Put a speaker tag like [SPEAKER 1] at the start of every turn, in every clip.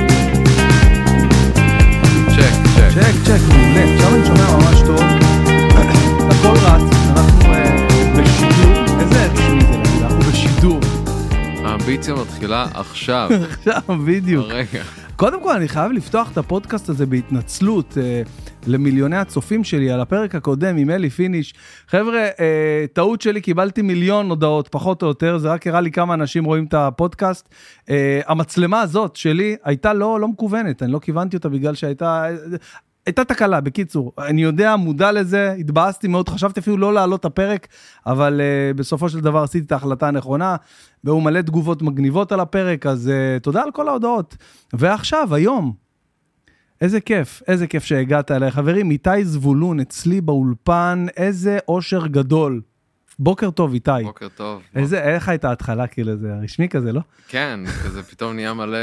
[SPEAKER 1] אה,
[SPEAKER 2] בהתחלה עכשיו.
[SPEAKER 1] עכשיו, בדיוק.
[SPEAKER 2] רגע.
[SPEAKER 1] קודם כל, אני חייב לפתוח את הפודקאסט הזה בהתנצלות אה, למיליוני הצופים שלי על הפרק הקודם עם אלי פיניש. חבר'ה, אה, טעות שלי, קיבלתי מיליון הודעות, פחות או יותר, זה רק הראה לי כמה אנשים רואים את הפודקאסט. אה, המצלמה הזאת שלי הייתה לא, לא מכוונת, אני לא כיוונתי אותה בגלל שהייתה... הייתה תקלה, בקיצור. אני יודע, מודע לזה, התבאסתי מאוד, חשבתי אפילו לא להעלות את הפרק, אבל uh, בסופו של דבר עשיתי את ההחלטה הנכונה, והיו מלא תגובות מגניבות על הפרק, אז uh, תודה על כל ההודעות. ועכשיו, היום, איזה כיף, איזה כיף שהגעת אליי. חברים, איתי זבולון אצלי באולפן, איזה אושר גדול. בוקר טוב, איתי.
[SPEAKER 2] בוקר טוב.
[SPEAKER 1] איזה, איך הייתה ההתחלה, כאילו, זה רשמי כזה, לא?
[SPEAKER 2] כן, כזה פתאום נהיה מלא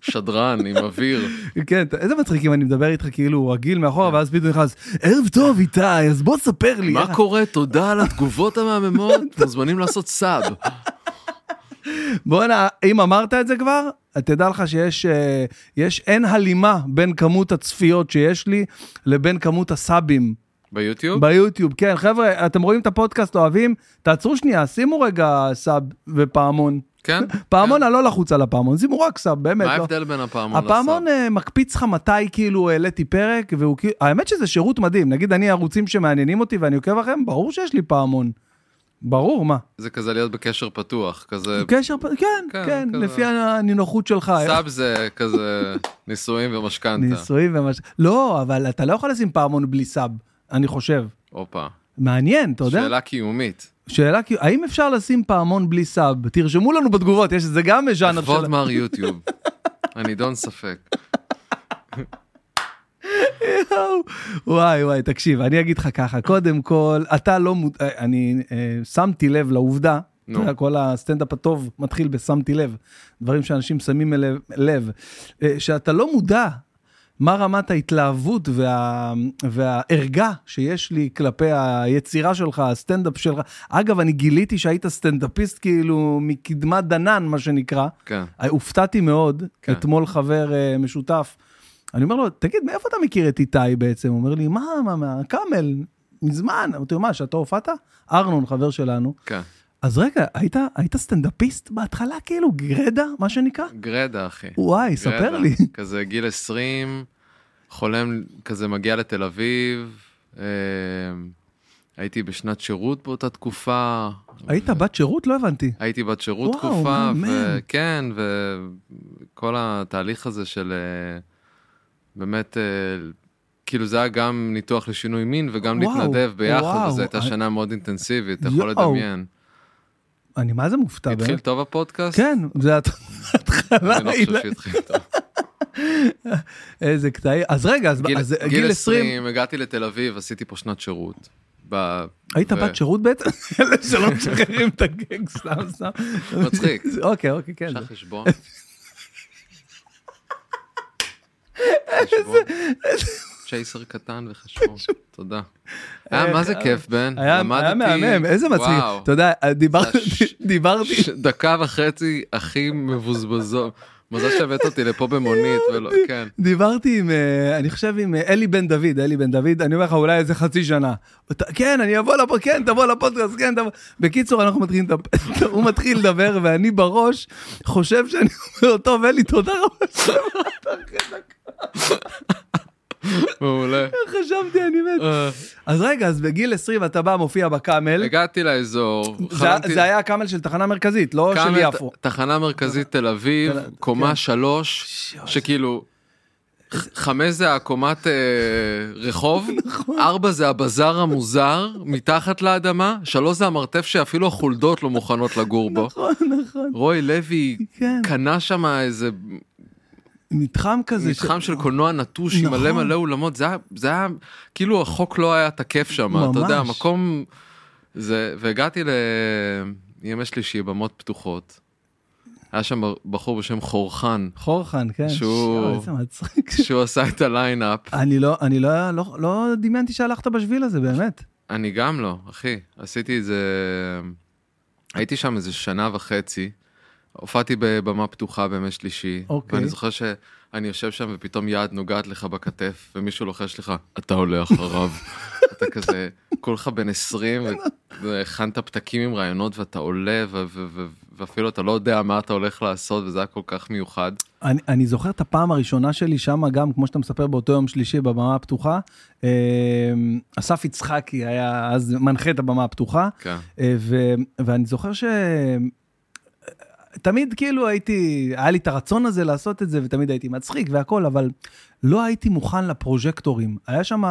[SPEAKER 2] שדרן עם אוויר.
[SPEAKER 1] כן, ת- איזה מצחיקים, אני מדבר איתך כאילו הוא רגיל מאחורה, ואז פתאום נכנס, ערב טוב איתי, אז בוא ספר לי.
[SPEAKER 2] כן. מה
[SPEAKER 1] איך-
[SPEAKER 2] קורה? תודה על התגובות המהממות, מוזמנים לעשות סאב.
[SPEAKER 1] בואנה, אם אמרת את זה כבר, תדע לך שיש אה, יש אין הלימה בין כמות הצפיות שיש לי לבין כמות הסאבים
[SPEAKER 2] ביוטיוב?
[SPEAKER 1] ביוטיוב. כן, חבר'ה, אתם רואים את הפודקאסט, אוהבים? תעצרו שנייה, שימו רגע סאב ופעמון.
[SPEAKER 2] כן?
[SPEAKER 1] פעמון, אני לא לחוץ על הפעמון, שימו רק סאב, באמת.
[SPEAKER 2] מה
[SPEAKER 1] לא.
[SPEAKER 2] ההבדל בין הפעמון לסאב?
[SPEAKER 1] הפעמון אה, מקפיץ לך מתי כאילו העליתי פרק, והוא כאילו, האמת שזה שירות מדהים, נגיד אני ערוצים שמעניינים אותי ואני עוקב אחריהם, ברור שיש לי פעמון. ברור, מה?
[SPEAKER 2] זה כזה להיות בקשר פתוח, כזה...
[SPEAKER 1] קשר, פ- כן,
[SPEAKER 2] אה,
[SPEAKER 1] אה,
[SPEAKER 2] כן,
[SPEAKER 1] כן,
[SPEAKER 2] כזה.
[SPEAKER 1] לפי הנינוחות שלך.
[SPEAKER 2] סאב זה כזה נישואים ומשכנתה.
[SPEAKER 1] נישואים ומש... לא, אבל אתה לא יכול לשים פעמון בלי סאב, אני חושב.
[SPEAKER 2] הופה.
[SPEAKER 1] מעניין, אתה יודע?
[SPEAKER 2] שאלה קיומית.
[SPEAKER 1] שאלה כאילו, האם אפשר לשים פעמון בלי סאב? תרשמו לנו בתגובות, יש את זה גם ז'אנר
[SPEAKER 2] כבוד
[SPEAKER 1] של...
[SPEAKER 2] מר יוטיוב. אני דון ספק.
[SPEAKER 1] יואו. וואי וואי, תקשיב, אני אגיד לך ככה, קודם כל, אתה לא מוד... אה, אני אה, שמתי לב לעובדה,
[SPEAKER 2] נו.
[SPEAKER 1] אתה יודע, כל הסטנדאפ הטוב מתחיל בשמתי לב, דברים שאנשים שמים אליו- לב, אה, שאתה לא מודע מה רמת ההתלהבות וה... והערגה שיש לי כלפי היצירה שלך, הסטנדאפ שלך. אגב, אני גיליתי שהיית סטנדאפיסט כאילו מקדמת דנן, מה שנקרא.
[SPEAKER 2] כן.
[SPEAKER 1] הופתעתי מאוד,
[SPEAKER 2] כן.
[SPEAKER 1] אתמול חבר אה, משותף, אני אומר לו, תגיד, מאיפה אתה מכיר את איתי בעצם? הוא אומר לי, מה, מה, מה, כרמל, מזמן. אמרתי לו, מה, שאתה הופעת? ארנון, חבר שלנו.
[SPEAKER 2] כן.
[SPEAKER 1] אז רגע, היית, היית סטנדאפיסט בהתחלה, כאילו, גרדה, מה שנקרא?
[SPEAKER 2] גרדה, אחי.
[SPEAKER 1] וואי, ספר
[SPEAKER 2] גרדה.
[SPEAKER 1] לי.
[SPEAKER 2] כזה גיל 20, חולם, כזה מגיע לתל אביב. אה, הייתי בשנת שירות באותה תקופה.
[SPEAKER 1] היית בת שירות? לא הבנתי.
[SPEAKER 2] הייתי בת שירות
[SPEAKER 1] וואו,
[SPEAKER 2] תקופה,
[SPEAKER 1] מהמם.
[SPEAKER 2] וכן, וכל התהליך הזה של אה, באמת, אה, כאילו זה היה גם ניתוח לשינוי מין וגם
[SPEAKER 1] וואו,
[SPEAKER 2] להתנדב ביחד,
[SPEAKER 1] וואו,
[SPEAKER 2] וזו הייתה
[SPEAKER 1] אה,
[SPEAKER 2] שנה מאוד אינטנסיבית, אתה יכול
[SPEAKER 1] יואו,
[SPEAKER 2] לדמיין.
[SPEAKER 1] אני מה זה מופתע,
[SPEAKER 2] התחיל
[SPEAKER 1] באמת.
[SPEAKER 2] טוב הפודקאסט?
[SPEAKER 1] כן, זה הת- ההתחלה.
[SPEAKER 2] אני לא חושב שהתחיל טוב.
[SPEAKER 1] איזה קטעים. אז רגע, אז
[SPEAKER 2] גיל,
[SPEAKER 1] אז אה,
[SPEAKER 2] גיל,
[SPEAKER 1] גיל 20,
[SPEAKER 2] 20, הגעתי לתל אביב, עשיתי פה שנת שירות. ב...
[SPEAKER 1] היית
[SPEAKER 2] ו-
[SPEAKER 1] בת שירות בעצם? אלה שלא משחררים את הגג, סתם, סתם.
[SPEAKER 2] מצחיק.
[SPEAKER 1] אוקיי, אוקיי, כן.
[SPEAKER 2] אפשר
[SPEAKER 1] זה-
[SPEAKER 2] חשבון? חשבון. צ'ייסר קטן וחשבון, תודה. היה מה זה כיף, בן?
[SPEAKER 1] אה, היה היה
[SPEAKER 2] למדתי-
[SPEAKER 1] מהמם, איזה מצחיק.
[SPEAKER 2] וואו.
[SPEAKER 1] אתה יודע, דיבר-
[SPEAKER 2] זה הש-
[SPEAKER 1] דיברתי,
[SPEAKER 2] ש- דקה וחצי הכי מבוזבזו. מזל שהבאת אותי לפה במונית, ולא, כן.
[SPEAKER 1] דיברתי עם, אה, אני חושב עם אה, אלי בן דוד, אלי בן דוד, אני אומר לך אולי איזה חצי שנה. אתה- כן, אני אבוא לפה, כן, תבוא לפודקאסט, כן, תבוא. בקיצור, אנחנו מתחילים לדבר, הוא מתחיל לדבר, ואני בראש חושב שאני אומר, טוב, אלי, תודה רבה. שבאת."
[SPEAKER 2] מעולה.
[SPEAKER 1] חשבתי, אני מת.
[SPEAKER 2] אה,
[SPEAKER 1] אז רגע, אז בגיל 20 אתה בא, מופיע בקאמל.
[SPEAKER 2] הגעתי לאזור,
[SPEAKER 1] זה-
[SPEAKER 2] חלמתי-
[SPEAKER 1] זה היה הקאמל של תחנה מרכזית, לא
[SPEAKER 2] כאן
[SPEAKER 1] של
[SPEAKER 2] ת-
[SPEAKER 1] יפו.
[SPEAKER 2] תחנה מרכזית תל אביב,
[SPEAKER 1] תל- כן.
[SPEAKER 2] קומה שלוש, שכאילו, ח- חמש זה הקומת אה, רחוב,
[SPEAKER 1] נכון.
[SPEAKER 2] ארבע זה הבזאר המוזר, מתחת לאדמה, שלוש זה המרתף שאפילו החולדות לא מוכנות לגור בו.
[SPEAKER 1] נכון, נכון.
[SPEAKER 2] רוי לוי
[SPEAKER 1] כן.
[SPEAKER 2] קנה שם איזה
[SPEAKER 1] מתחם כזה. ש-
[SPEAKER 2] מתחם של קולנוע נטוש עם
[SPEAKER 1] נכון.
[SPEAKER 2] מלא מלא אולמות, זה היה- זה היה, כאילו החוק לא היה תקף שם, אתה יודע,
[SPEAKER 1] ממש.
[SPEAKER 2] מקום, זה, והגעתי לימי שלישי, במות פתוחות. היה שם בחור בשם חורחן,
[SPEAKER 1] חורחן, כן.
[SPEAKER 2] שהוא-
[SPEAKER 1] שיו, איזה מצחיק.
[SPEAKER 2] שהוא עשה את הליינאפ.
[SPEAKER 1] אני לא, אני לא, לא, לא דמיינתי שהלכת בשביל הזה, באמת.
[SPEAKER 2] אני גם לא, אחי. עשיתי את זה... הייתי שם איזה שנה וחצי, הופעתי בבמה פתוחה בימי שלישי,
[SPEAKER 1] אוקיי.
[SPEAKER 2] ואני זוכר שאני יושב שם ופתאום יד נוגעת לך בכתף, ומישהו לוחש לך, אתה עולה אחריו. אתה כזה, כולך בן 20, והכנת פתקים עם רעיונות ואתה עולה, ו- ו- ו- ואפילו אתה לא יודע מה אתה הולך לעשות, וזה היה כל כך מיוחד.
[SPEAKER 1] אני, אני זוכר את הפעם הראשונה שלי שם, גם כמו שאתה מספר באותו יום שלישי בבמה הפתוחה, אה, אסף יצחקי היה אז מנחה את הבמה הפתוחה,
[SPEAKER 2] כן.
[SPEAKER 1] אה, ו, ואני זוכר ש... תמיד כאילו הייתי, היה לי את הרצון הזה לעשות את זה, ותמיד הייתי מצחיק והכל, אבל לא הייתי מוכן לפרוז'קטורים. היה שם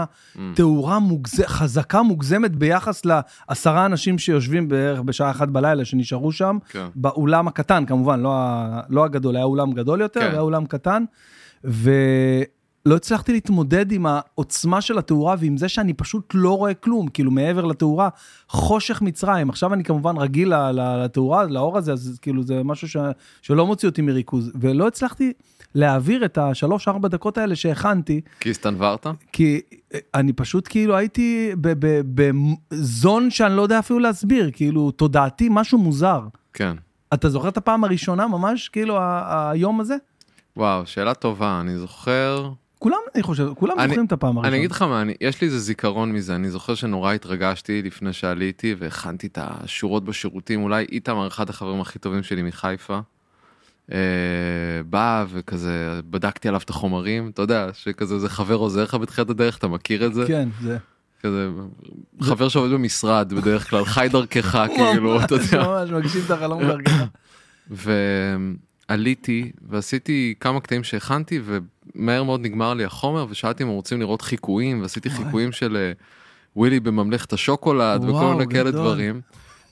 [SPEAKER 1] תאורה מוגז... חזקה מוגזמת ביחס לעשרה אנשים שיושבים בערך בשעה אחת בלילה שנשארו שם,
[SPEAKER 2] כן.
[SPEAKER 1] באולם הקטן, כמובן, לא, ה- לא הגדול, היה אולם גדול יותר,
[SPEAKER 2] כן.
[SPEAKER 1] היה אולם קטן, ולא הצלחתי להתמודד עם העוצמה של התאורה ועם זה שאני פשוט לא רואה כלום, כאילו מעבר לתאורה, חושך מצרים. עכשיו אני כמובן רגיל ל- ל- לתאורה, לאור הזה, אז כאילו זה משהו ש... שלא מוציא אותי מריכוז, ולא הצלחתי להעביר את השלוש-ארבע דקות האלה שהכנתי.
[SPEAKER 2] כי הסתנוורת?
[SPEAKER 1] כי אני פשוט כאילו הייתי בזון שאני לא יודע אפילו להסביר, כאילו תודעתי משהו מוזר.
[SPEAKER 2] כן.
[SPEAKER 1] אתה זוכר את הפעם הראשונה ממש, כאילו ה- היום הזה?
[SPEAKER 2] וואו, שאלה טובה, אני זוכר...
[SPEAKER 1] כולם, אני חושב, כולם
[SPEAKER 2] אני-
[SPEAKER 1] זוכרים את הפעם הראשונה.
[SPEAKER 2] אני אגיד לך מה, אני, יש לי איזה זיכרון מזה, אני זוכר שנורא התרגשתי לפני שעליתי והכנתי את השורות בשירותים, אולי איתמר, אחד החברים הכי טובים שלי מחיפה, אה, בא וכזה, בדקתי עליו את החומרים, אתה יודע, שכזה זה חבר עוזר לך בתחילת הדרך, אתה מכיר את זה?
[SPEAKER 1] כן, זה.
[SPEAKER 2] כזה, חבר שעובד במשרד בדרך כלל, חי דרכך, כאילו, אתה יודע.
[SPEAKER 1] ממש מגשים את החלום דרכך.
[SPEAKER 2] ועליתי ועשיתי כמה קטעים שהכנתי ומהר מאוד נגמר לי החומר ושאלתי אם הם רוצים לראות חיקויים ועשיתי חיקויים של אה, ווילי בממלכת השוקולד
[SPEAKER 1] וואו,
[SPEAKER 2] וכל מיני כאלה
[SPEAKER 1] גדול.
[SPEAKER 2] דברים.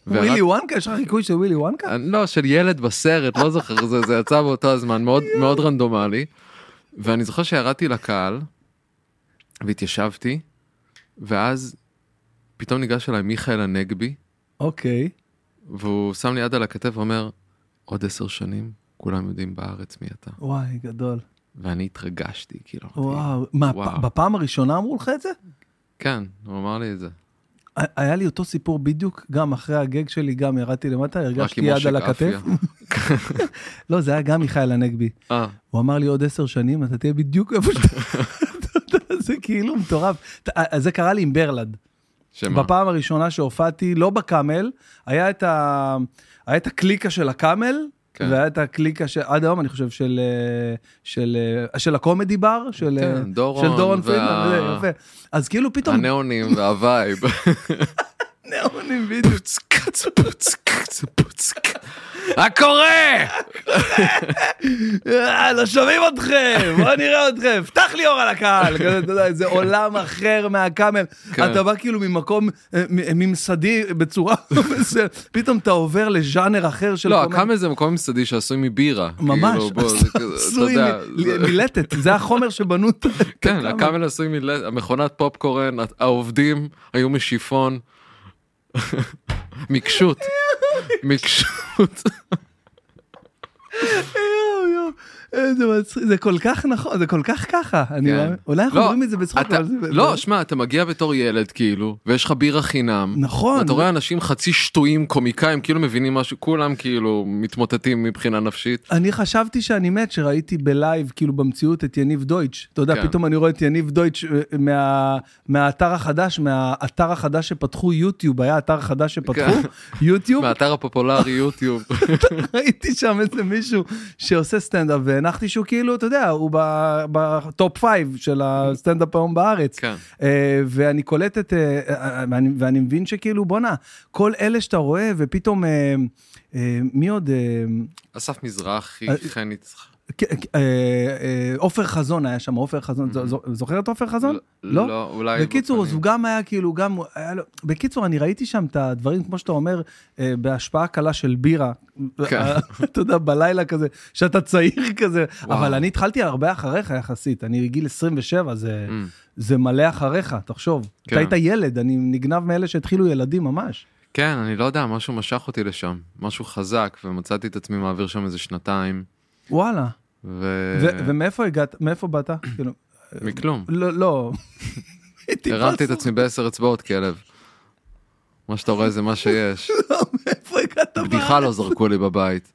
[SPEAKER 2] וירד-
[SPEAKER 1] ווילי וונקה, יש לך חיקוי של ווילי וונקה?
[SPEAKER 2] אני- לא, של ילד בסרט, לא זוכר, זה, זה יצא באותו הזמן, מאוד, מאוד רנדומלי. ואני זוכר שירדתי לקהל והתיישבתי ואז פתאום ניגש אליי מיכאל הנגבי
[SPEAKER 1] אוקיי.
[SPEAKER 2] והוא שם לי יד על הכתף ואומר עוד עשר שנים כולם יודעים בארץ מי אתה.
[SPEAKER 1] וואי, גדול.
[SPEAKER 2] ואני התרגשתי, כאילו. אמרתי,
[SPEAKER 1] וואו. מה,
[SPEAKER 2] וואו.
[SPEAKER 1] פ- בפעם הראשונה אמרו לך את זה?
[SPEAKER 2] כן, הוא אמר לי את זה.
[SPEAKER 1] היה לי אותו סיפור בדיוק, גם אחרי הגג שלי, גם ירדתי למטה, הרגשתי
[SPEAKER 2] עם
[SPEAKER 1] יד
[SPEAKER 2] מושיק
[SPEAKER 1] על הכתף.
[SPEAKER 2] עפיה.
[SPEAKER 1] לא, זה היה גם מיכאל הנגבי.
[SPEAKER 2] אה,
[SPEAKER 1] הוא אמר לי עוד עשר שנים אתה תהיה בדיוק איפה שאתה, אתה יודע, זה כאילו מטורף. אתה- אז זה קרה לי עם ברלד.
[SPEAKER 2] שמה?
[SPEAKER 1] בפעם הראשונה שהופעתי, לא בקאמל, היה את, ה... היה את הקליקה של הקאמל, כן.
[SPEAKER 2] כן.
[SPEAKER 1] והיה את הקליקה של, עד היום אני חושב, של, אה, של, אה, של הקומדי בר, של, אה,
[SPEAKER 2] כן, דורון
[SPEAKER 1] של דורון
[SPEAKER 2] וה-
[SPEAKER 1] פרידמן, זה יפה. אז כאילו פתאום,
[SPEAKER 2] הנאונים והווייב.
[SPEAKER 1] נאונים בדיוק.
[SPEAKER 2] פצקץ, פצקץ, פצקץ. מה קורה?
[SPEAKER 1] אה, לא שומעים אתכם, בוא נראה אתכם, פתח לי אור על הקהל, כזה, אתה יודע, זה עולם אחר מהקאמל.
[SPEAKER 2] כן.
[SPEAKER 1] אתה בא כאילו ממקום אה, מ- ממסדי בצורה, פתאום אתה עובר לז'אנר אחר של...
[SPEAKER 2] לא,
[SPEAKER 1] קומדיה.
[SPEAKER 2] הקאמל זה מקום ממסדי שעשוי מבירה.
[SPEAKER 1] ממש,
[SPEAKER 2] כאילו, בוא, זה כזה, אתה
[SPEAKER 1] עשוי
[SPEAKER 2] יודע,
[SPEAKER 1] מ-
[SPEAKER 2] זה-
[SPEAKER 1] מלטת, זה החומר שבנו את את
[SPEAKER 2] כן,
[SPEAKER 1] הקאמל.
[SPEAKER 2] הקאמל עשוי מלט, המכונת פופקורן, העובדים היו משיפון. מקשוט. מקשוט.
[SPEAKER 1] יואו, יואו, איזה מצחיק, זה כל כך נכון, זה כל כך ככה, אני
[SPEAKER 2] כן.
[SPEAKER 1] לא- אולי אנחנו
[SPEAKER 2] לא,
[SPEAKER 1] אומרים את זה בצחוק,
[SPEAKER 2] אתה-
[SPEAKER 1] אבל זה-
[SPEAKER 2] לא, שמע, אתה מגיע בתור ילד כאילו, ויש לך בירה חינם.
[SPEAKER 1] נכון,
[SPEAKER 2] אתה רואה אנשים חצי שטויים, קומיקאים, כאילו מבינים משהו, כולם כאילו מתמוטטים מבחינה נפשית.
[SPEAKER 1] אני חשבתי שאני מת, שראיתי בלייב, כאילו במציאות, את יניב דויטש. אתה יודע,
[SPEAKER 2] כן.
[SPEAKER 1] פתאום אני רואה את יניב דויטש אה, מה- מהאתר החדש, מהאתר החדש שפתחו יוטיוב, היה אתר חדש שפתחו
[SPEAKER 2] כן.
[SPEAKER 1] יוטיוב,
[SPEAKER 2] מהאתר הפופולרי יוטיוב.
[SPEAKER 1] ראיתי שם איזה מישהו שעושה סטנדאפ, והנחתי שהוא כאילו, אתה יודע, הוא ב- בטופ פייב של הסטנדאפ היום בארץ.
[SPEAKER 2] כן.
[SPEAKER 1] אה, ואני קולט את, אה, אה, ואני, ואני מבין שכאילו, בואנה, כל אלה שאתה רואה, ופתאום, אה, אה, מי עוד? אה,
[SPEAKER 2] אסף מזרחי,
[SPEAKER 1] אה,
[SPEAKER 2] חן יצחק.
[SPEAKER 1] כן, כן, אה, אה, עופר חזון היה שם, עופר חזון, זו- זו- זוכר את עופר חזון?
[SPEAKER 2] לא, אולי...
[SPEAKER 1] בקיצור, אז
[SPEAKER 2] בפנים.
[SPEAKER 1] הוא גם היה כאילו, גם, הוא היה לו, בקיצור, אני ראיתי שם את הדברים, כמו שאתה אומר, אה, בהשפעה קלה של בירה. אה,
[SPEAKER 2] כן.
[SPEAKER 1] אתה יודע, בלילה כזה, שאתה צעיר כזה.
[SPEAKER 2] וואו.
[SPEAKER 1] אבל אני התחלתי הרבה אחריך יחסית, אני גיל 27, זה-
[SPEAKER 2] Mm.
[SPEAKER 1] זה מלא אחריך, תחשוב.
[SPEAKER 2] כן.
[SPEAKER 1] אתה היית ילד, אני נגנב מאלה שהתחילו ילדים ממש.
[SPEAKER 2] כן, אני לא יודע, משהו משך אותי לשם. משהו חזק, ומצאתי את עצמי מעביר שם איזה שנתיים.
[SPEAKER 1] וואלה.
[SPEAKER 2] ו...
[SPEAKER 1] ו- ומאיפה הגעת, מאיפה באת? כאילו,
[SPEAKER 2] מכלום.
[SPEAKER 1] לא, לא. הייתי
[SPEAKER 2] הרמתי את
[SPEAKER 1] פסול.
[SPEAKER 2] עצמי בעשר אצבעות כלב. מה שאתה רואה זה מה שיש.
[SPEAKER 1] מאיפה הגעת
[SPEAKER 2] בדיחה לא זרקו לי בבית.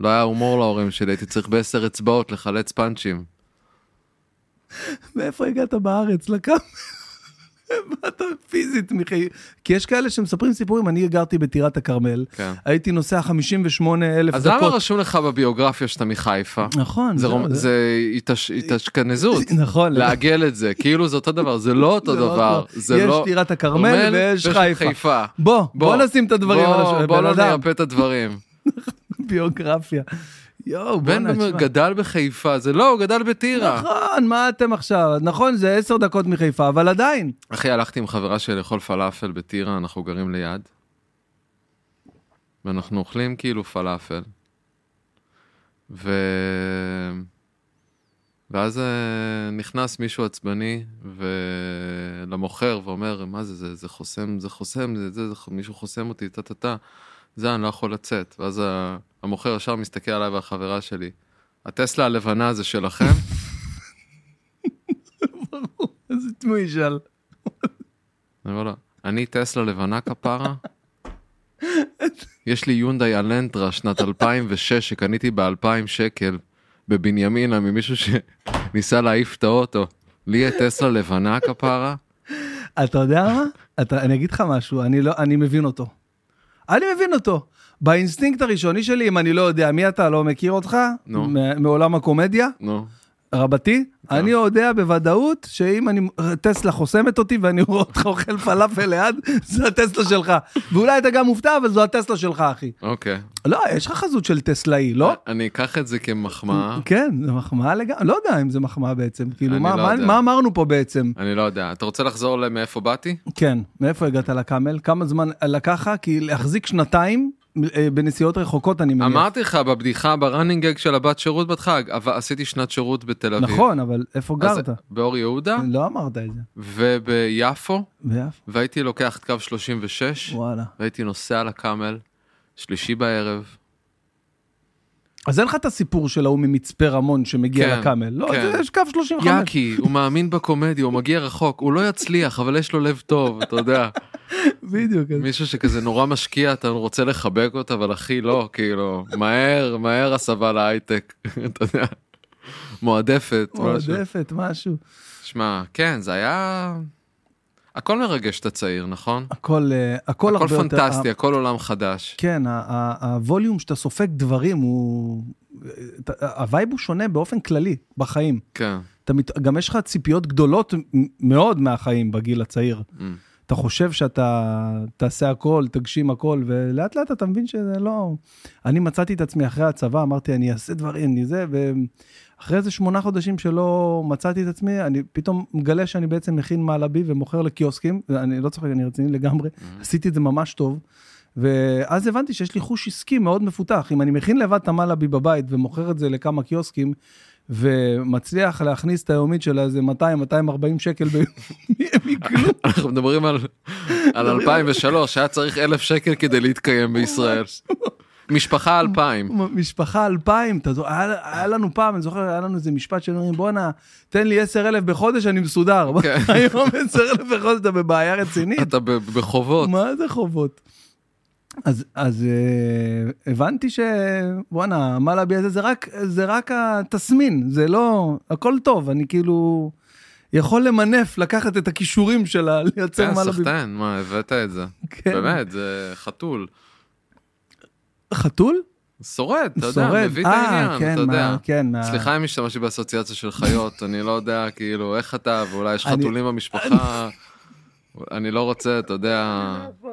[SPEAKER 2] לא היה הומור להורים שלי, הייתי צריך בעשר אצבעות לחלץ פאנצ'ים.
[SPEAKER 1] מאיפה הגעת בארץ לקאמל? אתה פיזית מחי... כי יש כאלה שמספרים סיפורים, אני גרתי בטירת הכרמל,
[SPEAKER 2] כן.
[SPEAKER 1] הייתי נוסע 58 אלף
[SPEAKER 2] אז למה
[SPEAKER 1] דקות.
[SPEAKER 2] רשום לך בביוגרפיה שאתה מחיפה?
[SPEAKER 1] נכון,
[SPEAKER 2] זה
[SPEAKER 1] זהו,
[SPEAKER 2] רומ-
[SPEAKER 1] זה-
[SPEAKER 2] זה התש- התשכנזות,
[SPEAKER 1] נכון.
[SPEAKER 2] לעגל את זה, כאילו זה אותו דבר, זה לא אותו
[SPEAKER 1] זה לא
[SPEAKER 2] דבר,
[SPEAKER 1] אותו.
[SPEAKER 2] זה
[SPEAKER 1] יש
[SPEAKER 2] לא...
[SPEAKER 1] טירת הכרמל ויש חיפה.
[SPEAKER 2] חיפה.
[SPEAKER 1] בוא, בוא נשים את הדברים
[SPEAKER 2] בוא-
[SPEAKER 1] על השולחן,
[SPEAKER 2] בוא
[SPEAKER 1] בן
[SPEAKER 2] לא
[SPEAKER 1] אדם.
[SPEAKER 2] נרפא את הדברים.
[SPEAKER 1] ביוגרפיה. יואו,
[SPEAKER 2] בן
[SPEAKER 1] בוא'נה, תשמע.
[SPEAKER 2] גדל בחיפה, זה לא, הוא גדל בטירה.
[SPEAKER 1] נכון, מה אתם עכשיו? נכון, זה עשר דקות מחיפה, אבל עדיין.
[SPEAKER 2] אחי, הלכתי עם חברה שלי לאכול פלאפל בטירה, אנחנו גרים ליד. ואנחנו אוכלים כאילו פלאפל. ו... ואז אה, נכנס מישהו עצבני ו- למוכר ואומר, מה זה, זה, זה חוסם, זה חוסם, זה, זה, זה, מישהו חוסם אותי, טה טה טה, זה אני לא יכול לצאת. ואז ה- המוכר ישר מסתכל עליי והחברה שלי, הטסלה הלבנה זה שלכם?
[SPEAKER 1] איזה תמוי ישאל.
[SPEAKER 2] אני אומר לו, אני טסלה לבנה כפרה? יש לי יונדאי אלנטרה שנת 2006 שקניתי ב-2,000 שקל בבנימינה ממישהו שניסה להעיף את האוטו. לי את טסלה לבנה כפרה?
[SPEAKER 1] אתה יודע מה? אתה, אני אגיד לך משהו, אני, לא, אני מבין אותו. אני מבין אותו. באינסטינקט הראשוני שלי, אם אני לא יודע מי אתה, לא מכיר אותך,
[SPEAKER 2] נו.
[SPEAKER 1] מ- מעולם הקומדיה,
[SPEAKER 2] נו,
[SPEAKER 1] רבתי,
[SPEAKER 2] כן.
[SPEAKER 1] אני יודע בוודאות שאם אני, טסלה חוסמת אותי ואני רואה אותך אוכל פלאפל ליד, זה הטסלה שלך. ואולי אתה גם מופתע, אבל זו הטסלה שלך, אחי.
[SPEAKER 2] אוקיי.
[SPEAKER 1] לא, יש לך חזות של טסלאי, לא?
[SPEAKER 2] אני אקח את זה כמחמאה,
[SPEAKER 1] כן, זה מחמאה לגמרי, לא יודע אם זה מחמאה בעצם, כאילו,
[SPEAKER 2] אה? אני
[SPEAKER 1] מה,
[SPEAKER 2] לא
[SPEAKER 1] מה,
[SPEAKER 2] יודע.
[SPEAKER 1] מה אמרנו פה בעצם?
[SPEAKER 2] אני לא יודע. אתה רוצה לחזור למאיפה באתי?
[SPEAKER 1] כן, מאיפה הגעת לקאמל? כמה זמן לקח לך? כי להחזיק שנתיים אה, בנסיעות רחוקות, אני מניח.
[SPEAKER 2] אמרתי לך בבדיחה, בראנינג גג של הבת שירות בת חג, אבל עשיתי שנת שירות בתל אביב.
[SPEAKER 1] נכון, אבל איפה
[SPEAKER 2] אז אה?
[SPEAKER 1] גרת?
[SPEAKER 2] באור יהודה
[SPEAKER 1] לא אמרת את זה.
[SPEAKER 2] וביפו,
[SPEAKER 1] ביפו,
[SPEAKER 2] והייתי לוקח את קו 36.
[SPEAKER 1] וואלה.
[SPEAKER 2] והייתי נוסע לקאמל, שלישי בערב.
[SPEAKER 1] אז אין לך את הסיפור של ההוא ממצפה רמון שמגיע
[SPEAKER 2] כן,
[SPEAKER 1] לקאמל. לא,
[SPEAKER 2] כן.
[SPEAKER 1] זה- יש קו 35.
[SPEAKER 2] יאקי, הוא מאמין בקומדיה, הוא מגיע רחוק, הוא לא יצליח, אבל יש לו לב טוב, אתה יודע.
[SPEAKER 1] בדיוק. אז-
[SPEAKER 2] מישהו שכזה נורא משקיע, אתה רוצה לחבק אותה, אבל הכי לא, כאילו, מהר, מהר הסבה להייטק, אתה יודע. מועדפת, משהו.
[SPEAKER 1] מועדפת, משהו.
[SPEAKER 2] שמע, כן, זה היה... הכל מרגש את הצעיר, נכון?
[SPEAKER 1] הכל אה, הכל
[SPEAKER 2] הכל
[SPEAKER 1] הרבה יותר... אה,
[SPEAKER 2] פנטסטי, הכל עולם חדש.
[SPEAKER 1] כן, ה- ה- הווליום שאתה סופג דברים הוא... אתה- הווייב הוא שונה באופן כללי בחיים.
[SPEAKER 2] כן.
[SPEAKER 1] אתה מת... גם יש לך ציפיות גדולות מ- מאוד מהחיים בגיל הצעיר.
[SPEAKER 2] Mm.
[SPEAKER 1] אתה חושב שאתה תעשה הכל, תגשים הכל, ולאט לאט אתה מבין שזה לא... אני מצאתי את עצמי אחרי הצבא, אמרתי, אני אעשה דברים, אני זה, ואחרי איזה שמונה חודשים שלא מצאתי את עצמי, אני פתאום מגלה שאני בעצם מכין מעלבי ומוכר לקיוסקים, אני לא צוחק, אני רציני לגמרי, עשיתי את זה ממש טוב. ואז הבנתי שיש לי חוש עסקי מאוד מפותח. אם אני מכין לבד את המלאבי בבית ומוכר את זה לכמה קיוסקים, ומצליח להכניס את היומית של איזה 200-240 שקל ביום, מכלום.
[SPEAKER 2] אנחנו מדברים על, על 2003, היה צריך אלף שקל כדי להתקיים בישראל. משפחה 2000.
[SPEAKER 1] משפחה אלפיים, אתה זו- היה, היה לנו פעם, אני זוכר, היה לנו איזה משפט של אומרים, בואנה, תן לי עשר אלף בחודש, אני מסודר.
[SPEAKER 2] כן.
[SPEAKER 1] היום עשר אלף בחודש, אתה בבעיה רצינית.
[SPEAKER 2] אתה ב- בחובות.
[SPEAKER 1] מה זה חובות? אז, אז אה, הבנתי שוואנה, המלאבי הזה זה רק, זה רק התסמין, זה לא, הכל טוב, אני כאילו יכול למנף, לקחת את הכישורים שלה, לייצר
[SPEAKER 2] כן,
[SPEAKER 1] מלאבי.
[SPEAKER 2] סחטיין, מה, הבאת את זה.
[SPEAKER 1] כן.
[SPEAKER 2] באמת, זה חתול.
[SPEAKER 1] חתול?
[SPEAKER 2] שורד, אתה יודע,
[SPEAKER 1] שורד.
[SPEAKER 2] מביא את
[SPEAKER 1] אה,
[SPEAKER 2] העניין,
[SPEAKER 1] כן,
[SPEAKER 2] אתה
[SPEAKER 1] מה-
[SPEAKER 2] יודע.
[SPEAKER 1] כן, מה-
[SPEAKER 2] סליחה אם השתמשתי באסוציאציה של חיות, אני לא יודע, כאילו, איך אתה, ואולי יש
[SPEAKER 1] אני-
[SPEAKER 2] חתולים במשפחה. אני לא רוצה, אתה יודע,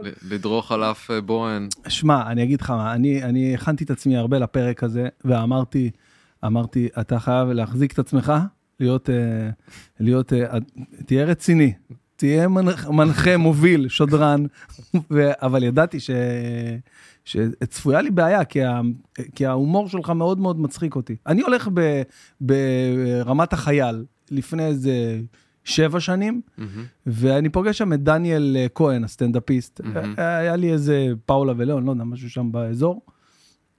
[SPEAKER 2] ל- לדרוך על אף אה, בוהן.
[SPEAKER 1] שמע, אני אגיד לך מה, אני, אני הכנתי את עצמי הרבה לפרק הזה, ואמרתי, אמרתי, אתה חייב להחזיק את עצמך, להיות, אה, להיות, אה, תהיה רציני, תהיה מנח, מנחה, מוביל, שדרן, ו, אבל ידעתי ש, שצפויה לי בעיה, כי, ה, כי ההומור שלך מאוד מאוד מצחיק אותי. אני הולך ב, ברמת החייל לפני איזה שבע שנים,
[SPEAKER 2] מהמם.
[SPEAKER 1] ואני פוגש שם את דניאל אה, כהן, הסטנדאפיסט. אה,
[SPEAKER 2] מהמם.
[SPEAKER 1] היה לי איזה פאולה וליאון, לא יודע, משהו שם באזור.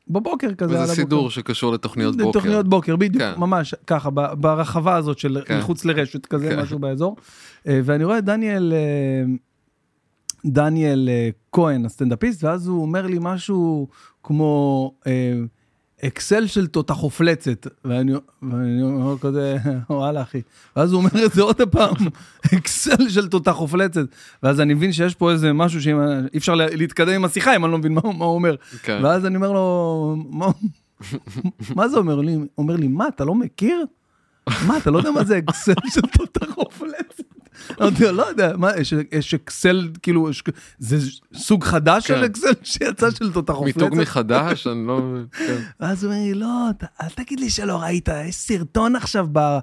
[SPEAKER 1] בבוקר כזה. על
[SPEAKER 2] וזה
[SPEAKER 1] הבוקר.
[SPEAKER 2] סידור שקשור לתוכניות בוקר.
[SPEAKER 1] תוכניות בוקר, בדיוק,
[SPEAKER 2] כן.
[SPEAKER 1] ממש ככה, ב- ברחבה הזאת של
[SPEAKER 2] כן.
[SPEAKER 1] מחוץ לרשת, כזה
[SPEAKER 2] כן.
[SPEAKER 1] משהו באזור. אה, ואני רואה את דניאל, אה, דניאל אה, כהן, הסטנדאפיסט, ואז הוא אומר לי משהו כמו, אה, אקסל של תותח חופלצת. ואני ואני אומר כזה, וואלה אחי. ואז הוא אומר את זה עוד פעם, אקסל של תותח חופלצת. ואז אני מבין שיש פה איזה משהו שאי אפשר לה- להתקדם עם השיחה אם אני לא מבין מה הוא מה הוא אומר.
[SPEAKER 2] כן.
[SPEAKER 1] ואז אני אומר לו, מה, מה זה אומר לי? אומר לי, מה, אתה לא מכיר? מה, אתה לא יודע מה זה אקסל של תותח חופלצת? אמרתי לו, לא יודע, מה, יש- יש אקסל, כאילו, יש- זה סוג חדש
[SPEAKER 2] כן.
[SPEAKER 1] של אקסל שיצא של תותח
[SPEAKER 2] מיתוג
[SPEAKER 1] חופלצת?
[SPEAKER 2] מחדש, אני לא... כן.
[SPEAKER 1] ואז הוא אומר לי, לא, ת, אל תגיד לי שלא ראית, יש סרטון עכשיו ב,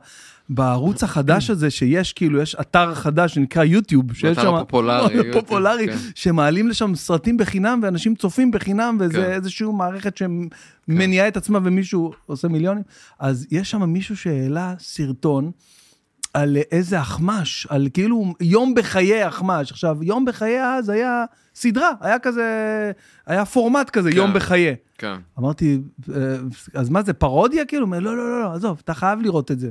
[SPEAKER 1] בערוץ החדש הזה, שיש כאילו, יש אתר חדש שנקרא יוטיוב, שיש
[SPEAKER 2] אתר הפופולרי,
[SPEAKER 1] מאוד
[SPEAKER 2] יוטיוב,
[SPEAKER 1] פופולרי,
[SPEAKER 2] כן.
[SPEAKER 1] שמעלים לשם סרטים בחינם, ואנשים צופים בחינם, וזה
[SPEAKER 2] כן.
[SPEAKER 1] איזושהי מערכת שמניעה את עצמה ומישהו עושה מיליונים. אז יש שם מישהו שהעלה סרטון. על איזה אחמש, על כאילו יום בחיי אחמש. עכשיו, יום בחיי אז היה סדרה, היה כזה, היה פורמט כזה,
[SPEAKER 2] כן.
[SPEAKER 1] יום בחיי.
[SPEAKER 2] כן.
[SPEAKER 1] אמרתי, "אה, אז מה זה, פרודיה? כאילו, הוא אומר, לא, לא, לא, לא, עזוב, אתה חייב לראות את זה.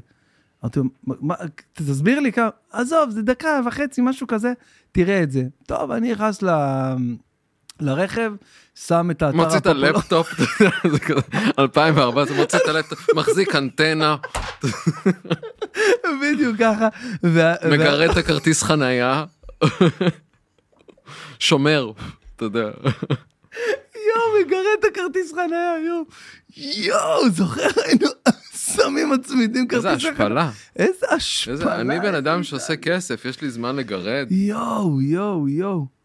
[SPEAKER 1] אמרתי לו, "מה- מה- תסביר לי כמה, עזוב, זה דקה וחצי, משהו כזה, תראה את זה. טוב, אני נכנס ל... לרכב, שם את האתר
[SPEAKER 2] מוציא את
[SPEAKER 1] הפופולרי-
[SPEAKER 2] הלפטופ, אתה יודע, זה כזה, 2014, מוציא את הלפטופ, מחזיק אנטנה,
[SPEAKER 1] בדיוק ככה. וה- וה-
[SPEAKER 2] מגרד את הכרטיס חנייה, שומר, אתה יודע.
[SPEAKER 1] יואו, מגרד את הכרטיס חניה, יואו. יואו, זוכר, היינו שמים מצמידים כרטיס
[SPEAKER 2] איזה השפלה.
[SPEAKER 1] איזה השפלה.
[SPEAKER 2] איזה, אני בן אדם שעושה כסף, יש לי זמן לגרד.
[SPEAKER 1] יואו, יואו, יואו.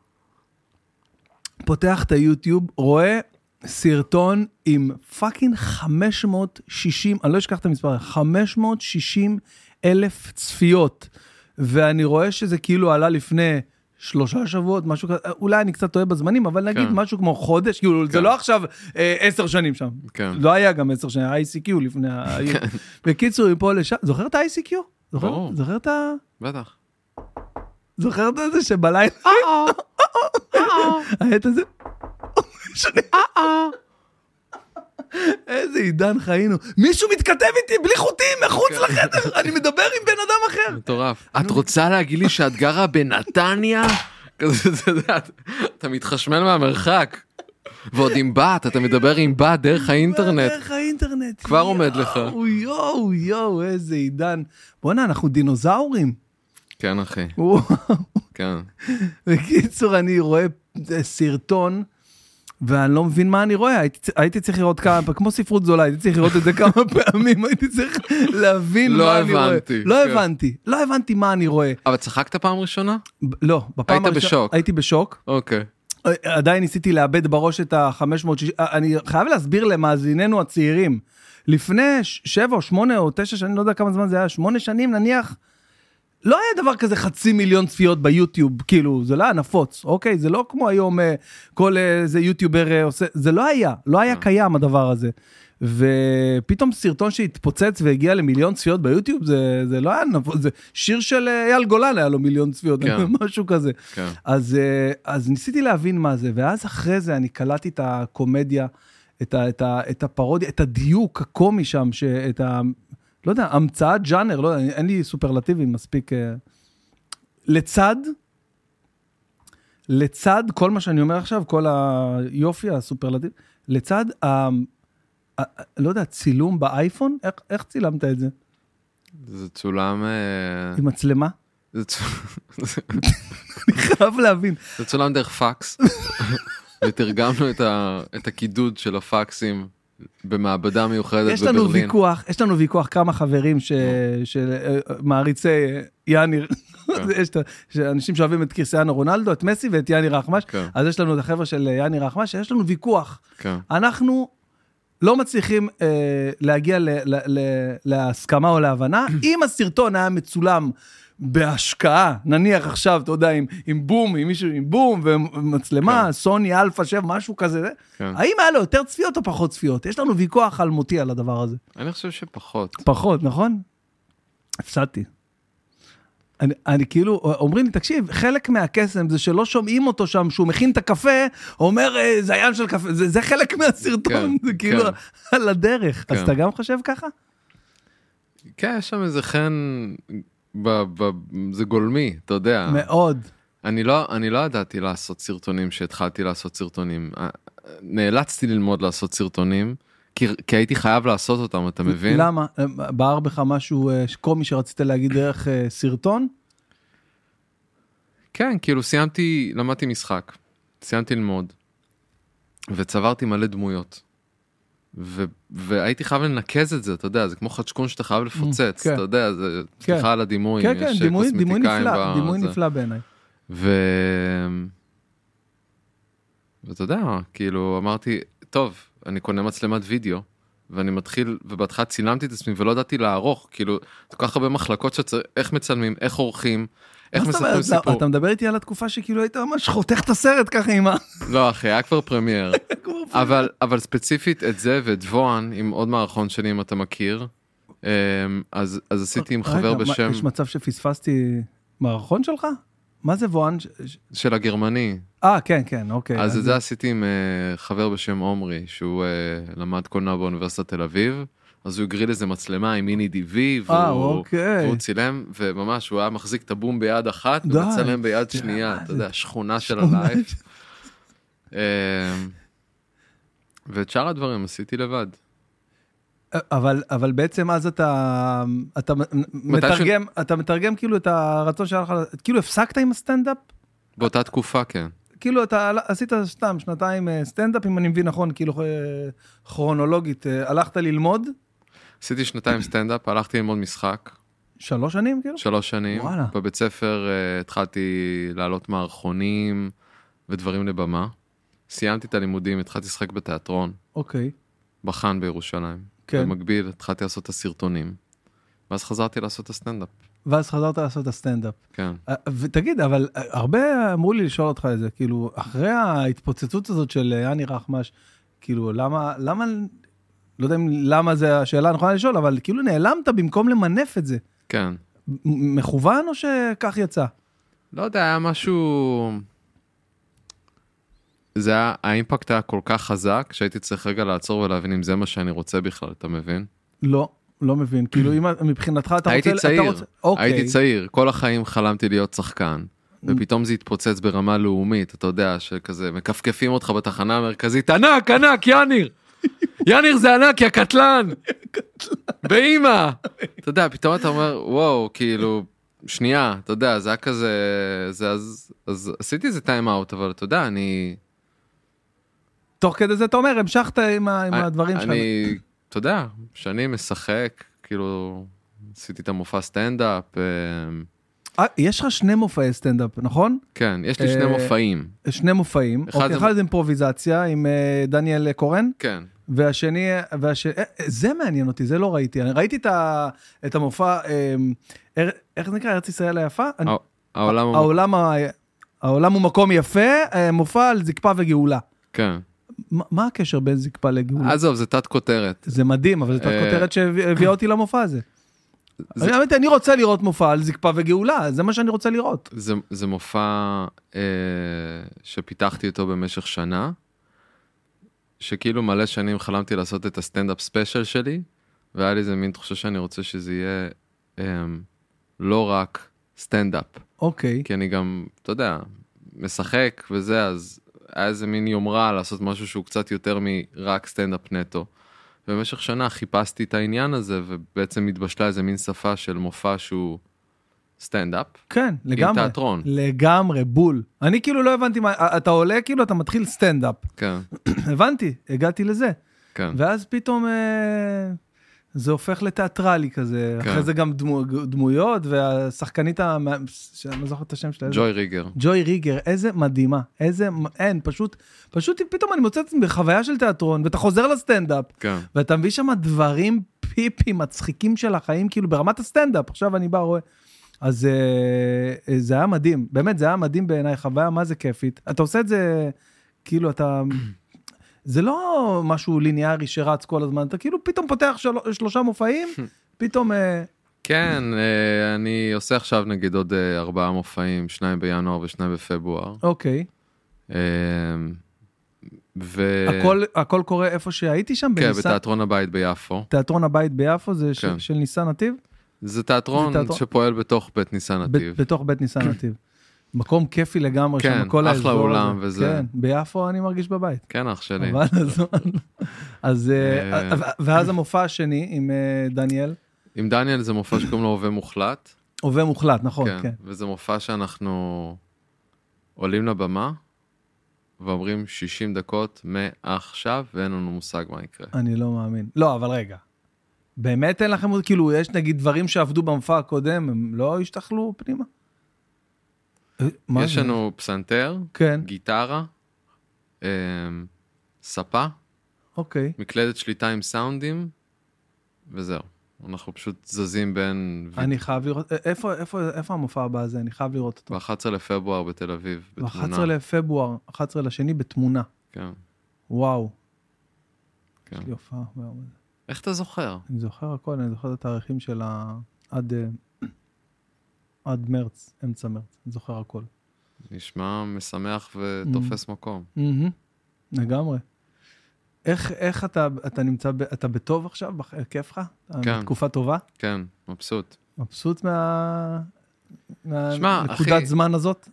[SPEAKER 1] פותח את היוטיוב, רואה סרטון עם פאקינג 560, אני לא אשכח את המספר, 560 אלף צפיות. ואני רואה שזה כאילו עלה לפני שלושה שבועות, משהו כזה, אולי אני קצת טועה בזמנים, אבל נגיד
[SPEAKER 2] כן.
[SPEAKER 1] משהו כמו חודש, כאילו זה
[SPEAKER 2] כן.
[SPEAKER 1] לא עכשיו אה, עשר שנים שם.
[SPEAKER 2] כן.
[SPEAKER 1] לא היה גם עשר שנים, היה ICQ לפני ה... בקיצור, מפה לשם, זוכר את ה-ICQ? זוכר-
[SPEAKER 2] ברור.
[SPEAKER 1] זוכר את ה...
[SPEAKER 2] בטח.
[SPEAKER 1] זוכר את זה שבלילה... העט הזה... משנה. איזה עידן חיינו. מישהו מתכתב איתי בלי חוטים מחוץ
[SPEAKER 2] כן.
[SPEAKER 1] לחדר, אני מדבר עם בן אדם אחר.
[SPEAKER 2] מטורף. את רוצה להגיד לי שאת גרה בנתניה? כזה, אתה יודע, אתה מתחשמל מהמרחק. ועוד עם בת, אתה מדבר עם בת דרך האינטרנט.
[SPEAKER 1] דרך האינטרנט.
[SPEAKER 2] כבר עומד לך.
[SPEAKER 1] יואו, יואו, יואו, איזה עידן. בואנה, אנחנו דינוזאורים.
[SPEAKER 2] כן, אחי,
[SPEAKER 1] וואו.
[SPEAKER 2] כן.
[SPEAKER 1] בקיצור, אני רואה אה, סרטון. ואני לא מבין מה אני רואה, הייתי, צ- הייתי צריך לראות כמה, פעמים, כמו ספרות זולה, הייתי צריך לראות את זה כמה פעמים, הייתי צריך להבין
[SPEAKER 2] לא
[SPEAKER 1] מה אני רואה.
[SPEAKER 2] הבנתי,
[SPEAKER 1] לא
[SPEAKER 2] כן.
[SPEAKER 1] הבנתי, לא הבנתי מה אני רואה.
[SPEAKER 2] אבל צחקת פעם ראשונה?
[SPEAKER 1] ב- לא, בפעם
[SPEAKER 2] היית בשוק.
[SPEAKER 1] הייתי בשוק.
[SPEAKER 2] אוקיי.
[SPEAKER 1] אה, עדיין ניסיתי לאבד בראש את ה-560, אה, אני חייב להסביר למאזיננו הצעירים. לפני ש- שבע או שמונה או תשע שנים, לא יודע כמה זמן זה היה, שמונה שנים נניח, לא היה דבר כזה חצי מיליון צפיות ביוטיוב, כאילו, זה לא היה נפוץ, אוקיי? זה לא כמו היום אה, כל אה, איזה יוטיובר אה, עושה, זה לא היה, לא היה קיים הדבר הזה. ופתאום סרטון שהתפוצץ והגיע למיליון צפיות ביוטיוב, זה, זה לא היה נפוץ, זה שיר של אה, אייל גולן היה לו מיליון צפיות,
[SPEAKER 2] כן.
[SPEAKER 1] משהו כזה.
[SPEAKER 2] כן.
[SPEAKER 1] אז, אה, אז ניסיתי להבין מה זה, ואז אחרי זה אני קלטתי את הקומדיה, את, ה, את, ה, את הפרודיה, את הדיוק הקומי שם, ש- את ה... לא יודע, המצאת ג'אנר, לא יודע, אין לי סופרלטיבים מספיק. אה, לצד, לצד כל מה שאני אומר עכשיו, כל היופי הסופרלטיב, לצד, ה, ה, ה, לא יודע, צילום באייפון, איך, איך צילמת את זה?
[SPEAKER 2] זה צולם... אה,
[SPEAKER 1] עם מצלמה?
[SPEAKER 2] זה צ-
[SPEAKER 1] אני חייב להבין.
[SPEAKER 2] זה צולם דרך פקס, ותרגמנו את, ה, את הקידוד של הפקסים במעבדה מיוחדת
[SPEAKER 1] יש לנו
[SPEAKER 2] בברלין.
[SPEAKER 1] ויכוח, יש לנו ויכוח כמה חברים ש- של אה, מעריצי אה, יאניר, יש את ה- של אנשים שאוהבים את קריסיאנו רונלדו, את מסי ואת יאניר רחמש,
[SPEAKER 2] כן.
[SPEAKER 1] אז יש לנו את החבר'ה של אה, יאניר רחמש, יש לנו ויכוח.
[SPEAKER 2] כן,
[SPEAKER 1] אנחנו לא מצליחים אה, להגיע ל- ל- ל- להסכמה או להבנה. אם הסרטון היה מצולם בהשקעה, נניח עכשיו, אתה יודע, עם, עם בום, עם מישהו עם בום ומצלמה,
[SPEAKER 2] כן.
[SPEAKER 1] סוני אלפא 7, משהו כזה, זה,
[SPEAKER 2] כן.
[SPEAKER 1] האם היה לו יותר צפיות או פחות צפיות? יש לנו ויכוח אלמותי על הדבר הזה.
[SPEAKER 2] אני חושב שפחות.
[SPEAKER 1] פחות, נכון? הפסדתי. אני, אני כאילו, אומרים לי, תקשיב, חלק מהקסם זה שלא שומעים אותו שם, שהוא מכין את הקפה, אומר, "אה, זיין של קפה, זה, זה חלק מהסרטון,
[SPEAKER 2] כן,
[SPEAKER 1] זה כאילו
[SPEAKER 2] כן.
[SPEAKER 1] על הדרך. אז
[SPEAKER 2] כן.
[SPEAKER 1] אתה גם חושב ככה?
[SPEAKER 2] כן, יש שם איזה חן, ב, ב, זה גולמי, אתה יודע.
[SPEAKER 1] מאוד.
[SPEAKER 2] אני לא, אני לא ידעתי אה, לעשות סרטונים כשהתחלתי לעשות סרטונים. אה, נאלצתי ללמוד לעשות סרטונים, כי, כי הייתי חייב לעשות אותם, אתה מבין?
[SPEAKER 1] למה? בער בך משהו אה, קומי שרצית להגיד דרך אה, סרטון?
[SPEAKER 2] כן, כאילו סיימתי, למדתי משחק, סיימתי ללמוד, וצברתי מלא דמויות. ו, והייתי חייב לנקז את זה, אתה יודע, זה כמו חדשקון שאתה חייב לפוצץ,
[SPEAKER 1] כן.
[SPEAKER 2] אתה יודע, זה,
[SPEAKER 1] כן.
[SPEAKER 2] סליחה על הדימוי,
[SPEAKER 1] כן, כן,
[SPEAKER 2] יש אה,
[SPEAKER 1] דימוי דימוי
[SPEAKER 2] קוסמטיקאים
[SPEAKER 1] נפלא,
[SPEAKER 2] ב-
[SPEAKER 1] דימוי
[SPEAKER 2] זה.
[SPEAKER 1] נפלא בעיניי.
[SPEAKER 2] ו... ואתה יודע, כאילו, אמרתי, טוב, אני קונה מצלמת וידאו, ואני מתחיל, ובהתחלה צילמתי את עצמי ולא ידעתי לערוך, כאילו, כל כך הרבה מחלקות שצריך, איך מצלמים, איך עורכים, איך
[SPEAKER 1] מה זאת אומרת? לא,
[SPEAKER 2] מספרים סיפור.
[SPEAKER 1] אתה מדבר איתי על התקופה שכאילו היית ממש חותך את הסרט ככה עם ה...
[SPEAKER 2] לא, אחי, היה כבר פרמייר.
[SPEAKER 1] כמו פ-
[SPEAKER 2] אבל, אבל ספציפית את זה ואת וואן, עם עוד מערכון שלי, אם אתה מכיר, אמ, אז, אז עשיתי עם
[SPEAKER 1] אה, רגע,
[SPEAKER 2] חבר
[SPEAKER 1] מה,
[SPEAKER 2] בשם
[SPEAKER 1] יש מצב שפספסתי מערכון שלך? מה זה וואן? ש- ש-
[SPEAKER 2] של הגרמני,
[SPEAKER 1] אה, כן, כן, אוקיי.
[SPEAKER 2] אז את זה עשיתי עם אה, חבר בשם עומרי, שהוא אה, למד קולנוע באוניברסיטת תל אביב, אז הוא הגריל איזה מצלמה עם מיני דיווי,
[SPEAKER 1] אה,
[SPEAKER 2] והוא
[SPEAKER 1] אוקיי.
[SPEAKER 2] והוא צילם, וממש, הוא היה מחזיק את הבום ביד אחת,
[SPEAKER 1] די.
[SPEAKER 2] ומצלם ביד
[SPEAKER 1] שטויות,
[SPEAKER 2] שנייה,
[SPEAKER 1] מה
[SPEAKER 2] אתה
[SPEAKER 1] זה?
[SPEAKER 2] יודע, שכונה של
[SPEAKER 1] שכונה
[SPEAKER 2] הלייב. אה, ואת שאר הדברים עשיתי לבד.
[SPEAKER 1] אה, אבל, אבל בעצם אז אתה, אתה מתרגם, אתה מתרגם כאילו את הרצון שלך, כאילו הפסקת עם הסטנדאפ?
[SPEAKER 2] באותה תקופה, כן.
[SPEAKER 1] כאילו אתה על- עשית סתם שנתיים אה, סטנדאפ, אם אני מבין נכון, כאילו אה, כרונולוגית, אה, הלכת ללמוד
[SPEAKER 2] עשיתי שנתיים סטנדאפ, הלכתי ללמוד משחק,
[SPEAKER 1] שלוש שנים כאילו?
[SPEAKER 2] שלוש שנים.
[SPEAKER 1] וואלה.
[SPEAKER 2] בבית ספר אה, התחלתי לעלות מערכונים ודברים לבמה. סיימתי את הלימודים, התחלתי לשחק בתיאטרון,
[SPEAKER 1] אוקיי,
[SPEAKER 2] בחאן בירושלים.
[SPEAKER 1] כן.
[SPEAKER 2] במקביל התחלתי לעשות את הסרטונים, ואז חזרתי לעשות את הסטנדאפ.
[SPEAKER 1] ואז חזרת לעשות את הסטנדאפ.
[SPEAKER 2] כן.
[SPEAKER 1] אה, ותגיד, אבל אה, הרבה אמרו לי לשאול אותך את זה, כאילו, אחרי ההתפוצצות הזאת של אה, יאני רחמש, כאילו, למה, למה, לא יודע אם למה זה השאלה הנכונה לשאול, אבל כאילו נעלמת במקום למנף את זה.
[SPEAKER 2] כן.
[SPEAKER 1] מ- מכוון או שכך יצא?
[SPEAKER 2] לא יודע, היה משהו... זה היה, האימפקט היה כל כך חזק, שהייתי צריך רגע לעצור ולהבין אם זה מה שאני רוצה בכלל, אתה מבין?
[SPEAKER 1] לא, לא מבין. כאילו, אם מבחינתך אתה רוצה...
[SPEAKER 2] הייתי
[SPEAKER 1] אתה
[SPEAKER 2] צעיר,
[SPEAKER 1] רוצה- אוקיי.
[SPEAKER 2] הייתי צעיר, כל החיים חלמתי להיות שחקן, ופתאום זה התפוצץ ברמה לאומית, אתה יודע, שכזה מכפכפים אותך בתחנה המרכזית, ענק, ענק, יניר! יניר זה ענק, יא קטלן! באימא! אתה יודע, פתאום אתה אומר, וואו, כאילו, שנייה, אתה יודע, זה היה כזה, זה אז, אז עשיתי איזה טיים אאוט, אבל אתה יודע, אני,
[SPEAKER 1] תוך כדי זה אתה אומר, המשכת עם ה- עם
[SPEAKER 2] אני-
[SPEAKER 1] הדברים שלך.
[SPEAKER 2] אני, אתה יודע, שאני משחק, כאילו, עשיתי את המופע סטנדאפ, אמ,
[SPEAKER 1] אה, יש לך שני מופעי סטנדאפ, נכון?
[SPEAKER 2] כן, יש לי שני
[SPEAKER 1] אה,
[SPEAKER 2] מופעים.
[SPEAKER 1] שני מופעים.
[SPEAKER 2] אחד
[SPEAKER 1] אוקיי,
[SPEAKER 2] זה-
[SPEAKER 1] אחד זה אימפרוביזציה עם אה, דניאל קורן,
[SPEAKER 2] כן.
[SPEAKER 1] והשני... והש- אה, אה, זה מעניין אותי, זה לא ראיתי. אני ראיתי את ה- את המופע, אה, אר- איך זה נקרא? ארץ ישראל היפה? אני-
[SPEAKER 2] הא- העולם אה, הוא...
[SPEAKER 1] העולם ה- העולם הוא מקום יפה, אה, מופע על זקפה וגאולה.
[SPEAKER 2] כן.
[SPEAKER 1] מה- מה הקשר בין זקפה לגאולה?
[SPEAKER 2] עזוב, זה תת כותרת.
[SPEAKER 1] זה מדהים, אבל זאת
[SPEAKER 2] אה,
[SPEAKER 1] הכותרת שהביאה אותי למופע הזה.
[SPEAKER 2] זה-
[SPEAKER 1] אני אמרתי, אני רוצה לראות מופע על זקפה וגאולה, זה מה שאני רוצה לראות.
[SPEAKER 2] זה, זה מופע אה, שפיתחתי אותו במשך שנה, שכאילו מלא שנים חלמתי לעשות את הסטנדאפ ספיישל שלי, והיה לי איזה מין תחושה שאני רוצה שזה יהיה אה, לא רק סטנדאפ,
[SPEAKER 1] אוקיי,
[SPEAKER 2] כי אני גם, אתה יודע, משחק וזה, אז היה איזה מין יומרה לעשות משהו שהוא קצת יותר מרק סטנדאפ נטו. במשך שנה חיפשתי את העניין הזה, ובעצם התבשלה איזה מין שפה של מופע שהוא סטנדאפ.
[SPEAKER 1] כן, לגמרי.
[SPEAKER 2] תיאטרון.
[SPEAKER 1] לגמרי, בול. אני כאילו לא הבנתי מה, אתה עולה כאילו אתה מתחיל סטנדאפ.
[SPEAKER 2] כן,
[SPEAKER 1] הבנתי, הגעתי לזה.
[SPEAKER 2] כן.
[SPEAKER 1] ואז פתאום אה, זה הופך לתיאטרלי כזה.
[SPEAKER 2] כן.
[SPEAKER 1] אחרי זה גם דמו- דמויות, והשחקנית, המ- שאני לא זוכר את השם שלה.
[SPEAKER 2] ג'וי ריגר.
[SPEAKER 1] ג'וי ריגר, איזה מדהימה, איזה, אין, פשוט, פשוט פתאום אני מוצא את עצמי בחוויה של תיאטרון, ואתה חוזר לסטנדאפ,
[SPEAKER 2] כן.
[SPEAKER 1] ואתה מביא שם דברים פיפים מצחיקים של החיים, כאילו ברמת הסטנדאפ, עכשיו אני בא רואה. אז אה, אה, זה היה מדהים, באמת זה היה מדהים בעיניי, חוויה מה זה כיפית. אתה עושה את זה, כאילו אתה, זה לא משהו ליניארי שרץ כל הזמן, אתה כאילו פתאום פותח של, שלושה מופעים, פתאום, אה,
[SPEAKER 2] כן, אה, אני עושה עכשיו נגיד עוד אה, ארבעה מופעים, שניים בינואר ושניים בפברואר.
[SPEAKER 1] אוקיי,
[SPEAKER 2] אה, ו...
[SPEAKER 1] הכל, הכל קורה איפה שהייתי שם,
[SPEAKER 2] אה. כן,
[SPEAKER 1] בניסן-
[SPEAKER 2] בתיאטרון הבית ביפו.
[SPEAKER 1] תיאטרון הבית ביפו זה ש-
[SPEAKER 2] כן.
[SPEAKER 1] של ניסן נתיב?
[SPEAKER 2] זה תיאטרון
[SPEAKER 1] זה תיאטרון-
[SPEAKER 2] שפועל בתוך בית ניסן
[SPEAKER 1] ב-
[SPEAKER 2] נתיב.
[SPEAKER 1] בתוך בית ניסן נתיב. מקום כיפי לגמרי
[SPEAKER 2] כן,
[SPEAKER 1] שם, כל
[SPEAKER 2] אחלה
[SPEAKER 1] האזור הזה.
[SPEAKER 2] אולם וזה.
[SPEAKER 1] כן, ביפו אני מרגיש בבית.
[SPEAKER 2] כן, אח שלי.
[SPEAKER 1] אבל הזמן. אז, אה,
[SPEAKER 2] אה,
[SPEAKER 1] ו- ואז המופע השני עם אה, דניאל,
[SPEAKER 2] עם דניאל זה מופע שקוראים לו הווה מוחלט.
[SPEAKER 1] הווה מוחלט, נכון,
[SPEAKER 2] כן,
[SPEAKER 1] כן.
[SPEAKER 2] וזה מופע שאנחנו עולים לבמה ואומרים 60 דקות מעכשיו, ואין לנו מושג מה יקרה.
[SPEAKER 1] אני לא מאמין. לא, אבל רגע. באמת אין לכם, כאילו, יש נגיד דברים שעבדו במופע הקודם, הם לא השתכלו פנימה? אה, מה
[SPEAKER 2] יש
[SPEAKER 1] זה?
[SPEAKER 2] לנו פסנתר,
[SPEAKER 1] כן,
[SPEAKER 2] גיטרה, אמ, ספה,
[SPEAKER 1] אוקיי.
[SPEAKER 2] מקלדת שליטה עם סאונדים, וזהו. אנחנו פשוט זזים בין...
[SPEAKER 1] אני חייב לראות, אה, איפה, איפה, איפה המופע הבא הזה? אני חייב לראות אותו.
[SPEAKER 2] ב-11 לפברואר בתל אביב, בתמונה.
[SPEAKER 1] ב-11 לפברואר, 11 לשני, בתמונה.
[SPEAKER 2] כן,
[SPEAKER 1] וואו.
[SPEAKER 2] כן.
[SPEAKER 1] יש לי הופעה, וואו.
[SPEAKER 2] איך אתה זוכר?
[SPEAKER 1] אני זוכר הכל, אני זוכר את התאריכים של ה... עד, אה, עד מרץ, אמצע מרץ, אני זוכר הכל.
[SPEAKER 2] נשמע משמח ותופס מקום.
[SPEAKER 1] מהמם, לגמרי. איך, איך אתה, אתה נמצא, ב, אתה בטוב עכשיו? בח- כיף לך? אתה
[SPEAKER 2] כן.
[SPEAKER 1] בתקופה טובה?
[SPEAKER 2] כן, מבסוט.
[SPEAKER 1] מבסוט מה...
[SPEAKER 2] שמע,
[SPEAKER 1] מהנקודת
[SPEAKER 2] אחי,
[SPEAKER 1] זמן הזאת?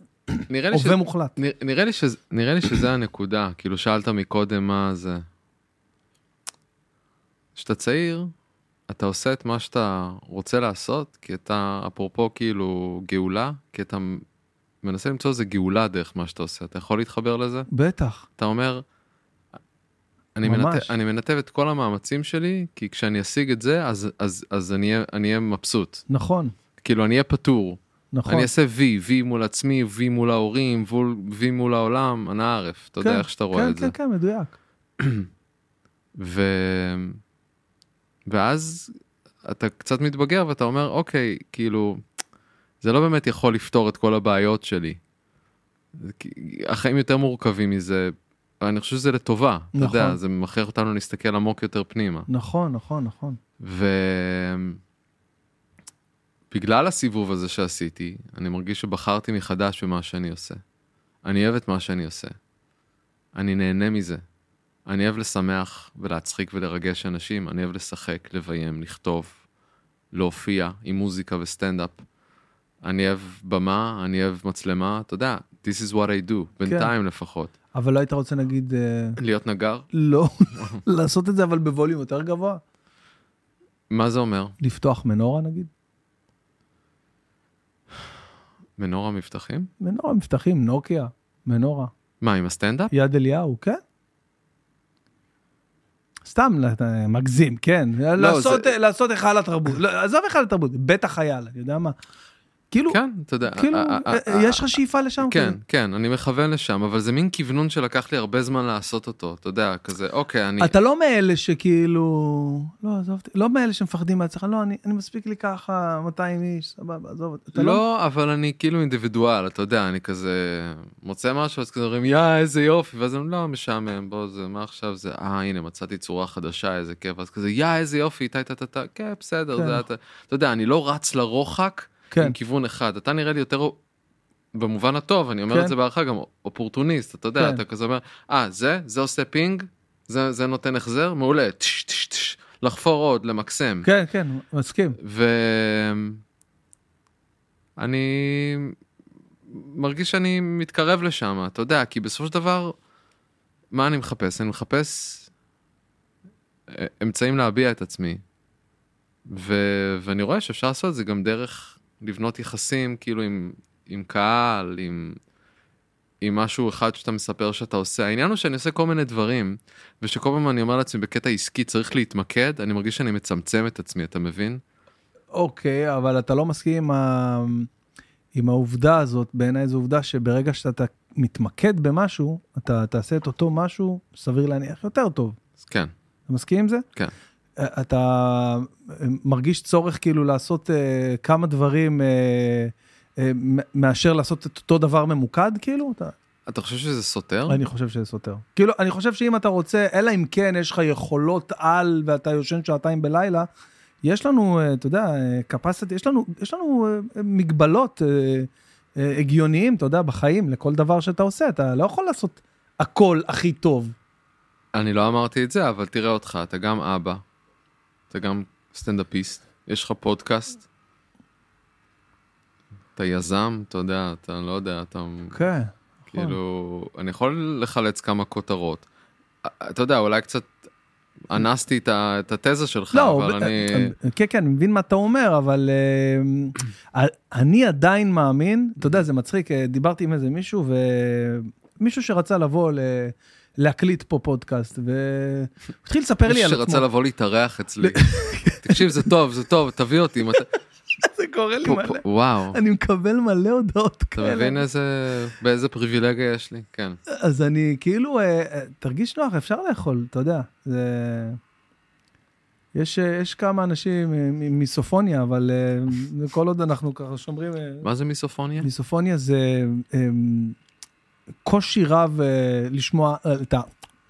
[SPEAKER 2] נראה לי ש...
[SPEAKER 1] הווה מוחלט.
[SPEAKER 2] נרא- נראה לי, שזה, נראה לי שזה הנקודה, כאילו שאלת מקודם מה זה. כשאתה צעיר, אתה עושה את מה שאתה רוצה לעשות, כי אתה, אפרופו כאילו גאולה, כי אתה מנסה למצוא איזה גאולה דרך מה שאתה עושה. אתה יכול להתחבר לזה?
[SPEAKER 1] בטח.
[SPEAKER 2] אתה אומר, אני,
[SPEAKER 1] ממש.
[SPEAKER 2] מנתב, אני מנתב את כל המאמצים שלי, כי כשאני אשיג את זה, אז, אז, אז אני אהיה- אני אהיה מבסוט.
[SPEAKER 1] נכון,
[SPEAKER 2] כאילו, אני אהיה פטור.
[SPEAKER 1] נכון.
[SPEAKER 2] אני אעשה וי, וי מול עצמי, וי מול ההורים, וול- וי מול העולם, אנא ערף, אתה יודע
[SPEAKER 1] כן,
[SPEAKER 2] איך שאתה רואה
[SPEAKER 1] כן,
[SPEAKER 2] את זה.
[SPEAKER 1] כן, כן, מדויק.
[SPEAKER 2] ו... ואז אתה קצת מתבגר ואתה אומר, אוקיי, כאילו, זה לא באמת יכול לפתור את כל הבעיות שלי. זה כי- החיים יותר מורכבים מזה, אבל אני חושב שזה לטובה, אתה יודע,
[SPEAKER 1] נכון.
[SPEAKER 2] זה ממכר אותנו להסתכל עמוק יותר פנימה.
[SPEAKER 1] נכון, נכון, נכון.
[SPEAKER 2] ובגלל הסיבוב הזה שעשיתי, אני מרגיש שבחרתי מחדש במה שאני עושה. אני אוהב את מה שאני עושה. אני נהנה מזה. אני אוהב לשמח ולהצחיק ולרגש אנשים, אני אוהב לשחק, לביים, לכתוב, להופיע עם מוזיקה וסטנדאפ. אני אוהב במה, אני אוהב מצלמה, אתה יודע, this is what I
[SPEAKER 1] כן.
[SPEAKER 2] do, בינתיים לפחות.
[SPEAKER 1] אבל לא היית רוצה, נגיד, אה,
[SPEAKER 2] להיות נגר,
[SPEAKER 1] לא, לעשות את זה, אבל בווליום יותר גבוה?
[SPEAKER 2] מה זה אומר?
[SPEAKER 1] לפתוח מנורה, נגיד?
[SPEAKER 2] מנורה מבטחים?
[SPEAKER 1] מנורה מבטחים, נוקיה, מנורה.
[SPEAKER 2] מה, עם הסטנדאפ?
[SPEAKER 1] יד אליהו, כן? סתם ל- מגזים, כן. לעשות,
[SPEAKER 2] זה-
[SPEAKER 1] לעשות היכל התרבות. לא, עזוב היכל התרבות, בית החייל, אני יודע מה. כאילו,
[SPEAKER 2] כן, אתה יודע.
[SPEAKER 1] כאילו,
[SPEAKER 2] ה- ה- ה-
[SPEAKER 1] אה,
[SPEAKER 2] ה-
[SPEAKER 1] יש לך שאיפה לשם?
[SPEAKER 2] כן,
[SPEAKER 1] כאילו?
[SPEAKER 2] כן, אני מכוון לשם, אבל זה מין כיוונון שלקח לי הרבה זמן לעשות אותו, אתה יודע, כזה, אוקיי, אני...
[SPEAKER 1] אתה לא מאלה שכאילו, לא, עזוב אותי, לא מאלה שמפחדים מעצמך, לא, אני, אני מספיק לי ככה 200 איש, סבבה, עזוב אותי. אתה
[SPEAKER 2] לא, אבל אני כאילו אינדיבידואל, אתה יודע, אני כזה מוצא משהו, אז כזה אומרים, יא, איזה יופי, ואז אני לא משעמם, בוא, זה, מה עכשיו זה, אה, הנה, מצאתי צורה חדשה, איזה כיף, אז כזה, יא, איזה יופי, טה, טה, טה, טה, כן, בסדר,
[SPEAKER 1] כן.
[SPEAKER 2] זה אתה, אתה יודע, אני לא רץ לרוחק
[SPEAKER 1] כן,
[SPEAKER 2] עם כיוון אחד, אתה נראה לי יותר, במובן הטוב, אני אומר
[SPEAKER 1] כן.
[SPEAKER 2] את זה בהערכה, גם אופורטוניסט, אתה יודע,
[SPEAKER 1] כן.
[SPEAKER 2] אתה כזה אומר, אה, זה, זה עושה פינג, זה זה נותן החזר, מעולה, טש, טש, טש, לחפור עוד, למקסם.
[SPEAKER 1] כן, כן, מסכים.
[SPEAKER 2] ואני מרגיש שאני מתקרב לשם, אתה יודע, כי בסופו של דבר, מה אני מחפש? אני מחפש אה, אמצעים להביע את עצמי. ו... ואני רואה שאפשר לעשות את זה גם דרך לבנות יחסים, כאילו עם, עם קהל, עם... עם משהו אחד שאתה מספר שאתה עושה. העניין הוא שאני עושה כל מיני דברים, ושכל פעם אני אומר לעצמי, בקטע עסקי צריך להתמקד, אני מרגיש שאני מצמצם את עצמי, אתה מבין?
[SPEAKER 1] אוקיי, אבל אתה לא מסכים עם, ה... עם העובדה הזאת, בעיניי זו עובדה שברגע שאתה מתמקד במשהו, אתה תעשה את אותו משהו, סביר להניח, יותר טוב.
[SPEAKER 2] אז כן.
[SPEAKER 1] אתה מסכים עם זה?
[SPEAKER 2] כן.
[SPEAKER 1] אה, אתה אה, מרגיש צורך כאילו לעשות אה, כמה דברים אה, אה, מ- מאשר לעשות את אותו דבר ממוקד, כאילו? אתה...
[SPEAKER 2] אתה חושב שזה סותר?
[SPEAKER 1] אני חושב שזה סותר. כאילו, אני חושב שאם אתה רוצה, אלא אם כן יש לך יכולות על ואתה יושן שעתיים בלילה, יש לנו, אה, אתה יודע, capacity, יש לנו, יש לנו אה, מגבלות אה, אה, הגיוניים, אתה יודע, בחיים, לכל דבר שאתה עושה, אתה לא יכול לעשות הכל הכי טוב.
[SPEAKER 2] אני לא אמרתי את זה, אבל תראה אותך, אתה גם אבא, אתה גם סטנדאפיסט, יש לך פודקאסט. אתה יזם, אתה יודע, אתה לא יודע, אתה
[SPEAKER 1] כן.
[SPEAKER 2] כאילו, אני יכול לחלץ כמה כותרות. אתה יודע, אולי קצת אנסתי את ה- את התזה שלך,
[SPEAKER 1] לא,
[SPEAKER 2] אבל
[SPEAKER 1] ב-
[SPEAKER 2] אני...
[SPEAKER 1] כן, כן, אני מבין מה אתה אומר, אבל אה, אני עדיין מאמין, אתה יודע, זה מצחיק, אה, דיברתי עם איזה מישהו, ומישהו שרצה לבוא ל... להקליט פה פודקאסט, והוא התחיל לספר לי
[SPEAKER 2] מישהו
[SPEAKER 1] על עצמו.
[SPEAKER 2] שרצה לבוא להתארח אצלי. תקשיב, זה טוב, זה טוב, תביא אותי. אם אתה-
[SPEAKER 1] זה קורה לי
[SPEAKER 2] פה-
[SPEAKER 1] מלא.
[SPEAKER 2] פה- וואו,
[SPEAKER 1] אני מקבל מלא הודעות
[SPEAKER 2] אתה
[SPEAKER 1] כאלה.
[SPEAKER 2] מבין איזה- באיזה פריבילגיה יש לי? כן.
[SPEAKER 1] אז אני כאילו, אה, אה, תרגיש נוח, אפשר לאכול, אתה יודע. זה... יש, אה, יש כמה אנשים אה, מ- מיסופוניה, אבל אה, כל עוד אנחנו ככה שומרים... אה,
[SPEAKER 2] מה זה מיסופוניה?
[SPEAKER 1] מיסופוניה זה אה, קושי רב אה, לשמוע אה, את ה...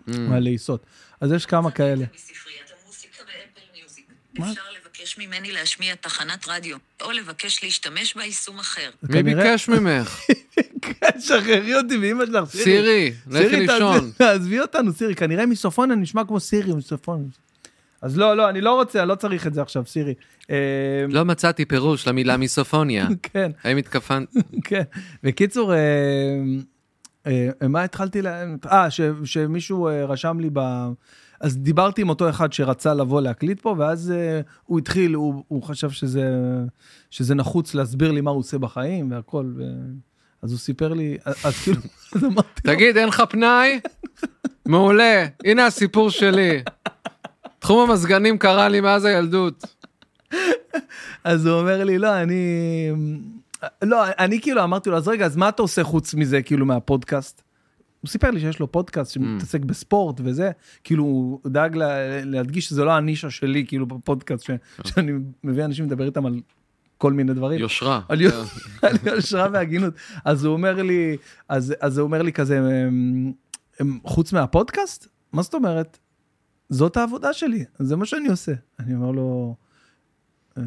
[SPEAKER 1] מהלעיסות. אז יש כמה כאלה.
[SPEAKER 3] מספריית המוסיקה באפל מיוזיק.
[SPEAKER 1] מה?
[SPEAKER 3] אפשר לבקש ממני להשמיע תחנת רדיו, או לבקש להשתמש ביישום אחר.
[SPEAKER 2] מי
[SPEAKER 1] כנראה-
[SPEAKER 2] ביקש ממך?
[SPEAKER 1] שחררי אותי מאמא שלך,
[SPEAKER 2] סירי, לכי
[SPEAKER 1] סירי, תעזבי-
[SPEAKER 2] לישון.
[SPEAKER 1] תעזבי אותנו, סירי. כנראה מיסופוניה נשמע כמו סירי, מיסופוניה. אז לא, לא, אני לא רוצה, אני לא צריך את זה עכשיו, סירי. אה,
[SPEAKER 2] לא מצאתי פירוש למילה מיסופוניה.
[SPEAKER 1] כן,
[SPEAKER 2] האם התכוונת?
[SPEAKER 1] כן. בקיצור, אה, אה, מה התחלתי ל... אה, ש- שמישהו אה, רשם לי ב... אז דיברתי עם אותו אחד שרצה לבוא להקליט פה, ואז אה, הוא התחיל, הוא, הוא חשב שזה, שזה נחוץ להסביר לי מה הוא עושה בחיים והכל. ו... אז הוא סיפר לי, אז כאילו, אז אמרתי,
[SPEAKER 2] תגיד, אין לך פנאי? מעולה, הנה הסיפור שלי. תחום המזגנים קרה לי מאז הילדות.
[SPEAKER 1] אז הוא אומר לי, לא, אני... לא, אני כאילו אמרתי לו, אז רגע, אז מה אתה עושה חוץ מזה, כאילו, מהפודקאסט? הוא סיפר לי שיש לו פודקאסט שמתעסק בספורט וזה, כאילו, הוא דאג לה, להדגיש שזה לא הנישה שלי, כאילו, בפודקאסט, ש, שאני מביא אנשים לדבר איתם על כל מיני דברים.
[SPEAKER 2] יושרה.
[SPEAKER 1] על יו- על יושרה והגינות. אז הוא אומר לי, אז, אז הוא אומר לי כזה, "אמ, אמ, חוץ מהפודקאסט? מה זאת אומרת? זאת העבודה שלי, זה מה שאני עושה. אני אומר לו, "אמ,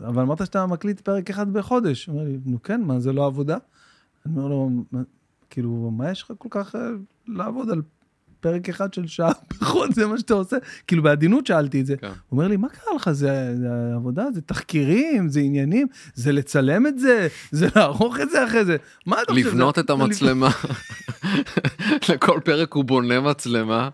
[SPEAKER 1] אבל אמרת שאתה מקליט פרק אחד בחודש. הוא אומר לי, נו כן, מה, זה לא עבודה? אני אומר לו, "מה- כאילו, מה יש לך כל כך אה, לעבוד על פרק אחד של שעה בחודש, זה מה שאתה עושה? כאילו, בעדינות שאלתי את זה.
[SPEAKER 2] כן.
[SPEAKER 1] הוא אומר לי, מה קרה לך? זה, זה עבודה, זה תחקירים, זה עניינים, זה לצלם את זה, זה לערוך את זה אחרי זה. מה אתה לא חושב?
[SPEAKER 2] לבנות
[SPEAKER 1] זה-
[SPEAKER 2] את המצלמה. לכל פרק הוא בונה מצלמה.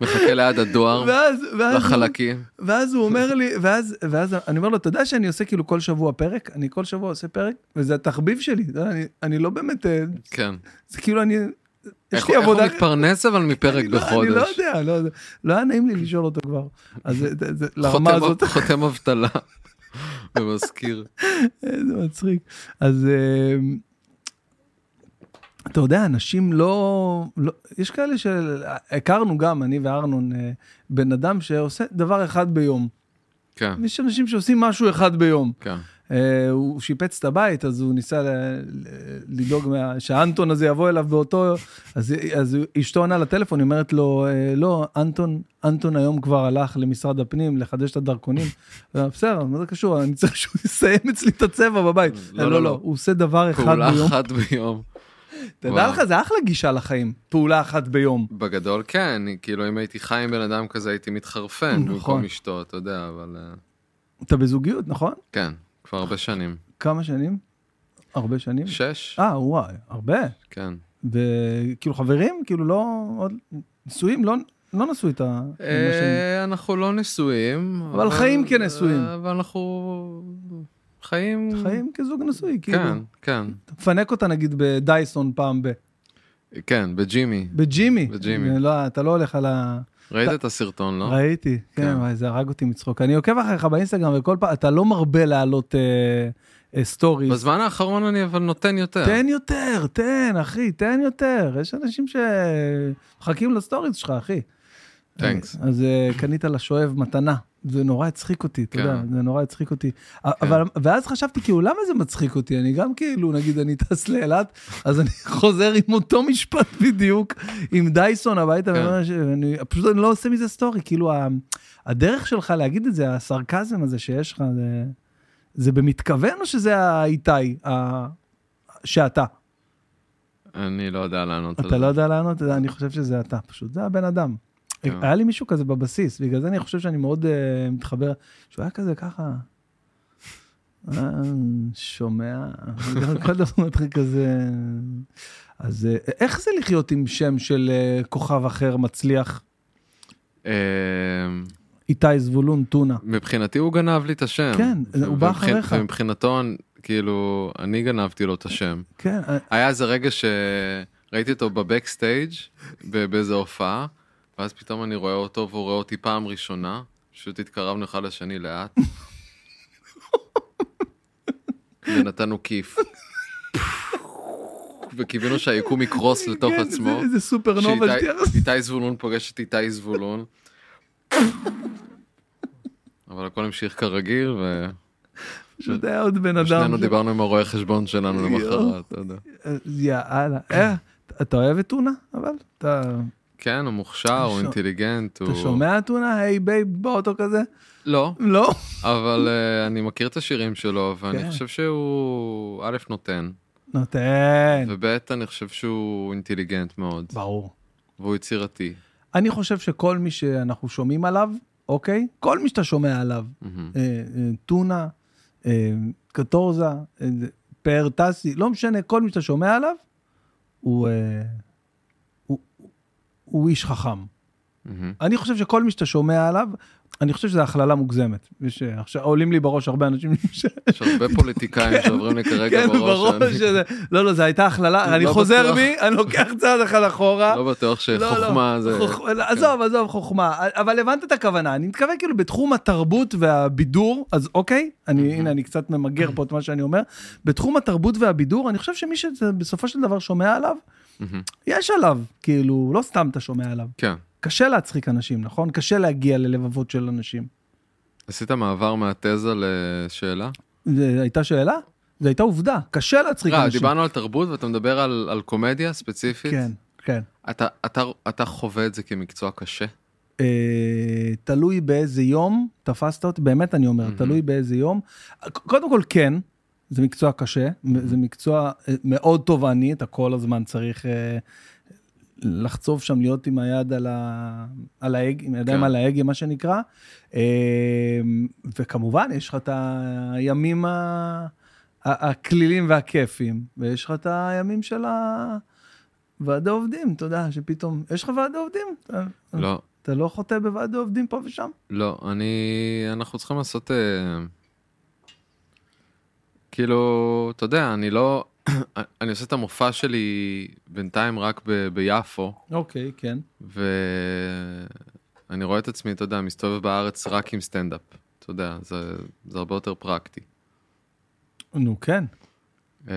[SPEAKER 2] מחכה ליד הדואר,
[SPEAKER 1] ואז, ואז,
[SPEAKER 2] לחלקים.
[SPEAKER 1] ואז הוא אומר לי, ואז, ואז אני אומר לו, אתה יודע שאני עושה כאילו כל שבוע פרק? אני כל שבוע עושה פרק, וזה התחביב שלי, אתה יודע, אני, אני לא באמת, אה,
[SPEAKER 2] כן.
[SPEAKER 1] זה כאילו אני, יש
[SPEAKER 2] איך
[SPEAKER 1] לי
[SPEAKER 2] איך הוא
[SPEAKER 1] עבודה.
[SPEAKER 2] מתפרנס אבל מפרק
[SPEAKER 1] אני לא- אני לא
[SPEAKER 2] בחודש?
[SPEAKER 1] יודע, לא- לא היה נעים לי לשאול אותו כבר. אז זה- זה- זה- לרמה
[SPEAKER 2] חותם-
[SPEAKER 1] הזאת,
[SPEAKER 2] חותם אבטלה. ומזכיר.
[SPEAKER 1] אה, זה מצחיק. אז אמ, אתה יודע, אנשים לא, לא, יש כאלה שהכרנו גם, אני וארנון, אה, בן אדם שעושה דבר אחד ביום.
[SPEAKER 2] כן,
[SPEAKER 1] יש אנשים שעושים משהו אחד ביום.
[SPEAKER 2] כן.
[SPEAKER 1] אה, הוא שיפץ את הבית, אז הוא ניסה ל- ל- לדאוג מה- שהאנטון הזה יבוא אליו באותו... אז, אז אשתו עונה לטלפון, היא אומרת לו, אה, לא, אנטון, אנטון היום כבר הלך למשרד הפנים לחדש את הדרכונים. אה, בסדר, מה זה קשור? אני צריך שהוא יסיים אצלי את הצבע בבית.
[SPEAKER 2] לא,
[SPEAKER 1] אה,
[SPEAKER 2] לא, לא.
[SPEAKER 1] הוא עושה דבר אחד
[SPEAKER 2] פעולה
[SPEAKER 1] ביום.
[SPEAKER 2] אחת ביום.
[SPEAKER 1] תדע
[SPEAKER 2] וואו.
[SPEAKER 1] לך, זה אחלה גישה לחיים, פעולה אחת ביום.
[SPEAKER 2] בגדול כן, אני- כאילו אם הייתי חי עם בן אדם כזה הייתי מתחרפן
[SPEAKER 1] נכון.
[SPEAKER 2] במקום אשתו, אתה יודע, אבל אה,
[SPEAKER 1] אתה בזוגיות, נכון?
[SPEAKER 2] כן, כבר הרבה שנים.
[SPEAKER 1] כמה שנים? הרבה שנים?
[SPEAKER 2] שש?
[SPEAKER 1] אה, וואי, הרבה.
[SPEAKER 2] כן.
[SPEAKER 1] וכאילו חברים, כאילו לא, עוד, נשואים, לא, לא נשאו את ה... האנשים.
[SPEAKER 2] אה, אנחנו לא נשואים.
[SPEAKER 1] אבל חיים כנשואים.
[SPEAKER 2] אה, אבל אנחנו חיים...
[SPEAKER 1] חיים כזוג נשוי, כאילו.
[SPEAKER 2] כן, כן,
[SPEAKER 1] אתה מפנק אותה נגיד בדייסון פעם ב...
[SPEAKER 2] כן, בג'ימי.
[SPEAKER 1] בג'ימי.
[SPEAKER 2] בג'ימי.
[SPEAKER 1] לא, אתה לא הולך על ה...
[SPEAKER 2] ראית את הסרטון, לא?
[SPEAKER 1] ראיתי, כן,
[SPEAKER 2] כן.
[SPEAKER 1] וואי, זה הרג אותי מצחוק. אני עוקב אחריך באינסטגרם, וכל פעם, אתה לא מרבה להעלות אה, אה, סטוריז.
[SPEAKER 2] בזמן האחרון אני אבל נותן יותר.
[SPEAKER 1] תן יותר, תן, אחי, תן יותר. יש אנשים שמחכים לסטוריז שלך, אחי.
[SPEAKER 2] Thanks.
[SPEAKER 1] אז אה, קנית לשואב מתנה. זה נורא הצחיק אותי, אתה יודע,
[SPEAKER 2] כן.
[SPEAKER 1] זה נורא הצחיק אותי. אבל, ואז חשבתי, כאילו, למה זה מצחיק אותי? אני גם כאילו, נגיד, אני טס לאילת, אז אני חוזר עם אותו משפט בדיוק, עם דייסון הביתה,
[SPEAKER 2] כן.
[SPEAKER 1] ואני, ואני- פשוט אני לא עושה מזה סטורי, כאילו, ה- הדרך שלך להגיד את זה, הסרקזם הזה שיש לך, זה, זה במתכוון או שזה האיתי, ה- שאתה?
[SPEAKER 2] אני לא יודע לענות על זה.
[SPEAKER 1] אתה לא יודע לענות, אני חושב שזה אתה פשוט, זה הבן אדם.
[SPEAKER 2] כן.
[SPEAKER 1] היה לי מישהו כזה בבסיס, בגלל זה אני חושב שאני מאוד אה, מתחבר, שהוא היה כזה ככה, אה, שומע, כל דבר מתחיל כזה. אז אה, איך זה לחיות עם שם של אה, כוכב אחר מצליח,
[SPEAKER 2] אה,
[SPEAKER 1] איתי זבולון טונה?
[SPEAKER 2] מבחינתי הוא גנב לי את השם.
[SPEAKER 1] כן, הוא בא
[SPEAKER 2] ומבחין-
[SPEAKER 1] אחריך.
[SPEAKER 2] ומבחינתו, כאילו, אני גנבתי לו את השם.
[SPEAKER 1] כן, אה,
[SPEAKER 2] היה איזה רגע שראיתי אותו בבקסטייג' ב- באיזה הופעה, ואז פתאום אני רואה אותו והוא רואה אותי פעם ראשונה, פשוט התקרבנו אחד לשני לאט. ונתנו כיף. וקיווינו שהיקום יקרוס לתוך
[SPEAKER 1] כן,
[SPEAKER 2] עצמו.
[SPEAKER 1] זה- זה סופרנובה.
[SPEAKER 2] שאיתי
[SPEAKER 1] שתהיה-
[SPEAKER 2] איתי זבולון פוגש את איתי זבולון. אבל הכל המשיך כרגיל,
[SPEAKER 1] פשוט היה עוד בן אדם.
[SPEAKER 2] ושנינו
[SPEAKER 1] ש-
[SPEAKER 2] דיברנו עם הרואה חשבון שלנו
[SPEAKER 1] יואו.
[SPEAKER 2] למחרת, אתה יודע.
[SPEAKER 1] אה, יאללה. אה, אתה אוהב את טונה? אבל אתה
[SPEAKER 2] כן, הוא מוכשר, הוא
[SPEAKER 1] שומע-
[SPEAKER 2] אינטליגנט, הוא...
[SPEAKER 1] אתה שומע טונה? היי בייב באוטו כזה?
[SPEAKER 2] לא,
[SPEAKER 1] לא.
[SPEAKER 2] אבל אה, אני מכיר את השירים שלו,
[SPEAKER 1] כן.
[SPEAKER 2] ואני חושב שהוא א', נותן,
[SPEAKER 1] נותן.
[SPEAKER 2] וב', אני חושב שהוא אינטליגנט מאוד,
[SPEAKER 1] ברור.
[SPEAKER 2] והוא יצירתי.
[SPEAKER 1] אני חושב שכל מי שאנחנו שומעים עליו, אוקיי? כל מי שאתה שומע עליו,
[SPEAKER 2] מהמם.
[SPEAKER 1] אה, אה, טונה, אה, קטורזה, אה, פאר טסי, לא משנה, כל מי שאתה שומע עליו, הוא, אה, הוא, הוא, הוא איש חכם.
[SPEAKER 2] מהמם.
[SPEAKER 1] אני חושב שכל מי שאתה שומע עליו, אני חושב שזו הכללה מוגזמת. יש, אה, עכשיו עולים לי בראש הרבה אנשים ש...
[SPEAKER 2] יש הרבה פוליטיקאים שעוברים לי כרגע
[SPEAKER 1] כן,
[SPEAKER 2] בראש,
[SPEAKER 1] בראש.
[SPEAKER 2] אני
[SPEAKER 1] שזה- לא, לא, זו הייתה הכללה,
[SPEAKER 2] לא
[SPEAKER 1] אני חוזר
[SPEAKER 2] בטוח.
[SPEAKER 1] בי, אני לוקח צעד אחד אחורה.
[SPEAKER 2] לא בטוח
[SPEAKER 1] לא, לא,
[SPEAKER 2] שחוכמה זה... כן.
[SPEAKER 1] חוכ- לא, עזוב, עזוב, חוכמה. אבל הבנת את הכוונה. אני מתכוון כאילו בתחום התרבות והבידור, אז אוקיי, אני, הנה, אני קצת ממגר פה את מה שאני אומר. בתחום התרבות והבידור, אני חושב שמי שבסופו של דבר שומע עליו,
[SPEAKER 2] מהמם.
[SPEAKER 1] יש עליו, כאילו, לא סתם אתה שומע עליו.
[SPEAKER 2] כן.
[SPEAKER 1] קשה להצחיק אנשים, נכון? קשה להגיע ללבבות של אנשים.
[SPEAKER 2] עשית מעבר מהתזה לשאלה?
[SPEAKER 1] זו הייתה שאלה? זו הייתה עובדה. קשה להצחיק
[SPEAKER 2] רע,
[SPEAKER 1] אנשים.
[SPEAKER 2] אה, דיברנו על תרבות ואתה מדבר על, על קומדיה ספציפית?
[SPEAKER 1] כן, כן.
[SPEAKER 2] אתה, אתה, אתה חווה את זה כמקצוע קשה?
[SPEAKER 1] אה, תלוי באיזה יום תפסת אותי, באמת אני אומר,
[SPEAKER 2] מהמם.
[SPEAKER 1] תלוי באיזה יום. ק- קודם כל כן, זה מקצוע קשה, מ- זה מקצוע אה, מאוד תובעני, אתה כל הזמן צריך אה, לחצוב שם, להיות עם היד על, ה... על ההגה, עם הידיים
[SPEAKER 2] כן.
[SPEAKER 1] על ההגה, מה שנקרא. אה, וכמובן, יש לך את הימים ה- ה- הכלילים והכיפים, ויש לך את הימים של ה... ועדי עובדים, אתה יודע, שפתאום, יש לך ועדי עובדים? אתה-
[SPEAKER 2] לא.
[SPEAKER 1] אתה לא חוטא בוועד העובדים פה ושם?
[SPEAKER 2] לא, אני... אנחנו צריכים לעשות... אה, כאילו, אתה יודע, אני לא... אני עושה את המופע שלי בינתיים רק ב, ביפו,
[SPEAKER 1] אוקיי, כן.
[SPEAKER 2] ואני רואה את עצמי, אתה יודע, מסתובב בארץ רק עם סטנדאפ. אתה יודע, זה, זה הרבה יותר פרקטי.
[SPEAKER 1] נו, כן.
[SPEAKER 2] אה,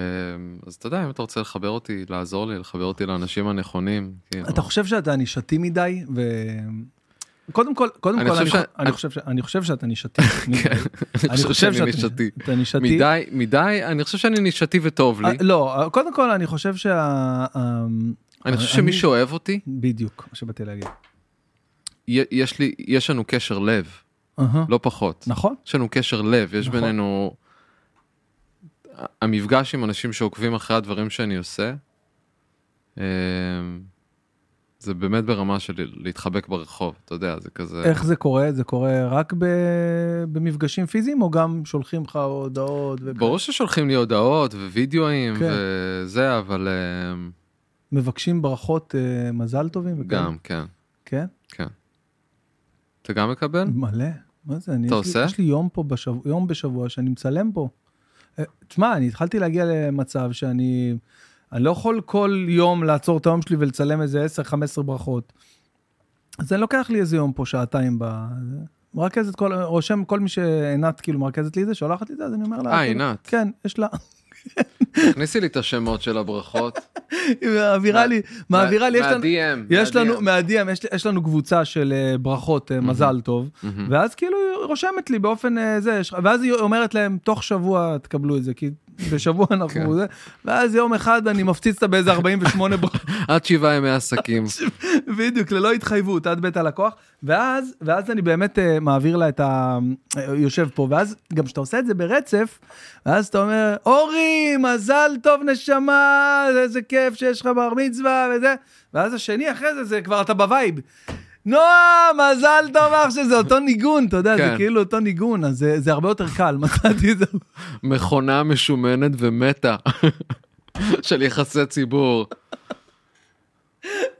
[SPEAKER 2] אז אתה יודע, אם אתה רוצה לחבר אותי, לעזור לי, לחבר אותי לאנשים הנכונים, כאילו...
[SPEAKER 1] אתה חושב שאתה נישתי מדי, ו... קודם כל, קודם
[SPEAKER 2] אני
[SPEAKER 1] כל,
[SPEAKER 2] חושב
[SPEAKER 1] אני חו-
[SPEAKER 2] ש-
[SPEAKER 1] אני חושב ש- אני חושב שאתה נישתי.
[SPEAKER 2] כן, אני חושב שאני
[SPEAKER 1] שאתה-
[SPEAKER 2] נישתי.
[SPEAKER 1] אתה נישתי.
[SPEAKER 2] מדי, מדי, אני חושב שאני נישתי וטוב לי.
[SPEAKER 1] אה, לא, אה, קודם כל, אני חושב שה... אה,
[SPEAKER 2] אני חושב שמי שאוהב אותי,
[SPEAKER 1] בדיוק, מה שבאתי להגיד.
[SPEAKER 2] י- יש לי, יש לנו קשר לב,
[SPEAKER 1] אהה.
[SPEAKER 2] לא פחות.
[SPEAKER 1] נכון?
[SPEAKER 2] יש לנו קשר לב, יש
[SPEAKER 1] נכון.
[SPEAKER 2] בינינו... המפגש עם אנשים שעוקבים אחרי הדברים שאני עושה, אה, זה באמת ברמה של להתחבק ברחוב, אתה יודע, זה כזה...
[SPEAKER 1] איך זה קורה? זה קורה רק ב- במפגשים פיזיים, או גם שולחים לך הודעות? וכאלה?
[SPEAKER 2] ברור ששולחים לי הודעות ווידאוים
[SPEAKER 1] כן.
[SPEAKER 2] וזה, אבל אה,
[SPEAKER 1] מבקשים ברכות אה, מזל טובים? וכאלה?
[SPEAKER 2] גם, כן,
[SPEAKER 1] כן?
[SPEAKER 2] כן. אתה גם מקבל?
[SPEAKER 1] מלא. מה זה? אני,
[SPEAKER 2] כן. אתה
[SPEAKER 1] יש לי-
[SPEAKER 2] עושה?
[SPEAKER 1] יש לי יום פה בשבוע, יום בשבוע שאני מצלם פה. אה, תשמע, אני התחלתי להגיע למצב שאני... אני לא יכול כל יום לעצור את היום שלי ולצלם איזה 10-15 ברכות. אז אני לוקח לי איזה יום פה, שעתיים ב... מרכזת כל... רושם כל מי שעינת כאילו מרכזת לי את זה, שולחת לי את זה, אז אני אומר לה...
[SPEAKER 2] אה,
[SPEAKER 1] כאילו,
[SPEAKER 2] עינת.
[SPEAKER 1] כן, יש לה...
[SPEAKER 2] תכניסי לי את השמות של הברכות.
[SPEAKER 1] היא מעבירה לי, מעבירה לי, יש לנו...
[SPEAKER 2] מה-DM.
[SPEAKER 1] יש לנו, מה-DM, יש, יש לנו קבוצה של אה, ברכות, אה, מזל טוב,
[SPEAKER 2] מהמם.
[SPEAKER 1] ואז כאילו היא רושמת לי באופן אה, זה, יש- ואז היא אומרת להם, תוך שבוע תקבלו את זה, כי בשבוע אנחנו
[SPEAKER 2] כן.
[SPEAKER 1] זה, ואז יום אחד אני מפציץ אותה באיזה 48 ברכות,
[SPEAKER 2] עד שבעה ימי עסקים.
[SPEAKER 1] בדיוק, ללא התחייבות, עד בית הלקוח, ואז, ואז אני באמת אה, מעביר לה את ה... אה, יושב פה, ואז גם כשאתה עושה את זה ברצף, ואז אתה אומר, אורי, מזל טוב נשמה, איזה כיף שיש לך בר מצווה וזה, ואז השני אחרי זה, זה כבר אתה בווייב. נועה, מזל טוב אח שזה אותו ניגון, אתה יודע, זה
[SPEAKER 2] כן.
[SPEAKER 1] כאילו אותו ניגון, אז זה- זה הרבה יותר קל, מצאתי את זה.
[SPEAKER 2] מכונה משומנת ומתה של יחסי ציבור.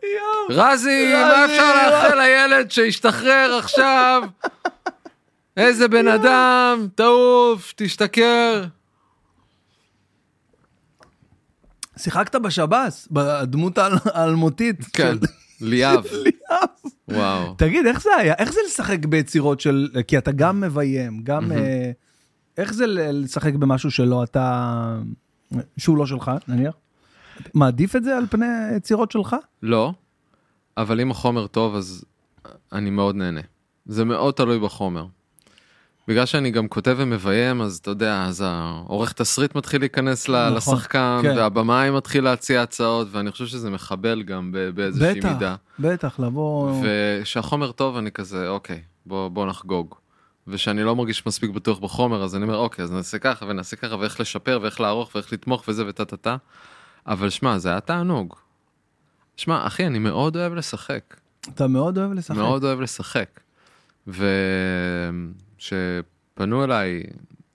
[SPEAKER 1] יואו.
[SPEAKER 2] רזי, מה
[SPEAKER 1] רזי,
[SPEAKER 2] אפשר
[SPEAKER 1] וואי.
[SPEAKER 2] לאחל לילד שהשתחרר עכשיו? איזה בן אדם, תעוף, תשתכר.
[SPEAKER 1] שיחקת בשב"ס, בדמות האל- האלמותית.
[SPEAKER 2] כן,
[SPEAKER 1] של-
[SPEAKER 2] ליאב,
[SPEAKER 1] ליאב.
[SPEAKER 2] וואו.
[SPEAKER 1] תגיד, איך זה היה? איך זה לשחק ביצירות של... כי אתה גם מביים, גם... אה, איך זה ל- לשחק במשהו שלא אתה... שהוא לא שלך, נניח? מעדיף את זה על פני יצירות שלך?
[SPEAKER 2] לא, אבל אם החומר טוב אז אני מאוד נהנה. זה מאוד תלוי בחומר. בגלל שאני גם כותב ומביים, אז אתה יודע, אז העורך תסריט מתחיל להיכנס ל-
[SPEAKER 1] נכון,
[SPEAKER 2] לשחקן,
[SPEAKER 1] כן.
[SPEAKER 2] והבמאי מתחיל להציע הצעות, ואני חושב שזה מחבל גם ב- באיזושהי
[SPEAKER 1] בטח,
[SPEAKER 2] מידה.
[SPEAKER 1] בטח, לבוא...
[SPEAKER 2] וכשהחומר טוב אני כזה, אוקיי, בוא, בוא נחגוג. ושאני לא מרגיש מספיק בטוח בחומר, אז אני אומר, אוקיי, אז נעשה ככה ונעשה ככה, ואיך לשפר, ואיך לערוך, ואיך לתמוך, וזה וטה טה טה. אבל שמע, זה היה תענוג. שמע, אחי, אני מאוד אוהב לשחק.
[SPEAKER 1] אתה מאוד אוהב לשחק.
[SPEAKER 2] מאוד אוהב לשחק. וכשפנו אליי,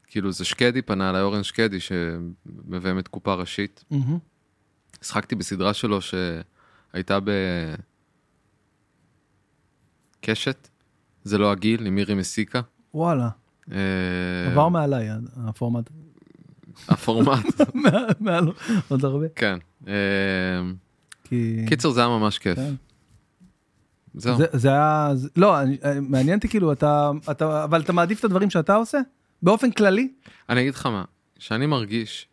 [SPEAKER 2] כאילו זה שקדי פנה אליי, אורן שקדי, שמביים את קופה ראשית.
[SPEAKER 1] מהמם.
[SPEAKER 2] שחקתי בסדרה שלו שהייתה בקשת, זה לא הגיל, עם מירי מסיקה.
[SPEAKER 1] וואלה,
[SPEAKER 2] אה,
[SPEAKER 1] עבר מעליי הפורמט.
[SPEAKER 2] הפורמט,
[SPEAKER 1] מעל- מעל עוד הרבה.
[SPEAKER 2] כן. אה,
[SPEAKER 1] כי...
[SPEAKER 2] קיצר, זה היה ממש כיף.
[SPEAKER 1] כן.
[SPEAKER 2] זהו.
[SPEAKER 1] זה- זה היה... זה- לא, אני- מעניין אותי כאילו, אתה... אתה- אבל אתה מעדיף את הדברים שאתה עושה? באופן כללי?
[SPEAKER 2] אני אגיד לך מה, שאני מרגיש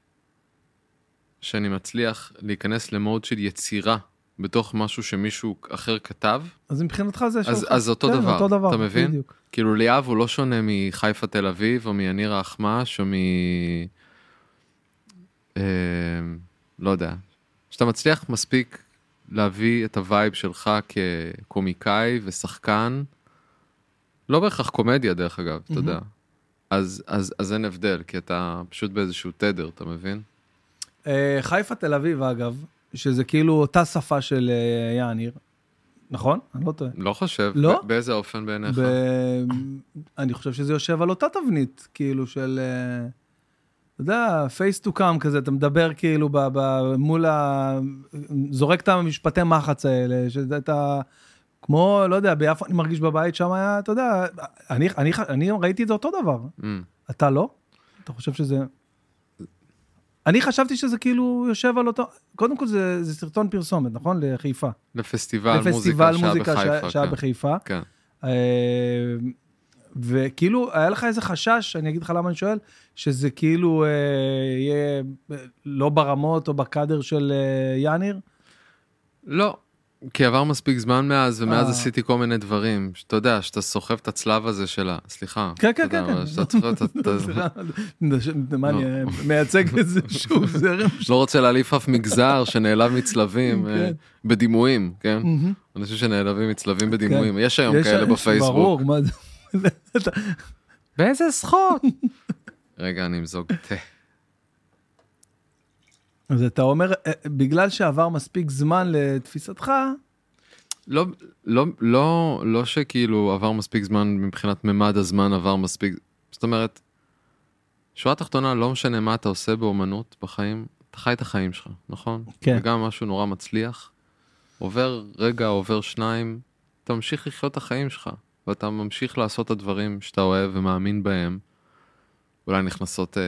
[SPEAKER 2] שאני מצליח להיכנס למוד של יצירה בתוך משהו שמישהו אחר כתב,
[SPEAKER 1] אז מבחינתך זה
[SPEAKER 2] אז,
[SPEAKER 1] שלך.
[SPEAKER 2] אז אותו,
[SPEAKER 1] כן,
[SPEAKER 2] דבר,
[SPEAKER 1] אותו דבר,
[SPEAKER 2] אתה מבין?
[SPEAKER 1] בדיוק.
[SPEAKER 2] כאילו ליאב הוא לא שונה מחיפה תל אביב או מיניר האחמש או מ... אה, לא יודע. שאתה מצליח מספיק להביא את הווייב שלך כקומיקאי ושחקן, לא בהכרח קומדיה דרך אגב, אתה יודע. אז, אז, אז אין הבדל, כי אתה פשוט באיזשהו תדר, אתה מבין?
[SPEAKER 1] אה, חיפה תל אביב אגב, שזה כאילו אותה שפה של אה, יעניר, נכון? אני לא טועה.
[SPEAKER 2] לא חושב.
[SPEAKER 1] לא?
[SPEAKER 2] ב- באיזה אופן בעיניך?
[SPEAKER 1] ב... אני חושב שזה יושב על אותה תבנית, כאילו של, אה, אתה יודע, face to come כזה, אתה מדבר כאילו ב, ב, מול ה... זורק את המשפטי מחץ האלה, שזה אתה... כמו, לא יודע, ביפו אני מרגיש בבית שם היה, אתה יודע, אני, אני, אני ראיתי את זה אותו דבר.
[SPEAKER 2] Mm.
[SPEAKER 1] אתה לא? אתה חושב שזה... אני חשבתי שזה כאילו יושב על אותו... קודם כל זה, זה סרטון פרסומת, נכון? לחיפה.
[SPEAKER 2] לפסטיבל, מוזיקה, שהיה בחיפה.
[SPEAKER 1] שהיה
[SPEAKER 2] כן.
[SPEAKER 1] בחיפה.
[SPEAKER 2] כן.
[SPEAKER 1] אה, וכאילו, היה לך איזה חשש, אני אגיד לך למה אני שואל, שזה כאילו אה, יהיה אה, לא ברמות או בקאדר של אה, יאניר?
[SPEAKER 2] לא, כי עבר מספיק זמן מאז, ומאז
[SPEAKER 1] אה.
[SPEAKER 2] עשיתי כל מיני דברים. שאתה יודע, שאתה סוחב את הצלב הזה שלה, סליחה.
[SPEAKER 1] כן, כן,
[SPEAKER 2] אתה יודע,
[SPEAKER 1] כן,
[SPEAKER 2] אבל
[SPEAKER 1] כן.
[SPEAKER 2] שאתה צריך- אתה- אתה-
[SPEAKER 1] סליחה, מה, אני אה, מייצג איזה שוב זרם?
[SPEAKER 2] לא רוצה להעליף אף מגזר שנעלב מצלבים
[SPEAKER 1] כן.
[SPEAKER 2] אה, בדימויים, כן?
[SPEAKER 1] מהמם. כן.
[SPEAKER 2] אנשים שנעלבים מצלבים בדימויים, יש היום
[SPEAKER 1] יש-
[SPEAKER 2] כאלה
[SPEAKER 1] יש-
[SPEAKER 2] בפייסבוק.
[SPEAKER 1] ברור, מה זה? נכון. אתה-
[SPEAKER 2] באיזה סחוט? רגע, אני אמזוג תה.
[SPEAKER 1] אז אתה אומר, אה, בגלל שעבר מספיק זמן לתפיסתך,
[SPEAKER 2] לא, לא, לא, לא שכאילו עבר מספיק זמן מבחינת ממד הזמן עבר מספיק, זאת אומרת, שורה תחתונה, לא משנה מה אתה עושה באומנות בחיים, אתה חי את החיים שלך, נכון?
[SPEAKER 1] כן.
[SPEAKER 2] וגם משהו נורא מצליח, עובר רגע, עובר שניים, אתה ממשיך לחיות את החיים שלך, ואתה ממשיך לעשות את הדברים שאתה אוהב ומאמין בהם. אולי נכנסות אה,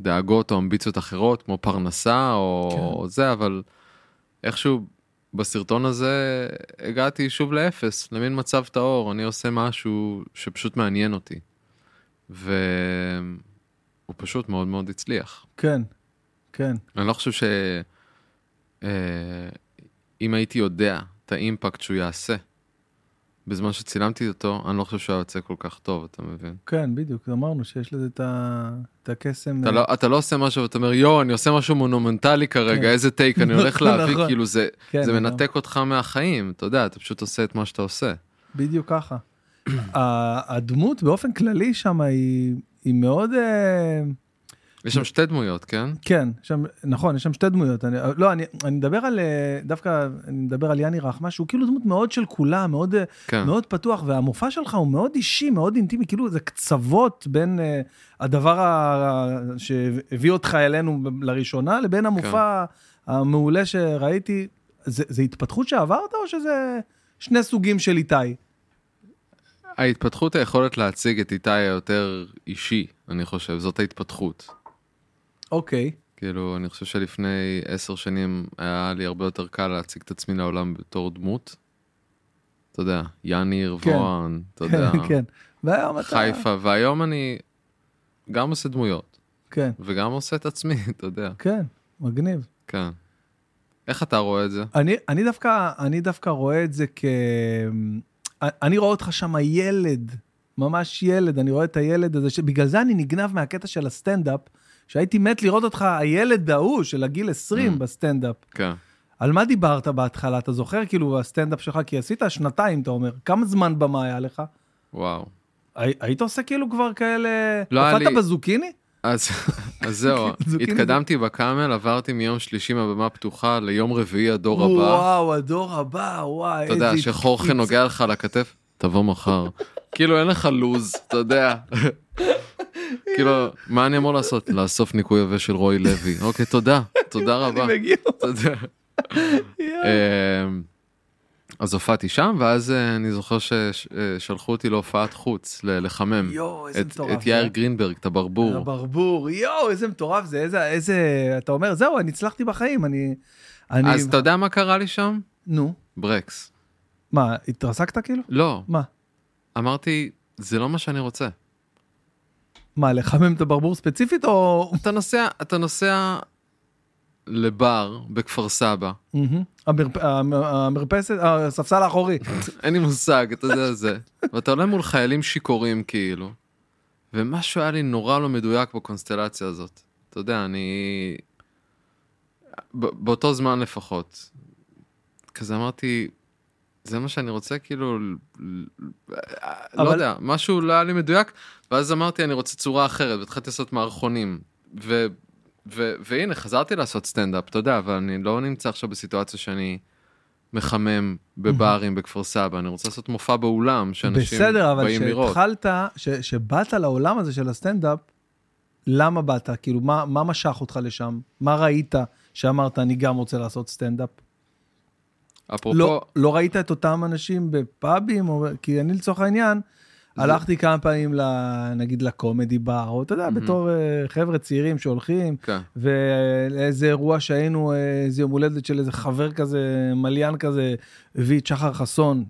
[SPEAKER 2] דאגות או אמביציות אחרות, כמו פרנסה או,
[SPEAKER 1] כן.
[SPEAKER 2] כן. או זה, אבל איכשהו בסרטון הזה הגעתי שוב לאפס, למין מצב טהור, אני עושה משהו שפשוט מעניין אותי. והוא פשוט מאוד מאוד הצליח.
[SPEAKER 1] כן, כן.
[SPEAKER 2] אני לא חושב ש... אה, אם הייתי יודע את האימפקט שהוא יעשה, בזמן שצילמתי אותו, אני לא חושב שהוא היה יוצא כל כך טוב, אתה מבין?
[SPEAKER 1] כן, בדיוק, אמרנו שיש לזה את ה- את הקסם.
[SPEAKER 2] אתה לא, אתה לא עושה משהו ואתה אומר, יואו, אני עושה משהו מונומנטלי כרגע,
[SPEAKER 1] כן.
[SPEAKER 2] איזה טייק אני הולך להביא,
[SPEAKER 1] נכון.
[SPEAKER 2] כאילו זה,
[SPEAKER 1] כן,
[SPEAKER 2] זה
[SPEAKER 1] לגמרי.
[SPEAKER 2] מנתק אותך מהחיים, אתה יודע, אתה פשוט עושה את מה שאתה עושה.
[SPEAKER 1] בדיוק ככה. ה- הדמות באופן כללי שם היא, היא מאוד... אה,
[SPEAKER 2] יש שם שתי דמויות, כן?
[SPEAKER 1] כן, שם, נכון, יש שם שתי דמויות. אני, לא, אני, אני מדבר על, אה, דווקא, אני מדבר על יאני רחמה, שהוא כאילו דמות מאוד של כולם, מאוד, אה,
[SPEAKER 2] כן.
[SPEAKER 1] מאוד פתוח, והמופע שלך הוא מאוד אישי, מאוד אינטימי, כאילו זה קצוות בין אה, הדבר ה... שהביא אותך אלינו ב- לראשונה, לבין המופע
[SPEAKER 2] כן.
[SPEAKER 1] המעולה שראיתי. זה, זה התפתחות שעברת, או שזה שני סוגים של איתי?
[SPEAKER 2] ההתפתחות היכולת להציג את איתי היותר אישי, אני חושב, זאת ההתפתחות.
[SPEAKER 1] אוקיי.
[SPEAKER 2] כאילו, אני חושב שלפני עשר שנים היה לי הרבה יותר קל להציג את עצמי לעולם בתור דמות. אתה יודע, יאני רבוהן, אתה יודע,
[SPEAKER 1] כן. והיום אתה...
[SPEAKER 2] חיפה, והיום אני גם עושה דמויות,
[SPEAKER 1] כן,
[SPEAKER 2] וגם עושה את עצמי, אתה יודע,
[SPEAKER 1] כן, מגניב.
[SPEAKER 2] כן. איך אתה רואה את זה?
[SPEAKER 1] אני, אני, דווקא, אני דווקא רואה את זה כ... אה, אני רואה אותך שם ילד, ממש ילד, אני רואה את הילד הזה, שבגלל זה אני נגנב מהקטע של הסטנדאפ, שהייתי מת לראות אותך הילד ההוא של הגיל 20
[SPEAKER 2] Mm.
[SPEAKER 1] בסטנדאפ.
[SPEAKER 2] כן.
[SPEAKER 1] על מה דיברת בהתחלה? אתה זוכר כאילו הסטנדאפ שלך? כי עשית שנתיים, אתה אומר. כמה זמן במה היה לך?
[SPEAKER 2] וואו.
[SPEAKER 1] הי- היית עושה כאילו כבר כאלה...
[SPEAKER 2] לא היה
[SPEAKER 1] הופעת
[SPEAKER 2] לי-
[SPEAKER 1] בזוקיני?
[SPEAKER 2] אז, אז זהו,
[SPEAKER 1] זוקיני.
[SPEAKER 2] התקדמתי בקאמל, עברתי מיום שלישי מהבמה הפתוחה ליום רביעי הדור הבא.
[SPEAKER 1] וואו, הדור הבא, וואי,
[SPEAKER 2] אתה
[SPEAKER 1] איזה...
[SPEAKER 2] יודע, שחורכה
[SPEAKER 1] התפוצצות.
[SPEAKER 2] נוגע לך על הכתף, תבוא מחר. כאילו אין לך לוז, אתה יודע. כאילו, מה אני אמור לעשות? לאסוף ניקוי יבש של רוי לוי. אוקיי, תודה, תודה רבה.
[SPEAKER 1] אני מגיע.
[SPEAKER 2] תודה. אמ, אז הופעתי שם, ואז אה, אני זוכר ששלחו אותי להופעת חוץ, ל- לחמם.
[SPEAKER 1] יואו, איזה
[SPEAKER 2] את-
[SPEAKER 1] מטורף. אה?
[SPEAKER 2] את
[SPEAKER 1] זה.
[SPEAKER 2] יאיר גרינברג, את הברבור.
[SPEAKER 1] הברבור, יואו, איזה מטורף זה, איזה, איזה, אתה אומר, זהו, אני הצלחתי בחיים, אני... אני...
[SPEAKER 2] אז אתה יודע מה קרה לי שם?
[SPEAKER 1] נו,
[SPEAKER 2] ברקס.
[SPEAKER 1] מה, התרסקת כאילו?
[SPEAKER 2] לא,
[SPEAKER 1] מה?
[SPEAKER 2] אמרתי, זה לא מה שאני רוצה.
[SPEAKER 1] מה, לחמם את הברבור ספציפית, או...
[SPEAKER 2] אתה נוסע, אתה נוסע לבר בכפר סבא,
[SPEAKER 1] מהמם. המרפ- המ- המרפסת, הספסל האחורי.
[SPEAKER 2] אין לי מושג, אתה יודע זה, ואתה עולה מול חיילים שיכורים כאילו, ומשהו היה לי נורא לא מדויק בקונסטלציה הזאת. אתה יודע, אני... ב- באותו זמן לפחות. כזה אמרתי, זה מה שאני רוצה כאילו, ל- ל- לא
[SPEAKER 1] אבל-
[SPEAKER 2] יודע, משהו לא היה לי מדויק, ואז אמרתי אני רוצה צורה אחרת, והתחלתי לעשות מערכונים, ו... ו- והנה חזרתי לעשות סטנדאפ, אתה יודע, אבל אני לא נמצא עכשיו בסיטואציה שאני מחמם בברים בכפר סבא, אני רוצה לעשות מופע באולם, שאנשים
[SPEAKER 1] בסדר, אבל
[SPEAKER 2] באים לראות.
[SPEAKER 1] כשהתחלת, ש- שבאת לעולם הזה של הסטנדאפ, למה באת? כאילו, מה מה משך אותך לשם? מה ראית שאמרת, אני גם רוצה לעשות סטנדאפ?
[SPEAKER 2] אפרופו,
[SPEAKER 1] לא, לא ראית את אותם אנשים בפאבים, או... כי אני לצורך העניין, הלכתי כמה פעמים, ל... נגיד, לקומדי בר, או אתה יודע, בתור אה, חבר'ה צעירים שהולכים,
[SPEAKER 2] כן,
[SPEAKER 1] ולאיזה אירוע שהיינו, אה, איזה יום הולדת של איזה חבר כזה, מליין כזה, הביא את שחר חסון,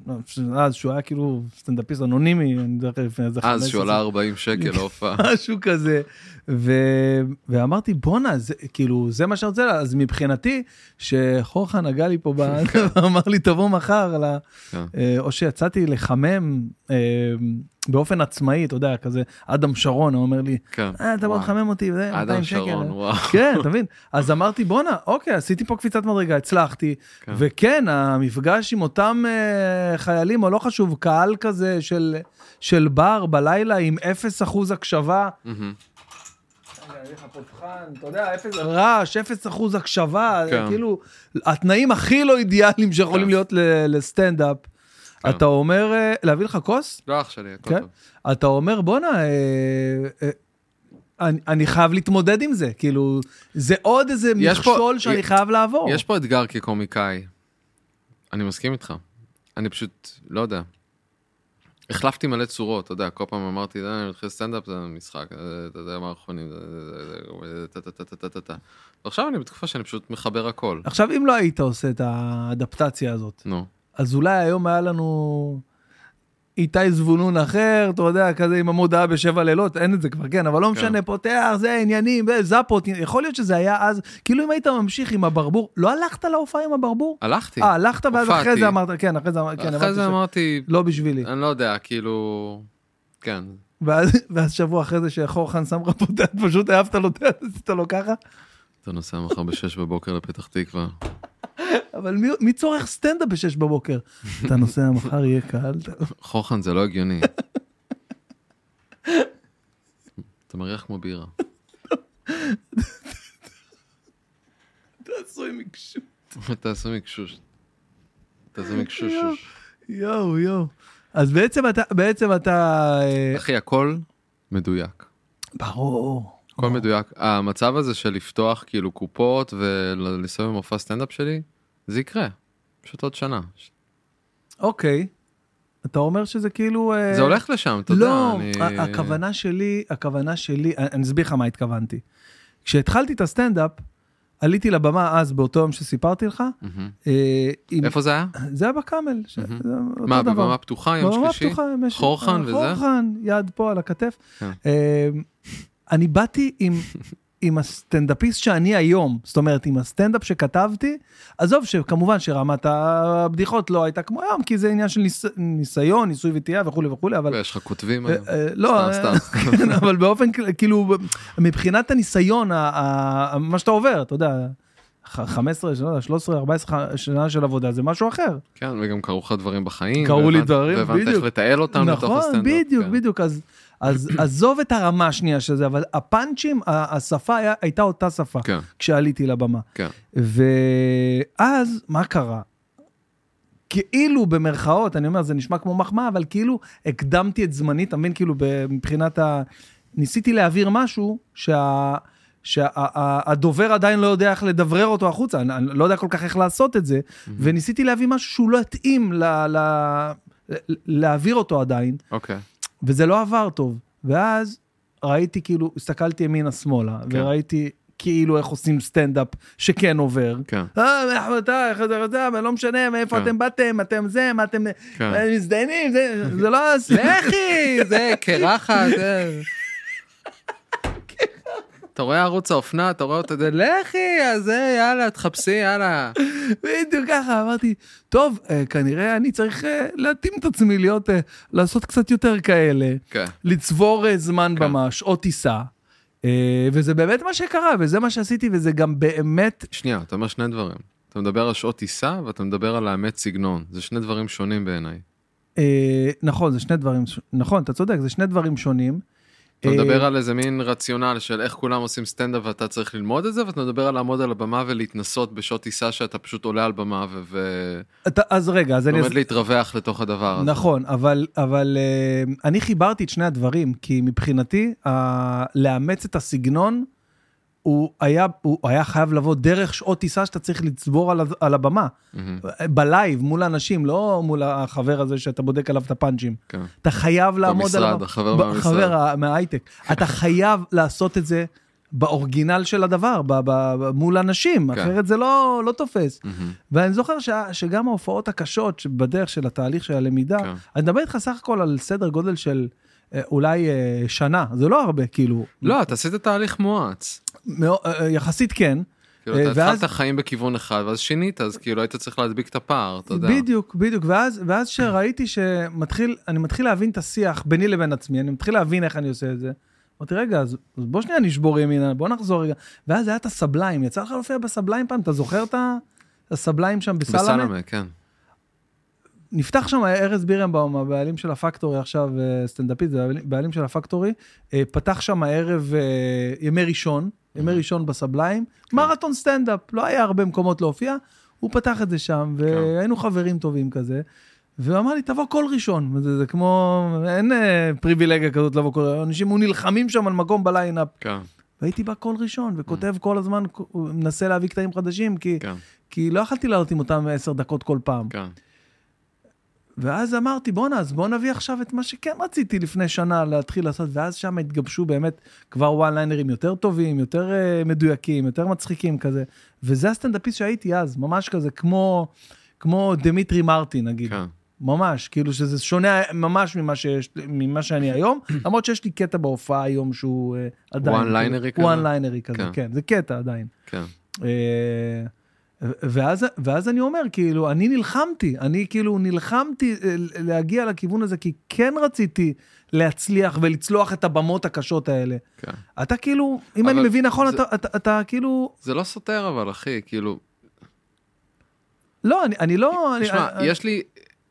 [SPEAKER 1] אז שהוא היה כאילו סטנדאפיסט אנונימי, אני זוכר לפני איזה
[SPEAKER 2] אז
[SPEAKER 1] 15
[SPEAKER 2] שעולה 40 שקל להופעה.
[SPEAKER 1] משהו כזה. ו... ואמרתי, בואנה, זה, כאילו, זה מה שאני רוצה, לה." אז מבחינתי, שחורחה נגע לי פה, ב... אמר לי, תבוא מחר, לה...
[SPEAKER 2] כן.
[SPEAKER 1] אה, או שיצאתי לחמם אה, באופן עצמאי, אתה יודע, כזה, אדם שרון, הוא אומר לי,
[SPEAKER 2] כן.
[SPEAKER 1] אה, אתה בוא
[SPEAKER 2] וואו.
[SPEAKER 1] לחמם אותי, וזה, 200
[SPEAKER 2] אדם
[SPEAKER 1] שקל.
[SPEAKER 2] שרון, וואו.
[SPEAKER 1] כן, אתה מבין? אז אמרתי, בואנה, אוקיי, עשיתי פה קפיצת מדרגה, הצלחתי.
[SPEAKER 2] כן.
[SPEAKER 1] וכן, המפגש עם אותם אה, חיילים, או לא חשוב, קהל כזה של, של בר בלילה עם 0% הקשבה.
[SPEAKER 2] מהמם.
[SPEAKER 1] רגע, אני אביא לך פותחן, אתה יודע, אפס רעש, 0% הקשבה,
[SPEAKER 2] כן.
[SPEAKER 1] כאילו, התנאים הכי לא אידיאליים שיכולים
[SPEAKER 2] כן.
[SPEAKER 1] להיות ל- לסטנדאפ.
[SPEAKER 2] כן.
[SPEAKER 1] אתה אומר, אה, להביא לך כוס?
[SPEAKER 2] לא אח שלי, הכל
[SPEAKER 1] כן.
[SPEAKER 2] טוב.
[SPEAKER 1] אתה אומר, בואנה, אה, אה, אני, אני חייב להתמודד עם זה, כאילו, זה עוד איזה
[SPEAKER 2] יש פה-
[SPEAKER 1] מכשול שאני
[SPEAKER 2] יש-
[SPEAKER 1] חייב לעבור.
[SPEAKER 2] יש פה אתגר כקומיקאי. אני מסכים איתך. אני פשוט, לא יודע. החלפתי מלא צורות, אתה יודע, כל פעם אמרתי, "אה, אני מתחיל סטנדאפ, זה משחק, אה, אתה יודע, מערכונים, זה- זה- זה- זה- טה- טה- טה- טה- טה- טה- טה. ועכשיו אני בתקופה שאני פשוט מחבר הכל.
[SPEAKER 1] עכשיו, אם לא היית עושה את האדפטציה הזאת,
[SPEAKER 2] נו,
[SPEAKER 1] אז אולי היום היה לנו איתי זבולון אחר, אתה יודע, כזה עם המודעה בשבע לילות, אין את זה כבר, כן, אבל לא משנה, פותח, זה עניינים, זה, זאפות, יכול להיות שזה היה אז, כאילו אם היית ממשיך עם הברבור, לא הלכת להופעה עם הברבור?
[SPEAKER 2] הלכתי.
[SPEAKER 1] אה, הלכת ואז אחרי
[SPEAKER 2] הופעתי.
[SPEAKER 1] זה אמרת, כן, אחרי זה אמרת, כן,
[SPEAKER 2] אחרי
[SPEAKER 1] אמרתי
[SPEAKER 2] זה
[SPEAKER 1] ש-
[SPEAKER 2] אמרתי,
[SPEAKER 1] לא בשבילי.
[SPEAKER 2] אני לא יודע, כאילו, כן.
[SPEAKER 1] ואז, ואז שבוע אחרי זה שחורחן שם לך פה את היד, פשוט העפת לו את היד, עשית לו ככה.
[SPEAKER 2] אתה נוסע מחר בשש בבוקר לפתח תקווה.
[SPEAKER 1] אבל מי, מי צורך סטנדאפ בשש בבוקר? אתה נוסע מחר, יהיה קהל. אתה-
[SPEAKER 2] חוכן זה לא הגיוני. אתה מריח כמו בירה.
[SPEAKER 1] תעשו עם מקשור.
[SPEAKER 2] תעשו מקשוש. תעשו מקשוש.
[SPEAKER 1] יואו, יואו. אז בעצם אתה, בעצם אתה... אה,
[SPEAKER 2] אחי, הכל מדויק.
[SPEAKER 1] ברור.
[SPEAKER 2] הכל מדויק. המצב הזה של לפתוח כאילו קופות ולנסוע במופע סטנדאפ שלי, זה יקרה. פשוט עוד שנה.
[SPEAKER 1] אוקיי. אתה אומר שזה כאילו... אה,
[SPEAKER 2] זה הולך לשם, אתה יודע.
[SPEAKER 1] לא,
[SPEAKER 2] אני-
[SPEAKER 1] ה- הכוונה שלי, הכוונה שלי, אני- אני אסביר לך מה התכוונתי. כשהתחלתי את הסטנדאפ, עליתי לבמה אז, באותו יום שסיפרתי לך,
[SPEAKER 2] מהמם.
[SPEAKER 1] אה, עם-
[SPEAKER 2] איפה זה היה?
[SPEAKER 1] זה היה בקאמל. ש-
[SPEAKER 2] מהמם.
[SPEAKER 1] זה אותו
[SPEAKER 2] מה,
[SPEAKER 1] דבר.
[SPEAKER 2] בבמה פתוחה, יום
[SPEAKER 1] בבמה
[SPEAKER 2] שלישי?
[SPEAKER 1] פתוחה, יום שלישי. אה,
[SPEAKER 2] חורחן וזה?
[SPEAKER 1] חורחן, יד פה על הכתף.
[SPEAKER 2] כן.
[SPEAKER 1] אה, אני באתי עם... עם הסטנדאפיסט שאני היום, זאת אומרת, עם הסטנדאפ שכתבתי, עזוב שכמובן שרמת הבדיחות לא הייתה כמו היום, כי זה עניין של ניס, ניסיון, ניסוי וטעייה וכולי וכולי, אבל
[SPEAKER 2] יש לך כותבים
[SPEAKER 1] אה,
[SPEAKER 2] היום.
[SPEAKER 1] אה, לא,
[SPEAKER 2] כן, סתם,
[SPEAKER 1] אה,
[SPEAKER 2] סתם.
[SPEAKER 1] כן, אבל באופן כל- כאילו מבחינת הניסיון ה- ה- מה שאתה עובר אתה יודע. ח- 15 שנה 13 14 שנה של עבודה זה משהו אחר
[SPEAKER 2] כן, וגם קרו לך דברים בחיים.
[SPEAKER 1] קרו לי
[SPEAKER 2] והבנת-
[SPEAKER 1] דברים,
[SPEAKER 2] והבנת איך
[SPEAKER 1] בדיוק.
[SPEAKER 2] לתעל אותם בתוך
[SPEAKER 1] נכון
[SPEAKER 2] הסטנדאפ.
[SPEAKER 1] בדיוק
[SPEAKER 2] כן.
[SPEAKER 1] בדיוק אז אז עזוב את הרמה השנייה של זה אבל הפאנצ'ים ה- השפה היה- הייתה אותה שפה
[SPEAKER 2] כן,
[SPEAKER 1] כשעליתי לבמה
[SPEAKER 2] כן.
[SPEAKER 1] ואז מה קרה. כאילו במרכאות, אני אומר, זה נשמע כמו מחמאה, אבל כאילו הקדמתי את זמני, אתה מבין? כאילו ב- מבחינת ה... ניסיתי להעביר משהו שה... שהדובר עדיין לא יודע איך לדברר אותו החוצה, אני, אני לא יודע כל כך איך לעשות את זה, וניסיתי להביא משהו שהוא לא התאים ל... ל... ל- להעביר אותו עדיין,
[SPEAKER 2] אוקיי.
[SPEAKER 1] וזה לא עבר טוב. ואז ראיתי כאילו, הסתכלתי ימינה-שמאלה,
[SPEAKER 2] כן.
[SPEAKER 1] וראיתי כאילו איך עושים סטנדאפ שכן עובר.
[SPEAKER 2] כן.
[SPEAKER 1] אה, החלטה, החלטה, החלטה, אבל לא משנה מאיפה
[SPEAKER 2] כן.
[SPEAKER 1] אתם באתם, אתם זה, מה אתם
[SPEAKER 2] כן.
[SPEAKER 1] אה, מזדיינים, זה זה לא...
[SPEAKER 2] לכי, זה קרחת, זה... אתה רואה ערוץ האופנה, אתה רואה אותו, זה לכי, אז זה, יאללה, תחפשי, יאללה.
[SPEAKER 1] בדיוק ככה, אמרתי, טוב, אה, כנראה אני צריך אה, להתאים את עצמי להיות, אה, לעשות קצת יותר כאלה,
[SPEAKER 2] כן.
[SPEAKER 1] לצבור אה, זמן
[SPEAKER 2] כן.
[SPEAKER 1] במה, שעות טיסה, אה, וזה באמת מה שקרה, וזה מה שעשיתי, וזה גם באמת...
[SPEAKER 2] שנייה, אתה אומר שני דברים. אתה מדבר על שעות טיסה ואתה מדבר על לאמץ סגנון. זה שני דברים שונים בעיניי.
[SPEAKER 1] אה, נכון, זה שני דברים, ש- נכון, אתה צודק, זה שני דברים שונים.
[SPEAKER 2] אתה
[SPEAKER 1] אה,
[SPEAKER 2] מדבר על איזה מין רציונל של איך כולם עושים סטנדאפ ואתה צריך ללמוד את זה, ואתה מדבר על לעמוד על הבמה ולהתנסות בשעות טיסה שאתה פשוט עולה על במה ולומד
[SPEAKER 1] אתה- אז רגע, אז אני...
[SPEAKER 2] להתרווח לתוך הדבר הזה.
[SPEAKER 1] נכון, אבל, אבל אה, אני חיברתי את שני הדברים, כי מבחינתי, אה, לאמץ את הסגנון, הוא היה, הוא היה חייב לבוא דרך שעות טיסה שאתה צריך לצבור על, ה- על הבמה,
[SPEAKER 2] מהמם,
[SPEAKER 1] בלייב, מול האנשים, לא מול החבר הזה שאתה בודק עליו את הפאנצ'ים.
[SPEAKER 2] כן.
[SPEAKER 1] אתה חייב לעמוד
[SPEAKER 2] במשרד,
[SPEAKER 1] על הבמה.
[SPEAKER 2] החבר מהמשרד.
[SPEAKER 1] חבר ה- מההייטק. אתה חייב לעשות את זה באורגינל של הדבר, ב, ב, ב, מול אנשים,
[SPEAKER 2] כן.
[SPEAKER 1] אחרת זה לא, לא תופס.
[SPEAKER 2] מהמם,
[SPEAKER 1] ואני זוכר ש... שגם ההופעות הקשות שבדרך של התהליך של הלמידה,
[SPEAKER 2] כן.
[SPEAKER 1] כן. אני מדבר איתך סך הכל על סדר גודל של אה, אולי אה, שנה, זה לא הרבה, כאילו,
[SPEAKER 2] לא, אתה עשית תהליך מואץ.
[SPEAKER 1] מאו, אה, יחסית כן,
[SPEAKER 2] כאילו,
[SPEAKER 1] אה,
[SPEAKER 2] אתה
[SPEAKER 1] ואז-
[SPEAKER 2] התחלת חיים בכיוון אחד, ואז שינית, אז כאילו היית צריך להדביק את הפער, אתה יודע.
[SPEAKER 1] בדיוק, בדיוק, ואז, ואז שראיתי שמתחיל, אני מתחיל להבין את השיח ביני לבין עצמי, אני מתחיל להבין איך אני עושה את זה. אמרתי, רגע, אז, אז בוא שנייה נשבור ימינה, בוא נחזור רגע. ואז היה את הסבליים, יצא לך להופיע בסבליים פעם, אתה זוכר את ה- הסבליים שם בסלמה?
[SPEAKER 2] בסלמה, כן.
[SPEAKER 1] נפתח שם ארז בירנבאום, הבעלים של הפקטורי עכשיו, אה, סטנדאפיסט, זה הבעלים- בעלים של הפקטורי, אה, פתח שם ערב אה, ימי ראשון, ימי ראשון בסבליים, מרתון סטנדאפ, לא היה הרבה מקומות להופיע, הוא פתח את זה שם, והיינו חברים טובים כזה, והוא אמר לי, תבוא כל ראשון, זה, זה כמו, אין אה, פריבילגיה כזאת לבוא כל ראשון, אנשים היו נלחמים שם על מקום בליינאפ,
[SPEAKER 2] כן,
[SPEAKER 1] והייתי בא כל ראשון, וכותב כל הזמן, מנסה להביא קטעים חדשים, כי,
[SPEAKER 2] כן,
[SPEAKER 1] כי לא יכלתי לעלות עם אותם עשר דקות כל פעם.
[SPEAKER 2] כן.
[SPEAKER 1] ואז אמרתי, בואנה, אז בוא נביא עכשיו את מה שכן רציתי לפני שנה להתחיל לעשות, ואז שם התגבשו באמת כבר וואן ליינרים יותר טובים, יותר uh, מדויקים, יותר מצחיקים כזה. וזה הסטנדאפיסט שהייתי אז, ממש כזה, כמו, כמו דמיטרי מרטין, נגיד.
[SPEAKER 2] כן.
[SPEAKER 1] ממש, כאילו שזה שונה ממש ממה, שיש, ממה שאני היום, למרות שיש לי קטע בהופעה היום שהוא אה, עדיין...
[SPEAKER 2] one-linery כזה?
[SPEAKER 1] כזה? וואן ליינרי כזה,
[SPEAKER 2] כן.
[SPEAKER 1] כן. כן, זה קטע עדיין.
[SPEAKER 2] כן.
[SPEAKER 1] אה, ואז, ואז אני אומר, כאילו, אני נלחמתי, אני כאילו נלחמתי אה, להגיע לכיוון הזה, כי כן רציתי להצליח ולצלוח את הבמות הקשות האלה.
[SPEAKER 2] כן.
[SPEAKER 1] אתה כאילו, אם
[SPEAKER 2] אבל
[SPEAKER 1] אני מבין נכון,
[SPEAKER 2] זה-
[SPEAKER 1] אתה, אתה, אתה כאילו,
[SPEAKER 2] זה לא סותר אבל, אחי, כאילו,
[SPEAKER 1] לא, אני, אני לא... אני,
[SPEAKER 2] תשמע,
[SPEAKER 1] אני,
[SPEAKER 2] יש לי,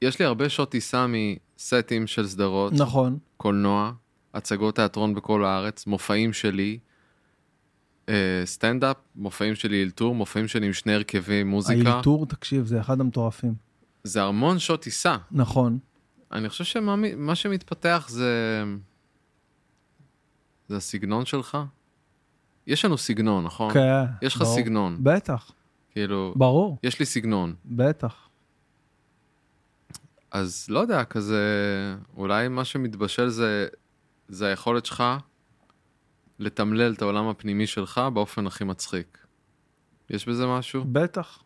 [SPEAKER 2] יש לי הרבה שעות טיסה מסטים של סדרות,
[SPEAKER 1] נכון,
[SPEAKER 2] קולנוע, הצגות תיאטרון בכל הארץ, מופעים שלי, אה, סטנדאפ, מופעים שלי אלתור, מופעים שלי עם שני הרכבים, מוזיקה.
[SPEAKER 1] האלתור, תקשיב, זה אחד המטורפים.
[SPEAKER 2] זה המון שעות טיסה.
[SPEAKER 1] נכון.
[SPEAKER 2] אני חושב שמה מ- מה שמתפתח זה... זה הסגנון שלך. יש לנו סגנון, נכון?
[SPEAKER 1] כן.
[SPEAKER 2] יש לך
[SPEAKER 1] ברור.
[SPEAKER 2] סגנון.
[SPEAKER 1] בטח,
[SPEAKER 2] כאילו,
[SPEAKER 1] ברור,
[SPEAKER 2] יש לי סגנון.
[SPEAKER 1] בטח.
[SPEAKER 2] אז לא יודע, כזה, אולי מה שמתבשל זה, זה היכולת שלך לתמלל את העולם הפנימי שלך באופן הכי מצחיק. יש בזה משהו?
[SPEAKER 1] בטח.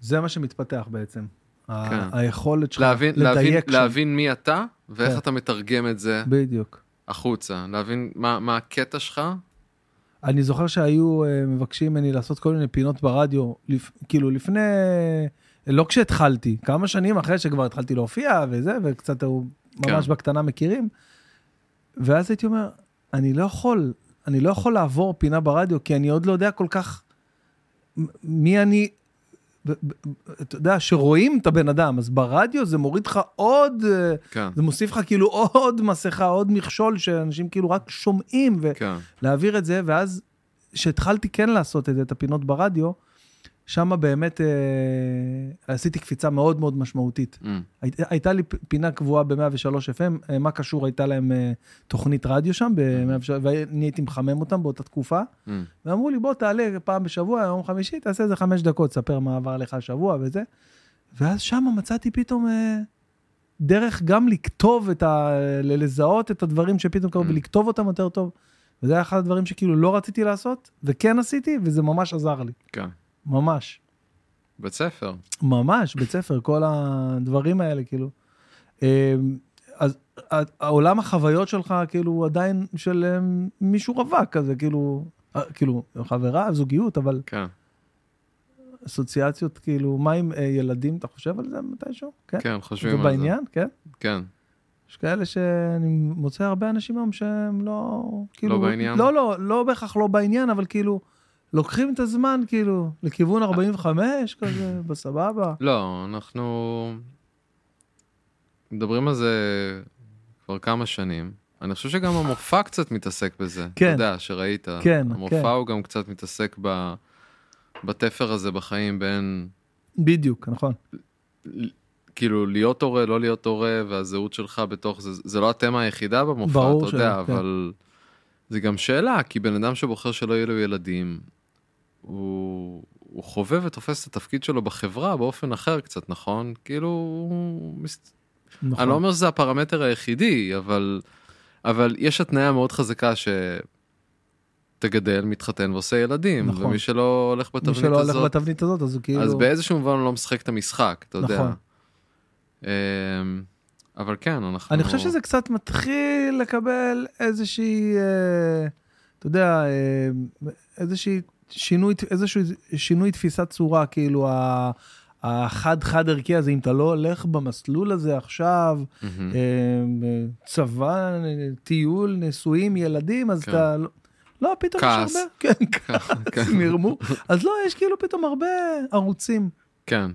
[SPEAKER 1] זה מה שמתפתח בעצם. ה-
[SPEAKER 2] כן.
[SPEAKER 1] היכולת שלך
[SPEAKER 2] להבין, להבין,
[SPEAKER 1] לדייק שם.
[SPEAKER 2] להבין מי אתה ואיך
[SPEAKER 1] כן.
[SPEAKER 2] אתה מתרגם את זה
[SPEAKER 1] בדיוק.
[SPEAKER 2] החוצה. להבין מה, מה הקטע שלך.
[SPEAKER 1] אני זוכר שהיו אה, מבקשים ממני לעשות כל מיני פינות ברדיו, לפ... כאילו לפני, לא כשהתחלתי, כמה שנים אחרי שכבר התחלתי להופיע וזה, וקצת הוא ממש
[SPEAKER 2] כן.
[SPEAKER 1] בקטנה מכירים. ואז הייתי אומר, אני לא יכול, אני לא יכול לעבור פינה ברדיו, כי אני עוד לא יודע כל כך מ- מי אני, ב- ב- ב- אתה יודע, שרואים את הבן אדם, אז ברדיו זה מוריד לך עוד, אה,
[SPEAKER 2] כן,
[SPEAKER 1] זה מוסיף לך כאילו עוד מסכה, עוד מכשול, שאנשים כאילו רק שומעים. ו...
[SPEAKER 2] כן,
[SPEAKER 1] להעביר את זה, ואז כשהתחלתי כן לעשות את זה, את הפינות ברדיו, שם באמת אה, עשיתי קפיצה מאוד מאוד משמעותית.
[SPEAKER 2] Mm,
[SPEAKER 1] היית, הייתה לי פ- פינה קבועה ב-103 FM, אה, מה קשור, הייתה להם אה, תוכנית רדיו שם, ב-103, ואני הייתי מחמם אותם באותה תקופה,
[SPEAKER 2] Mm-hmm. mm,
[SPEAKER 1] ואמרו לי, בוא תעלה פעם בשבוע, יום חמישי, תעשה איזה חמש דקות, ספר מה עבר לך השבוע וזה. ואז שם מצאתי פתאום אה, דרך גם לכתוב את ה... ל- לזהות את הדברים שפתאום קרו
[SPEAKER 2] Mm.
[SPEAKER 1] ולכתוב אותם יותר טוב. וזה היה אחד הדברים שכאילו לא רציתי לעשות, וכן עשיתי, וזה ממש עזר לי.
[SPEAKER 2] כן.
[SPEAKER 1] ממש.
[SPEAKER 2] בית ספר.
[SPEAKER 1] ממש, בית ספר, כל הדברים האלה, כאילו. אה, אז ה- העולם החוויות שלך, כאילו, הוא עדיין של אה, מישהו רווק כזה, כאילו, אה, כאילו, חברה, זוגיות, אבל
[SPEAKER 2] כן,
[SPEAKER 1] אסוציאציות, כאילו, מה עם אה, ילדים, אתה חושב על זה מתישהו? כן.
[SPEAKER 2] כן, חושבים
[SPEAKER 1] זה
[SPEAKER 2] על זה.
[SPEAKER 1] בעניין, כן.
[SPEAKER 2] כן,
[SPEAKER 1] יש כאלה שאני מוצא הרבה אנשים היום שהם לא, כאילו,
[SPEAKER 2] בעניין?
[SPEAKER 1] לא, לא, לא בהכרח לא בעניין, אבל כאילו, לוקחים את הזמן, כאילו,
[SPEAKER 2] אה.
[SPEAKER 1] לכיוון 45, כזה, בסבבה.
[SPEAKER 2] לא, אנחנו מדברים על זה כבר כמה שנים. אני חושב שגם המופע קצת מתעסק בזה.
[SPEAKER 1] כן.
[SPEAKER 2] אתה יודע, שראית.
[SPEAKER 1] כן,
[SPEAKER 2] אה, המופע
[SPEAKER 1] כן.
[SPEAKER 2] הוא גם קצת מתעסק ב... בתפר הזה בחיים בין
[SPEAKER 1] בדיוק, נכון.
[SPEAKER 2] כאילו להיות הורה, לא להיות הורה, והזהות שלך בתוך זה, זה לא התמה היחידה במופע,
[SPEAKER 1] ברור
[SPEAKER 2] אתה יודע,
[SPEAKER 1] שלא, כן.
[SPEAKER 2] אבל זה גם שאלה, כי בן אדם שבוחר שלא יהיו לו ילדים, הוא, הוא חווה ותופס את התפקיד שלו בחברה באופן אחר קצת, נכון? כאילו, הוא מס...
[SPEAKER 1] נכון.
[SPEAKER 2] אני לא אומר שזה הפרמטר היחידי, אבל, אבל יש התניה מאוד חזקה ש... תגדל, מתחתן ועושה ילדים,
[SPEAKER 1] נכון.
[SPEAKER 2] ומי שלא הולך
[SPEAKER 1] מי
[SPEAKER 2] בתבנית הזאת...
[SPEAKER 1] שלא הולך בתבנית הזאת, אז הוא כאילו...
[SPEAKER 2] אז באיזשהו מובן הוא לא משחק את המשחק, אתה יודע.
[SPEAKER 1] נכון.
[SPEAKER 2] אמ, אבל כן, אנחנו...
[SPEAKER 1] אני חושב שזה קצת מתחיל לקבל איזושהי, אה, אתה יודע, אה, איזושהי שינוי, איזשהו שינוי תפיסת צורה, כאילו ה- החד-חד ערכי הזה, אם אתה לא הולך במסלול הזה עכשיו,
[SPEAKER 2] מהמם.
[SPEAKER 1] אה, אה, צבא, אה, טיול, נישואים, ילדים, אז
[SPEAKER 2] כן.
[SPEAKER 1] אתה... לא- לא, פתאום
[SPEAKER 2] כעס.
[SPEAKER 1] יש הרבה, כן, כעס,
[SPEAKER 2] כן.
[SPEAKER 1] מרמור, אז לא, יש כאילו פתאום הרבה ערוצים.
[SPEAKER 2] כן,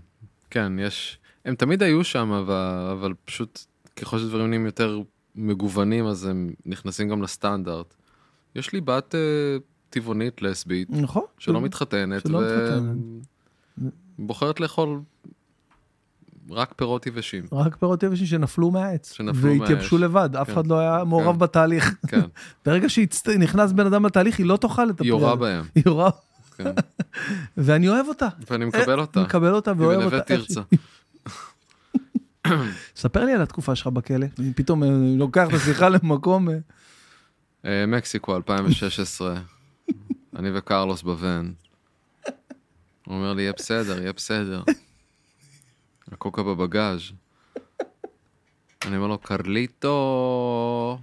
[SPEAKER 2] כן, יש... הם תמיד היו שם, אבל, אבל פשוט ככל שדברים נהיים יותר מגוונים, אז הם נכנסים גם לסטנדרט. יש לי בת אה, טבעונית לסבית,
[SPEAKER 1] נכון.
[SPEAKER 2] שלא מתחתנת,
[SPEAKER 1] שלא מתחתנת.
[SPEAKER 2] ובוחרת לאכול רק פירות יבשים.
[SPEAKER 1] רק פירות יבשים שנפלו מהעץ,
[SPEAKER 2] שנפלו
[SPEAKER 1] והתייבשו
[SPEAKER 2] מהעץ.
[SPEAKER 1] לבד, אף
[SPEAKER 2] כן.
[SPEAKER 1] אחד לא היה מעורב
[SPEAKER 2] כן.
[SPEAKER 1] בתהליך.
[SPEAKER 2] כן,
[SPEAKER 1] ברגע שנכנס בן אדם לתהליך, היא לא תאכל את
[SPEAKER 2] היא
[SPEAKER 1] הפרי.
[SPEAKER 2] יורה
[SPEAKER 1] הזה.
[SPEAKER 2] בהם,
[SPEAKER 1] היא יורה,
[SPEAKER 2] כן.
[SPEAKER 1] ואני אוהב אותה.
[SPEAKER 2] ואני מקבל אותה.
[SPEAKER 1] אני אה, מקבל אותה
[SPEAKER 2] היא
[SPEAKER 1] ואוהב אותה.
[SPEAKER 2] בנווה
[SPEAKER 1] איך
[SPEAKER 2] תרצה.
[SPEAKER 1] שהיא- ספר לי על התקופה שלך בכלא, אני פתאום אה, לוקח את השיחה למקום, אה,
[SPEAKER 2] אה, מקסיקו 2016, אני וקרלוס בוון. הוא אומר לי, יהיה בסדר, יהיה בסדר. הקוקה בבגאז'. אני אומר לו, קרליטו...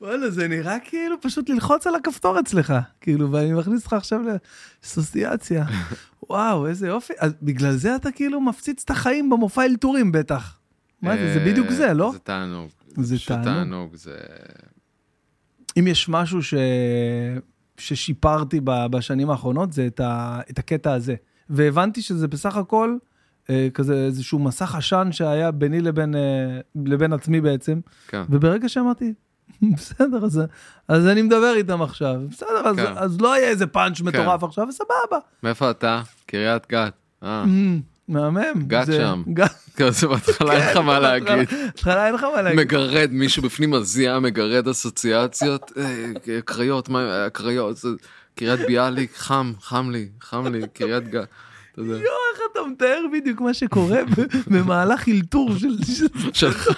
[SPEAKER 1] וואלה, זה נראה כאילו פשוט ללחוץ על הכפתור אצלך, כאילו, ואני מכניס אותך עכשיו לאסוסיאציה. וואו, איזה יופי. אז בגלל זה אתה כאילו מפציץ את החיים במופע אלתורים בטח. מה זה, זה
[SPEAKER 2] אה,
[SPEAKER 1] בדיוק זה, לא?
[SPEAKER 2] זה תענוג.
[SPEAKER 1] זה
[SPEAKER 2] פשוט
[SPEAKER 1] תענוג.
[SPEAKER 2] תענוג, זה...
[SPEAKER 1] אם יש משהו ש... ששיפרתי ב- בשנים האחרונות, זה את, ה... את הקטע הזה. והבנתי שזה בסך הכל אה, כזה איזשהו מסך עשן שהיה ביני לבין, אה, לבין עצמי בעצם,
[SPEAKER 2] כן.
[SPEAKER 1] וברגע שאמרתי, בסדר, אז, אז אני מדבר איתם עכשיו, בסדר, אז,
[SPEAKER 2] כן.
[SPEAKER 1] אז לא יהיה איזה פאנץ' מטורף עכשיו, וסבבה.
[SPEAKER 2] מאיפה אתה? קריית גת. אה,
[SPEAKER 1] אמ, מהמם.
[SPEAKER 2] גת
[SPEAKER 1] זה-
[SPEAKER 2] שם.
[SPEAKER 1] גת-
[SPEAKER 2] כן, זה בהתחלה אין לך מה להגיד.
[SPEAKER 1] בהתחלה אין לך מה להגיד.
[SPEAKER 2] מגרד, מישהו בפנים מזיע, מגרד אסוציאציות, אה, קריות, מה, אה, קריות, זה- קריית ביאליק, חם, חם לי, חם לי, קריית גת. אתה יודע,
[SPEAKER 1] יואו, איך אתה מתאר בדיוק מה שקורה ב- במהלך אלתור של... של-
[SPEAKER 2] שלך.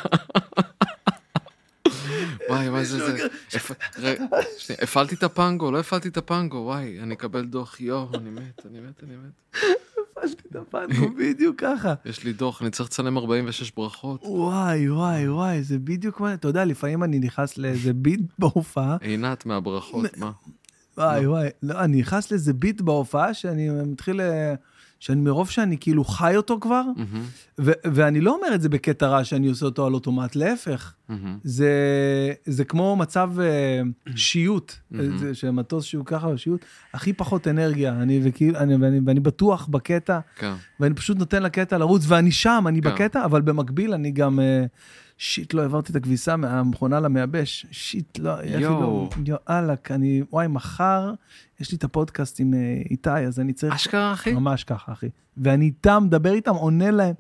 [SPEAKER 2] וואי, וואי, זה, זה, הפ- רגע, שנייה, הפעלתי את הפנגו, לא הפעלתי את הפנגו, וואי, אני אקבל דוח, יואו, אני מת, אני מת, אני מת.
[SPEAKER 1] הפעלתי את הפנגו, בדיוק ככה.
[SPEAKER 2] יש לי דוח, אני צריך לצלם 46 ברכות.
[SPEAKER 1] וואי, וואי, וואי, זה בדיוק מה... אתה יודע, לפעמים אני נכנס לאיזה ביט בהופעה,
[SPEAKER 2] עינת מהברכות, מה?
[SPEAKER 1] וואי, וואי, לא, אני נכנס לאיזה ביט בהופעה שאני מתחיל... אה, שאני מרוב שאני כאילו חי אותו כבר,
[SPEAKER 2] מהמם,
[SPEAKER 1] ו- ואני לא אומר את זה בקטע רע שאני עושה אותו על אוטומט, להפך.
[SPEAKER 2] מהמם.
[SPEAKER 1] זה, זה כמו מצב אה, שיוט, אה, זה שמטוס שהוא ככה או שיוט, הכי פחות אנרגיה, אני, וכאילו, אני, ואני, ואני בטוח בקטע,
[SPEAKER 2] כן.
[SPEAKER 1] ואני פשוט נותן לקטע לרוץ, ואני שם, אני
[SPEAKER 2] כן.
[SPEAKER 1] בקטע, אבל במקביל אני גם, אה, שיט, לא העברתי את הכביסה מהמכונה למייבש, שיט, לא, איך היא לא,
[SPEAKER 2] יואו.
[SPEAKER 1] יואלק, אני, וואי, מחר יש לי את הפודקאסט עם אה, איתי, אז אני צריך...
[SPEAKER 2] אשכרה, אחי?
[SPEAKER 1] ממש ככה, אחי. ואני איתם, מדבר איתם, עונה להם,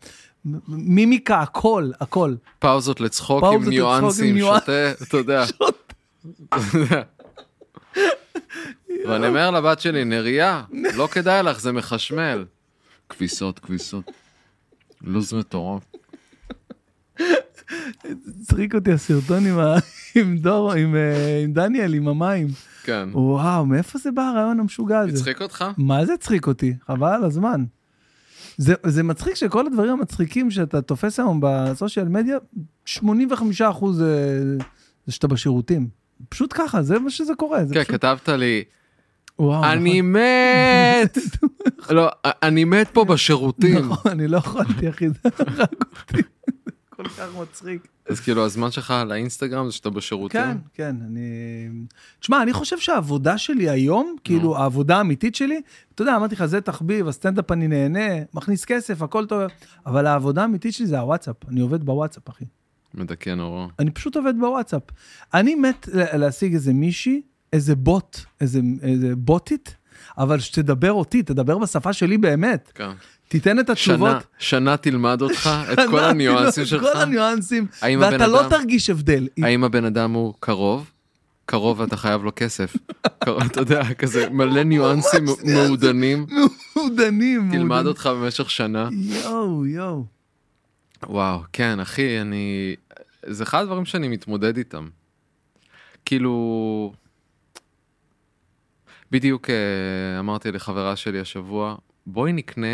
[SPEAKER 1] מ- מ- מימיקה, הכל, הכל.
[SPEAKER 2] פאוזות לצחוק
[SPEAKER 1] פאוזות
[SPEAKER 2] עם
[SPEAKER 1] לצחוק עם
[SPEAKER 2] ניואנסים,
[SPEAKER 1] ניואנס.
[SPEAKER 2] שותה, אתה יודע.
[SPEAKER 1] לא,
[SPEAKER 2] ואני אומר לבת שלי, נריה, לא כדאי לך, זה מחשמל. כביסות, כביסות. לוז מטורף.
[SPEAKER 1] הצחיק אותי הסרטון עם, ה... עם דור, עם, אה, עם דניאל, עם המים.
[SPEAKER 2] כן.
[SPEAKER 1] וואו, מאיפה זה בא הרעיון המשוגע הזה?
[SPEAKER 2] הצחיק אותך?
[SPEAKER 1] מה זה הצחיק אותי? חבל על הזמן. זה, זה מצחיק שכל הדברים המצחיקים שאתה תופס היום בסושיאל מדיה, 85 אחוז אה, זה שאתה בשירותים. פשוט ככה, זה מה שזה קורה. זה
[SPEAKER 2] כן,
[SPEAKER 1] פשוט...
[SPEAKER 2] כתבת לי,
[SPEAKER 1] וואו, נכון.
[SPEAKER 2] אני מת! לא, אני מת פה בשירותים.
[SPEAKER 1] נכון, נכון, אני לא יכולתי, אחי, זה הרג אותי. כל כך מצחיק.
[SPEAKER 2] אז כאילו, הזמן שלך לאינסטגרם זה שאתה בשירותים?
[SPEAKER 1] כן, כן, אני... תשמע, אני חושב שהעבודה שלי היום, כאילו, העבודה האמיתית שלי, אתה יודע, אמרתי לך, זה תחביב, הסטנדאפ אני נהנה, מכניס כסף, הכל טוב, אבל העבודה האמיתית שלי זה הוואטסאפ, אני עובד בוואטסאפ, אחי.
[SPEAKER 2] מדכא נורא.
[SPEAKER 1] אני פשוט עובד בוואטסאפ. אני מת ל- להשיג איזה מישהי, איזה בוט, איזה, איזה בוטית, אבל שתדבר אותי, תדבר בשפה שלי באמת.
[SPEAKER 2] כן.
[SPEAKER 1] תיתן את התשובות.
[SPEAKER 2] שנה, שנה תלמד אותך, את כל
[SPEAKER 1] ענדתי לו
[SPEAKER 2] הניואנסים
[SPEAKER 1] את
[SPEAKER 2] שלך.
[SPEAKER 1] כל הניואנסים,
[SPEAKER 2] האם
[SPEAKER 1] ואתה
[SPEAKER 2] הבן
[SPEAKER 1] לא
[SPEAKER 2] אדם-
[SPEAKER 1] תרגיש הבדל.
[SPEAKER 2] האם הבן אדם הוא קרוב? קרוב ואתה חייב לו כסף. קרוב, אתה יודע, כזה מלא ניואנסים מעודנים.
[SPEAKER 1] מעודנים.
[SPEAKER 2] תלמד
[SPEAKER 1] מעודנים.
[SPEAKER 2] אותך במשך שנה.
[SPEAKER 1] יואו, יואו.
[SPEAKER 2] וואו, כן, אחי, אני... זה אחד הדברים שאני מתמודד איתם. כאילו... בדיוק אה, אמרתי לחברה שלי השבוע, בואי נקנה...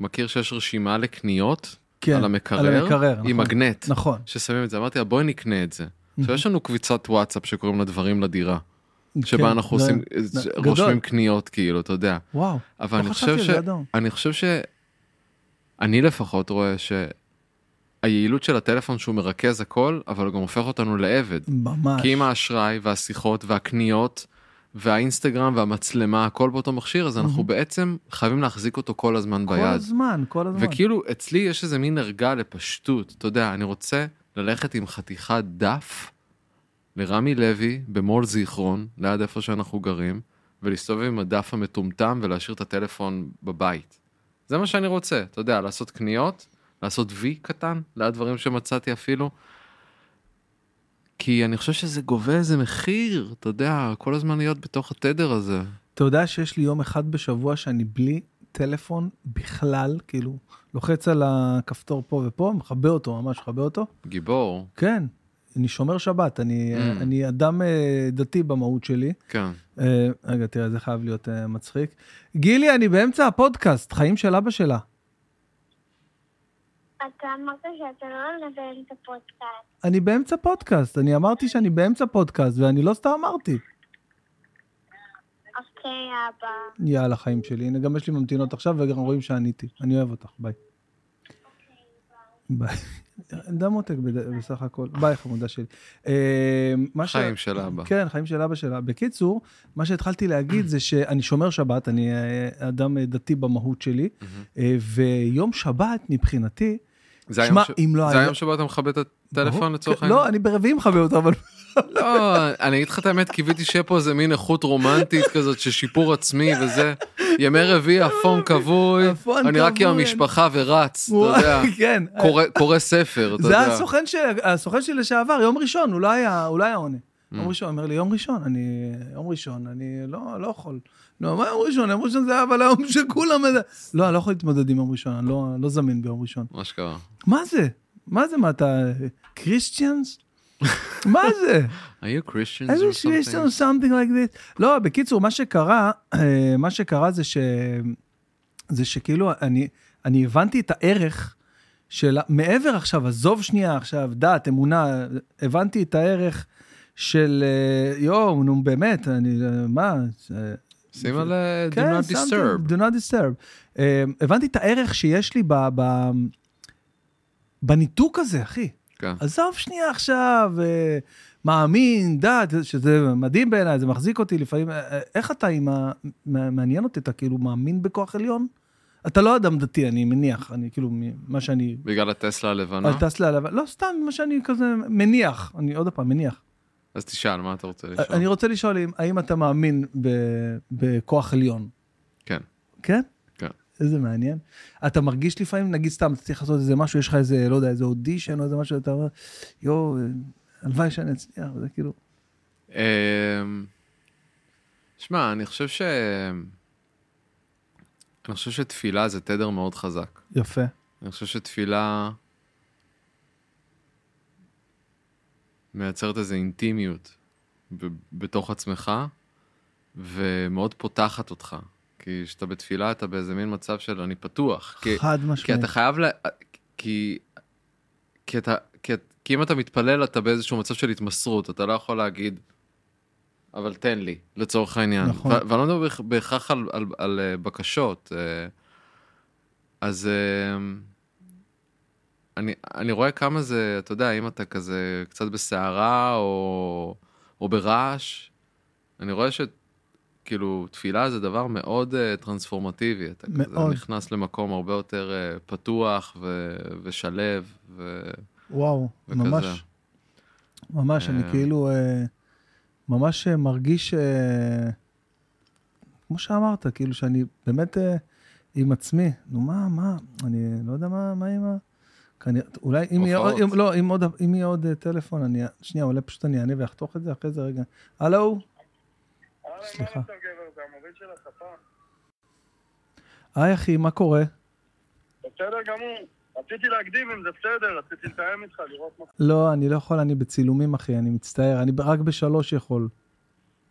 [SPEAKER 2] מכיר שיש רשימה לקניות
[SPEAKER 1] כן,
[SPEAKER 2] על המקרר, עם
[SPEAKER 1] נכון.
[SPEAKER 2] מגנט.
[SPEAKER 1] נכון.
[SPEAKER 2] ששמים את זה, אמרתי לה בואי נקנה את זה. עכשיו יש לנו קבוצת וואטסאפ שקוראים לה דברים לדירה, שבה
[SPEAKER 1] כן,
[SPEAKER 2] אנחנו
[SPEAKER 1] זה-
[SPEAKER 2] עושים,
[SPEAKER 1] זה- גדול.
[SPEAKER 2] רושמים קניות כאילו, אתה יודע.
[SPEAKER 1] וואו,
[SPEAKER 2] אבל
[SPEAKER 1] לא
[SPEAKER 2] אני חושב
[SPEAKER 1] חשבתי על
[SPEAKER 2] ש...
[SPEAKER 1] זה, אדום.
[SPEAKER 2] אני חושב ש... אני לפחות רואה שהיעילות של הטלפון שהוא מרכז הכל, אבל הוא גם הופך אותנו לעבד.
[SPEAKER 1] ממש.
[SPEAKER 2] כי עם האשראי והשיחות והקניות והאינסטגרם והמצלמה, הכל באותו מכשיר, אז אנחנו בעצם חייבים להחזיק אותו כל הזמן
[SPEAKER 1] Mhm. כל
[SPEAKER 2] ביד.
[SPEAKER 1] הזמן, כל הזמן.
[SPEAKER 2] וכאילו אצלי יש איזה מין הרגה לפשטות, אתה יודע, אני רוצה ללכת עם חתיכת דף לרמי לוי במול זיכרון, ליד איפה שאנחנו גרים, ולהסתובב עם הדף המטומטם ולהשאיר את הטלפון בבית. זה מה שאני רוצה, אתה יודע, לעשות קניות, לעשות וי קטן, ליד דברים שמצאתי אפילו. כי אני חושב שזה גובה איזה מחיר, אתה יודע, כל הזמן להיות בתוך התדר הזה.
[SPEAKER 1] אתה יודע שיש לי יום אחד בשבוע שאני בלי טלפון בכלל, כאילו, לוחץ על הכפתור פה ופה, מכבה אותו, ממש מכבה אותו.
[SPEAKER 2] גיבור,
[SPEAKER 1] כן, אני שומר שבת, אני,
[SPEAKER 2] Mm.
[SPEAKER 1] אני אדם אה, דתי במהות שלי.
[SPEAKER 2] כן.
[SPEAKER 1] אה, רגע, תראה, זה חייב להיות אה, מצחיק. גילי, אני באמצע הפודקאסט, חיים של אבא שלה.
[SPEAKER 4] אתה אמרת שאתה לא מדבר את הפודקאסט.
[SPEAKER 1] אני באמצע פודקאסט, אני אמרתי שאני באמצע פודקאסט, ואני לא סתם אמרתי.
[SPEAKER 4] אוקיי, אבא.
[SPEAKER 1] יאללה, חיים שלי. הנה, גם יש לי ממתינות עכשיו, וגם רואים שעניתי. אני אוהב אותך, ביי. ביי. ילדה מותק בד- בסך הכל. ביי, חמודה שלי. אה, מה ש-
[SPEAKER 2] חיים של אבא.
[SPEAKER 1] כן, חיים של אבא שלה. בקיצור, מה שהתחלתי להגיד זה שאני שומר שבת, אני אה, אדם אה, דתי במהות שלי, אה, ויום שבת מבחינתי,
[SPEAKER 2] זה
[SPEAKER 1] שמע,
[SPEAKER 2] היום ש-
[SPEAKER 1] אם לא
[SPEAKER 2] זה
[SPEAKER 1] היה-
[SPEAKER 2] היום שבו אתה מכבה את
[SPEAKER 1] ברור,
[SPEAKER 2] הטלפון לצורך
[SPEAKER 1] כן,
[SPEAKER 2] העניין?
[SPEAKER 1] לא, אני ברביעי מכבה אותו, אבל
[SPEAKER 2] לא, אני אגיד לך את האמת, קיוויתי שיהיה פה איזה מין איכות רומנטית כזאת של שיפור עצמי וזה. ימי רביעי, הפון כבוי,
[SPEAKER 1] אה, הפון
[SPEAKER 2] אני רק עם
[SPEAKER 1] כבוי.
[SPEAKER 2] המשפחה ורץ, אתה יודע,
[SPEAKER 1] אה, כן.
[SPEAKER 2] קורא- קורא ספר, אתה
[SPEAKER 1] זה
[SPEAKER 2] יודע.
[SPEAKER 1] הסוכן שלי, הסוכן שלי לשעבר, יום ראשון, הוא לא היה, הוא לא היה עונה.
[SPEAKER 2] Mm.
[SPEAKER 1] יום ראשון, אומר לי, יום ראשון, אני, יום ראשון, אני לא, לא יכול. לא, מה יום ראשון? יום ראשון זה אבל היום שכולם... איזה- לא, אני לא יכול להתמודד עם יום ראשון, אני לא, לא זמין ביום ראשון.
[SPEAKER 2] מה שקרה.
[SPEAKER 1] מה זה? מה זה, מה אתה... קריסטיאנס? מה זה?
[SPEAKER 2] are you Christians
[SPEAKER 1] איזה
[SPEAKER 2] or
[SPEAKER 1] שיש
[SPEAKER 2] something?
[SPEAKER 1] לנו something like this. לא, בקיצור, מה שקרה, אה, מה שקרה זה ש... זה שכאילו, אני, אני הבנתי את הערך של... מעבר עכשיו, עזוב שנייה עכשיו, דת, אמונה, הבנתי את הערך של... אה, יואו, נו באמת, אני... אה, מה? אה,
[SPEAKER 2] שים על אה, do
[SPEAKER 1] כן,
[SPEAKER 2] not
[SPEAKER 1] something,
[SPEAKER 2] disturb.
[SPEAKER 1] do not disturb. אה, הבנתי את הערך שיש לי ב... ב בניתוק הזה, אחי.
[SPEAKER 2] כן.
[SPEAKER 1] עזוב שנייה עכשיו, אה, מאמין, דת, שזה מדהים בעיניי, זה מחזיק אותי לפעמים. אה, אה, איך אתה עם ה... מע- מעניין אותי, אתה כאילו מאמין בכוח עליון? אתה לא אדם דתי, אני מניח, אני כאילו, מה שאני...
[SPEAKER 2] בגלל הטסלה הלבנה?
[SPEAKER 1] אל טס לעליו, לא, סתם מה שאני כזה מניח, אני עוד פעם מניח.
[SPEAKER 2] אז תשאל, מה אתה רוצה לשאול?
[SPEAKER 1] אה, אני רוצה לשאול אם- האם אתה מאמין ב- בכוח עליון?
[SPEAKER 2] כן.
[SPEAKER 1] כן?
[SPEAKER 2] כן.
[SPEAKER 1] איזה מעניין. אתה מרגיש לפעמים, נגיד סתם, אתה צריך לעשות איזה משהו, יש לך איזה, לא יודע, איזה אודישן או איזה משהו, אתה אומר, יואו, אה, הלוואי שאני אצליח, וזה כאילו...
[SPEAKER 2] אמ, שמע, אני חושב ש... אני חושב שתפילה זה תדר מאוד חזק.
[SPEAKER 1] יפה.
[SPEAKER 2] אני חושב שתפילה מייצרת איזו אינטימיות ב- בתוך עצמך, ומאוד פותחת אותך. כי כשאתה בתפילה אתה באיזה מין מצב של אני פתוח. כי,
[SPEAKER 1] חד
[SPEAKER 2] כי
[SPEAKER 1] משמעית.
[SPEAKER 2] אתה חייב ל... כי... כי אתה... כי, את- כי אם אתה מתפלל אתה באיזשהו מצב של התמסרות, אתה לא יכול להגיד, אבל תן לי, לצורך העניין.
[SPEAKER 1] נכון.
[SPEAKER 2] ו- ואני לא מדבר בהכ- בהכרח על, על, על אה, בקשות. אה, אז אה, אני, אני רואה כמה זה, אתה יודע, אם אתה כזה קצת בסערה או, או ברעש, אני רואה ש... כאילו, תפילה זה דבר מאוד uh, טרנספורמטיבי. אתה
[SPEAKER 1] מאוד.
[SPEAKER 2] כזה נכנס למקום הרבה יותר uh, פתוח ו- ושלב. ו...
[SPEAKER 1] וואו,
[SPEAKER 2] וכזה.
[SPEAKER 1] ממש, ממש, אני
[SPEAKER 2] אה.
[SPEAKER 1] כאילו, אה, ממש אה, מרגיש, אה, כמו שאמרת, כאילו שאני באמת אה, עם עצמי, נו מה, מה, אני לא יודע מה, מה עם ה... כנראה, אולי אם יהיה עוד,
[SPEAKER 2] הופעות.
[SPEAKER 1] אם, לא, אם, עוד, אם יהיה עוד אה, טלפון, אני, שנייה, אולי פשוט אני אענה ואחתוך את זה אחרי זה רגע. הלו? סליחה. היי אחי, מה קורה?
[SPEAKER 5] בסדר גמור. רציתי להקדים אם זה בסדר, רציתי לתאם איתך, לראות מה
[SPEAKER 1] לא, אני לא יכול, אני בצילומים אחי, אני מצטער, אני רק בשלוש יכול.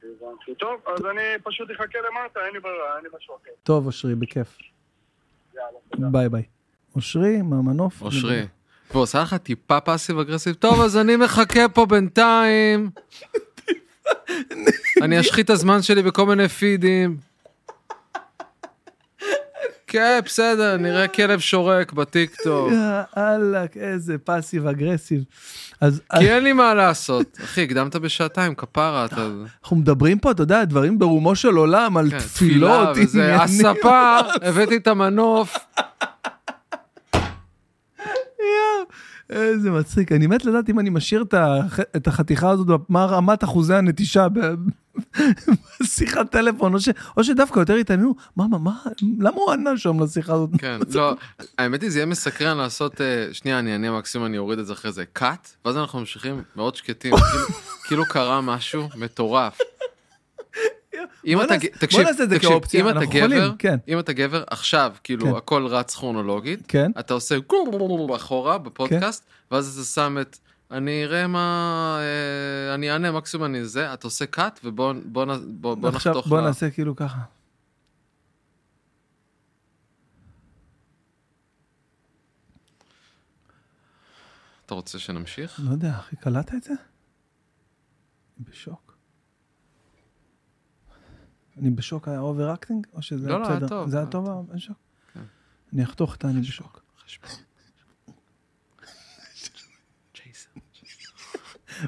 [SPEAKER 5] הבנתי. טוב, אז אני פשוט אחכה למטה, אין לי ברירה, אין לי משהו אחר.
[SPEAKER 1] טוב, אושרי, בכיף.
[SPEAKER 5] יאללה.
[SPEAKER 1] ביי ביי. אושרי, מהמנוף.
[SPEAKER 2] אושרי. והוא עושה לך טיפה פאסיב אגרסיב, טוב אז אני מחכה פה בינתיים. אני אשחית את הזמן שלי בכל מיני פידים. כן, בסדר, נראה כלב שורק בטיקטוק.
[SPEAKER 1] יאללה, איזה פאסיב אגרסיב. אז
[SPEAKER 2] כי אין לי מה לעשות. אחי, הקדמת בשעתיים, כפרה, אתה...
[SPEAKER 1] אנחנו מדברים פה, אתה יודע, דברים ברומו של עולם, על
[SPEAKER 2] כן,
[SPEAKER 1] תפילות,
[SPEAKER 2] תפילה וזה, הספה, הבאתי את המנוף.
[SPEAKER 1] יואו, איזה מצחיק. אני מת לדעת אם אני משאיר את הח- את החתיכה הזאת, מה רמת אחוזי הנטישה ב- בשיחת טלפון, או ש- או שדווקא יותר יתעניינו, מה, מה, מה, למה הוא ענה שם לשיחה הזאת?
[SPEAKER 2] כן, לא, האמת היא זה יהיה מסקרן לעשות, אה, שנייה, אני אענה מקסימום, אני אוריד את זה אחרי זה, קאט, ואז אנחנו ממשיכים מאוד שקטים, כאילו- כאילו קרה משהו מטורף. אם
[SPEAKER 1] בוא
[SPEAKER 2] אתה,
[SPEAKER 1] נעשה-
[SPEAKER 2] ג-
[SPEAKER 1] בוא
[SPEAKER 2] תקשיב,
[SPEAKER 1] נעשה את זה
[SPEAKER 2] תקשיב,
[SPEAKER 1] כאופציה,
[SPEAKER 2] אם אתה
[SPEAKER 1] אנחנו יכולים,
[SPEAKER 2] גבר,
[SPEAKER 1] כן.
[SPEAKER 2] אם אתה גבר, עכשיו,
[SPEAKER 1] כן.
[SPEAKER 2] כאילו, הכל רץ כרונולוגית,
[SPEAKER 1] כן.
[SPEAKER 2] אתה עושה גור אחורה בפודקאסט, ואז אתה שם את, אני אראה מה, אה, אני אענה מקסימום אני זה, אתה עושה קאט, ובוא בוא נ- בוא- בוא
[SPEAKER 1] עכשיו
[SPEAKER 2] נחתוך
[SPEAKER 1] בוא
[SPEAKER 2] ל-
[SPEAKER 1] נעשה כאילו ככה.
[SPEAKER 2] אתה רוצה שנמשיך?
[SPEAKER 1] לא יודע, אחי, קלטת את זה? אני בשוק. אני בשוק, היה אובר אקטינג? או שזה
[SPEAKER 2] לא,
[SPEAKER 1] היה
[SPEAKER 2] לא,
[SPEAKER 1] בסדר?
[SPEAKER 2] היה טוב, כן.
[SPEAKER 1] זה היה
[SPEAKER 2] היה
[SPEAKER 1] טוב, אני בשוק? אני אחתוך את ה... אני בשוק.
[SPEAKER 2] חשבון.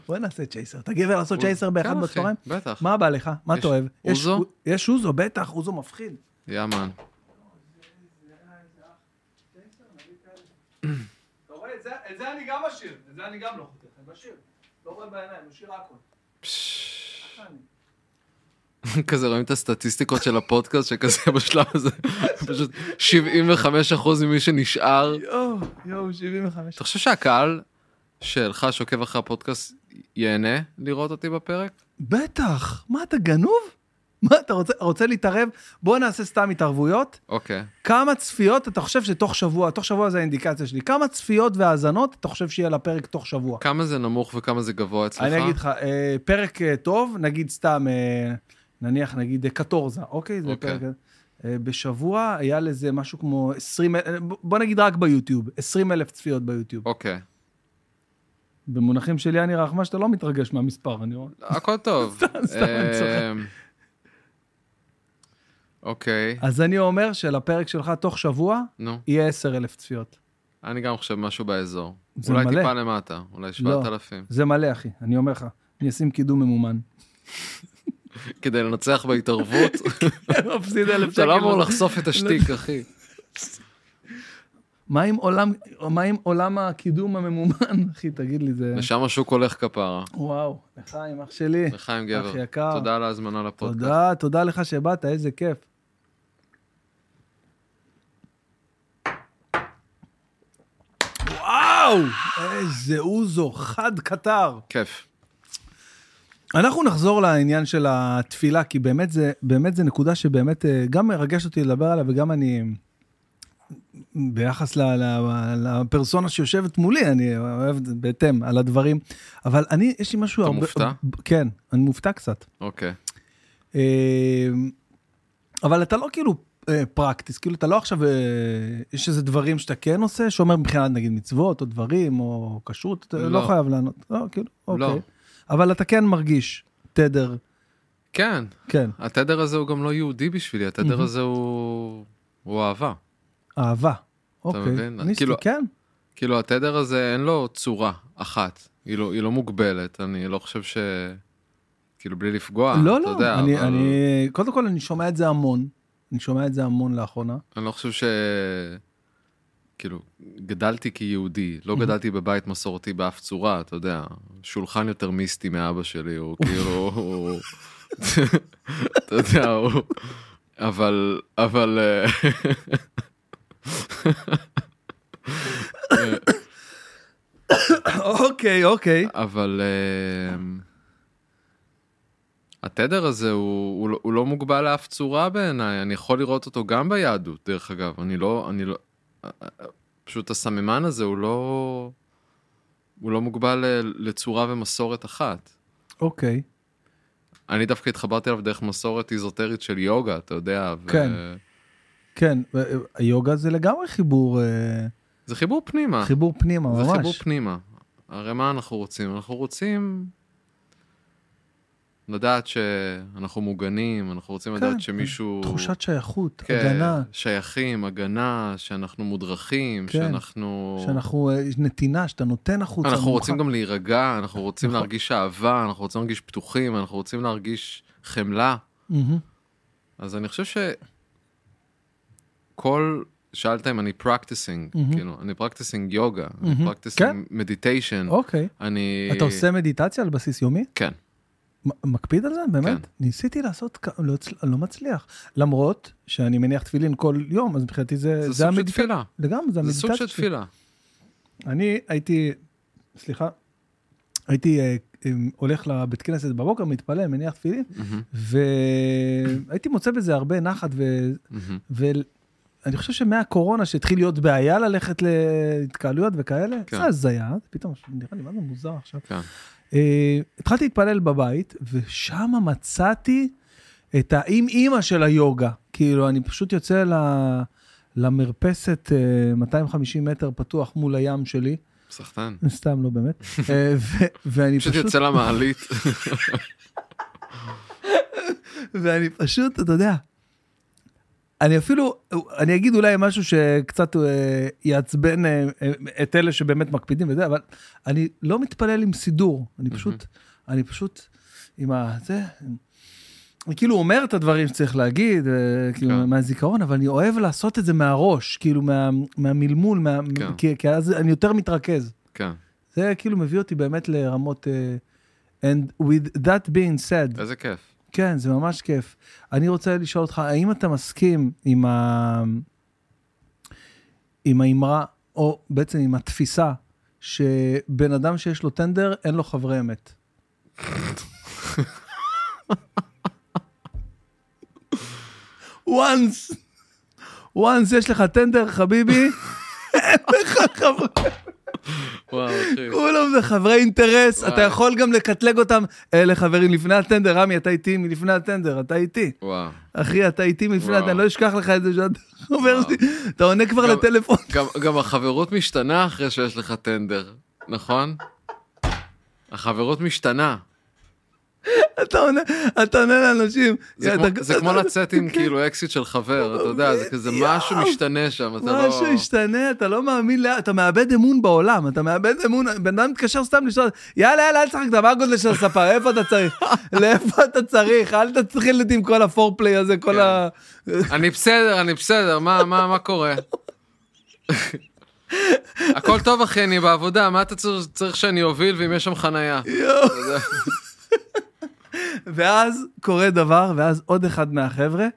[SPEAKER 1] בוא נעשה צ'ייסר. תגיד לי לעשות צ'ייסר באחד
[SPEAKER 2] כן, אחי,
[SPEAKER 1] בצהריים?
[SPEAKER 2] בטח.
[SPEAKER 1] מה בא לך? מה
[SPEAKER 2] יש
[SPEAKER 1] אתה אוהב? יש-
[SPEAKER 2] אוזו?
[SPEAKER 1] יש אוזו, בטח, אוזו מפחיד.
[SPEAKER 2] יא מן.
[SPEAKER 1] אתה רואה, את זה- את זה אני גם משאיר, את זה אני גם לא חותך, אני משאיר. לא רואה בעיניים, משאיר הכל. ככה אני.
[SPEAKER 2] כזה רואים את הסטטיסטיקות של הפודקאסט שכזה בשלב הזה פשוט 75% ממי שנשאר.
[SPEAKER 1] יואו, יואו, 75.
[SPEAKER 2] אתה חושב שהקהל שלך שעוקב אחרי הפודקאסט ייהנה לראות אותי בפרק?
[SPEAKER 1] בטח, מה אתה גנוב? מה אתה רוצה, רוצה להתערב? בוא נעשה סתם התערבויות.
[SPEAKER 2] אוקיי.
[SPEAKER 1] כמה צפיות אתה חושב שתוך שבוע, תוך שבוע זה האינדיקציה שלי, כמה צפיות והאזנות אתה חושב שיהיה לפרק תוך שבוע?
[SPEAKER 2] כמה זה נמוך וכמה זה גבוה אצלך?
[SPEAKER 1] אני אגיד לך, אה, פרק אה, טוב, נגיד סתם, אה, נניח נגיד אה, קטורזה, אוקיי? זה
[SPEAKER 2] אוקיי.
[SPEAKER 1] פרק... אה, בשבוע היה לזה משהו כמו 20, אה, ב- בוא נגיד רק ביוטיוב, 20 אלף צפיות ביוטיוב.
[SPEAKER 2] אוקיי.
[SPEAKER 1] במונחים של יאני רחמה שאתה לא מתרגש מהמספר, אני רואה.
[SPEAKER 2] הכל טוב.
[SPEAKER 1] סתם, אני צוחק.
[SPEAKER 2] אמ, אוקיי.
[SPEAKER 1] אז אני אומר שלפרק שלך תוך שבוע
[SPEAKER 2] נו.
[SPEAKER 1] יהיה 10 אלף צפיות.
[SPEAKER 2] אני גם חושב משהו באזור.
[SPEAKER 1] זה
[SPEAKER 2] אולי
[SPEAKER 1] מלא. לא.
[SPEAKER 2] טיפה למטה, אולי 7,000.
[SPEAKER 1] זה מלא, אחי, אני אומר לך. אני אשים קידום ממומן.
[SPEAKER 2] כדי לנצח בהתערבות,
[SPEAKER 1] מפסיד אלף
[SPEAKER 2] אתה לא אמור לחשוף את השטיק, אחי.
[SPEAKER 1] כן. מה עם עולם- מה עם עולם הקידום הממומן, אחי, תגיד לי, זה...
[SPEAKER 2] לשם השוק הולך כפרה.
[SPEAKER 1] וואו, לחיים, אח שלי.
[SPEAKER 2] לחיים גבר,
[SPEAKER 1] אח יקר.
[SPEAKER 2] תודה על ההזמנה לפודקאסט.
[SPEAKER 1] תודה, תודה לך שבאת, איזה כיף. וואו, איזה אוזו, חד קטר.
[SPEAKER 2] כיף.
[SPEAKER 1] אנחנו נחזור לעניין של התפילה, כי באמת זה, באמת זה נקודה שבאמת אה, גם מרגש אותי לדבר עליה וגם אני, ביחס ל, ל, לפרסונה שיושבת מולי, אני אוהב את זה בהתאם על הדברים, אבל אני, יש לי משהו
[SPEAKER 2] אתה מופתע?
[SPEAKER 1] כן, אני מופתע קצת.
[SPEAKER 2] אוקיי.
[SPEAKER 1] אה, אבל אתה לא כאילו אה, פרקטיס, כאילו אתה לא עכשיו, אה, יש איזה דברים שאתה כן עושה, שאומר מבחינת נגיד מצוות או דברים או כשרות, אתה לא
[SPEAKER 2] לא.
[SPEAKER 1] חייב לענות, לא, כאילו,
[SPEAKER 2] לא.
[SPEAKER 1] אוקיי. אבל אתה כן מרגיש תדר,
[SPEAKER 2] כן,
[SPEAKER 1] כן,
[SPEAKER 2] התדר הזה הוא גם לא יהודי בשבילי, התדר הזה הוא... הוא אהבה.
[SPEAKER 1] אהבה. אוקיי,
[SPEAKER 2] מבין?
[SPEAKER 1] ניסתי,
[SPEAKER 2] כאילו-
[SPEAKER 1] כן,
[SPEAKER 2] כאילו, התדר הזה אין לו צורה אחת, היא לא, היא לא מוגבלת, אני לא חושב ש... כאילו, בלי לפגוע,
[SPEAKER 1] לא,
[SPEAKER 2] אתה
[SPEAKER 1] לא,
[SPEAKER 2] יודע,
[SPEAKER 1] אני,
[SPEAKER 2] אבל
[SPEAKER 1] אני, קודם כל אני שומע את זה המון, אני שומע את זה המון לאחרונה,
[SPEAKER 2] אני לא חושב ש... כאילו, גדלתי כיהודי, לא גדלתי בבית מסורתי באף צורה, אתה יודע, שולחן יותר מיסטי מאבא שלי, הוא כאילו, הוא... אתה יודע, הוא... אבל, אבל... אה,
[SPEAKER 1] אוקיי, אוקיי,
[SPEAKER 2] אבל אמ, התדר הזה הוא, הוא, לא- הוא לא מוגבל לאף צורה בעיניי, אני יכול לראות אותו גם ביהדות, דרך אגב, אני לא, אני לא, פשוט הסממן הזה הוא לא, הוא לא מוגבל ל- לצורה ומסורת אחת.
[SPEAKER 1] אוקיי,
[SPEAKER 2] אני דווקא התחברתי אליו דרך מסורת איזוטרית של יוגה, אתה יודע, ו...
[SPEAKER 1] כן. כן, ו- היוגה זה לגמרי חיבור, אה,
[SPEAKER 2] זה חיבור פנימה.
[SPEAKER 1] חיבור פנימה, ממש.
[SPEAKER 2] אה. זה חיבור פנימה. הרי מה אנחנו רוצים? אנחנו רוצים לדעת שאנחנו מוגנים, אנחנו רוצים
[SPEAKER 1] כן,
[SPEAKER 2] לדעת שמישהו...
[SPEAKER 1] תחושת שייכות,
[SPEAKER 2] כן,
[SPEAKER 1] הגנה,
[SPEAKER 2] שייכים, הגנה, שאנחנו מודרכים,
[SPEAKER 1] כן,
[SPEAKER 2] שאנחנו...
[SPEAKER 1] שאנחנו, אה, נתינה, שאתה נותן החוצה.
[SPEAKER 2] אנחנו
[SPEAKER 1] ממך.
[SPEAKER 2] רוצים גם להירגע, אנחנו רוצים
[SPEAKER 1] נכון.
[SPEAKER 2] להרגיש אהבה, אנחנו רוצים להרגיש פתוחים, אנחנו רוצים להרגיש חמלה.
[SPEAKER 1] מהמם.
[SPEAKER 2] אז אני חושב שכל... שאלת אם אני practicing,
[SPEAKER 1] מהמם.
[SPEAKER 2] כאילו, אני practicing יוגה, אני
[SPEAKER 1] מהמם. כן.
[SPEAKER 2] practicing meditation,
[SPEAKER 1] אוקיי.
[SPEAKER 2] אני...
[SPEAKER 1] אתה עושה מדיטציה על בסיס יומי?
[SPEAKER 2] אה, כן.
[SPEAKER 1] מ- מקפיד על זה? באמת? ניסיתי לעשות, כ- לא הצל- לא מצליח. למרות שאני מניח תפילין כל יום, אז מבחינתי
[SPEAKER 2] זה
[SPEAKER 1] זה זה
[SPEAKER 2] סוג של
[SPEAKER 1] המדיטציה.
[SPEAKER 2] תפילה.
[SPEAKER 1] לגמרי, זה
[SPEAKER 2] זה סוג
[SPEAKER 1] המדיטציה.
[SPEAKER 2] של
[SPEAKER 1] שלי.
[SPEAKER 2] תפילה.
[SPEAKER 1] אני הייתי, סליחה, הייתי אה, אה, הולך לבית כנסת בבוקר, מתפלל, מניח תפילין,
[SPEAKER 2] מהמם,
[SPEAKER 1] והייתי מוצא בזה הרבה נחת ו...
[SPEAKER 2] מהמם.
[SPEAKER 1] ואני חושב שמהקורונה שהתחיל להיות בעיה ללכת להתקהלויות וכאלה,
[SPEAKER 2] כן.
[SPEAKER 1] זה הזיה, זה פתאום נראה לי מה זה מוזר עכשיו.
[SPEAKER 2] כן.
[SPEAKER 1] אה, התחלתי להתפלל בבית, ושם מצאתי את האם אימא של היוגה. כאילו, אני פשוט יוצא ל... למרפסת אה, 250 מטר פתוח מול הים שלי,
[SPEAKER 2] סחטן.
[SPEAKER 1] סתם לא באמת, אה, ו- ואני
[SPEAKER 2] פשוט
[SPEAKER 1] פשוט,
[SPEAKER 2] יוצא למעלית.
[SPEAKER 1] ואני פשוט, אתה יודע, אני אפילו, אני אגיד אולי משהו שקצת אה, יעצבן אה, אה, את אלה שבאמת מקפידים וזה, אבל אני לא מתפלל עם סידור, אני פשוט, אני פשוט עם ה... זה... אני כאילו אומר את הדברים שצריך להגיד, אה, כאילו
[SPEAKER 2] כן.
[SPEAKER 1] מהזיכרון, אבל אני אוהב לעשות את זה מהראש, כאילו מה, מהמלמול, מה,
[SPEAKER 2] כן.
[SPEAKER 1] כי, כי אז אני יותר מתרכז.
[SPEAKER 2] כן.
[SPEAKER 1] זה כאילו מביא אותי באמת לרמות... אה, And with that being said,
[SPEAKER 2] איזה כיף.
[SPEAKER 1] כן, זה ממש כיף. אני רוצה לשאול אותך, האם אתה מסכים עם, ה... עם האמרה, או בעצם עם התפיסה, שבן אדם שיש לו טנדר, אין לו חברי אמת? once, once יש לך טנדר, חביבי, אין לך חברי...
[SPEAKER 2] וואו, אחי.
[SPEAKER 1] כולם זה חברי אינטרס,
[SPEAKER 2] וואי.
[SPEAKER 1] אתה יכול גם לקטלג אותם, אלה חברים לפני הטנדר, רמי, אתה איתי מלפני הטנדר, אתה איתי.
[SPEAKER 2] וואו.
[SPEAKER 1] אחי, אתה איתי מלפני הטנדר,
[SPEAKER 2] וואו.
[SPEAKER 1] אני לא אשכח לך את זה שאתה אומר
[SPEAKER 2] וואו.
[SPEAKER 1] לי, אתה עונה כבר
[SPEAKER 2] גם-
[SPEAKER 1] לטלפון.
[SPEAKER 2] גם, גם החברות משתנה אחרי שיש לך טנדר, נכון? החברות משתנה.
[SPEAKER 1] אתה עונה, אתה עונה לאנשים.
[SPEAKER 2] זה,
[SPEAKER 1] אתה-
[SPEAKER 2] כמו, זה
[SPEAKER 1] אתה- כן,
[SPEAKER 2] כמו לצאת עם כאילו אקזיט של חבר, אתה יודע, זה כזה משהו משתנה שם, אתה לא...
[SPEAKER 1] משהו השתנה, אתה לא מאמין, לאן- אתה מאבד אמון בעולם, אתה מאבד אמון, בן אדם מתקשר סתם לשאול, יאללה, יאללה, אל תשחק, אתה מה הגודל של הספר, איפה אתה צריך? לאיפה אתה צריך? אל תתחיל איתי עם כל הפורפליי הזה, כל ה...
[SPEAKER 2] כן. אני בסדר, אני בסדר, מה, מה, מה קורה? הכל טוב אחי, אני בעבודה, מה אתה צריך, צריך שאני אוביל ואם יש שם חנייה?
[SPEAKER 1] ואז קורה דבר, ואז עוד אחד מהחבר'ה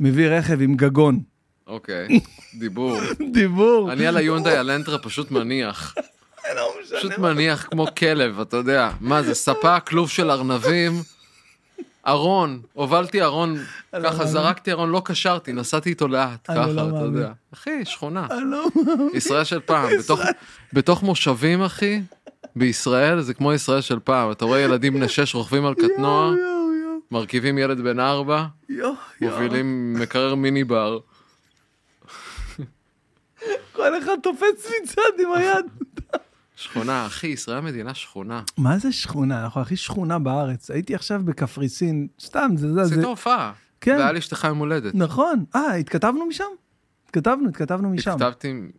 [SPEAKER 1] מביא רכב עם גגון.
[SPEAKER 2] אוקיי, דיבור.
[SPEAKER 1] דיבור.
[SPEAKER 2] אני על היונדאי אלנטרה פשוט מניח.
[SPEAKER 1] לא
[SPEAKER 2] פשוט מניח כמו כלב, אתה יודע. מה זה, ספה, כלוב של ארנבים, ארון, הובלתי ארון,
[SPEAKER 1] לא
[SPEAKER 2] ככה
[SPEAKER 1] מאמין.
[SPEAKER 2] זרקתי ארון, לא קשרתי, נסעתי איתו לאט,
[SPEAKER 1] אני
[SPEAKER 2] ככה,
[SPEAKER 1] לא
[SPEAKER 2] אתה
[SPEAKER 1] מאמין.
[SPEAKER 2] יודע. אחי, שכונה.
[SPEAKER 1] אני לא-
[SPEAKER 2] ישראל של פעם, בתוך- בתוך מושבים, אחי, בישראל זה כמו ישראל של פעם. אתה רואה ילדים בני שש רוכבים על קטנוע,
[SPEAKER 1] יואו, יואו,
[SPEAKER 2] מרכיבים ילד בן ארבע,
[SPEAKER 1] יואו, יואו.
[SPEAKER 2] מובילים מקרר מיני בר.
[SPEAKER 1] כל אחד תופס מצד עם היד.
[SPEAKER 2] שכונה, אחי, ישראל מדינה שכונה.
[SPEAKER 1] מה זה שכונה? אנחנו הכי שכונה בארץ. הייתי עכשיו בקפריסין, סתם, זה זה. זה-
[SPEAKER 2] עשית הופעה.
[SPEAKER 1] כן.
[SPEAKER 2] והיה לי אשתך יום הולדת.
[SPEAKER 1] נכון. אה, התכתבנו משם? התכתבנו, התכתבנו משם.
[SPEAKER 2] התכתבתי עם-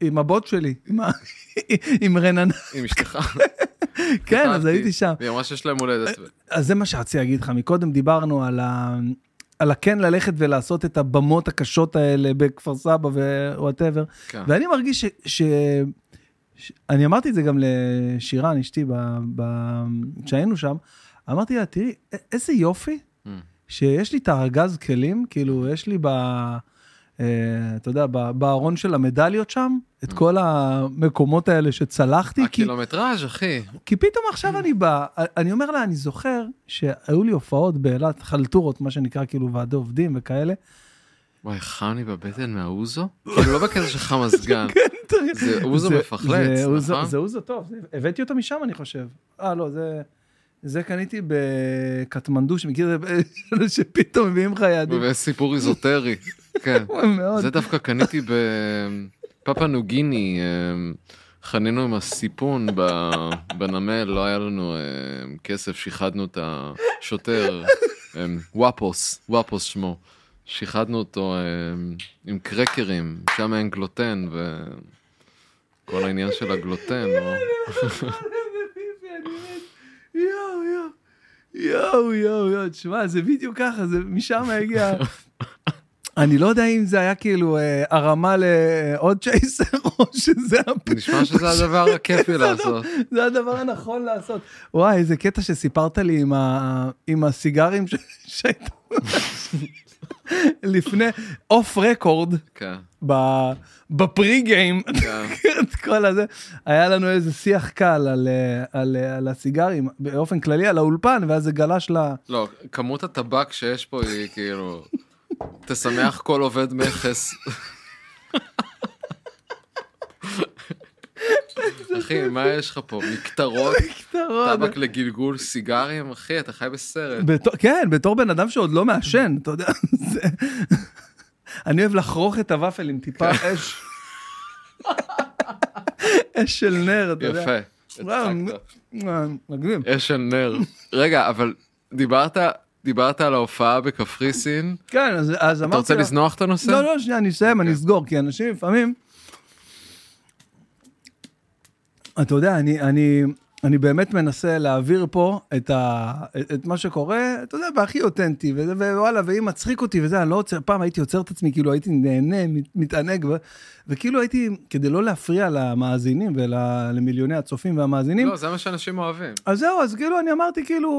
[SPEAKER 1] עם הבוט שלי, עם ה- עם רננה.
[SPEAKER 2] עם אשתך.
[SPEAKER 1] כן, אז
[SPEAKER 2] התכתבתי.
[SPEAKER 1] הייתי שם. אה,
[SPEAKER 2] היא אמרה שיש להם הולדת.
[SPEAKER 1] אז זה מה שרציתי להגיד לך, מקודם דיברנו על ה... על הכן ללכת ולעשות את הבמות הקשות האלה בכפר סבא ווואטאבר.
[SPEAKER 2] כן.
[SPEAKER 1] ואני מרגיש ש... ש... ש... אני אמרתי את זה גם לשירן, אשתי, ב... ב... כשהיינו שם, אמרתי לה, תראי, א- איזה יופי
[SPEAKER 2] Mm.
[SPEAKER 1] שיש לי את הארגז כלים, כאילו, יש לי ב... אה, אתה יודע, ב- בארון של המדליות שם, את כל המקומות האלה שצלחתי, כי
[SPEAKER 2] הקילומטראז', אחי.
[SPEAKER 1] כי פתאום עכשיו אני בא, אני אומר לה, אני זוכר שהיו לי הופעות באילת, חלטורות, מה שנקרא, כאילו ועדי עובדים וכאלה.
[SPEAKER 2] וואי, חם לי בבטן מהאוזו? כאילו, לא בקטע שלך מזגן.
[SPEAKER 1] כן.
[SPEAKER 2] זה אוזו
[SPEAKER 1] זה-
[SPEAKER 2] מפחלץ,
[SPEAKER 1] זה אוזו-
[SPEAKER 2] נכון?
[SPEAKER 1] זה אוזו טוב, זה- הבאתי אותה משם, אני חושב. אה, לא, זה... זה קניתי בקטמנדו, שמכיר, זה- שפתאום מביאים לך יעדים.
[SPEAKER 2] ויש סיפור איזוטרי. כן.
[SPEAKER 1] מאוד.
[SPEAKER 2] זה דווקא קניתי בפאפה נוגיני, אה, חנינו עם הסיפון ב- בנמל, לא היה לנו אה, כסף, שיחדנו את השוטר, אה, וואפוס, וואפוס שמו. שיחדנו אותו אה, עם קרקרים, שם אין גלוטן, וכל העניין של הגלוטן. הוא-
[SPEAKER 1] יואו, יואו. יואו, יואו, יואו, תשמע, זה בדיוק ככה, זה משם הגיע. אני לא יודע אם זה היה כאילו אה, הרמה לעוד צ'ייסר, או שזה הפ-
[SPEAKER 2] נשמע שזה הדבר הכיפי לעשות.
[SPEAKER 1] זה הדבר הנכון לעשות. וואי, איזה קטע שסיפרת לי עם, ה... עם הסיגרים ש... שהיית לפני, אוף רקורד,
[SPEAKER 2] כן,
[SPEAKER 1] ב- בפרי גיים,
[SPEAKER 2] כן.
[SPEAKER 1] את כל הזה, היה לנו איזה שיח קל על, אה, על, אה, על הסיגרים, באופן כללי על האולפן, ואז זה גלש ל...
[SPEAKER 2] לא, כמות הטבק שיש פה היא כאילו... תשמח כל עובד מכס. אחי, מה יש לך פה? מקטרות? טבק לגלגול סיגרים? אחי, אתה חי בסרט.
[SPEAKER 1] בתור, כן, בתור בן אדם שעוד לא מעשן, אתה יודע, זה... אני אוהב לחרוך את הוואפל עם טיפה
[SPEAKER 2] כן.
[SPEAKER 1] אש. אש של נר, אתה יודע.
[SPEAKER 2] יפה.
[SPEAKER 1] וואו,
[SPEAKER 2] הצחקת.
[SPEAKER 1] וואו, מגניב.
[SPEAKER 2] אש על נר. רגע, אבל דיברת דיברת על ההופעה בקפריסין.
[SPEAKER 1] כן, אז, אז אמרתי
[SPEAKER 2] אתה רוצה
[SPEAKER 1] לה-
[SPEAKER 2] לזנוח את הנושא?
[SPEAKER 1] לא, לא, שנייה, אני אסיים, אני אסגור, כי אנשים לפעמים... אתה יודע, אני, אני, אני באמת מנסה להעביר פה את, ה, את מה שקורה, אתה יודע, בהכי אותנטי, וזה, ווואלה, ואם מצחיק אותי וזה, אני לא עוצר, פעם הייתי עוצר את עצמי, כאילו הייתי נהנה, מת- מתענג, ו, וכאילו הייתי, כדי לא להפריע למאזינים ולמיליוני הצופים והמאזינים,
[SPEAKER 2] לא, זה מה שאנשים אוהבים.
[SPEAKER 1] אז זהו, אז כאילו, אני אמרתי, כאילו,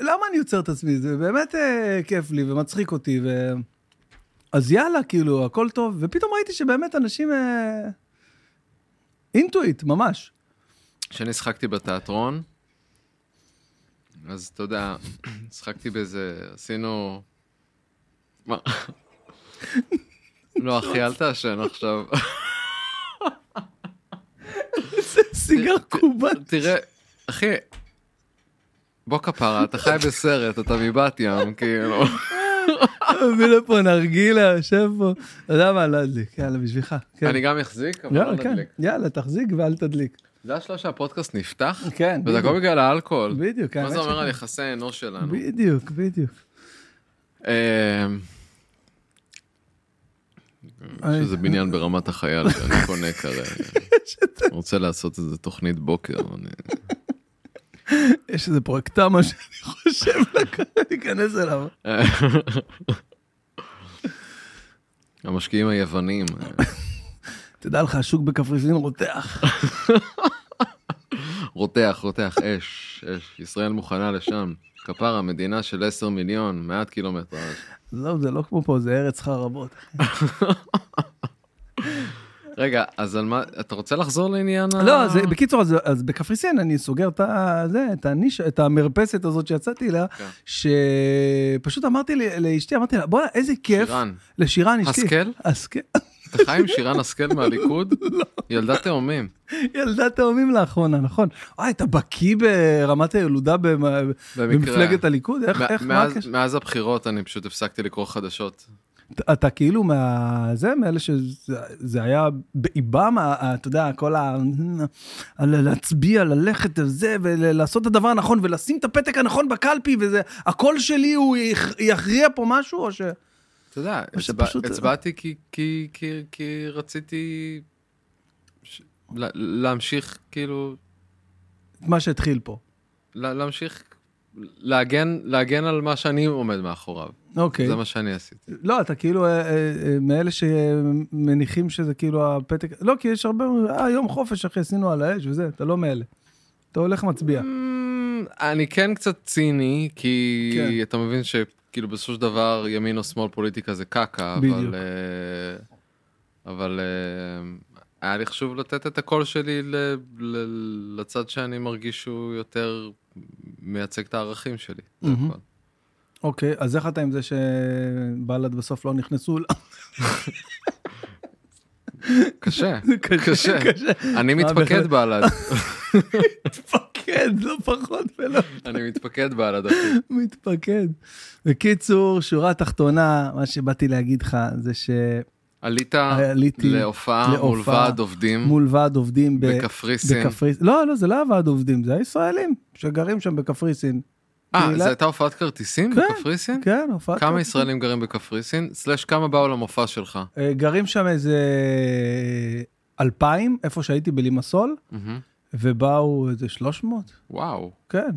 [SPEAKER 1] למה אני עוצר את עצמי? זה באמת אה, כיף לי ומצחיק אותי, ו... אז יאללה, כאילו, הכל טוב, ופתאום ראיתי שבאמת אנשים... אה, אינטואיט, ממש.
[SPEAKER 2] כשאני שחקתי בתיאטרון, אז אתה יודע, שחקתי באיזה, עשינו... מה? לא, אחי, אל תעשן עכשיו. אה,
[SPEAKER 1] סיגר קובן.
[SPEAKER 2] תראה, אחי, בוא כפרה, אתה חי בסרט, אתה מבת ים, כאילו. אה,
[SPEAKER 1] מביא לפה נרגילה, יושב פה. אתה יודע מה, לא אדליק, יאללה, בשבילך. כן.
[SPEAKER 2] אני גם אחזיק, אבל לא
[SPEAKER 1] יאללה, כן.
[SPEAKER 2] נדליק.
[SPEAKER 1] יאללה, תחזיק ואל תדליק.
[SPEAKER 2] זה השלב שהפודקאסט נפתח?
[SPEAKER 1] כן,
[SPEAKER 2] וזה הכל
[SPEAKER 1] בדיוק.
[SPEAKER 2] בגלל האלכוהול.
[SPEAKER 1] בדיוק,
[SPEAKER 2] מה
[SPEAKER 1] האמת
[SPEAKER 2] זה אומר
[SPEAKER 1] שכן.
[SPEAKER 2] על יחסי האנוש שלנו?
[SPEAKER 1] בדיוק, בדיוק.
[SPEAKER 2] אמ,
[SPEAKER 1] אה,
[SPEAKER 2] שזה בניין ברמת החייל שאני קונה כרגע. אני רוצה לעשות איזה תוכנית בוקר. אני-
[SPEAKER 1] יש איזה פרויקט תמה שאני חושב לק- להיכנס אליו.
[SPEAKER 2] המשקיעים היוונים.
[SPEAKER 1] תדע לך, השוק בקפריסין רותח.
[SPEAKER 2] רותח, רותח, אש, אש. ישראל מוכנה לשם. כפרה, מדינה של 10 מיליון, מעט קילומטראז'.
[SPEAKER 1] עזוב, זה לא כמו פה, זה ארץ חרבות.
[SPEAKER 2] אה. רגע, אז על מה, אתה רוצה לחזור לעניין ה...
[SPEAKER 1] לא, אז בקיצור, אז, אז בקפריסין אני סוגר את, ה, זה, את, הניש, את המרפסת הזאת שיצאתי לה,
[SPEAKER 2] כן.
[SPEAKER 1] שפשוט אמרתי ל- לאשתי, אמרתי לה, בוא'נה, איזה כיף.
[SPEAKER 2] שירן.
[SPEAKER 1] לשירן אשתי.
[SPEAKER 2] השכל?
[SPEAKER 1] השכל?
[SPEAKER 2] אתה חי עם שירן השכל מהליכוד?
[SPEAKER 1] לא.
[SPEAKER 2] ילדת תאומים.
[SPEAKER 1] ילדה תאומים לאחרונה, נכון. אה, אתה בקיא ברמת הילודה במ- במפלגת הליכוד? איך,
[SPEAKER 2] מא-
[SPEAKER 1] איך, מה
[SPEAKER 2] מאז-
[SPEAKER 1] הקשר?
[SPEAKER 2] מאז הבחירות אני פשוט הפסקתי לקרוא חדשות.
[SPEAKER 1] אתה- אתה כאילו מה... זה, מאלה שזה זה היה באיבם, ה- ה- אתה יודע, כל ה... ה- להצביע, ללכת וזה, ולעשות את הדבר הנכון, ולשים את הפתק הנכון בקלפי, וזה... הקול שלי הוא יכ- יכריע פה משהו, או ש...
[SPEAKER 2] אתה יודע,
[SPEAKER 1] או
[SPEAKER 2] הצבע-
[SPEAKER 1] שפשוט-
[SPEAKER 2] הצבעתי כי- כי- כי- כי רציתי ש- לה- להמשיך, כאילו,
[SPEAKER 1] מה שהתחיל פה.
[SPEAKER 2] לה- להמשיך להגן להגן על מה שאני עומד מאחוריו.
[SPEAKER 1] אוקיי.
[SPEAKER 2] זה מה שאני עשיתי.
[SPEAKER 1] לא, אתה כאילו אה, אה, אה, מאלה שמניחים שזה כאילו הפתק... לא, כי יש הרבה... אה, יום חופש, אחי, עשינו על האש וזה, אתה לא מאלה. אתה הולך מצביע.
[SPEAKER 2] Mm, אני כן קצת ציני, כי
[SPEAKER 1] כן.
[SPEAKER 2] אתה מבין שכאילו בסופו של דבר ימין או שמאל פוליטיקה זה קקה,
[SPEAKER 1] בדיוק.
[SPEAKER 2] אבל... אה, אבל אה, היה לי חשוב לתת את הקול שלי ל- ל- לצד שאני מרגיש שהוא יותר מייצג את הערכים שלי. זה
[SPEAKER 1] מהמם.
[SPEAKER 2] הכל.
[SPEAKER 1] אוקיי, אז איך אתה עם זה שבל"ד בסוף לא נכנסו?
[SPEAKER 2] קשה,
[SPEAKER 1] זה קשה,
[SPEAKER 2] קשה.
[SPEAKER 1] קשה.
[SPEAKER 2] אני
[SPEAKER 1] מה,
[SPEAKER 2] מתפקד
[SPEAKER 1] אה, בהחלט.
[SPEAKER 2] בל"ד,
[SPEAKER 1] מתפקד, לא פחות ולא
[SPEAKER 2] אני מתפקד בל"ד, אחי.
[SPEAKER 1] מתפקד. בקיצור, שורה תחתונה, מה שבאתי להגיד לך זה שעליתי
[SPEAKER 2] עלית
[SPEAKER 1] עליתי
[SPEAKER 2] להופעה מול
[SPEAKER 1] אה, להופעה
[SPEAKER 2] ועד עובדים
[SPEAKER 1] מול ועד עובדים ב-
[SPEAKER 2] אה, בקפריסין.
[SPEAKER 1] בקפריס- לא, לא, זה לא היה ועד עובדים, זה הישראלים שגרים שם בקפריסין.
[SPEAKER 2] אה,
[SPEAKER 1] קהילה-
[SPEAKER 2] זו הייתה הופעת כרטיסים
[SPEAKER 1] כן,
[SPEAKER 2] בקפריסין?
[SPEAKER 1] כן, הופעה.
[SPEAKER 2] כמה
[SPEAKER 1] כזאת.
[SPEAKER 2] ישראלים גרים בקפריסין? סלאש כמה באו למופע שלך?
[SPEAKER 1] אה, גרים שם איזה אלפיים, איפה שהייתי בלימסול,
[SPEAKER 2] מהמם.
[SPEAKER 1] ובאו איזה 300,
[SPEAKER 2] וואו,
[SPEAKER 1] כן.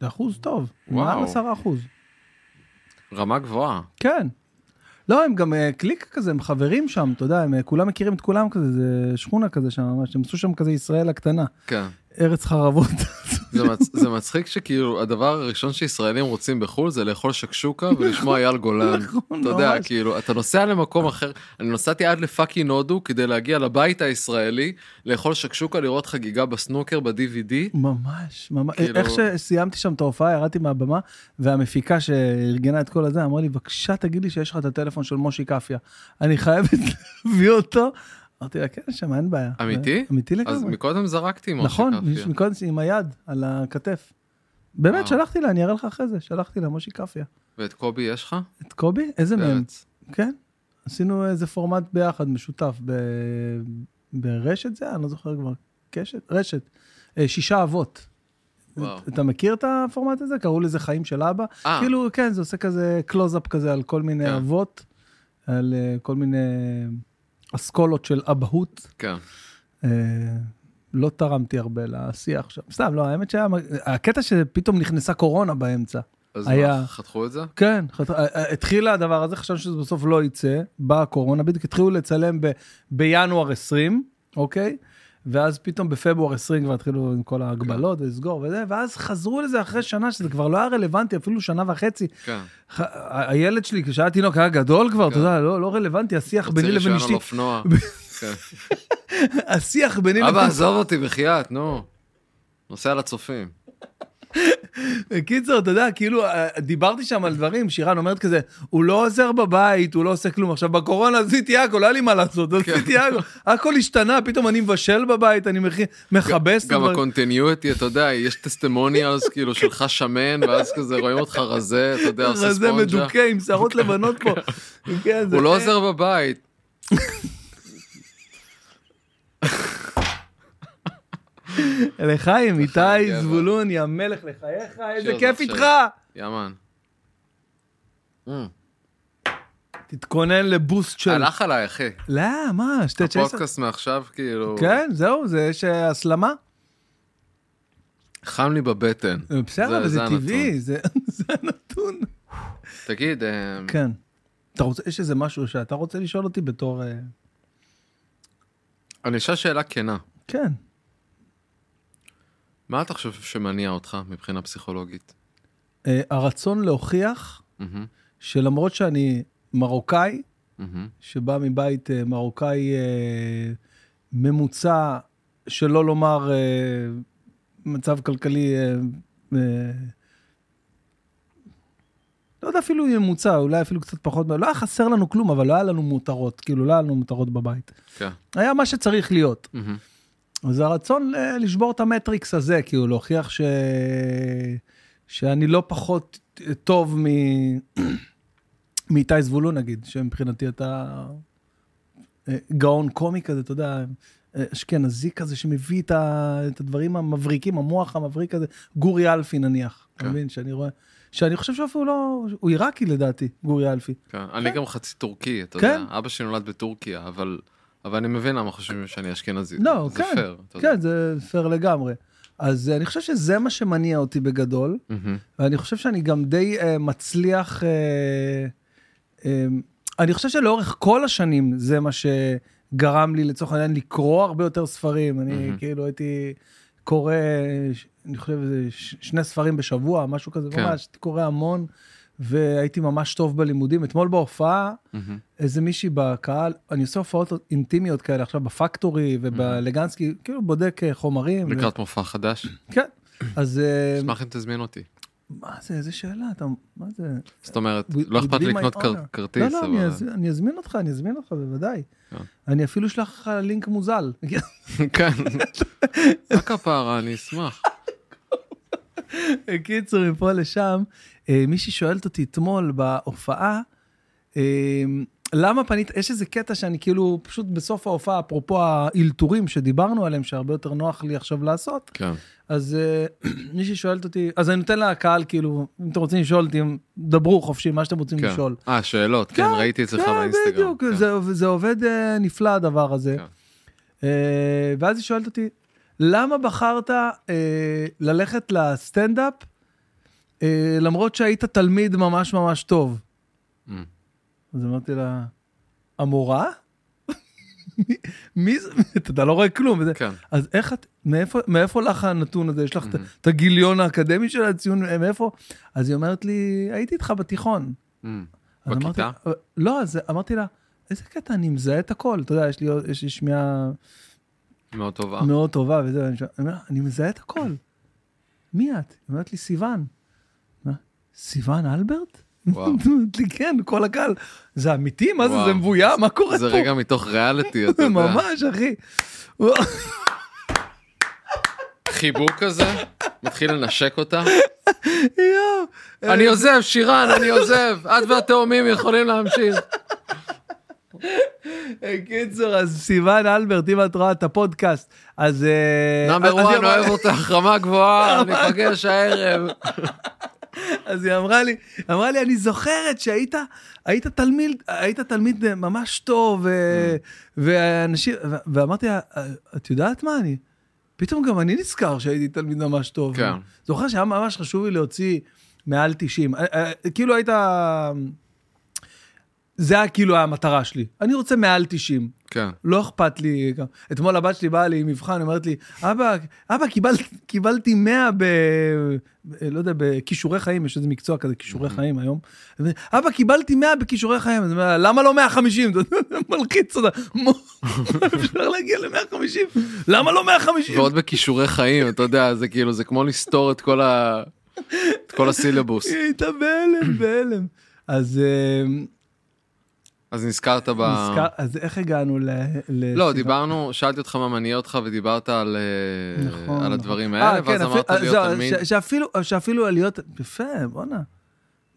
[SPEAKER 1] זה אחוז טוב,
[SPEAKER 2] וואו.
[SPEAKER 1] מעל 10 אחוז.
[SPEAKER 2] רמה גבוהה.
[SPEAKER 1] כן. לא, הם גם אה, קליק כזה, הם חברים שם, אתה יודע, הם אה, כולם מכירים את כולם כזה, זה שכונה כזה שם, ממש, הם עשו שם כזה ישראל הקטנה,
[SPEAKER 2] כן.
[SPEAKER 1] ארץ חרבות.
[SPEAKER 2] זה מצ- זה מצחיק שכאילו הדבר הראשון שישראלים רוצים בחו"ל זה לאכול שקשוקה ולשמוע אייל גולן.
[SPEAKER 1] נכון,
[SPEAKER 2] אתה יודע,
[SPEAKER 1] ממש.
[SPEAKER 2] כאילו, אתה נוסע למקום אחר, אני נסעתי עד לפאקינג הודו כדי להגיע לבית הישראלי, לאכול שקשוקה, לראות חגיגה בסנוקר, ב-DVD.
[SPEAKER 1] ממש, ממש.
[SPEAKER 2] כאילו-
[SPEAKER 1] איך שסיימתי שם את ההופעה, ירדתי מהבמה, והמפיקה שארגנה את כל הזה, אמרה לי, בבקשה תגיד לי שיש לך את הטלפון של מושי קפיה. אני חייבת להביא אותו. אמרתי לה, כן, שם אין בעיה.
[SPEAKER 2] אמיתי?
[SPEAKER 1] אמיתי
[SPEAKER 2] אז
[SPEAKER 1] לגמרי.
[SPEAKER 2] מקודם זרקתי עם
[SPEAKER 1] נכון,
[SPEAKER 2] משה כפיה.
[SPEAKER 1] מקודם עם היד על הכתף. באמת,
[SPEAKER 2] וואו.
[SPEAKER 1] שלחתי לה, אני אראה לך אחרי זה, שלחתי לה, מושי קפיה.
[SPEAKER 2] ואת קובי יש לך?
[SPEAKER 1] את קובי? איזה מהם?
[SPEAKER 2] פרץ.
[SPEAKER 1] כן, עשינו איזה פורמט ביחד, משותף, ב... ברשת זה, היה? אני לא זוכר כבר, קשת? רשת. אה, שישה אבות.
[SPEAKER 2] וואו.
[SPEAKER 1] אתה מכיר את הפורמט הזה? קראו לזה חיים של אבא.
[SPEAKER 2] אה.
[SPEAKER 1] כאילו, כן, זה עושה כזה קלוז-אפ כזה על כל
[SPEAKER 2] כן.
[SPEAKER 1] מיני אבות, על אה, כל מיני אסכולות של אבהות.
[SPEAKER 2] כן.
[SPEAKER 1] אה, לא תרמתי הרבה לשיח שם. סתם, לא, האמת שהיה... הקטע שפתאום נכנסה קורונה באמצע.
[SPEAKER 2] אז
[SPEAKER 1] היה-
[SPEAKER 2] מה, חתכו את זה?
[SPEAKER 1] כן, חת- אה, אה, התחיל הדבר הזה, חשבנו שזה בסוף לא יצא, באה הקורונה, בדיוק התחילו לצלם ב- בינואר 20, אוקיי? ואז פתאום בפברואר 20 כבר התחילו עם כל ההגבלות ולסגור וזה, ואז חזרו לזה אחרי שנה, שזה כבר לא היה רלוונטי, אפילו שנה וחצי.
[SPEAKER 2] כן.
[SPEAKER 1] ח- ה- הילד שלי, כשהיה תינוק, היה גדול כבר, אתה יודע, לא לא רלוונטי, השיח
[SPEAKER 2] רוצה
[SPEAKER 1] ביני לבין
[SPEAKER 2] רישיון על
[SPEAKER 1] אשתי,
[SPEAKER 2] אופנוע. כן.
[SPEAKER 1] השיח ביני לבין...
[SPEAKER 2] אבא, עזוב אותי, בחייאת, נו. נוסע לצופים.
[SPEAKER 1] קיצר, אתה יודע, כאילו, אה, דיברתי שם על דברים, שירן אומרת כזה, הוא לא עוזר בבית, הוא לא עושה כלום. עכשיו, בקורונה עשיתי הכל, לא היה לי מה לעשות,
[SPEAKER 2] כן.
[SPEAKER 1] עשיתי הכל, הכל השתנה, פתאום אני מבשל בבית, אני מכי- מכבס את
[SPEAKER 2] גם
[SPEAKER 1] הדברים.
[SPEAKER 2] הקונטיניוטי, אתה יודע, יש טסטימוניאלס כאילו שלך שמן, ואז כזה רואים אותך רזה, אתה יודע, עושה
[SPEAKER 1] רזה
[SPEAKER 2] ספונג'ה.
[SPEAKER 1] מדוכא עם שערות לבנות פה. כן, זה-
[SPEAKER 2] הוא לא עוזר בבית.
[SPEAKER 1] לחיים, איתי
[SPEAKER 2] גבר.
[SPEAKER 1] זבולוני, המלך לחייך, איזה
[SPEAKER 2] שיר
[SPEAKER 1] כיף
[SPEAKER 2] זה
[SPEAKER 1] איתך.
[SPEAKER 2] עכשיו. יאמן. אה,
[SPEAKER 1] תתכונן לבוסט של...
[SPEAKER 2] הלך עליי, אחי.
[SPEAKER 1] לא, מה, שתי צ'ייסר?
[SPEAKER 2] הפודקאסט מעכשיו, כאילו,
[SPEAKER 1] כן, זהו, זה יש אה, הסלמה.
[SPEAKER 2] חם לי בבטן.
[SPEAKER 1] בסדר, אבל זה
[SPEAKER 2] הנתון.
[SPEAKER 1] טבעי, זה זה הנתון.
[SPEAKER 2] תגיד, אה,
[SPEAKER 1] כן. אתה רוצה, יש איזה משהו שאתה רוצה לשאול אותי בתור... אה,
[SPEAKER 2] אני אשאל שאלה כנה.
[SPEAKER 1] כן.
[SPEAKER 2] מה אתה חושב שמניע אותך מבחינה פסיכולוגית?
[SPEAKER 1] אה, הרצון להוכיח
[SPEAKER 2] מהמם,
[SPEAKER 1] שלמרות שאני מרוקאי,
[SPEAKER 2] מהמם,
[SPEAKER 1] שבא מבית אה, מרוקאי אה, ממוצע, שלא לומר אה, מצב כלכלי, אה, אה, לא יודע אפילו אם ממוצע, אולי אפילו קצת פחות, לא היה חסר לנו כלום, אבל לא היה לנו מותרות, כאילו לא היה לנו מותרות בבית.
[SPEAKER 2] כן.
[SPEAKER 1] היה מה שצריך להיות.
[SPEAKER 2] מהמם.
[SPEAKER 1] אז הרצון ל- לשבור את המטריקס הזה, כאילו להוכיח ש... שאני לא פחות טוב מ... מאיתי זבולון נגיד, שמבחינתי אתה אה, גאון קומי כזה, אתה יודע, אה, אשכנזי כזה שמביא את, ה... את הדברים המבריקים, המוח המבריק הזה, גורי אלפי נניח, אתה
[SPEAKER 2] כן.
[SPEAKER 1] מבין? שאני רואה, שאני חושב שאפילו לא, הוא עיראקי לדעתי, גורי אלפי.
[SPEAKER 2] כן. אני גם חצי טורקי, אתה
[SPEAKER 1] כן.
[SPEAKER 2] יודע. אבא שלי נולד בטורקיה, אבל... אבל אני מבין למה חושבים שאני אשכנזי.
[SPEAKER 1] לא,
[SPEAKER 2] זה
[SPEAKER 1] כן,
[SPEAKER 2] פייר, אתה יודע.
[SPEAKER 1] כן, זה פייר לגמרי. אז אה, אני חושב שזה מה שמניע אותי בגדול.
[SPEAKER 2] מהמם,
[SPEAKER 1] ואני חושב שאני גם די uh, מצליח, uh, um, אני חושב שלאורך כל השנים זה מה שגרם לי לצורך העניין לקרוא הרבה יותר ספרים. אני
[SPEAKER 2] מהמם.
[SPEAKER 1] כאילו הייתי קורא, ש- אני חושב איזה ש- שני ספרים בשבוע, משהו כזה,
[SPEAKER 2] כן.
[SPEAKER 1] ממש, הייתי קורא המון, והייתי ממש טוב בלימודים. אתמול בהופעה,
[SPEAKER 2] מהמם.
[SPEAKER 1] איזה מישהי בקהל, אני עושה הופעות אינטימיות כאלה עכשיו בפקטורי ובלגנסקי, כאילו בודק אה, חומרים. ו-
[SPEAKER 2] לקראת מופע חדש.
[SPEAKER 1] כן. אז... אה,
[SPEAKER 2] אשמח אם תזמין אותי.
[SPEAKER 1] מה זה, איזה שאלה, אתה, מה זה?
[SPEAKER 2] זאת אומרת,
[SPEAKER 1] would-
[SPEAKER 2] לא
[SPEAKER 1] would
[SPEAKER 2] אכפת
[SPEAKER 1] be
[SPEAKER 2] לי
[SPEAKER 1] my
[SPEAKER 2] לקנות כר-
[SPEAKER 1] honor.
[SPEAKER 2] כרטיס,
[SPEAKER 1] לא, לא, אני
[SPEAKER 2] אבל...
[SPEAKER 1] אז- אני אזמין אותך, אני אזמין אותך, בוודאי.
[SPEAKER 2] כן.
[SPEAKER 1] אני אפילו אשלח לך לינק מוזל.
[SPEAKER 2] כן. רק הפערה, אני אשמח.
[SPEAKER 1] קיצור, מפה לשם, אה, מישהי שואלת אותי אתמול בהופעה, אה, למה פנית, יש איזה קטע שאני כאילו, פשוט בסוף ההופעה, אפרופו האלתורים שדיברנו עליהם, שהרבה יותר נוח לי עכשיו לעשות,
[SPEAKER 2] כן.
[SPEAKER 1] אז אה, מישהי שואלת אותי, אז אני נותן לקהל, כאילו, אם אתם רוצים לשאול אותי, דברו חופשי, מה שאתם רוצים
[SPEAKER 2] כן.
[SPEAKER 1] לשאול.
[SPEAKER 2] אה, שאלות, כן, ראיתי אצלך
[SPEAKER 1] כן,
[SPEAKER 2] באינסטגרם.
[SPEAKER 1] בדיוק,
[SPEAKER 2] כן.
[SPEAKER 1] זה, זה עובד אה, נפלא הדבר הזה.
[SPEAKER 2] כן.
[SPEAKER 1] אה, ואז היא שואלת אותי, למה בחרת אה, ללכת לסטנדאפ אה, למרות שהיית תלמיד ממש ממש טוב?
[SPEAKER 2] Mm.
[SPEAKER 1] אז אמרתי לה, המורה? מי- מי זה? אתה לא רואה כלום. וזה-
[SPEAKER 2] כן.
[SPEAKER 1] אז איך את, מאיפה, מאיפה לך הנתון הזה? יש לך את-
[SPEAKER 2] Mm-hmm.
[SPEAKER 1] את הגיליון האקדמי של הציון, אה, מאיפה? אז היא אומרת לי, הייתי איתך בתיכון.
[SPEAKER 2] Mm.
[SPEAKER 1] אז אמרתי,
[SPEAKER 2] בכיתה?
[SPEAKER 1] לא, אז אמרתי לה, איזה קטע, אני מזהה את הכל. אתה יודע, יש לי, יש לי שמיעה
[SPEAKER 2] מאוד טובה.
[SPEAKER 1] מאוד טובה וזה, ואני שואל- אני אומר, אני מזהה את הכל. מי את? היא אומרת לי, סיוון. מה? סיוון אלברט?
[SPEAKER 2] וואו.
[SPEAKER 1] היא אומרת לי, כן, כל הקהל. זה אמיתי? מה זה,
[SPEAKER 2] וואו.
[SPEAKER 1] זה מבוים? מה קורה פה?
[SPEAKER 2] זה רגע מתוך ריאליטי, אתה יודע.
[SPEAKER 1] ממש, אחי.
[SPEAKER 2] חיבוק כזה, מתחיל לנשק אותה.
[SPEAKER 1] יואו.
[SPEAKER 2] אני עוזב, שירן, אני עוזב, את והתאומים יכולים להמשיך.
[SPEAKER 1] אה, קיצור, אז סיוון אלברט, אם את רואה את הפודקאסט, אז... אה,
[SPEAKER 2] נאמבר
[SPEAKER 1] אז היא
[SPEAKER 2] וואן
[SPEAKER 1] אמרה-
[SPEAKER 2] אוהב אותך, רמה גבוהה, ניפגש הערב.
[SPEAKER 1] אז היא אמרה לי, אמרה לי, אני זוכרת שהיית היית תלמיד, היית תלמיד אה, ממש טוב, אה, ואנשים, ו- ואמרתי לה, "אה, את יודעת מה אני? פתאום גם אני נזכר שהייתי תלמיד ממש טוב.
[SPEAKER 2] כן.
[SPEAKER 1] זוכר שהיה ממש חשוב לי להוציא מעל 90. אה, אה, כאילו היית... זה היה כאילו המטרה שלי. אני רוצה מעל 90.
[SPEAKER 2] כן.
[SPEAKER 1] לא אכפת לי גם. אתמול הבת שלי באה לי עם מבחן, אומרת לי, אבא, אבא, קיבל, קיבלתי 100 ב... ב- לא יודע, בכישורי חיים, יש איזה מקצוע כזה,
[SPEAKER 2] Mm-hmm.
[SPEAKER 1] כישורי חיים היום. אז, אבא, קיבלתי 100 בכישורי חיים. אז אני אומר, למה לא 150? זה מלחיץ אותה. "מה, אפשר להגיע ל-150? למה לא 150?
[SPEAKER 2] ועוד בכישורי חיים, אתה יודע, זה כאילו, זה כמו לסתור את כל ה... את כל הסילבוס.
[SPEAKER 1] היא הייתה בהלם, בהלם. אז, אה,
[SPEAKER 2] אז נזכרת ב...
[SPEAKER 1] נזכר, אז איך הגענו ל... ל-
[SPEAKER 2] לא, דיברנו, שאלתי אותך מה מניע אותך ודיברת על אה,
[SPEAKER 1] נכון,
[SPEAKER 2] על
[SPEAKER 1] נכון.
[SPEAKER 2] הדברים
[SPEAKER 1] אה,
[SPEAKER 2] האלה, ואז
[SPEAKER 1] כן,
[SPEAKER 2] אמרת
[SPEAKER 1] אפילו-
[SPEAKER 2] להיות
[SPEAKER 1] זהו,
[SPEAKER 2] תלמיד.
[SPEAKER 1] ש- שאפילו, שאפילו עליות, יפה, בואנה.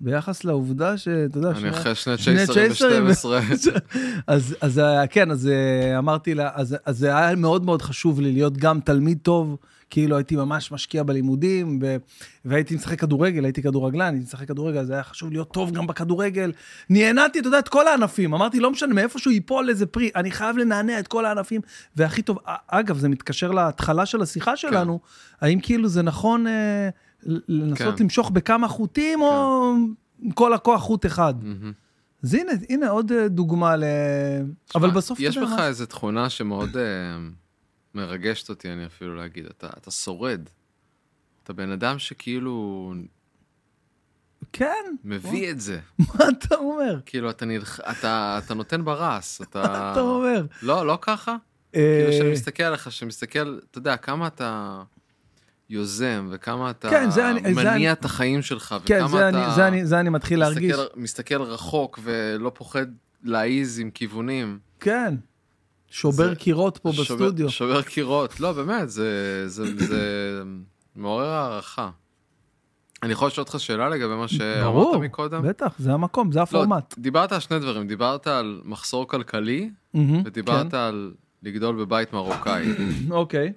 [SPEAKER 1] ביחס לעובדה שאתה יודע,
[SPEAKER 2] אני
[SPEAKER 1] שני-
[SPEAKER 2] אחרי שני
[SPEAKER 1] שני
[SPEAKER 2] צ'ייסרים
[SPEAKER 1] צ'ייסרים.
[SPEAKER 2] ב-12.
[SPEAKER 1] אז, אז אה, כן, אז אה, אמרתי לה, אז, אז זה היה מאוד מאוד חשוב לי להיות גם תלמיד טוב, כאילו הייתי ממש משקיע בלימודים, ו, והייתי משחק כדורגל, הייתי כדורגלן, הייתי משחק כדורגל, אז היה חשוב להיות טוב גם בכדורגל. נהנעתי, אתה יודע, את כל הענפים, אמרתי, לא משנה, מאיפה שהוא ייפול איזה פרי, אני חייב לנענע את כל הענפים, והכי טוב, א- אגב, זה מתקשר להתחלה של השיחה שלנו, האם כאילו זה נכון אה, ל- לנסות
[SPEAKER 2] כן.
[SPEAKER 1] למשוך בכמה חוטים, או עם כל הכוח חוט אחד?
[SPEAKER 2] מהמם.
[SPEAKER 1] אז הנה, הנה עוד אה, דוגמה ל... אבל
[SPEAKER 2] שמע,
[SPEAKER 1] בסוף...
[SPEAKER 2] יש
[SPEAKER 1] אתה יודע
[SPEAKER 2] בך
[SPEAKER 1] מה?
[SPEAKER 2] איזו תכונה שמאוד אה, מרגשת אותי, אני אפילו להגיד, אתה אתה שורד. אתה בן אדם שכאילו
[SPEAKER 1] כן,
[SPEAKER 2] מביא את זה.
[SPEAKER 1] מה אתה אומר?
[SPEAKER 2] כאילו, אתה נלח- אתה אתה נותן ברס, אתה...
[SPEAKER 1] מה אתה אומר? אה,
[SPEAKER 2] לא, לא ככה? כאילו, כשאני מסתכל עליך, שמסתכל, אתה יודע, כמה אתה יוזם, וכמה אתה
[SPEAKER 1] כן, זה אני- זה אני-
[SPEAKER 2] מניע את החיים שלך,
[SPEAKER 1] כן,
[SPEAKER 2] וכמה
[SPEAKER 1] זה אני-
[SPEAKER 2] אתה
[SPEAKER 1] זה אני- זה אני מתחיל להרגיש.
[SPEAKER 2] מסתכל- מסתל רחוק ולא פוחד להעיז עם כיוונים.
[SPEAKER 1] כן. שובר
[SPEAKER 2] זה-
[SPEAKER 1] קירות פה
[SPEAKER 2] שובר-
[SPEAKER 1] בסטודיו.
[SPEAKER 2] שובר קירות. לא, באמת, זה- זה זה מעורר הערכה. אני יכול לשאול אותך שאלה לגבי מה שאמרת
[SPEAKER 1] ברור,
[SPEAKER 2] מקודם?
[SPEAKER 1] בטח, זה המקום, זה
[SPEAKER 2] לא,
[SPEAKER 1] הפורמט.
[SPEAKER 2] דיברת על שני דברים, דיברת על מחסור כלכלי,
[SPEAKER 1] מהמם,
[SPEAKER 2] ודיברת
[SPEAKER 1] כן.
[SPEAKER 2] על לגדול בבית מרוקאי.
[SPEAKER 1] אוקיי.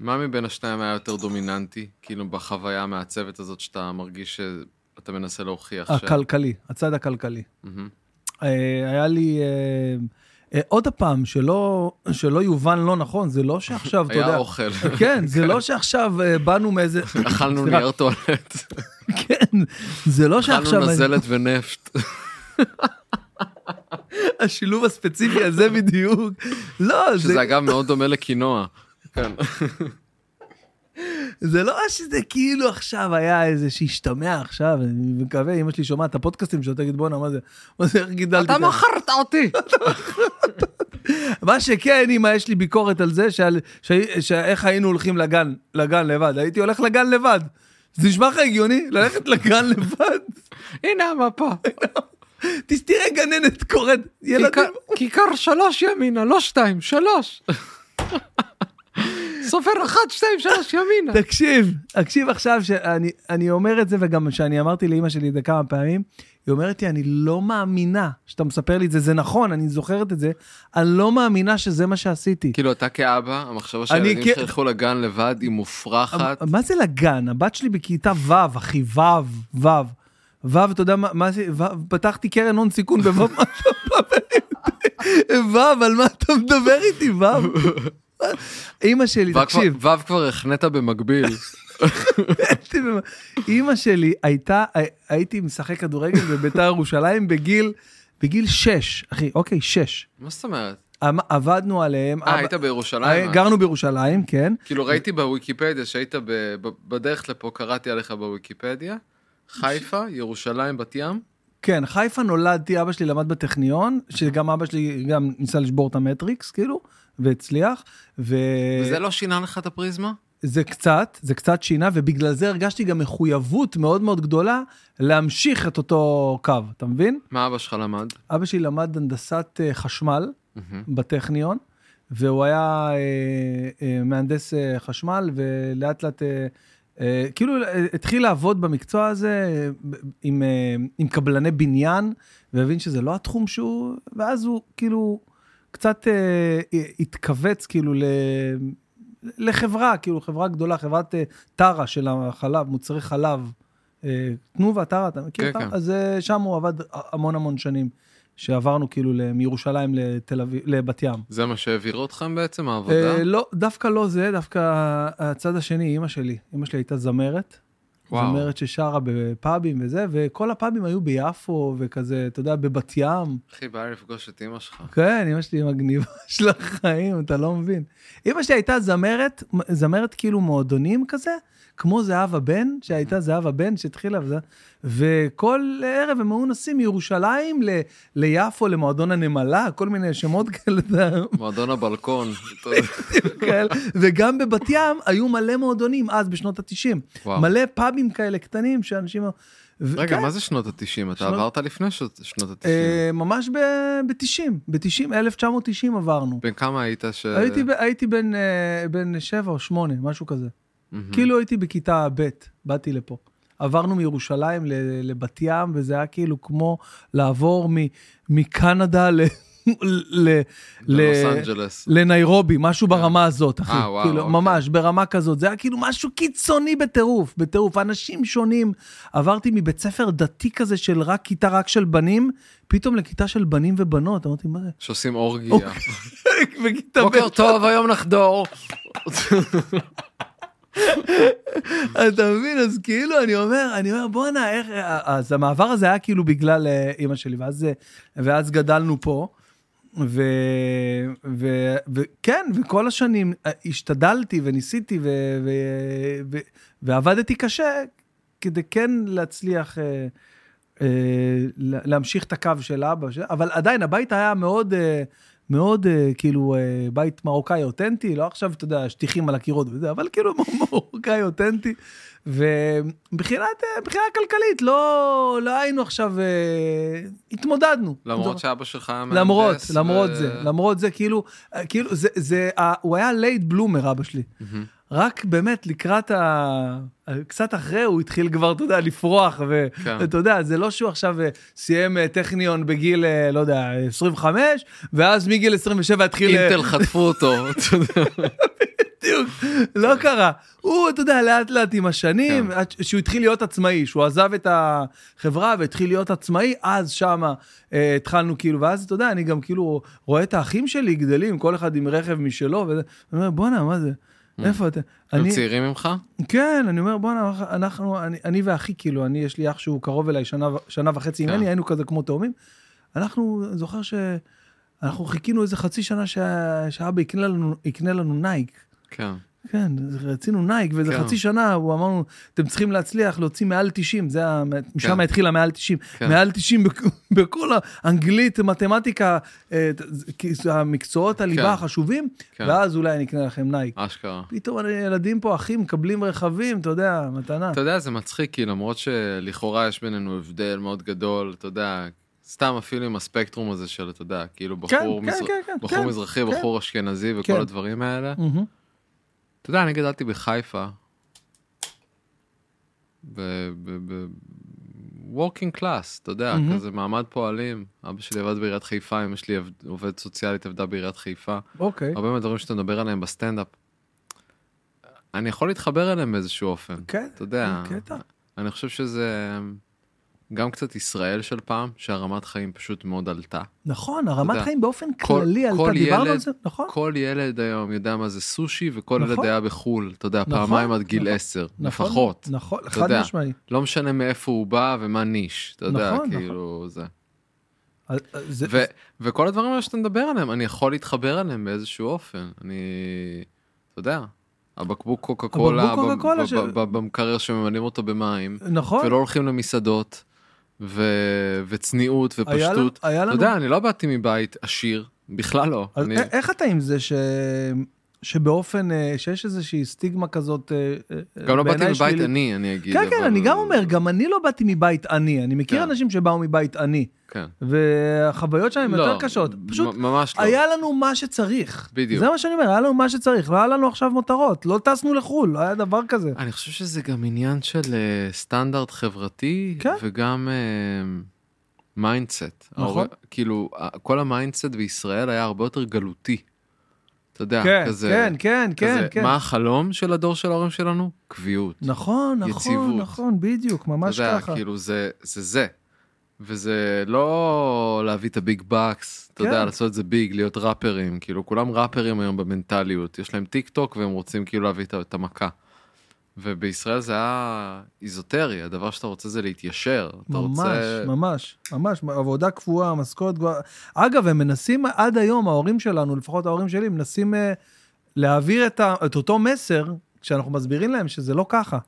[SPEAKER 2] מה מבין השניים היה יותר דומיננטי, כאילו בחוויה המעצבת הזאת שאתה מרגיש שאתה מנסה להוכיח ש...
[SPEAKER 1] הכלכלי, הצד הכלכלי.
[SPEAKER 2] מהמם.
[SPEAKER 1] אה, היה לי... אה, אה, עוד פעם, שלא שלא יובן לא נכון, זה לא שעכשיו, אתה יודע...
[SPEAKER 2] היה אוכל,
[SPEAKER 1] כן, זה לא שעכשיו אה, באנו מאיזה...
[SPEAKER 2] אכלנו
[SPEAKER 1] סליחה,
[SPEAKER 2] נייר טואלט,
[SPEAKER 1] כן, זה לא שעכשיו...
[SPEAKER 2] אכלנו נזלת ונפט.
[SPEAKER 1] השילוב הספציפי הזה בדיוק. לא, זה,
[SPEAKER 2] שזה אגב מאוד דומה לקינוע. כן.
[SPEAKER 1] זה לא שזה כאילו עכשיו היה איזה שהשתמע עכשיו, אני מקווה, אמא שלי שומעת את הפודקאסטים שלו, תגיד בואנה, מה זה, מה זה, איך גידלתי
[SPEAKER 2] אתה
[SPEAKER 1] ככה?"
[SPEAKER 2] מכרת אותי!
[SPEAKER 1] מה שכן, אמא, יש לי ביקורת על זה, שעל- שהי- שאיך היינו הולכים לגן, לגן לבד. הייתי הולך לגן לבד. זה נשמע לך הגיוני? ללכת לגן לבד?
[SPEAKER 2] הנה המפה.
[SPEAKER 1] ת- תראה גננת קוראת, ילדים...
[SPEAKER 2] כיכר- כיכר שלוש ימינה, לא שתיים, שלוש. סופר אחת, שתיים, שלוש ימינה.
[SPEAKER 1] תקשיב, תקשיב עכשיו שאני אני אומר את זה, וגם שאני אמרתי לאימא שלי את זה כמה פעמים, היא אומרת לי, אני לא מאמינה שאתה מספר לי את זה, זה נכון, אני זוכרת את זה, אני לא מאמינה שזה מה שעשיתי.
[SPEAKER 2] כאילו אתה כאבא, המחשבה
[SPEAKER 1] אני
[SPEAKER 2] שהילדים
[SPEAKER 1] כ-
[SPEAKER 2] שלך ילכו לגן לבד היא מופרכת.
[SPEAKER 1] אמ, מה זה לגן? הבת שלי בכיתה ו', אחי, ו', ו'. ו', אתה יודע מה, מה זה, ו', פתחתי קרן הון סיכון בו', מה אתה מדבר? ו', על מה אתה מדבר איתי, ו'? אימא שלי,
[SPEAKER 2] ו'
[SPEAKER 1] תקשיב.
[SPEAKER 2] כבר- ו' כבר החנית במקביל.
[SPEAKER 1] הייתי במ- אימא שלי הייתה, הי- הייתי משחק כדורגל בביתר ירושלים בגיל, בגיל שש, אחי, אוקיי, שש.
[SPEAKER 2] מה זאת אומרת?
[SPEAKER 1] אמ- עבדנו עליהם.
[SPEAKER 2] אה,
[SPEAKER 1] אבא-
[SPEAKER 2] היית בירושלים?
[SPEAKER 1] אה,
[SPEAKER 2] אז.
[SPEAKER 1] גרנו בירושלים, כן.
[SPEAKER 2] כאילו ראיתי בוויקיפדיה שהיית ב- ב- בדרך לפה, קראתי עליך בוויקיפדיה. חיפה, ירושלים, בת ים.
[SPEAKER 1] כן, חיפה נולדתי, אבא שלי למד בטכניון, שגם אבא שלי גם ניסה לשבור את המטריקס, כאילו, והצליח. ו...
[SPEAKER 2] וזה לא שינה לך את הפריזמה?
[SPEAKER 1] זה קצת, זה קצת שינה, ובגלל זה הרגשתי גם מחויבות מאוד מאוד גדולה להמשיך את אותו קו, אתה מבין?
[SPEAKER 2] מה אבא שלך למד?
[SPEAKER 1] אבא שלי למד הנדסת אה, חשמל בטכניון, והוא היה אה, אה, מהנדס אה, חשמל, ולאט לאט אה, אה, כאילו אה, התחיל לעבוד במקצוע הזה אה, ב- עם, אה, עם קבלני בניין, והבין שזה לא התחום שהוא, ואז הוא כאילו קצת אה, התכווץ כאילו ל... לחברה, כאילו חברה גדולה, חברת אה, טרה של החלב, מוצרי חלב, אה, תנובה, טרה, אתה מכיר
[SPEAKER 2] כן,
[SPEAKER 1] אותה?
[SPEAKER 2] כן.
[SPEAKER 1] אז אה, שם הוא עבד המון המון שנים, שעברנו כאילו ל- מירושלים לתל אביב, לבת ים.
[SPEAKER 2] זה מה שהעביר אתכם בעצם, העבודה?
[SPEAKER 1] אה, לא, דווקא לא זה, דווקא הצד השני, אימא שלי. אימא שלי הייתה זמרת.
[SPEAKER 2] וואו.
[SPEAKER 1] זמרת ששרה בפאבים וזה, וכל הפאבים היו ביפו וכזה, אתה יודע, בבת ים.
[SPEAKER 2] אחי, בא לי לפגוש את אמא שלך.
[SPEAKER 1] כן, אימא שלי היא מגניבה של החיים, אתה לא מבין. אימא שלי הייתה זמרת, זמרת כאילו מועדונים כזה, כמו זהבה בן, שהייתה זהבה בן שהתחילה, וזה, וכל ערב הם היו נוסעים מירושלים ל, ליפו, למועדון הנמלה, כל מיני שמות כאלה, אתה יודע,
[SPEAKER 2] מועדון הבלקון. אתה יודע.
[SPEAKER 1] כאלה, וגם בבת ים היו מלא מועדונים אז, בשנות ה-90.
[SPEAKER 2] וואו.
[SPEAKER 1] מלא פאבים כאלה קטנים שאנשים... ו-
[SPEAKER 2] רגע,
[SPEAKER 1] כן,
[SPEAKER 2] מה זה שנות ה-90? אתה
[SPEAKER 1] שנות-
[SPEAKER 2] עברת לפני ש- שנות ה-90.
[SPEAKER 1] אה, ממש ב-90, ב-90, 1990 עברנו.
[SPEAKER 2] בן כמה היית ש...
[SPEAKER 1] הייתי, ב- הייתי בן, אה, בן שבע או שמונה, משהו כזה.
[SPEAKER 2] מהמם.
[SPEAKER 1] כאילו הייתי בכיתה ב', באתי לפה. עברנו מירושלים ל- לבת ים, וזה היה כאילו כמו לעבור מ- מקנדה ל... ל-
[SPEAKER 2] ללוס
[SPEAKER 1] ל-
[SPEAKER 2] אנג'לס. כן.
[SPEAKER 1] לניירובי, משהו ברמה הזאת, אחי.
[SPEAKER 2] אה, וואו,
[SPEAKER 1] כאילו,
[SPEAKER 2] אוקיי.
[SPEAKER 1] ממש, ברמה כזאת. זה היה כאילו משהו קיצוני בטירוף, בטירוף. אנשים שונים. עברתי מבית ספר דתי כזה של רק כיתה רק של בנים, פתאום לכיתה של בנים ובנות. אמרתי, מה זה?
[SPEAKER 2] שעושים
[SPEAKER 1] אוקיי,
[SPEAKER 2] אורגיה.
[SPEAKER 1] בכיתה
[SPEAKER 2] בוקר טוב, היום נחדור.
[SPEAKER 1] אתה מבין? אז כאילו, אני אומר, אני אומר, בואנה, איך... אה, אז המעבר הזה היה כאילו בגלל אה, אימא שלי, ואז, אה, ואז גדלנו פה. ו... ו... וכן, וכל השנים אה, השתדלתי וניסיתי ו... ו... ו... ועבדתי קשה כדי כן להצליח אה, אה, לה- להמשיך את הקו של אבא, ש... אבל עדיין הבית היה מאוד, אה, מאוד אה, כאילו אה, בית מרוקאי אותנטי, לא עכשיו, אתה יודע, שטיחים על הקירות וזה, אבל כאילו מרוקאי אותנטי. ומבחינת אה, מבחינה כלכלית, לא, לא היינו עכשיו, אה, התמודדנו.
[SPEAKER 2] למרות שאבא שלך היה מהנדס.
[SPEAKER 1] למרות,
[SPEAKER 2] ו-
[SPEAKER 1] למרות זה, למרות זה, כאילו, כאילו, זה, זה, אה, הוא היה לייט בלומר, אבא שלי.
[SPEAKER 2] מהמם.
[SPEAKER 1] רק באמת לקראת ה... קצת אחרי הוא התחיל כבר, אתה יודע, לפרוח,
[SPEAKER 2] כן.
[SPEAKER 1] ואתה יודע, זה לא שהוא עכשיו אה, סיים אה, טכניון בגיל, אה, לא יודע, 25, ואז מגיל 27 התחיל... אה,
[SPEAKER 2] אינטל חטפו אותו. אתה יודע.
[SPEAKER 1] בדיוק, לא קרה. הוא, אתה יודע, לאט לאט עם השנים,
[SPEAKER 2] כן.
[SPEAKER 1] עד ש- שהוא התחיל להיות עצמאי, שהוא עזב את החברה והתחיל להיות עצמאי, אז שמה אה, התחלנו כאילו, ואז אתה יודע, אני גם כאילו רואה את האחים שלי גדלים, כל אחד עם רכב משלו, וזה, אני אומר, בואנה, מה זה?
[SPEAKER 2] Mm.
[SPEAKER 1] איפה אתה?
[SPEAKER 2] הם
[SPEAKER 1] אני,
[SPEAKER 2] צעירים ממך?
[SPEAKER 1] כן, אני אומר, בואנה, אנחנו, אני, אני ואחי, כאילו, אני, יש לי אח שהוא קרוב אליי שנה, ו- שנה וחצי
[SPEAKER 2] כן.
[SPEAKER 1] ממני, היינו כזה כמו תאומים. אנחנו, אני זוכר שאנחנו חיכינו איזה חצי שנה שה- שאבא יקנה לנו, יקנה לנו נייק.
[SPEAKER 2] כן.
[SPEAKER 1] כן, רצינו נייק, ואיזה
[SPEAKER 2] כן.
[SPEAKER 1] חצי שנה, הוא אמרנו, אתם צריכים להצליח להוציא מעל 90, זה ה... משם
[SPEAKER 2] כן.
[SPEAKER 1] התחיל המעל 90.
[SPEAKER 2] כן.
[SPEAKER 1] מעל 90 בכ- בכל האנגלית, מתמטיקה, אה, ת- זה- כי- המקצועות
[SPEAKER 2] כן.
[SPEAKER 1] הליבה החשובים,
[SPEAKER 2] כן.
[SPEAKER 1] ואז אולי נקנה לכם נייק.
[SPEAKER 2] אשכרה.
[SPEAKER 1] פתאום הילדים פה, אחים, מקבלים רכבים, אתה יודע, מתנה.
[SPEAKER 2] אתה יודע, זה מצחיק, כי למרות שלכאורה יש בינינו הבדל מאוד גדול, אתה יודע, סתם אפילו עם הספקטרום הזה של, אתה יודע, כאילו
[SPEAKER 1] כן,
[SPEAKER 2] בחור
[SPEAKER 1] כן,
[SPEAKER 2] מזר-
[SPEAKER 1] כן, כן,
[SPEAKER 2] בחור
[SPEAKER 1] כן,
[SPEAKER 2] מזרחי,
[SPEAKER 1] כן.
[SPEAKER 2] בחור אשכנזי
[SPEAKER 1] כן.
[SPEAKER 2] וכל הדברים האלה.
[SPEAKER 1] מהמם.
[SPEAKER 2] אתה יודע, אני גדלתי בחיפה, ב-working class, אתה יודע,
[SPEAKER 1] מהמם.
[SPEAKER 2] כזה מעמד פועלים. אבא שלי עבד בעיריית חיפה, אמא שלי עבד- עובדת סוציאלית עבדה בעיריית חיפה.
[SPEAKER 1] אוקיי.
[SPEAKER 2] הרבה מהדברים שאתה מדבר עליהם בסטנדאפ, אני יכול להתחבר אליהם באיזשהו אופן.
[SPEAKER 1] כן,
[SPEAKER 2] אתה יודע,
[SPEAKER 1] קטע.
[SPEAKER 2] אני חושב שזה גם קצת ישראל של פעם, שהרמת חיים פשוט מאוד עלתה.
[SPEAKER 1] נכון, הרמת
[SPEAKER 2] יודע,
[SPEAKER 1] חיים באופן
[SPEAKER 2] כל-
[SPEAKER 1] כללי עלתה,
[SPEAKER 2] כל
[SPEAKER 1] דיברנו
[SPEAKER 2] ילד-
[SPEAKER 1] על זה, נכון?
[SPEAKER 2] כל ילד היום יודע מה זה סושי, וכל
[SPEAKER 1] נכון.
[SPEAKER 2] ילד היה בחו"ל, אתה יודע,
[SPEAKER 1] נכון,
[SPEAKER 2] פעמיים עד גיל
[SPEAKER 1] נכון,
[SPEAKER 2] עשר,
[SPEAKER 1] נכון,
[SPEAKER 2] לפחות.
[SPEAKER 1] נכון,
[SPEAKER 2] אתה
[SPEAKER 1] חד
[SPEAKER 2] יודע.
[SPEAKER 1] משמעי.
[SPEAKER 2] לא משנה מאיפה הוא בא ומה ניש, אתה יודע,
[SPEAKER 1] נכון, נכון.
[SPEAKER 2] כאילו זה.
[SPEAKER 1] אז- אז אה, זה-
[SPEAKER 2] ו- וכל הדברים האלה שאתה מדבר עליהם, אני יכול להתחבר אליהם באיזשהו אופן. אני, אתה יודע, הבקבוק קוקה קולה,
[SPEAKER 1] הבקבוק קוקה-קולה ש-
[SPEAKER 2] במקרר שממלאים אותו במים,
[SPEAKER 1] נכון.
[SPEAKER 2] ולא הולכים למסעדות, ו- וצניעות
[SPEAKER 1] היה לנו- אה,
[SPEAKER 2] ופשטות.
[SPEAKER 1] היה
[SPEAKER 2] אתה
[SPEAKER 1] לנו
[SPEAKER 2] יודע, אני לא באתי מבית עשיר, בכלל לא.
[SPEAKER 1] אז
[SPEAKER 2] אני-
[SPEAKER 1] א- איך אתה עם זה ש... שבאופן, אה, שיש איזושהי סטיגמה כזאת, אה, אה,
[SPEAKER 2] גם לא באתי
[SPEAKER 1] בעיניי
[SPEAKER 2] מבית
[SPEAKER 1] שלילית.
[SPEAKER 2] עני, אני אגיד.
[SPEAKER 1] כן, כן,
[SPEAKER 2] אבל-
[SPEAKER 1] אני גם אומר, גם אני לא באתי מבית עני. אני מכיר
[SPEAKER 2] כן.
[SPEAKER 1] אנשים שבאו מבית עני,
[SPEAKER 2] כן.
[SPEAKER 1] והחוויות שלהם
[SPEAKER 2] לא,
[SPEAKER 1] כן, יותר קשות. פשוט
[SPEAKER 2] מ- ממש לא.
[SPEAKER 1] היה לנו מה שצריך.
[SPEAKER 2] בדיוק.
[SPEAKER 1] זה מה שאני אומר, היה לנו מה שצריך, לא היה לנו עכשיו מותרות, לא טסנו לחו"ל, לא היה דבר כזה.
[SPEAKER 2] אני חושב שזה גם עניין של אה, סטנדרט חברתי,
[SPEAKER 1] כן.
[SPEAKER 2] וגם אה, מיינדסט.
[SPEAKER 1] נכון.
[SPEAKER 2] כאילו, ה- כל המיינדסט בישראל היה הרבה יותר גלותי. אתה יודע,
[SPEAKER 1] כן,
[SPEAKER 2] אה, כזה...
[SPEAKER 1] כן, כן, כן,
[SPEAKER 2] כזה,
[SPEAKER 1] כן.
[SPEAKER 2] מה החלום של הדור של ההורים שלנו? קביעות.
[SPEAKER 1] נכון, נכון,
[SPEAKER 2] יציבות.
[SPEAKER 1] נכון, בדיוק, ממש
[SPEAKER 2] אתה יודע,
[SPEAKER 1] ככה.
[SPEAKER 2] כאילו זה זה זה. וזה לא להביא את הביג בקס, אתה
[SPEAKER 1] כן.
[SPEAKER 2] יודע, לעשות את זה ביג, להיות ראפרים, כאילו כולם ראפרים היום במנטליות, יש להם טיק טוק והם רוצים כאילו להביא את ה- את המכה. ובישראל זה היה איזוטרי, הדבר שאתה רוצה זה להתיישר, אתה
[SPEAKER 1] ממש,
[SPEAKER 2] רוצה...
[SPEAKER 1] ממש, ממש, עבודה קבועה, משכורת גבוהה. אגב, הם מנסים עד היום, ההורים שלנו, לפחות ההורים שלי, מנסים אה, להעביר את, ה, את אותו מסר, כשאנחנו מסבירים להם שזה לא ככה.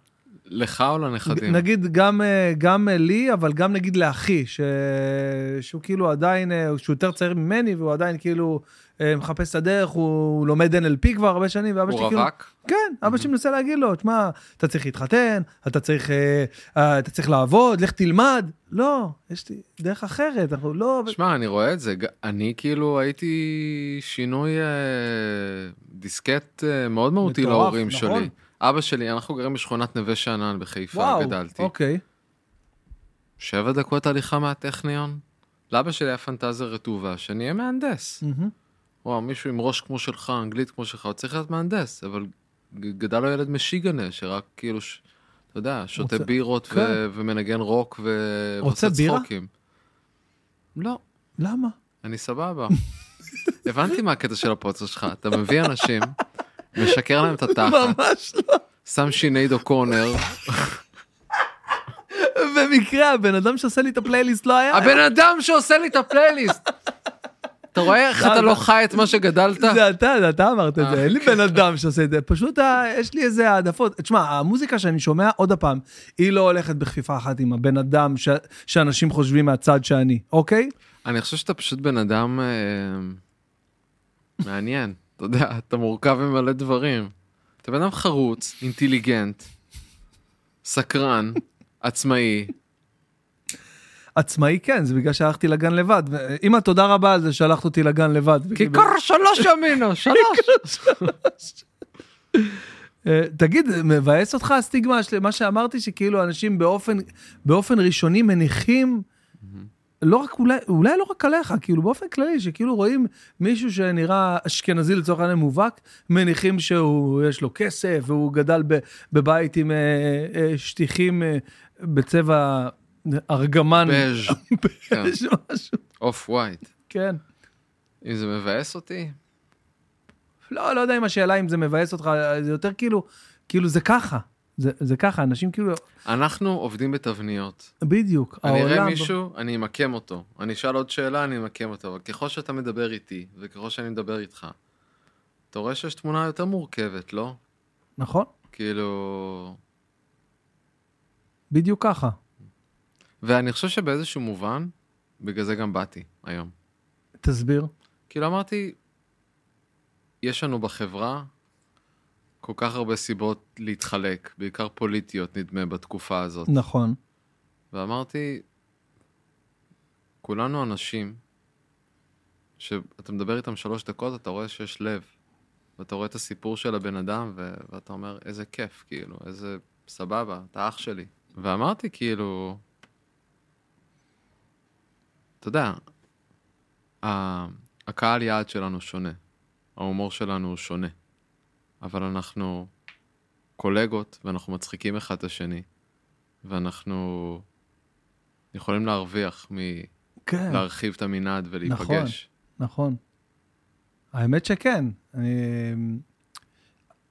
[SPEAKER 2] לך או לנכדים?
[SPEAKER 1] נגיד גם, אה, גם אה, לי, אבל גם נגיד לאחי, ש... שהוא כאילו עדיין, אה, שהוא יותר צעיר ממני, והוא עדיין כאילו אה, מחפש את הדרך, הוא לומד NLP כבר הרבה שנים, ואבא שלי
[SPEAKER 2] הוא
[SPEAKER 1] כאילו...
[SPEAKER 2] רווק?
[SPEAKER 1] כן, אבא שלי מנסה להגיד לו, תשמע, אתה צריך להתחתן, אתה צריך, אה, אה, אתה צריך לעבוד, לך תלמד. לא, יש לי דרך אחרת, אנחנו לא... אבל-
[SPEAKER 2] שמע, אני רואה את זה, ג- אני כאילו הייתי שינוי אה, דיסקט אה, מאוד מהותי
[SPEAKER 1] מטורף,
[SPEAKER 2] להורים
[SPEAKER 1] נכון.
[SPEAKER 2] שלי. אבא שלי, אנחנו גרים בשכונת נווה שאנן בחיפה, גדלתי.
[SPEAKER 1] אוקיי.
[SPEAKER 2] שבע דקות הליכה מהטכניון. לאבא שלי היה פנטזיה רטובה, שאני אהיה מהנדס.
[SPEAKER 1] מהמם.
[SPEAKER 2] וואו, מישהו עם ראש כמו שלך, אנגלית כמו שלך, הוא צריך להיות מהנדס, אבל ג- גדל לו ילד משיגנה, שרק כאילו, ש... אתה יודע, שותה
[SPEAKER 1] רוצה-
[SPEAKER 2] בירות ו...
[SPEAKER 1] כן.
[SPEAKER 2] ומנגן רוק ו...
[SPEAKER 1] רוצה
[SPEAKER 2] ועושה
[SPEAKER 1] בירה?
[SPEAKER 2] צחוקים. לא,
[SPEAKER 1] למה?
[SPEAKER 2] אני סבבה. הבנתי מה הקטע של הפודקאסט שלך, אתה מביא אנשים, משקר להם את התחת,
[SPEAKER 1] ממש לא.
[SPEAKER 2] שם שיניידו קורנר,
[SPEAKER 1] במקרה, הבן אדם שעושה לי את הפלייליסט לא היה.
[SPEAKER 2] הבן אדם שעושה לי את הפלייליסט. אתה רואה איך אתה לא חי את מה שגדלת?
[SPEAKER 1] זה אתה, זה אתה אמרת את זה,
[SPEAKER 2] אה,
[SPEAKER 1] אין לי בן אדם שעושה את זה, פשוט ה- יש לי איזה העדפות. תשמע, המוזיקה שאני שומע, עוד פעם, היא לא הולכת בכפיפה אחת עם הבן אדם ש- שאנשים חושבים מהצד שאני, אוקיי?
[SPEAKER 2] אני חושב שאתה פשוט בן אדם אה, מעניין, אתה יודע, אתה מורכב ממלא דברים. אתה בן אדם חרוץ, אינטליגנט, סקרן, עצמאי.
[SPEAKER 1] עצמאי כן, זה בגלל שהלכתי לגן לבד. ו- אמא, תודה רבה על זה שהלכת אותי לגן לבד.
[SPEAKER 2] כיכר שלוש ימינו, שלוש.
[SPEAKER 1] אה, תגיד, מבאס אותך הסטיגמה של מה שאמרתי, שכאילו אנשים באופן, באופן ראשוני מניחים, לא רק, אולי, אולי לא רק עליך, כאילו באופן כללי, שכאילו רואים מישהו שנראה אשכנזי לצורך העניין מובהק, מניחים שהוא, יש לו כסף, והוא גדל ב, בבית עם אה, אה, שטיחים אה, בצבע ארגמן.
[SPEAKER 2] בז', כן.
[SPEAKER 1] יש משהו,
[SPEAKER 2] אוף ווייט.
[SPEAKER 1] כן.
[SPEAKER 2] אם זה מבאס אותי,
[SPEAKER 1] לא, לא יודע אם השאלה אם זה מבאס אותך, זה יותר כאילו, כאילו זה ככה. זה, זה ככה, אנשים כאילו,
[SPEAKER 2] אנחנו עובדים בתבניות.
[SPEAKER 1] בדיוק,
[SPEAKER 2] אני אראה מישהו, אני אמקם אותו. אני אשאל עוד שאלה, אני אמקם אותו. אבל ככל שאתה מדבר איתי, וככל שאני מדבר איתך, אתה רואה שיש תמונה יותר מורכבת, לא?
[SPEAKER 1] נכון,
[SPEAKER 2] כאילו...
[SPEAKER 1] בדיוק ככה.
[SPEAKER 2] ואני חושב שבאיזשהו מובן, בגלל זה גם באתי היום.
[SPEAKER 1] תסביר.
[SPEAKER 2] כאילו אמרתי, יש לנו בחברה כל כך הרבה סיבות להתחלק, בעיקר פוליטיות נדמה בתקופה הזאת.
[SPEAKER 1] נכון,
[SPEAKER 2] ואמרתי, כולנו אנשים שאתה מדבר איתם שלוש דקות, אתה רואה שיש לב. ואתה רואה את הסיפור של הבן אדם, ו- ואתה אומר, איזה כיף, כאילו, איזה סבבה, אתה אח שלי. ואמרתי, כאילו, אתה יודע, ה- הקהל יעד שלנו שונה, ההומור שלנו הוא שונה, אבל אנחנו קולגות, ואנחנו מצחיקים אחד את השני, ואנחנו יכולים להרוויח מלהרחיב
[SPEAKER 1] כן,
[SPEAKER 2] את המנעד ולהיפגש.
[SPEAKER 1] נכון. האמת שכן. אני,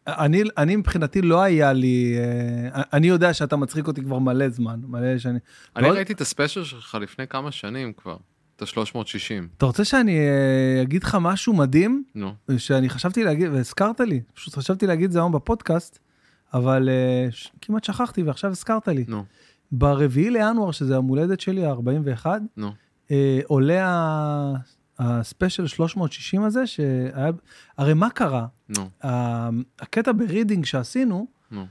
[SPEAKER 1] אני, אני מבחינתי לא היה לי, אה, אני יודע שאתה מצחיק אותי כבר מלא זמן, מלא שנים.
[SPEAKER 2] אני
[SPEAKER 1] ועוד-
[SPEAKER 2] ראיתי את הספיישל שלך לפני כמה שנים כבר, את ה-360.
[SPEAKER 1] אתה רוצה שאני אה, אגיד לך משהו מדהים?
[SPEAKER 2] נו,
[SPEAKER 1] שאני חשבתי להגיד, והזכרת לי, פשוט חשבתי להגיד את זה היום בפודקאסט, אבל אה, ש... כמעט שכחתי ועכשיו הזכרת לי.
[SPEAKER 2] נו,
[SPEAKER 1] ברביעי לינואר, שזה המולדת שלי, ה-41,
[SPEAKER 2] נו.
[SPEAKER 1] אה, עולה ה... הספיישל 360 הזה, שהיה... הרי מה קרה?
[SPEAKER 2] נו.
[SPEAKER 1] ה- הקטע ברידינג שעשינו,
[SPEAKER 2] נו.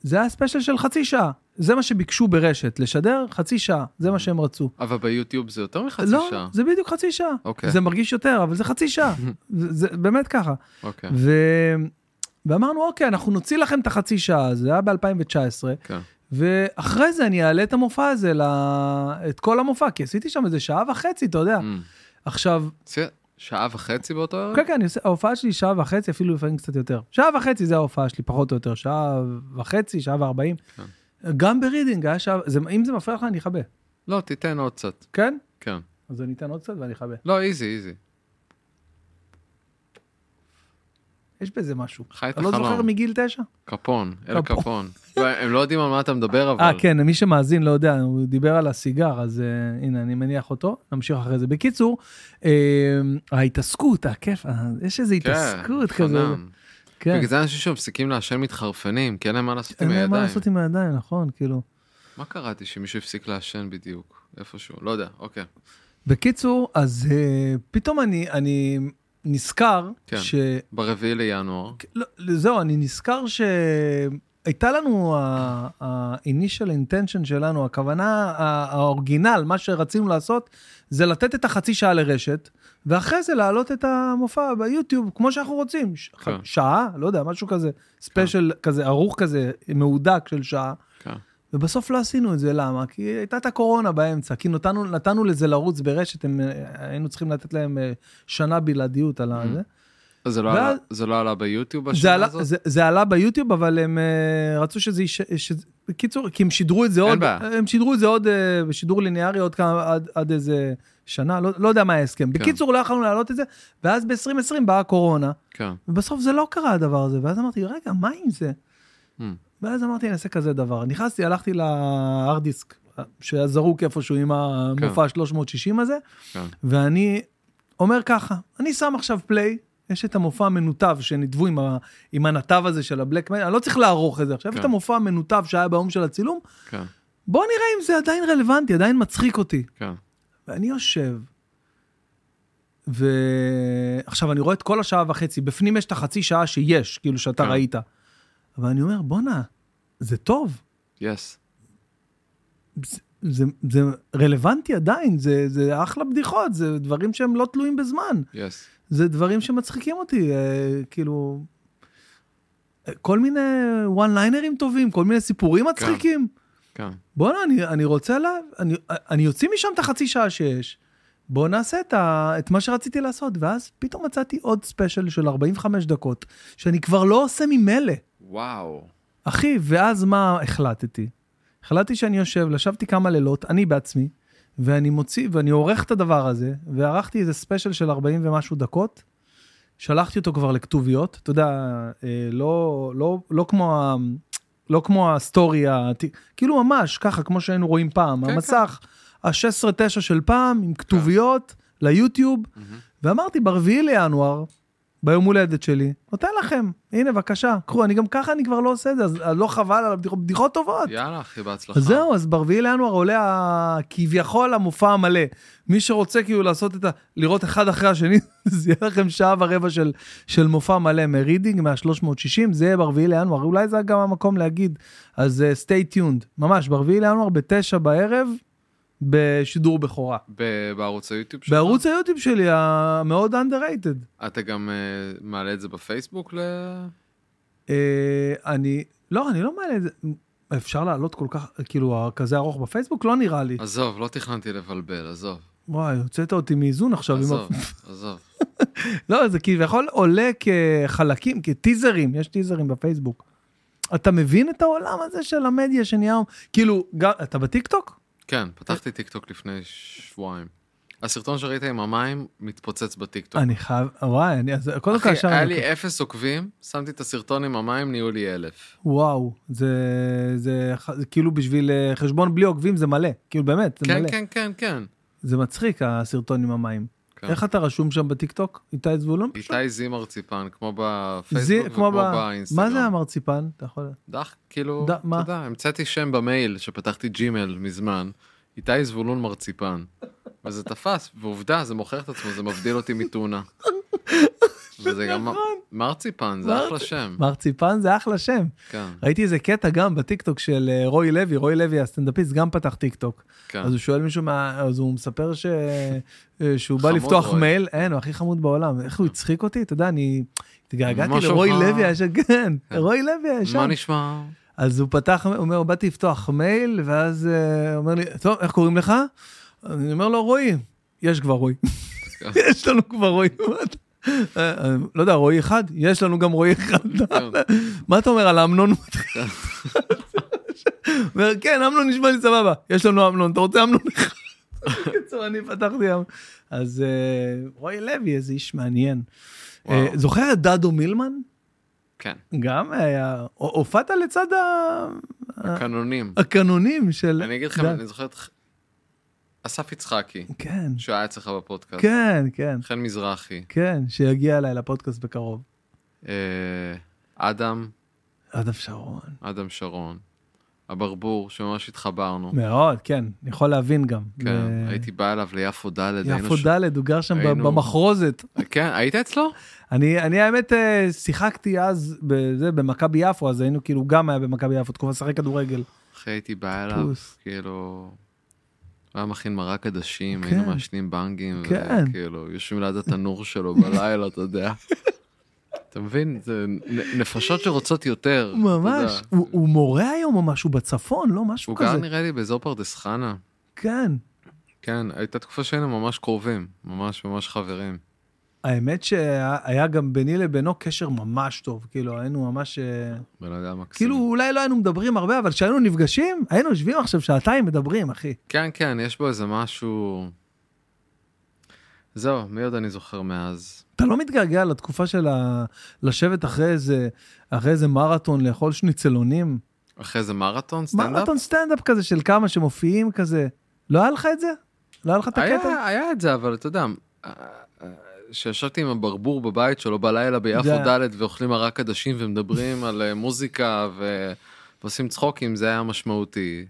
[SPEAKER 1] זה היה ספיישל של חצי שעה. זה מה שביקשו ברשת, לשדר חצי שעה, זה מה שהם רצו.
[SPEAKER 2] אבל ביוטיוב זה יותר מחצי
[SPEAKER 1] לא,
[SPEAKER 2] שעה.
[SPEAKER 1] זה בדיוק חצי שעה.
[SPEAKER 2] אוקיי.
[SPEAKER 1] זה מרגיש יותר, אבל זה חצי שעה. זה, זה באמת ככה.
[SPEAKER 2] אוקיי.
[SPEAKER 1] ו... ואמרנו, אוקיי, אנחנו נוציא לכם את החצי שעה, זה היה ב-2019,
[SPEAKER 2] כן.
[SPEAKER 1] ואחרי זה אני אעלה את המופע הזה, ל... את כל המופע, כי עשיתי שם איזה שעה וחצי, אתה יודע.
[SPEAKER 2] אמ.
[SPEAKER 1] עכשיו,
[SPEAKER 2] זה שעה וחצי באותו ערב?
[SPEAKER 1] כן, כן, אני עושה, ההופעה שלי שעה וחצי, אפילו לפעמים קצת יותר. שעה וחצי זה ההופעה שלי, פחות או יותר, שעה וחצי, שעה וארבעים.
[SPEAKER 2] כן.
[SPEAKER 1] גם ברידינג היה שעה, זה, אם זה מפריע לך, אני אכבה,
[SPEAKER 2] לא, תיתן עוד קצת.
[SPEAKER 1] כן?
[SPEAKER 2] כן.
[SPEAKER 1] אז אני אתן עוד קצת ואני אכבה.
[SPEAKER 2] לא, איזי, איזי.
[SPEAKER 1] יש בזה משהו.
[SPEAKER 2] חי את
[SPEAKER 1] אתה לא
[SPEAKER 2] החלום.
[SPEAKER 1] זוכר מגיל תשע?
[SPEAKER 2] קפון, אל
[SPEAKER 1] קפון.
[SPEAKER 2] קפון. לא, הם לא יודעים על מה אתה מדבר, אבל...
[SPEAKER 1] אה, כן, מי שמאזין לא יודע, הוא דיבר על הסיגר, אז אה, הנה, אני מניח אותו, נמשיך אחרי זה. בקיצור, אה, ההתעסקות, הכיף, אה, יש איזו
[SPEAKER 2] כן,
[SPEAKER 1] התעסקות כזה.
[SPEAKER 2] חנם.
[SPEAKER 1] כן.
[SPEAKER 2] בגלל זה אנשים שמפסיקים לעשן מתחרפנים, כי אין להם מה לעשות עם
[SPEAKER 1] אין להם מה
[SPEAKER 2] הידיים.
[SPEAKER 1] לעשות עם הידיים, נכון, כאילו.
[SPEAKER 2] מה קראתי שמישהו הפסיק לעשן בדיוק? איפשהו, לא יודע, אוקיי.
[SPEAKER 1] בקיצור, אז אה, פתאום אני, אני נזכר,
[SPEAKER 2] כן.
[SPEAKER 1] ש...
[SPEAKER 2] ברביעי לינואר.
[SPEAKER 1] לא, זהו, אני נזכר שהייתה לנו ה-initial intention שלנו, הכוונה, ה- האורגינל, מה שרצינו לעשות, זה לתת את החצי שעה לרשת, ואחרי זה להעלות את המופע ביוטיוב, כמו שאנחנו רוצים. ש-
[SPEAKER 2] כן.
[SPEAKER 1] שעה, לא יודע, משהו כזה, ספיישל כזה, ערוך כזה, מהודק של שעה.
[SPEAKER 2] כן.
[SPEAKER 1] ובסוף לא עשינו את זה, למה? כי הייתה את הקורונה באמצע, כי נתנו, נתנו לזה לרוץ ברשת, הם, אה, היינו צריכים לתת להם אה, שנה בלעדיות על הזה.
[SPEAKER 2] אז זה לא
[SPEAKER 1] ואז-
[SPEAKER 2] עלה- זה לא עלה ביוטיוב
[SPEAKER 1] זה
[SPEAKER 2] בשנה
[SPEAKER 1] עלה,
[SPEAKER 2] הזאת?
[SPEAKER 1] זה, זה עלה ביוטיוב, אבל הם אה, רצו שזה יש... שזה- בקיצור, כי הם שידרו את זה
[SPEAKER 2] אין
[SPEAKER 1] עוד,
[SPEAKER 2] בעיה.
[SPEAKER 1] הם שידרו את זה עוד אה, בשידור ליניארי עוד כמה, עד, עד איזה שנה, לא, לא יודע מה ההסכם. בקיצור, לא יכולנו להעלות את זה, ואז ב-2020 באה הקורונה,
[SPEAKER 2] כן.
[SPEAKER 1] ובסוף זה לא קרה הדבר הזה, ואז אמרתי, רגע, מה עם זה?
[SPEAKER 2] Hmm.
[SPEAKER 1] ואז אמרתי, אני אעשה כזה דבר. נכנסתי, הלכתי להארד דיסק, שהיה זרוק איפשהו עם המופע ה-360 הזה,
[SPEAKER 2] כן.
[SPEAKER 1] ואני אומר ככה, אני שם עכשיו פליי, יש את המופע המנותב שנידבו עם, ה, עם הנתב הזה של הבלק מייל, אני לא צריך לערוך את זה עכשיו,
[SPEAKER 2] כן.
[SPEAKER 1] יש את המופע המנותב שהיה ביום של הצילום,
[SPEAKER 2] כן,
[SPEAKER 1] בוא נראה אם זה עדיין רלוונטי, עדיין מצחיק אותי.
[SPEAKER 2] כן.
[SPEAKER 1] ואני יושב, ועכשיו אני רואה את כל השעה וחצי, בפנים יש את החצי שעה שיש, כאילו שאתה
[SPEAKER 2] כן.
[SPEAKER 1] ראית. אבל אני אומר, בואנה, זה טוב,
[SPEAKER 2] יס.
[SPEAKER 1] זה, זה רלוונטי עדיין, זה, זה אחלה בדיחות, זה דברים שהם לא תלויים בזמן.
[SPEAKER 2] יס.
[SPEAKER 1] זה דברים שמצחיקים אותי, אה, כאילו... אה, כל מיני וואן ליינרים טובים, כל מיני סיפורים מצחיקים.
[SPEAKER 2] כן.
[SPEAKER 1] בואנה, אני, אני רוצה ל... אני, אני יוציא משם את החצי שעה שיש. בוא נעשה את, ה, את מה שרציתי לעשות. ואז פתאום מצאתי עוד ספיישל של 45 דקות, שאני כבר לא עושה ממילא.
[SPEAKER 2] וואו.
[SPEAKER 1] אחי, ואז מה החלטתי? החלטתי שאני יושב, ישבתי כמה לילות, אני בעצמי, ואני מוציא, ואני עורך את הדבר הזה, וערכתי איזה ספיישל של 40 ומשהו דקות, שלחתי אותו כבר לכתוביות, אתה יודע, אה, לא, לא, לא כמו ה... לא כמו הסטורי, הת- כאילו ממש ככה, כמו שהיינו רואים פעם,
[SPEAKER 2] כן.
[SPEAKER 1] המסך ה-16-9 של פעם, עם כתוביות
[SPEAKER 2] כן.
[SPEAKER 1] ליוטיוב,
[SPEAKER 2] Mm-hmm.
[SPEAKER 1] ואמרתי, ברביעי לינואר, ביום הולדת שלי, נותן לכם, הנה בבקשה, קחו, אני גם ככה, אני כבר לא עושה את זה, אז אז לא חבל על הבדיחות, בדיחות טובות.
[SPEAKER 2] יאללה, אחי, בהצלחה.
[SPEAKER 1] אז זהו, אז ברביעי לינואר עולה ה- כביכול המופע המלא. מי שרוצה כאילו לעשות את ה... לראות אחד אחרי השני, זה יהיה לכם שעה ורבע של, של מופע מלא מרידינג מה-360, זה יהיה ברביעי לינואר, אולי זה גם המקום להגיד, אז סטי uh, טיונד, ממש, ברביעי לינואר בתשע בערב, בשידור בכורה.
[SPEAKER 2] ב- בערוץ היוטיוב שלך?
[SPEAKER 1] בערוץ היוטיוב שלי המאוד underrated.
[SPEAKER 2] אתה גם אה, מעלה את זה בפייסבוק ל...
[SPEAKER 1] אה, אני, לא, אני לא מעלה את זה. אפשר לעלות כל כך, כאילו, כזה ארוך בפייסבוק? לא נראה לי.
[SPEAKER 2] עזוב, לא תכננתי לבלבל, עזוב.
[SPEAKER 1] וואי, הוצאת אותי מאיזון עכשיו. עם ה-
[SPEAKER 2] עזוב, עזוב.
[SPEAKER 1] לא, זה כביכול עולה כחלקים, כטיזרים, יש טיזרים בפייסבוק. אתה מבין את העולם הזה של המדיה שנהיה, כאילו, גם, אתה בטיקטוק?
[SPEAKER 2] כן, פתחתי טיקטוק לפני שבועיים. הסרטון שראית עם המים מתפוצץ בטיקטוק.
[SPEAKER 1] אני חייב, וואי, אני, אז קודם
[SPEAKER 2] אחי,
[SPEAKER 1] כל ישר,
[SPEAKER 2] היה
[SPEAKER 1] אני-
[SPEAKER 2] לי אפס עוקבים, שמתי את הסרטון עם המים, נהיו לי אלף.
[SPEAKER 1] וואו, זה, זה, ח- זה כאילו בשביל אה, חשבון בלי עוקבים זה מלא, כאילו באמת, זה
[SPEAKER 2] כן,
[SPEAKER 1] מלא.
[SPEAKER 2] כן, כן, כן.
[SPEAKER 1] זה מצחיק הסרטון עם המים.
[SPEAKER 2] כן.
[SPEAKER 1] איך אתה רשום שם בטיקטוק? איתי זבולון?
[SPEAKER 2] איתי זימרציפן, כמו
[SPEAKER 1] זה
[SPEAKER 2] בפייסבוק
[SPEAKER 1] כמו
[SPEAKER 2] וכמו
[SPEAKER 1] ב... מה
[SPEAKER 2] באינסטגרם.
[SPEAKER 1] זה המרציפן? אתה יכול...
[SPEAKER 2] דח, כאילו,
[SPEAKER 1] ד-
[SPEAKER 2] אתה
[SPEAKER 1] מה?
[SPEAKER 2] יודע, המצאתי שם במייל שפתחתי ג'ימל מזמן, איתי זבולון מרציפן. וזה תפס, ועובדה, זה מוכר את עצמו, זה מבדיל אותי מטונה. וזה גם
[SPEAKER 1] נכון.
[SPEAKER 2] מרציפן, זה אחלה
[SPEAKER 1] מרצ-
[SPEAKER 2] שם.
[SPEAKER 1] מרציפן זה אחלה שם.
[SPEAKER 2] כן,
[SPEAKER 1] ראיתי איזה קטע גם בטיקטוק של אה, רוי לוי, רוי לוי הסטנדאפיסט גם פתח טיקטוק.
[SPEAKER 2] כן.
[SPEAKER 1] אז הוא שואל מישהו, מה, אז הוא מספר ש... אה, שהוא בא
[SPEAKER 2] חמוד
[SPEAKER 1] לפתוח
[SPEAKER 2] רוי.
[SPEAKER 1] מייל, אין, הוא הכי חמוד בעולם. איך הוא הצחיק אותי, אתה יודע, אני התגעגעתי
[SPEAKER 2] מה
[SPEAKER 1] לרוי
[SPEAKER 2] שלומך?
[SPEAKER 1] לוי הישן, כן, רוי לוי
[SPEAKER 2] מה
[SPEAKER 1] הישן.
[SPEAKER 2] נשמע?
[SPEAKER 1] אז הוא פתח, הוא אומר, באתי לפתוח מייל, ואז אה, הוא אומר לי, טוב, איך קוראים לך? אני אומר לו, רועי, יש כבר רועי.
[SPEAKER 2] כן.
[SPEAKER 1] יש לנו כבר רועי. אה, אה, לא יודע, רועי אחד? יש לנו גם רועי אחד.
[SPEAKER 2] כן,
[SPEAKER 1] מה אתה אומר על האמנון? אומר, כן, אמנון נשמע לי סבבה. יש לנו אמנון, אתה רוצה אמנון אחד? בקיצור, אני פתחתי אמנון. אז אה, רועי לוי, איזה איש מעניין.
[SPEAKER 2] וואו.
[SPEAKER 1] אה, זוכר את דדו מילמן?
[SPEAKER 2] כן,
[SPEAKER 1] גם היה, הופעת לצד ה...
[SPEAKER 2] הקנונים.
[SPEAKER 1] הקנונים של...
[SPEAKER 2] אני אגיד לכם,
[SPEAKER 1] דת.
[SPEAKER 2] אני זוכר את אסף יצחקי,
[SPEAKER 1] כן,
[SPEAKER 2] שהיה אצלך בפודקאסט.
[SPEAKER 1] כן, כן,
[SPEAKER 2] חן מזרחי.
[SPEAKER 1] כן, שיגיע אליי לפודקאסט בקרוב.
[SPEAKER 2] אה, אדם,
[SPEAKER 1] אדם שרון.
[SPEAKER 2] אדם שרון. הברבור, שממש התחברנו.
[SPEAKER 1] מאוד, כן, אני יכול להבין גם.
[SPEAKER 2] כן,
[SPEAKER 1] ו-
[SPEAKER 2] הייתי בא אליו ליפו ד', היינו
[SPEAKER 1] יפו
[SPEAKER 2] ש-
[SPEAKER 1] ד', הוא גר שם ב-
[SPEAKER 2] היינו-
[SPEAKER 1] במחרוזת.
[SPEAKER 2] כן, היית אצלו?
[SPEAKER 1] אני, אני האמת אה, שיחקתי אז בזה, במכבי יפו, אז היינו כאילו, גם היה במכבי יפו, תקופה לשחק כדורגל.
[SPEAKER 2] אחי הייתי בא אליו,
[SPEAKER 1] פוס.
[SPEAKER 2] כאילו... הוא היה מכין מרק עדשים, היינו
[SPEAKER 1] כן.
[SPEAKER 2] מעשנים בנגים,
[SPEAKER 1] כן.
[SPEAKER 2] וכאילו, יושבים ליד התנור שלו בלילה, אתה יודע. אתה מבין? זה נ- נפשות שרוצות יותר. אתה
[SPEAKER 1] ממש,
[SPEAKER 2] יודע.
[SPEAKER 1] הוא, הוא מורה היום או משהו בצפון, לא משהו
[SPEAKER 2] הוא גר
[SPEAKER 1] כזה.
[SPEAKER 2] נראה לי באזור פרדס חנה.
[SPEAKER 1] כן.
[SPEAKER 2] כן, הייתה תקופה שהיינו ממש קרובים, ממש ממש חברים.
[SPEAKER 1] האמת שהיה גם ביני לבינו קשר ממש טוב, כאילו היינו ממש...
[SPEAKER 2] אוקיי.
[SPEAKER 1] אה,
[SPEAKER 2] בן אדם מקסים.
[SPEAKER 1] כאילו אולי לא היינו מדברים הרבה, אבל כשהיינו נפגשים, היינו יושבים עכשיו שעתיים מדברים, אחי.
[SPEAKER 2] כן, כן, יש בו איזה משהו... זהו, מי עוד אני זוכר מאז?
[SPEAKER 1] אתה לא מתגעגע לתקופה של ה... לשבת אחרי איזה, אחרי איזה מרתון לאכול שניצלונים?
[SPEAKER 2] אחרי זה מרתון? סטנדאפ?
[SPEAKER 1] מרתון סטנדאפ כזה של כמה שמופיעים כזה. לא היה לך את זה? לא היה לך את הקטע?
[SPEAKER 2] היה, היה את זה, אבל אתה יודע, אה, אה, שישבתי עם הברבור בבית שלו בלילה ביפו
[SPEAKER 1] זה-
[SPEAKER 2] ד' ואוכלים מרק עדשים ומדברים על אה, מוזיקה ו... ועושים צחוקים, זה היה משמעותי.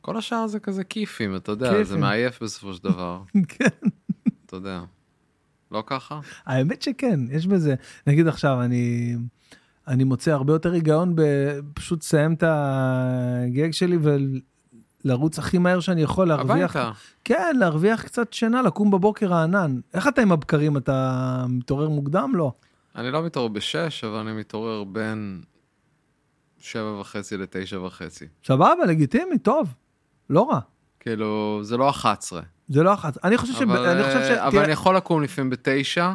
[SPEAKER 2] כל השאר זה כזה כיפים, אתה יודע, זה
[SPEAKER 1] כיפים.
[SPEAKER 2] מעייף בסופו של דבר,
[SPEAKER 1] כן.
[SPEAKER 2] אתה יודע. לא ככה?
[SPEAKER 1] האמת שכן, יש בזה. נגיד עכשיו, אני... אני מוצא הרבה יותר היגיון בפשוט לסיים את הגג שלי ולרוץ הכי מהר שאני יכול, להרוויח
[SPEAKER 2] הביתה.
[SPEAKER 1] כן, להרוויח קצת שינה, לקום בבוקר רענן. איך אתה עם הבקרים? אתה מתעורר מוקדם? לא.
[SPEAKER 2] אני לא מתעורר בשש, אבל אני מתעורר בין שבע וחצי לתשע וחצי.
[SPEAKER 1] סבבה, לגיטימי, טוב. לא רע.
[SPEAKER 2] כאילו, זה לא 11.
[SPEAKER 1] זה לא אחת. אני חושב ש...
[SPEAKER 2] אבל,
[SPEAKER 1] אני חושב ש...
[SPEAKER 2] אה, אבל
[SPEAKER 1] תראה,
[SPEAKER 2] אני יכול לקום לפעמים בתשע,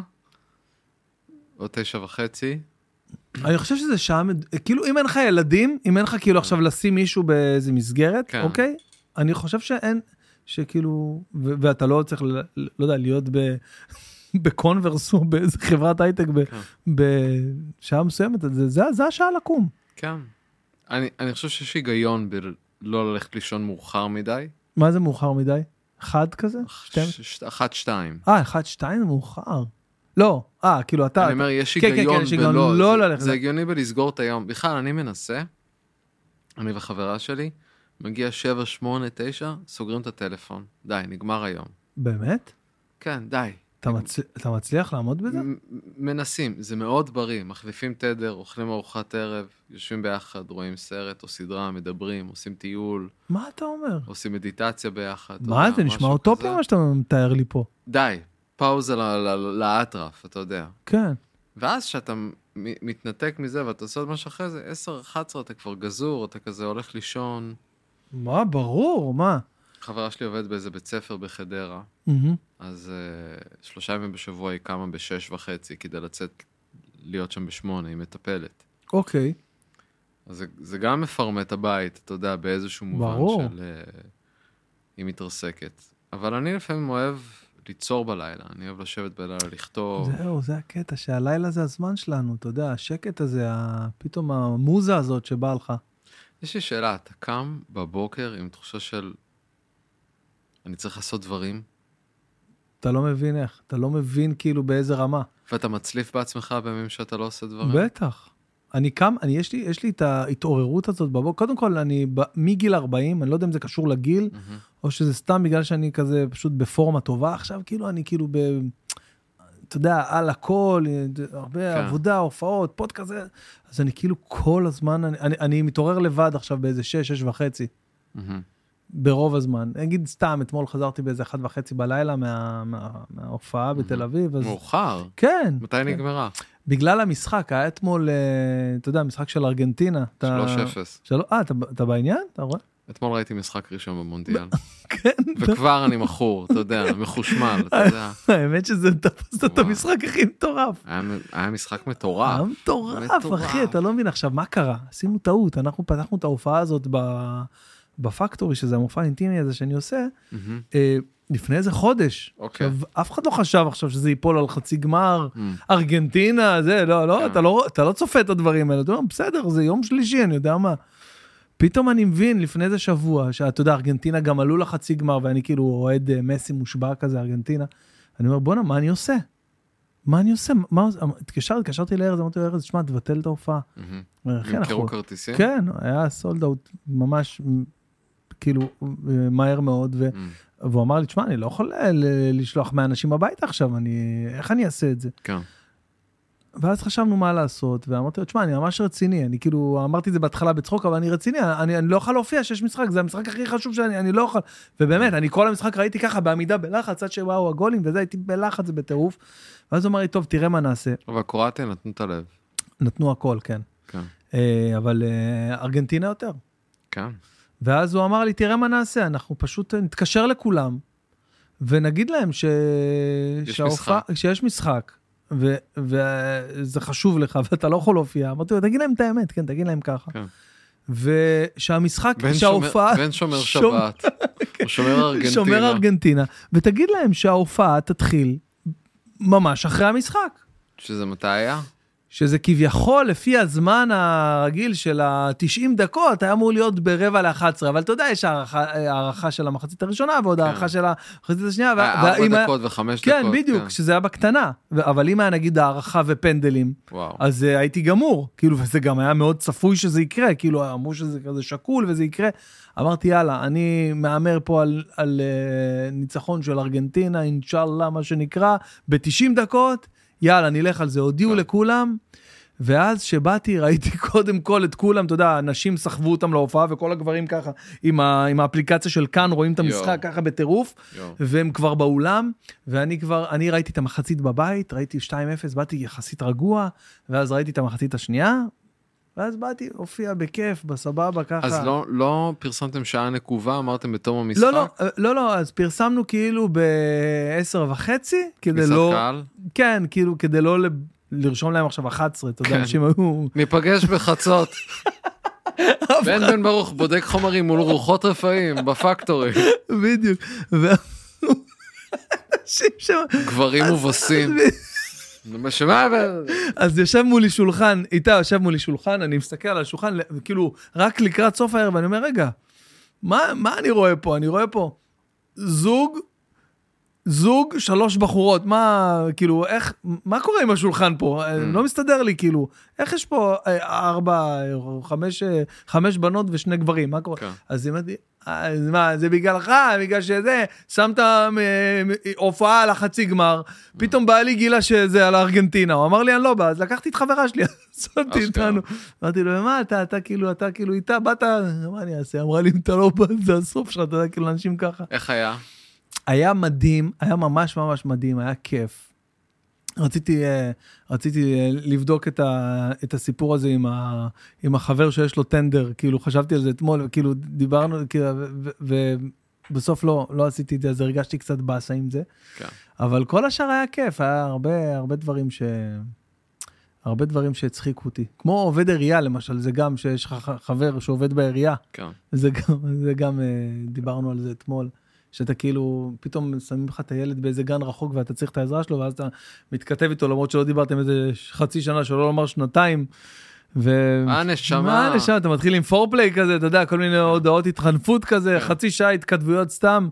[SPEAKER 2] או תשע וחצי.
[SPEAKER 1] אני חושב שזה שעה... מד- כאילו, אם אין לך ילדים, אם אין לך כאילו עכשיו לשים מישהו באיזה מסגרת,
[SPEAKER 2] Mm. כן.
[SPEAKER 1] אוקיי? אני חושב שאין... שכאילו... ו- ואתה לא צריך, ל- לא יודע, להיות ב... בקונברס או באיזה חברת הייטק ב-
[SPEAKER 2] כן.
[SPEAKER 1] בשעה מסוימת, זה- זה- זה השעה לקום.
[SPEAKER 2] כן. אני, אני חושב שיש היגיון בלא ללכת לישון מאוחר מדי.
[SPEAKER 1] מה זה מאוחר מדי? אחד כזה? שתיים?
[SPEAKER 2] ש- ש- אחת, שתיים.
[SPEAKER 1] אה, 1-2 זה מאוחר. לא, אה, כאילו אתה...
[SPEAKER 2] אני אומר, יש
[SPEAKER 1] כן, כן, כן,
[SPEAKER 2] היגיון
[SPEAKER 1] יש היגיון
[SPEAKER 2] בלא...
[SPEAKER 1] לא
[SPEAKER 2] זה-
[SPEAKER 1] ללכת.
[SPEAKER 2] זה הגיוני בלסגור את היום. בכלל, אני מנסה, אני וחברה שלי, מגיע שבע, שמונה, תשע, סוגרים את הטלפון. די, נגמר היום.
[SPEAKER 1] באמת?
[SPEAKER 2] כן, די.
[SPEAKER 1] אתה מצ- אתה מצליח לעמוד בזה?
[SPEAKER 2] מ- מנסים, זה מאוד בריא, מחליפים תדר, אוכלים ארוחת ערב, יושבים ביחד, רואים סרט או סדרה, מדברים, עושים טיול,
[SPEAKER 1] מה אתה אומר?
[SPEAKER 2] עושים מדיטציה ביחד. אתה
[SPEAKER 1] מה
[SPEAKER 2] יודע,
[SPEAKER 1] זה נשמע
[SPEAKER 2] משהו
[SPEAKER 1] אוטופיה
[SPEAKER 2] כזה.
[SPEAKER 1] מה שאתה מתאר לי פה.
[SPEAKER 2] די, פאוזה ל- ל- לאטרף, אתה יודע.
[SPEAKER 1] כן.
[SPEAKER 2] ואז כשאתה מ- מתנתק מזה ואתה עושה עוד משהו אחרי זה, 10-11 אתה כבר גזור, אתה כזה הולך לישון.
[SPEAKER 1] מה, ברור, מה?
[SPEAKER 2] חברה שלי עובדת באיזה בית ספר בחדרה,
[SPEAKER 1] מהמם.
[SPEAKER 2] אז uh, שלושה ימים בשבוע היא קמה בשש וחצי כדי לצאת, להיות שם בשמונה, היא מטפלת.
[SPEAKER 1] אוקיי.
[SPEAKER 2] אז זה, זה גם מפרמה את הבית, אתה יודע, באיזשהו מובן
[SPEAKER 1] ברור.
[SPEAKER 2] של... אה, היא מתרסקת. אבל אני לפעמים אוהב ליצור בלילה, אני אוהב לשבת בלילה, לכתוב.
[SPEAKER 1] זהו, זה הקטע, שהלילה זה הזמן שלנו, אתה יודע, השקט הזה, ה- פתאום המוזה הזאת שבאה לך.
[SPEAKER 2] יש לי שאלה, אתה קם בבוקר עם תחושה של... אני צריך לעשות דברים,
[SPEAKER 1] אתה לא מבין איך, אתה לא מבין כאילו באיזה רמה.
[SPEAKER 2] ואתה מצליף בעצמך בימים שאתה לא עושה דברים.
[SPEAKER 1] בטח. אני קם, אני, יש, לי, יש לי את ההתעוררות הזאת בבוקר. קודם כל, אני ב, מגיל 40, אני לא יודע אם זה קשור לגיל, או שזה סתם בגלל שאני כזה פשוט בפורמה טובה. עכשיו, כאילו, אני כאילו ב... אתה יודע, על הכל, הרבה
[SPEAKER 2] כן.
[SPEAKER 1] עבודה, הופעות, פודקאסט, זה. אז אני כאילו כל הזמן, אני, אני, אני מתעורר לבד עכשיו באיזה שש, שש וחצי.
[SPEAKER 2] מהמם.
[SPEAKER 1] ברוב הזמן. נגיד סתם, אתמול חזרתי באיזה אחת וחצי בלילה מה, מה, מההופעה בתל אביב, אז...
[SPEAKER 2] מאוחר.
[SPEAKER 1] כן,
[SPEAKER 2] מתי נגמרה?
[SPEAKER 1] בגלל המשחק, היה אתמול, אה, אתה יודע, משחק של ארגנטינה. אתה-
[SPEAKER 2] 3-0.
[SPEAKER 1] של- אה, אתה, אתה בעניין? אתה רואה?
[SPEAKER 2] אתמול ראיתי משחק ראשון במונדיאל,
[SPEAKER 1] כן, אה.
[SPEAKER 2] וכבר אני מכור, אתה יודע, מחושמל, אתה יודע.
[SPEAKER 1] האמת שזה תפסת את
[SPEAKER 2] וואו.
[SPEAKER 1] המשחק הכי מטורף.
[SPEAKER 2] היה מ- היה משחק
[SPEAKER 1] היה
[SPEAKER 2] מטורף.
[SPEAKER 1] מטורף,
[SPEAKER 2] מטורף.
[SPEAKER 1] אחי, אתה לא מבין. עכשיו, מה קרה? עשינו טעות, אנחנו פתחנו את ההופעה הזאת ב- בפקטורי, שזה המופע האינטימי הזה שאני עושה,
[SPEAKER 2] מהמם.
[SPEAKER 1] אה, לפני איזה חודש.
[SPEAKER 2] אוקיי. Mm,
[SPEAKER 1] עכשיו, אף אחד לא חשב עכשיו שזה ייפול על חצי גמר,
[SPEAKER 2] מהמם.
[SPEAKER 1] ארגנטינה, זה, לא, לא,
[SPEAKER 2] כן.
[SPEAKER 1] אתה לא, אתה לא צופה את הדברים האלה, אתה אומר, בסדר, זה יום שלישי, אני יודע מה. פתאום אני מבין לפני איזה שבוע, שאתה יודע, ארגנטינה גם עלו לחצי גמר, ואני כאילו אוהד אה, מסי מושבע כזה, ארגנטינה. אני אומר, בואנה, מה אני עושה? מה אני עושה? מה עושה? התקשרתי, התקשרתי לארז, אמרתי לו, ארז, תשמע, תבטל את ההופעה.
[SPEAKER 2] מהמם.
[SPEAKER 1] הוא אומר, "כן,
[SPEAKER 2] נמכרו
[SPEAKER 1] אנחנו-
[SPEAKER 2] mm-hmm. כרטיסים?
[SPEAKER 1] כן, היה סולד אאוט ממש, מ, כאילו, אה, מהר מאוד, ו...
[SPEAKER 2] מהמם.
[SPEAKER 1] והוא אמר לי, תשמע, אני לא יכול אה, ל- לשלוח 100 אנשים הביתה עכשיו, אני... איך אני אעשה את זה?
[SPEAKER 2] כן.
[SPEAKER 1] ואז חשבנו מה לעשות, ואמרתי לו, תשמע, אני ממש רציני, אני כאילו, אמרתי את זה בהתחלה בצחוק, אבל אני רציני, אני, אני לא יכול להופיע שיש משחק, זה המשחק הכי חשוב שאני, אני לא יכול, ובאמת, אני כל המשחק ראיתי ככה, בעמידה בלחץ, עד שבאו הגולים, וזה, הייתי בלחץ ובטירוף. ואז הוא אמר לי, טוב, תראה מה נעשה.
[SPEAKER 2] אבל קרואטיה נתנו את הלב.
[SPEAKER 1] נתנו הכל, כן.
[SPEAKER 2] כן.
[SPEAKER 1] אה, אבל אה, ארגנטינה יותר.
[SPEAKER 2] כן.
[SPEAKER 1] ואז הוא אמר לי, תראה מה נעשה, אנחנו פשוט נתקשר לכולם, ונגיד להם ש...
[SPEAKER 2] יש
[SPEAKER 1] שיש משחק, ו... וזה חשוב לך, ואתה לא יכול להופיע. אמרתי לו, תגיד להם את האמת, כן, תגיד להם ככה.
[SPEAKER 2] כן.
[SPEAKER 1] ושהמשחק,
[SPEAKER 2] בן
[SPEAKER 1] שההופעה...
[SPEAKER 2] שומר- בן שומר
[SPEAKER 1] שומר- אוקיי.
[SPEAKER 2] שבת, הוא שומר
[SPEAKER 1] שומר
[SPEAKER 2] ארגנטינה,
[SPEAKER 1] ארגנטינה, ותגיד להם שההופעה תתחיל ממש אחרי המשחק.
[SPEAKER 2] שזה מתי היה?
[SPEAKER 1] שזה כביכול לפי הזמן הרגיל של ה-90 דקות, היה אמור להיות ברבע ל-11, אבל אתה יודע, יש הערכה, הערכה של המחצית הראשונה ועוד
[SPEAKER 2] כן.
[SPEAKER 1] הערכה של המחצית השנייה. וה-
[SPEAKER 2] היה
[SPEAKER 1] והאם
[SPEAKER 2] ארבע
[SPEAKER 1] היה-
[SPEAKER 2] דקות וחמש דקות.
[SPEAKER 1] כן, בדיוק, שזה היה בקטנה. ו- אבל אם היה נגיד הערכה ופנדלים,
[SPEAKER 2] כן. וואו.
[SPEAKER 1] אז אה, הייתי גמור. כאילו, וזה גם היה מאוד צפוי שזה יקרה, כאילו, אמרו שזה כזה שקול וזה יקרה. אמרתי, יאללה, אני מהמר פה על, על אה, ניצחון של ארגנטינה, אינשאללה, מה שנקרא, ב-90 דקות, יאללה, נלך על זה. הודיעו
[SPEAKER 2] כן.
[SPEAKER 1] לכולם. ואז שבאתי ראיתי קודם כל את כולם, אתה יודע, הנשים סחבו אותם להופעה וכל הגברים ככה עם, ה, עם האפליקציה של כאן רואים את
[SPEAKER 2] יואו.
[SPEAKER 1] המשחק ככה בטירוף.
[SPEAKER 2] יואו.
[SPEAKER 1] והם כבר באולם, ואני כבר, אני ראיתי את המחצית בבית, ראיתי 2-0, באתי יחסית רגוע, ואז ראיתי את המחצית השנייה, ואז באתי, הופיע בכיף, בסבבה, ככה.
[SPEAKER 2] אז לא- לא פרסמתם שעה נקובה, אמרתם בתום המשחק?
[SPEAKER 1] לא, לא, לא, לא, אז פרסמנו כאילו ב-10 וחצי, כדי
[SPEAKER 2] כניסת
[SPEAKER 1] לא,
[SPEAKER 2] קהל?
[SPEAKER 1] כן, כאילו, כדי לא ל- לרשום להם עכשיו 11, אתה יודע,
[SPEAKER 2] כן.
[SPEAKER 1] אנשים היו,
[SPEAKER 2] ניפגש בחצות. בן בן ברוך בודק חומרים מול רוחות רפאים בפקטורי,
[SPEAKER 1] בדיוק, ו- אנשים שם,
[SPEAKER 2] גברים מובסים. שמה, ו-
[SPEAKER 1] אז יושב מולי שולחן, איתה יושב מולי שולחן, אני מסתכל על השולחן, כאילו, רק לקראת סוף הערב, אני אומר, רגע, מה, מה אני רואה פה? אני רואה פה זוג, זוג, שלוש בחורות, מה, כאילו, איך, מה קורה עם השולחן פה? לא מסתדר לי, כאילו, איך יש פה אה, ארבע, אה, חמש, אה, חמש בנות ושני גברים, מה קורה?
[SPEAKER 2] כן.
[SPEAKER 1] אז היא אמרת לי, "אה, אז מה, זה בגללך, בגלל שזה, שמת אה, אה, הופעה על החצי גמר, פתאום בעלי גילה שזה על ארגנטינה, הוא אמר לי, אני לא בא, אז לקחתי את חברה שלי, אז אותי
[SPEAKER 2] אשכרה.
[SPEAKER 1] איתנו. אמרתי לו, מה אתה, אתה כאילו, אתה כאילו איתה, באת, מה אני אעשה? אמרה לי, אם אתה לא בא, זה הסוף שלך, אתה יודע, כאילו, אנשים ככה.
[SPEAKER 2] איך היה?
[SPEAKER 1] היה מדהים, היה ממש ממש מדהים, היה כיף. רציתי, אה, רציתי אה, לבדוק את, ה, את הסיפור הזה עם, ה, עם החבר שיש לו טנדר, כאילו חשבתי על זה אתמול, כאילו דיברנו, כאילו, ובסוף לא, לא עשיתי את זה, אז הרגשתי קצת באסה עם זה.
[SPEAKER 2] כן.
[SPEAKER 1] אבל כל השאר היה כיף, היה הרבה, הרבה דברים ש... הרבה דברים שהצחיקו אותי. כמו עובד עירייה למשל, זה גם שיש לך ח- חבר שעובד בעירייה,
[SPEAKER 2] כן.
[SPEAKER 1] זה גם, זה גם אה, דיברנו על זה אתמול, שאתה כאילו, פתאום שמים לך את הילד באיזה גן רחוק ואתה צריך את העזרה שלו, ואז אתה מתכתב איתו, למרות שלא דיברתם איזה חצי שנה, שלא לומר שנתיים. ו...
[SPEAKER 2] מה הנשמה?
[SPEAKER 1] מה הנשמה? אתה
[SPEAKER 2] כן.
[SPEAKER 1] מתחיל עם פורפליי כזה, אתה יודע, כל מיני הודעות התחנפות כזה, חצי שעה התכתבויות סתם.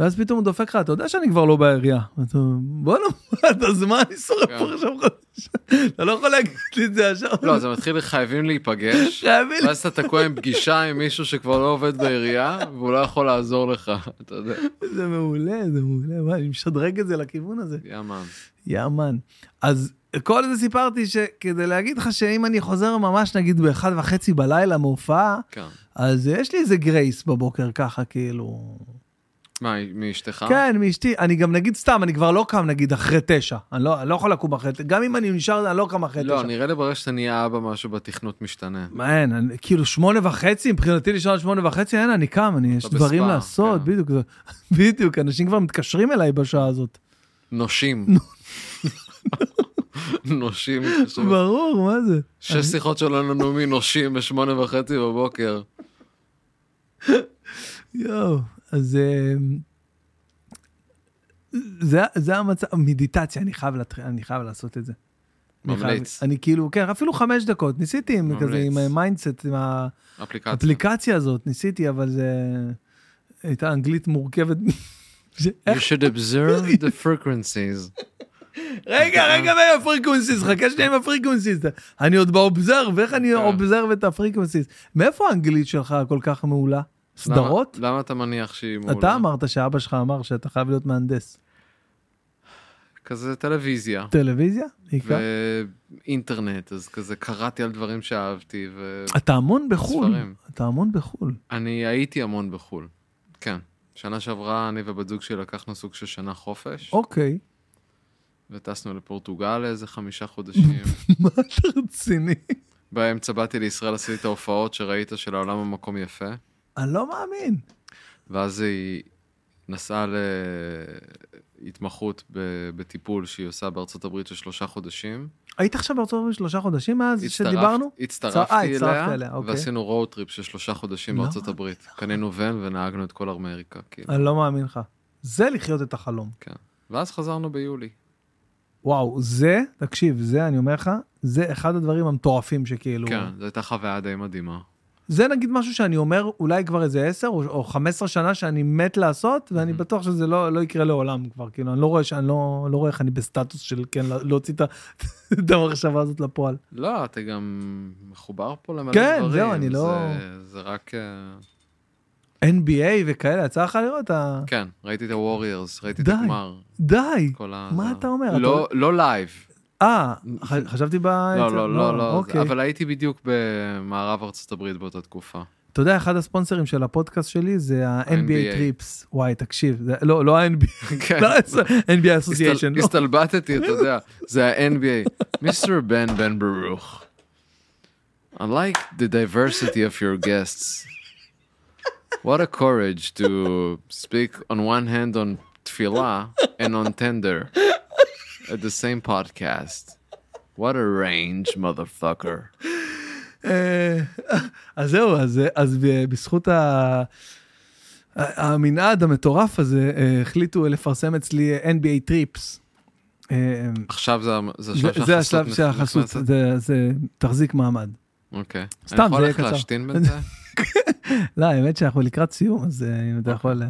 [SPEAKER 1] ואז פתאום הוא דופק לך, אתה יודע שאני כבר לא בעירייה. ואתה, בואנה, מה, אתה זמן, אני שורף
[SPEAKER 2] כן.
[SPEAKER 1] פה עכשיו חודש. אתה לא יכול להגיד לי את זה ישר.
[SPEAKER 2] לא, זה מתחיל חייבים להיפגש,
[SPEAKER 1] חייבים.
[SPEAKER 2] ואז אתה תקוע עם פגישה עם מישהו שכבר לא עובד בעירייה, והוא לא יכול לעזור לך, אתה יודע,
[SPEAKER 1] זה מעולה, זה מעולה, מה, אני משדרג את זה לכיוון הזה.
[SPEAKER 2] יאמן.
[SPEAKER 1] יאמן. אז כל זה סיפרתי שכדי להגיד לך שאם אני חוזר ממש נגיד באחד וחצי בלילה מהופעה,
[SPEAKER 2] כן.
[SPEAKER 1] אז יש לי איזה גרייס בבוקר ככה, כאילו...
[SPEAKER 2] מה, מאשתך?
[SPEAKER 1] כן, מאשתי, אני גם נגיד סתם, אני כבר לא קם נגיד אחרי תשע. אני לא, אני לא יכול לקום אחרי תשע, גם אם אני נשאר, אני לא קם אחרי
[SPEAKER 2] לא,
[SPEAKER 1] תשע.
[SPEAKER 2] נראה לי ברגע שאתה נהיה אבא משהו בתכנות משתנה.
[SPEAKER 1] מה, אין, אני, כאילו שמונה וחצי, מבחינתי לישון שמונה וחצי, אין, אני קם, אני, יש
[SPEAKER 2] בספא,
[SPEAKER 1] דברים לעשות,
[SPEAKER 2] כן.
[SPEAKER 1] בדיוק, זה- בדיוק, אנשים כבר מתקשרים אליי בשעה הזאת.
[SPEAKER 2] נושים. נושים.
[SPEAKER 1] ברור, מה זה?
[SPEAKER 2] שש שיחות שלנו לנו מנושים בשמונה וחצי בבוקר.
[SPEAKER 1] יואו, אז אמ, זה, זה המצב, מדיטציה, אני חייב, להתח... אני חייב לעשות את זה. אני חייב-
[SPEAKER 2] ממליץ.
[SPEAKER 1] אני כאילו, כן, אפילו חמש דקות, ניסיתי עם כזה,
[SPEAKER 2] ממליץ.
[SPEAKER 1] עם המיינדסט, עם
[SPEAKER 2] אפליקציה.
[SPEAKER 1] האפליקציה הזאת, ניסיתי, אבל זה... הייתה אנגלית מורכבת. ש-
[SPEAKER 2] You
[SPEAKER 1] איך-
[SPEAKER 2] should observe the frequencies.
[SPEAKER 1] רגע, רגע, מה עם הפריקונסיס? חכה שנייה עם הפריקונסיס. אני עוד באובזרב, איך אני
[SPEAKER 2] כן.
[SPEAKER 1] אובזרב את הפריקונסיס? מאיפה האנגלית שלך כל כך מעולה? סדרות?
[SPEAKER 2] למה, למה אתה מניח שהיא מעולה?
[SPEAKER 1] אתה אמרת שאבא שלך אמר שאתה חייב להיות מהנדס.
[SPEAKER 2] כזה טלוויזיה.
[SPEAKER 1] טלוויזיה? בעיקר?
[SPEAKER 2] ואינטרנט, אז כזה קראתי על דברים שאהבתי,
[SPEAKER 1] אתה המון בחו"ל.
[SPEAKER 2] ספרים.
[SPEAKER 1] אתה המון בחו"ל.
[SPEAKER 2] ואני הייתי המון בחו"ל. כן. שנה שעברה אני ובת זוג שלי לקחנו סוג של שנה חופש,
[SPEAKER 1] אוקיי.
[SPEAKER 2] וטסנו לפורטוגל לאיזה חמישה חודשים.
[SPEAKER 1] מה אתה רציני?
[SPEAKER 2] באמצע באתי לישראל, עשיתי את ההופעות שראית שלעולם המקום יפה,
[SPEAKER 1] אני לא מאמין.
[SPEAKER 2] ואז היא נסעה להתמחות ב- בטיפול שהיא עושה בארצות הברית של שלושה חודשים.
[SPEAKER 1] היית עכשיו בארצות הברית שלושה חודשים מאז
[SPEAKER 2] הצטרפת-
[SPEAKER 1] שדיברנו?
[SPEAKER 2] הצטרפתי
[SPEAKER 1] אה, הצטרפת
[SPEAKER 2] אליה,
[SPEAKER 1] אליה, אוקיי.
[SPEAKER 2] ועשינו road trip של שלושה חודשים
[SPEAKER 1] לא
[SPEAKER 2] בארצות
[SPEAKER 1] מאמין
[SPEAKER 2] הברית. קנינו ון ונהגנו את כל אמריקה, כאילו.
[SPEAKER 1] אני לא מאמין לך. זה לחיות את החלום.
[SPEAKER 2] ואז חזרנו ביולי.
[SPEAKER 1] וואו, זה, תקשיב, זה, אני אומר לך, זה אחד הדברים המטורפים שכאילו...
[SPEAKER 2] כן, זו הייתה חוויה די מדהימה.
[SPEAKER 1] זה נגיד משהו שאני אומר אולי כבר איזה 10 או, או 15 שנה שאני מת לעשות, ואני
[SPEAKER 2] Mhm.
[SPEAKER 1] בטוח שזה לא, לא יקרה לעולם כבר, כאילו, אני לא רואה שאני לא, לא רואה איך אני בסטטוס של כן, לה- להוציא את ה- את המחשבה הזאת לפועל.
[SPEAKER 2] לא, אתה גם מחובר פה למלא
[SPEAKER 1] כן,
[SPEAKER 2] דברים.
[SPEAKER 1] זהו, אני לא-
[SPEAKER 2] זה- זה רק... אה,
[SPEAKER 1] NBA וכאלה, יצא לך לראות? את ה-
[SPEAKER 2] כן, ראיתי את הווריורס, ראיתי את
[SPEAKER 1] די.
[SPEAKER 2] הגמר.
[SPEAKER 1] די.
[SPEAKER 2] כל ה...
[SPEAKER 1] מה אתה אומר? אתה-
[SPEAKER 2] לא, לא לייב.
[SPEAKER 1] אה, ח- חשבתי ב...
[SPEAKER 2] לא, לא, לא, לא.
[SPEAKER 1] אוקיי.
[SPEAKER 2] אבל הייתי בדיוק במערב ארצות הברית באותה תקופה.
[SPEAKER 1] אתה יודע, אחד הספונסרים של הפודקאסט שלי זה ה-NBA
[SPEAKER 2] NBA.
[SPEAKER 1] טריפס. וואי, תקשיב, זה- לא, לא ה-NBA,
[SPEAKER 2] כן.
[SPEAKER 1] לא, NBA אסוסיישן.
[SPEAKER 2] הסתל- הסתלבטתי, אתה יודע, זה ה-NBA. מיסטר בן בן ברוך. I like the diversity of your guests. What a courage to speak on one hand on תפילה and on tender at the same podcast. What a range, motherfucker.
[SPEAKER 1] אה, אז זהו, אז, אז ב- בזכות ה... המנעד המטורף הזה, אה, החליטו לפרסם אצלי אה, NBA טריפס. אה,
[SPEAKER 2] עכשיו זה המ- זה
[SPEAKER 1] זה-
[SPEAKER 2] השלב שהחסות
[SPEAKER 1] זה השלב
[SPEAKER 2] נכ-
[SPEAKER 1] שהחסות,
[SPEAKER 2] נכנסת?
[SPEAKER 1] זה- זה תחזיק מעמד.
[SPEAKER 2] אוקיי.
[SPEAKER 1] סתם,
[SPEAKER 2] אני יכול
[SPEAKER 1] זה יהיה
[SPEAKER 2] ללכת
[SPEAKER 1] קצר.
[SPEAKER 2] להשתין בינתיים?
[SPEAKER 1] לא, האמת שאנחנו לקראת סיום, אז אה, אם
[SPEAKER 2] אוקיי.
[SPEAKER 1] אתה יכול... אה,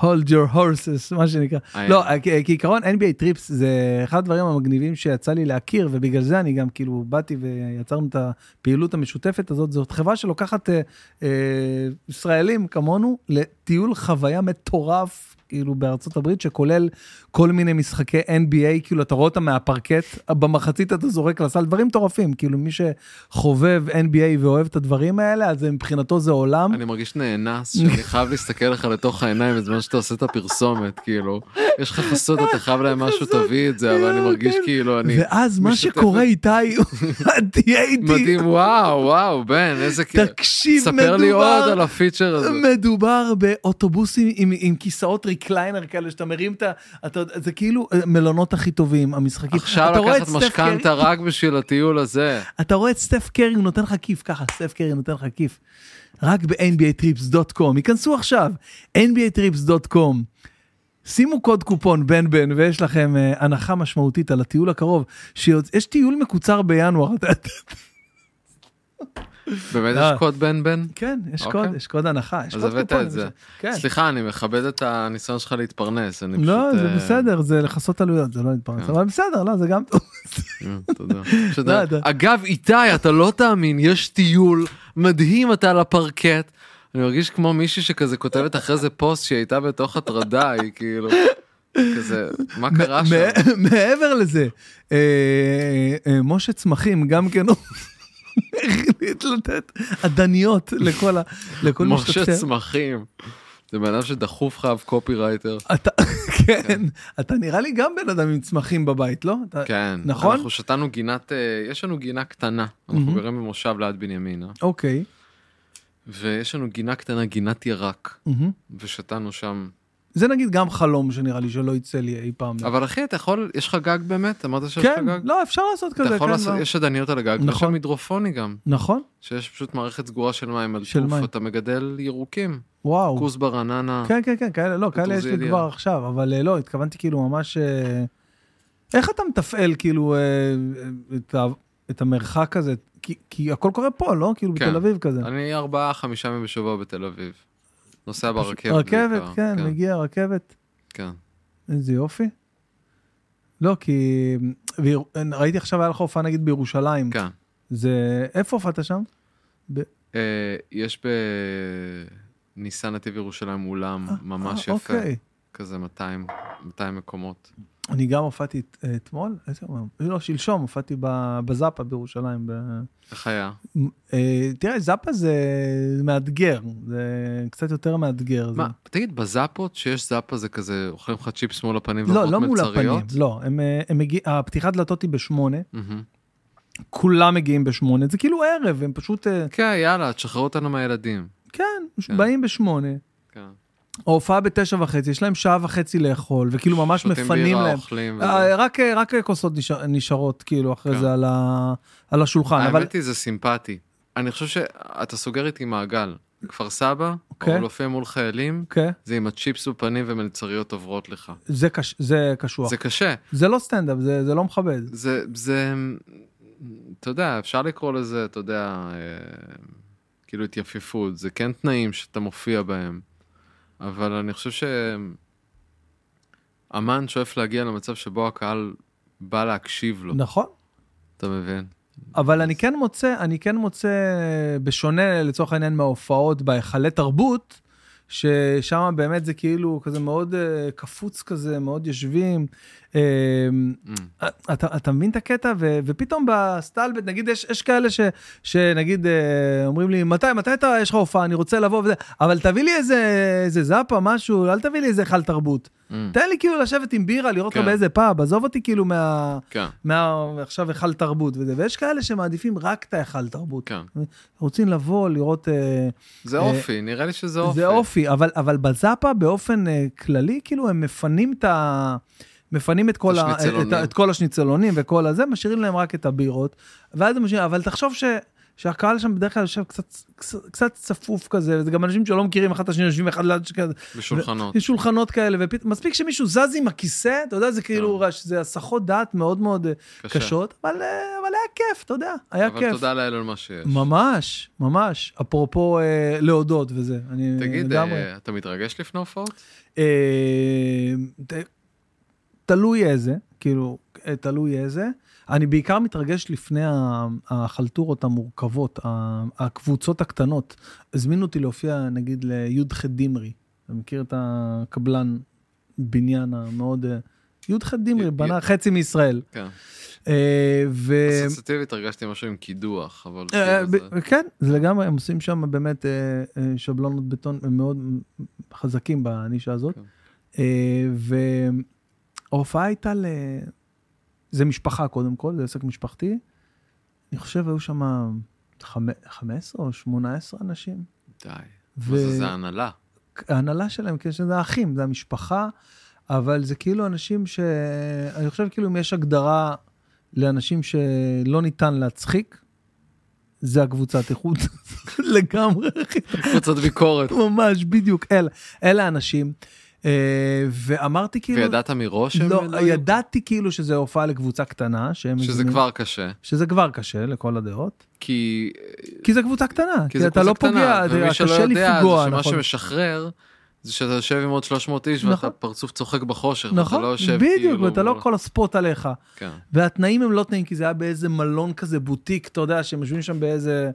[SPEAKER 1] hold your horses, מה שנקרא.
[SPEAKER 2] אה,
[SPEAKER 1] לא, אה, כ- כעיקרון NBA טריפס זה אחד הדברים המגניבים שיצא לי להכיר, ובגלל זה אני גם כאילו באתי ויצרנו את הפעילות המשותפת הזאת. זאת חברה שלוקחת אה, אה, ישראלים כמונו לטיול חוויה מטורף, כאילו בארצות הברית, שכולל כל מיני משחקי NBA, כאילו אתה רואה אותם מהפרקט, במחצית אתה זורק לסל, דברים מטורפים, כאילו מי שחובב NBA ואוהב את הדברים האלה, אז מבחינתו זה עולם.
[SPEAKER 2] אני מרגיש נאנס שאני חייב להסתכל לך לתוך העיניים בזמן שאתה עושה את הפרסומת כאילו יש לך חסות אתה חייב להם משהו תביא את זה אבל אני
[SPEAKER 1] יואו,
[SPEAKER 2] מרגיש
[SPEAKER 1] כן.
[SPEAKER 2] כאילו אני
[SPEAKER 1] ואז מה
[SPEAKER 2] משתתף-
[SPEAKER 1] שקורה איתי, תהיה איתי,
[SPEAKER 2] מדהים וואו וואו בן איזה כאילו
[SPEAKER 1] תקשיב,
[SPEAKER 2] ספר לי עוד על
[SPEAKER 1] מדובר,
[SPEAKER 2] הפיצ'ר הזה
[SPEAKER 1] מדובר באוטובוסים עם, עם כיסאות ריקליינר כאלה, שאתה מרים את ה... אתה, יודע, זה כאילו אה, מלונות הכי טובים, המשחקים.
[SPEAKER 2] עכשיו
[SPEAKER 1] אתה רואה את
[SPEAKER 2] לקחת
[SPEAKER 1] סטף
[SPEAKER 2] משכנתה
[SPEAKER 1] קרי-
[SPEAKER 2] רק בשביל הטיול הזה
[SPEAKER 1] אתה רואה את סטף קרי, הוא נותן לך כיף, ככה, סטף קרי נותן לך כיף. רק ב-NBATrips.com, ייכנסו עכשיו, NBATrips.com. שימו קוד קופון בן בן ויש לכם אה, הנחה משמעותית על הטיול הקרוב, שיש טיול מקוצר בינואר, אתה-
[SPEAKER 2] באמת
[SPEAKER 1] לא.
[SPEAKER 2] יש קוד בן בן?
[SPEAKER 1] כן, יש
[SPEAKER 2] אוקיי.
[SPEAKER 1] קוד, יש קוד הנחה. יש
[SPEAKER 2] אז
[SPEAKER 1] קוד
[SPEAKER 2] הבאת
[SPEAKER 1] קופון,
[SPEAKER 2] את זה.
[SPEAKER 1] למשל. כן.
[SPEAKER 2] סליחה, אני מכבד את הניסיון שלך להתפרנס, אני פשוט...
[SPEAKER 1] לא, זה
[SPEAKER 2] אה,
[SPEAKER 1] בסדר, זה לכסות עלויות, זה לא להתפרנס,
[SPEAKER 2] כן.
[SPEAKER 1] אבל בסדר, לא, זה גם טוב.
[SPEAKER 2] אה, תודה. פשוט,
[SPEAKER 1] לא, אתה-
[SPEAKER 2] אגב, איתי, אתה לא תאמין, יש טיול מדהים, אתה על הפרקט. אני מרגיש כמו מישהי שכזה כותבת אחרי זה פוסט שהיא הייתה בתוך הטרדה, היא כאילו... כזה, מה קרה שם?
[SPEAKER 1] מע- מעבר לזה, אה, אה, משה צמחים גם כן הוא החליט לתת עדניות לכל ה- לכל
[SPEAKER 2] משה
[SPEAKER 1] משתתף.
[SPEAKER 2] צמחים. זה בן אדם שדחוף חייב קופי רייטר.
[SPEAKER 1] אתה, כן, אתה נראה לי גם בן אדם עם צמחים בבית, לא? אתה-
[SPEAKER 2] כן.
[SPEAKER 1] נכון?
[SPEAKER 2] אנחנו שתנו גינת, אה, יש לנו גינה קטנה. אנחנו
[SPEAKER 1] מהמם.
[SPEAKER 2] גרים במושב ליד בנימינה.
[SPEAKER 1] אוקיי.
[SPEAKER 2] ויש לנו גינה קטנה, גינת ירק.
[SPEAKER 1] מהמם.
[SPEAKER 2] ושתנו שם.
[SPEAKER 1] זה נגיד גם חלום שנראה לי שלא יצא לי אי פעם.
[SPEAKER 2] אבל אחי, אתה יכול, יש לך גג באמת? אמרת שיש לך
[SPEAKER 1] כן,
[SPEAKER 2] גג?
[SPEAKER 1] לא, אפשר לעשות כזה,
[SPEAKER 2] אתה יכול
[SPEAKER 1] כן,
[SPEAKER 2] לעשות,
[SPEAKER 1] לא.
[SPEAKER 2] יש עדניות על הגג,
[SPEAKER 1] נכון.
[SPEAKER 2] יש שם הידרופוני גם,
[SPEAKER 1] נכון,
[SPEAKER 2] שיש פשוט מערכת סגורה של מים על
[SPEAKER 1] של מים.
[SPEAKER 2] תקוף, אתה מגדל ירוקים,
[SPEAKER 1] וואו.
[SPEAKER 2] כוס ברננה,
[SPEAKER 1] כן, כן, כן, כאלה, לא, כאלה יש לי
[SPEAKER 2] פטרוזיליה.
[SPEAKER 1] כבר עכשיו, אבל אה, לא, התכוונתי כאילו ממש... אה, איך אתה מתפעל כאילו אה, אה, את ה- את המרחק הזה? כי- כי הכל קורה פה, לא? כאילו
[SPEAKER 2] כן.
[SPEAKER 1] בתל אביב כזה.
[SPEAKER 2] אני ארבעה, חמישה ימים בשבוע בתל אביב. נוסע ברכבת.
[SPEAKER 1] רכבת,
[SPEAKER 2] בעיקר,
[SPEAKER 1] כן, מגיע רכבת.
[SPEAKER 2] כן.
[SPEAKER 1] איזה יופי. לא, כי... ויר- ראיתי עכשיו היה לך הופעה נגיד בירושלים.
[SPEAKER 2] כן.
[SPEAKER 1] זה... איפה הופעת שם?
[SPEAKER 2] אה, יש בניסן נתיב ירושלים אולם ממש
[SPEAKER 1] אה,
[SPEAKER 2] יפה,
[SPEAKER 1] אוקיי.
[SPEAKER 2] כזה 200, 200 מקומות.
[SPEAKER 1] אני גם הופעתי את- אתמול, איזה יום? לא, שלשום הופעתי ב- בזאפה בירושלים. ב-
[SPEAKER 2] איך היה?
[SPEAKER 1] אה, תראה, זאפה זה מאתגר, זה קצת יותר מאתגר. זה-
[SPEAKER 2] מה, תגיד, בזאפות, שיש זאפה זה כזה, אוכלים לך צ'יפ שמאל לפנים
[SPEAKER 1] לא, לא
[SPEAKER 2] ואוכלות
[SPEAKER 1] מול
[SPEAKER 2] מלצריות?
[SPEAKER 1] הפנים, לא, הם, אה, הם מגיע, הפתיחת דלתות היא בשמונה,
[SPEAKER 2] מהמם.
[SPEAKER 1] כולם מגיעים בשמונה, זה כאילו ערב, הם פשוט, אה,
[SPEAKER 2] כן, יאללה, תשחררו אותנו מהילדים.
[SPEAKER 1] כן,
[SPEAKER 2] כן.
[SPEAKER 1] באים בשמונה,
[SPEAKER 2] כן.
[SPEAKER 1] ההופעה בתשע וחצי, יש להם שעה וחצי לאכול, וכאילו ממש
[SPEAKER 2] שותים
[SPEAKER 1] מפנים
[SPEAKER 2] בירה,
[SPEAKER 1] להם.
[SPEAKER 2] אוכלים וזה.
[SPEAKER 1] אה, רק, אה, רק כוסות נשאר- נשארות כאילו אחרי
[SPEAKER 2] כן.
[SPEAKER 1] זה על, ה, על השולחן, אבל
[SPEAKER 2] האמת היא, זה סימפטי. אני חושב שאתה סוגר איתי מעגל. כפר סבא,
[SPEAKER 1] אוקיי.
[SPEAKER 2] או להופיע מול חיילים,
[SPEAKER 1] כן,
[SPEAKER 2] זה עם הצ'יפס בפנים ומלצריות עוברות לך.
[SPEAKER 1] זה, קש, זה קשוח.
[SPEAKER 2] זה
[SPEAKER 1] זה...
[SPEAKER 2] קשה.
[SPEAKER 1] לא סטנדאפ, זה, זה לא מכבד.
[SPEAKER 2] זה, זה, אתה יודע, אפשר לקרוא לזה, אתה יודע, אה, כאילו התייפיפות, זה כן תנאים שאתה מופיע בהם, אבל אני חושב שאמן שואף להגיע למצב שבו הקהל בא להקשיב לו,
[SPEAKER 1] נכון?
[SPEAKER 2] אתה מבין?
[SPEAKER 1] אבל אני כן מוצא, אני כן מוצא, בשונה לצורך העניין מההופעות בהיכלי תרבות, ששם באמת זה כאילו כזה מאוד אה, קפוץ כזה, מאוד יושבים. אה,
[SPEAKER 2] Mm.
[SPEAKER 1] אתה, אתה מבין את הקטע? ו, ופתאום בסטלבט, נגיד יש, יש כאלה ש, שנגיד אה, אומרים לי, מתי, מתי אתה, יש לך הופעה, אני רוצה לבוא וזה, אבל תביא לי איזה, איזה זאפה, משהו, אל תביא לי איזה היכל תרבות.
[SPEAKER 2] Mm.
[SPEAKER 1] תן לי כאילו לשבת עם בירה, לראות אותך
[SPEAKER 2] כן.
[SPEAKER 1] באיזה פאב, עזוב אותי כאילו מה...
[SPEAKER 2] כן,
[SPEAKER 1] מה עכשיו היכל תרבות וזה, ויש כאלה שמעדיפים רק את ההיכל תרבות.
[SPEAKER 2] כן.
[SPEAKER 1] רוצים לבוא, לראות, אה,
[SPEAKER 2] זה
[SPEAKER 1] אה,
[SPEAKER 2] אופי, נראה לי שזה אופי.
[SPEAKER 1] זה אופי, אבל, אבל בזאפה באופן אה, כללי, כאילו הם מפנים את ה... מפנים את כל, ה,
[SPEAKER 2] השניצלונים.
[SPEAKER 1] את, ה- את כל השניצלונים וכל הזה, משאירים להם רק את הבירות, ואז הם משאירים, אבל תחשוב ש, שהקהל שם בדרך כלל יושב קצת, קצת, קצת צפוף כזה, וזה גם אנשים שלא מכירים אחד את השני, יושבים אחד ליד שכזה,
[SPEAKER 2] בשולחנות.
[SPEAKER 1] יש שולחנות כאלה, ומספיק שמישהו זז עם הכיסא, אתה יודע, זה כאילו,
[SPEAKER 2] כן.
[SPEAKER 1] רעש, זה הסחות דעת מאוד מאוד אה,
[SPEAKER 2] קשה.
[SPEAKER 1] קשות, אבל, אה, אבל היה כיף, אתה יודע, היה
[SPEAKER 2] אבל
[SPEAKER 1] כיף.
[SPEAKER 2] תודה לאל על מה שיש.
[SPEAKER 1] ממש, ממש. אפרופו אה, להודות וזה, אני
[SPEAKER 2] תגיד,
[SPEAKER 1] לגמרי.
[SPEAKER 2] אה, אתה מתרגש לפני הופעות?
[SPEAKER 1] אה, ת- תלוי איזה, כאילו, אה, תלוי איזה. אני בעיקר מתרגש לפני ה- החלטורות המורכבות, ה- הקבוצות הקטנות. הזמינו אותי להופיע נגיד לי"ח דמרי. אתה מכיר את הקבלן בניין המאוד... אה, י"ח
[SPEAKER 2] י-
[SPEAKER 1] דמרי בנה
[SPEAKER 2] י-
[SPEAKER 1] חצי מישראל.
[SPEAKER 2] כן.
[SPEAKER 1] אה, ו...
[SPEAKER 2] אסוציאטיבית הרגשתי משהו עם קידוח, אבל...
[SPEAKER 1] אה,
[SPEAKER 2] כאילו זה-
[SPEAKER 1] ב- כן, זה לגמרי, הם עושים שם באמת אה, אה, שבלונות בטון הם מאוד חזקים בנישה הזאת.
[SPEAKER 2] כן.
[SPEAKER 1] אה, וההופעה הייתה ל... זה משפחה קודם כל, זה עסק משפחתי. אני חושב היו שם חמ- 15 או 18 אנשים.
[SPEAKER 2] די.
[SPEAKER 1] ו-
[SPEAKER 2] מה זה, זה הנהלה.
[SPEAKER 1] ההנהלה שלהם, כאילו שזה האחים, זה המשפחה, אבל זה כאילו אנשים ש... אני חושב כאילו אם יש הגדרה לאנשים שלא ניתן להצחיק, זה הקבוצת איכות לגמרי, אחי.
[SPEAKER 2] קבוצת ביקורת.
[SPEAKER 1] ממש, בדיוק, אלה, אלה האנשים. אה, ואמרתי כאילו...
[SPEAKER 2] וידעת מראש שהם
[SPEAKER 1] לא,
[SPEAKER 2] לא יהיו?
[SPEAKER 1] ידעתי כאילו שזה הופעה לקבוצה קטנה, שהם...
[SPEAKER 2] שזה
[SPEAKER 1] מזמינים-
[SPEAKER 2] כבר קשה,
[SPEAKER 1] שזה כבר קשה לכל הדעות.
[SPEAKER 2] כי
[SPEAKER 1] כי זה קבוצה קטנה, כי
[SPEAKER 2] זה
[SPEAKER 1] אתה
[SPEAKER 2] קבוצה
[SPEAKER 1] לא פוגע, אתה-
[SPEAKER 2] ומי שלא
[SPEAKER 1] קשה
[SPEAKER 2] יודע,
[SPEAKER 1] לפגוע,
[SPEAKER 2] זה שמה
[SPEAKER 1] נכון.
[SPEAKER 2] שמשחרר, זה שאתה יושב עם עוד 300 איש
[SPEAKER 1] נכון.
[SPEAKER 2] ואתה פרצוף צוחק בחושך, ואתה
[SPEAKER 1] נכון,
[SPEAKER 2] לא יושב
[SPEAKER 1] בדיוק, ואתה לא
[SPEAKER 2] מול-
[SPEAKER 1] כל הספוט עליך.
[SPEAKER 2] כן.
[SPEAKER 1] והתנאים הם לא תנאים, כי זה היה באיזה מלון כזה בוטיק, אתה יודע, שהם יושבים שם באיזה...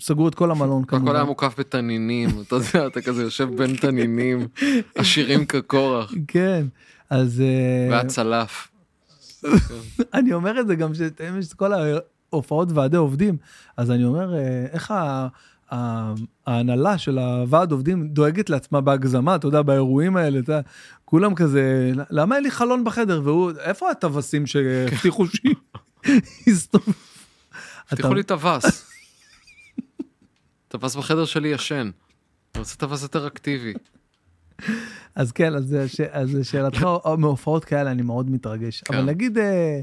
[SPEAKER 1] סגרו את כל המלון
[SPEAKER 2] הכל היה
[SPEAKER 1] כמובן.
[SPEAKER 2] מוקף בתנינים, אתה יודע, אתה כזה יושב בין תנינים, עשירים כקורח,
[SPEAKER 1] כן, אז... אה,
[SPEAKER 2] והיה צלף.
[SPEAKER 1] אני אומר את זה גם שאתם יש את כל ההופעות ועדי עובדים, אז אני אומר, אה, איך ה- ה- ההנהלה של הוועד עובדים דואגת לעצמה בהגזמה, אתה יודע, באירועים האלה, אתה, כולם כזה, למה אין לי חלון בחדר? והוא, איפה הטווסים שהבטיחו שיסתובבו?
[SPEAKER 2] כן. הבטיחו לי טווס. טווס בחדר שלי ישן. אני רוצה טווס יותר אקטיבי.
[SPEAKER 1] אז כן, אז, זה ש... אז שאלתך, או- מהופעות כאלה אני מאוד מתרגש.
[SPEAKER 2] לא. כן.
[SPEAKER 1] אבל נגיד אה,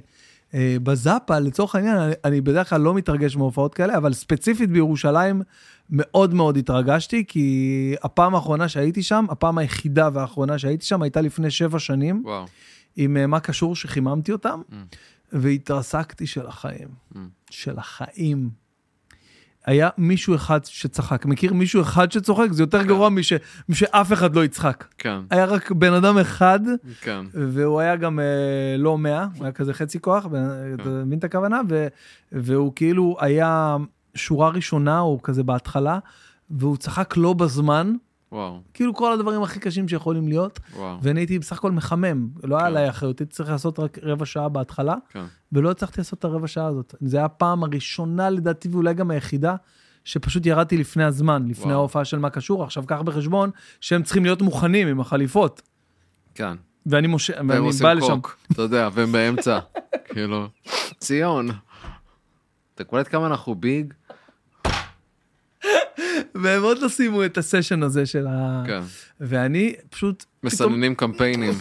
[SPEAKER 1] אה, בזאפה, לצורך העניין, אני, אני בדרך כלל לא מתרגש מהופעות כאלה, אבל ספציפית בירושלים מאוד מאוד התרגשתי, כי הפעם האחרונה שהייתי שם, הפעם היחידה והאחרונה שהייתי שם, הייתה לפני שבע שנים,
[SPEAKER 2] וואו.
[SPEAKER 1] עם אה, מה קשור שחיממתי אותם,
[SPEAKER 2] Mm.
[SPEAKER 1] והתרסקתי של החיים.
[SPEAKER 2] Mm.
[SPEAKER 1] של החיים. היה מישהו אחד שצחק. מכיר מישהו אחד שצוחק? זה יותר גרוע מש... משאף אחד לא יצחק.
[SPEAKER 2] כן,
[SPEAKER 1] היה רק בן אדם אחד,
[SPEAKER 2] כן.
[SPEAKER 1] והוא היה גם אה, לא 100, הוא היה כזה חצי כוח, ו- אתה מבין את הכוונה? ו- והוא כאילו היה שורה ראשונה, או כזה בהתחלה, והוא צחק לא בזמן,
[SPEAKER 2] וואו,
[SPEAKER 1] כאילו כל הדברים הכי קשים שיכולים להיות,
[SPEAKER 2] וואו.
[SPEAKER 1] ואני הייתי בסך הכל מחמם, לא היה
[SPEAKER 2] כן.
[SPEAKER 1] עליי אחריות, הייתי צריך לעשות רק רבע שעה בהתחלה,
[SPEAKER 2] כן.
[SPEAKER 1] ולא הצלחתי לעשות את הרבע שעה הזאת. זה היה הפעם הראשונה לדעתי ואולי גם היחידה. שפשוט ירדתי לפני הזמן, לפני
[SPEAKER 2] וואו.
[SPEAKER 1] ההופעה של מה קשור. עכשיו, קח בחשבון שהם צריכים להיות מוכנים עם החליפות.
[SPEAKER 2] כן.
[SPEAKER 1] ואני משה,
[SPEAKER 2] והם
[SPEAKER 1] ואני
[SPEAKER 2] עושים
[SPEAKER 1] בא לשם.
[SPEAKER 2] קוק, אתה יודע, והם באמצע. כאילו, ציון. אתה קולט כמה אנחנו ביג?
[SPEAKER 1] והם עוד לא סיימו את הסשן הזה של ה...
[SPEAKER 2] כן.
[SPEAKER 1] ואני פשוט... פתאום-
[SPEAKER 2] מסננים קמפיינים.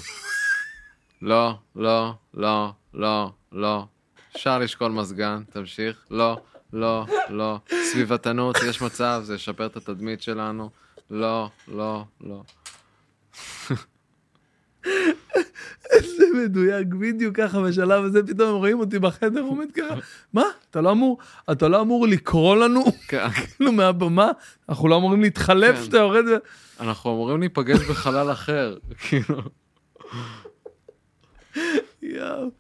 [SPEAKER 2] לא, לא, לא, לא, לא. אפשר לשקול מזגן, תמשיך. לא, לא, לא. סביבתנות, יש מצב, זה ישפר את התדמית שלנו. לא, לא, לא.
[SPEAKER 1] זה מדויק, בדיוק ככה בשלב הזה, פתאום הם רואים אותי בחדר עומד ככה, מה? אתה לא אמור, אתה לא אמור לקרוא לנו,
[SPEAKER 2] כן.
[SPEAKER 1] כאילו, מהבמה? אנחנו לא אמורים להתחלף
[SPEAKER 2] כן.
[SPEAKER 1] שאתה יורד ו...
[SPEAKER 2] אנחנו אמורים להיפגש בחלל אחר. כאילו,
[SPEAKER 1] יואו.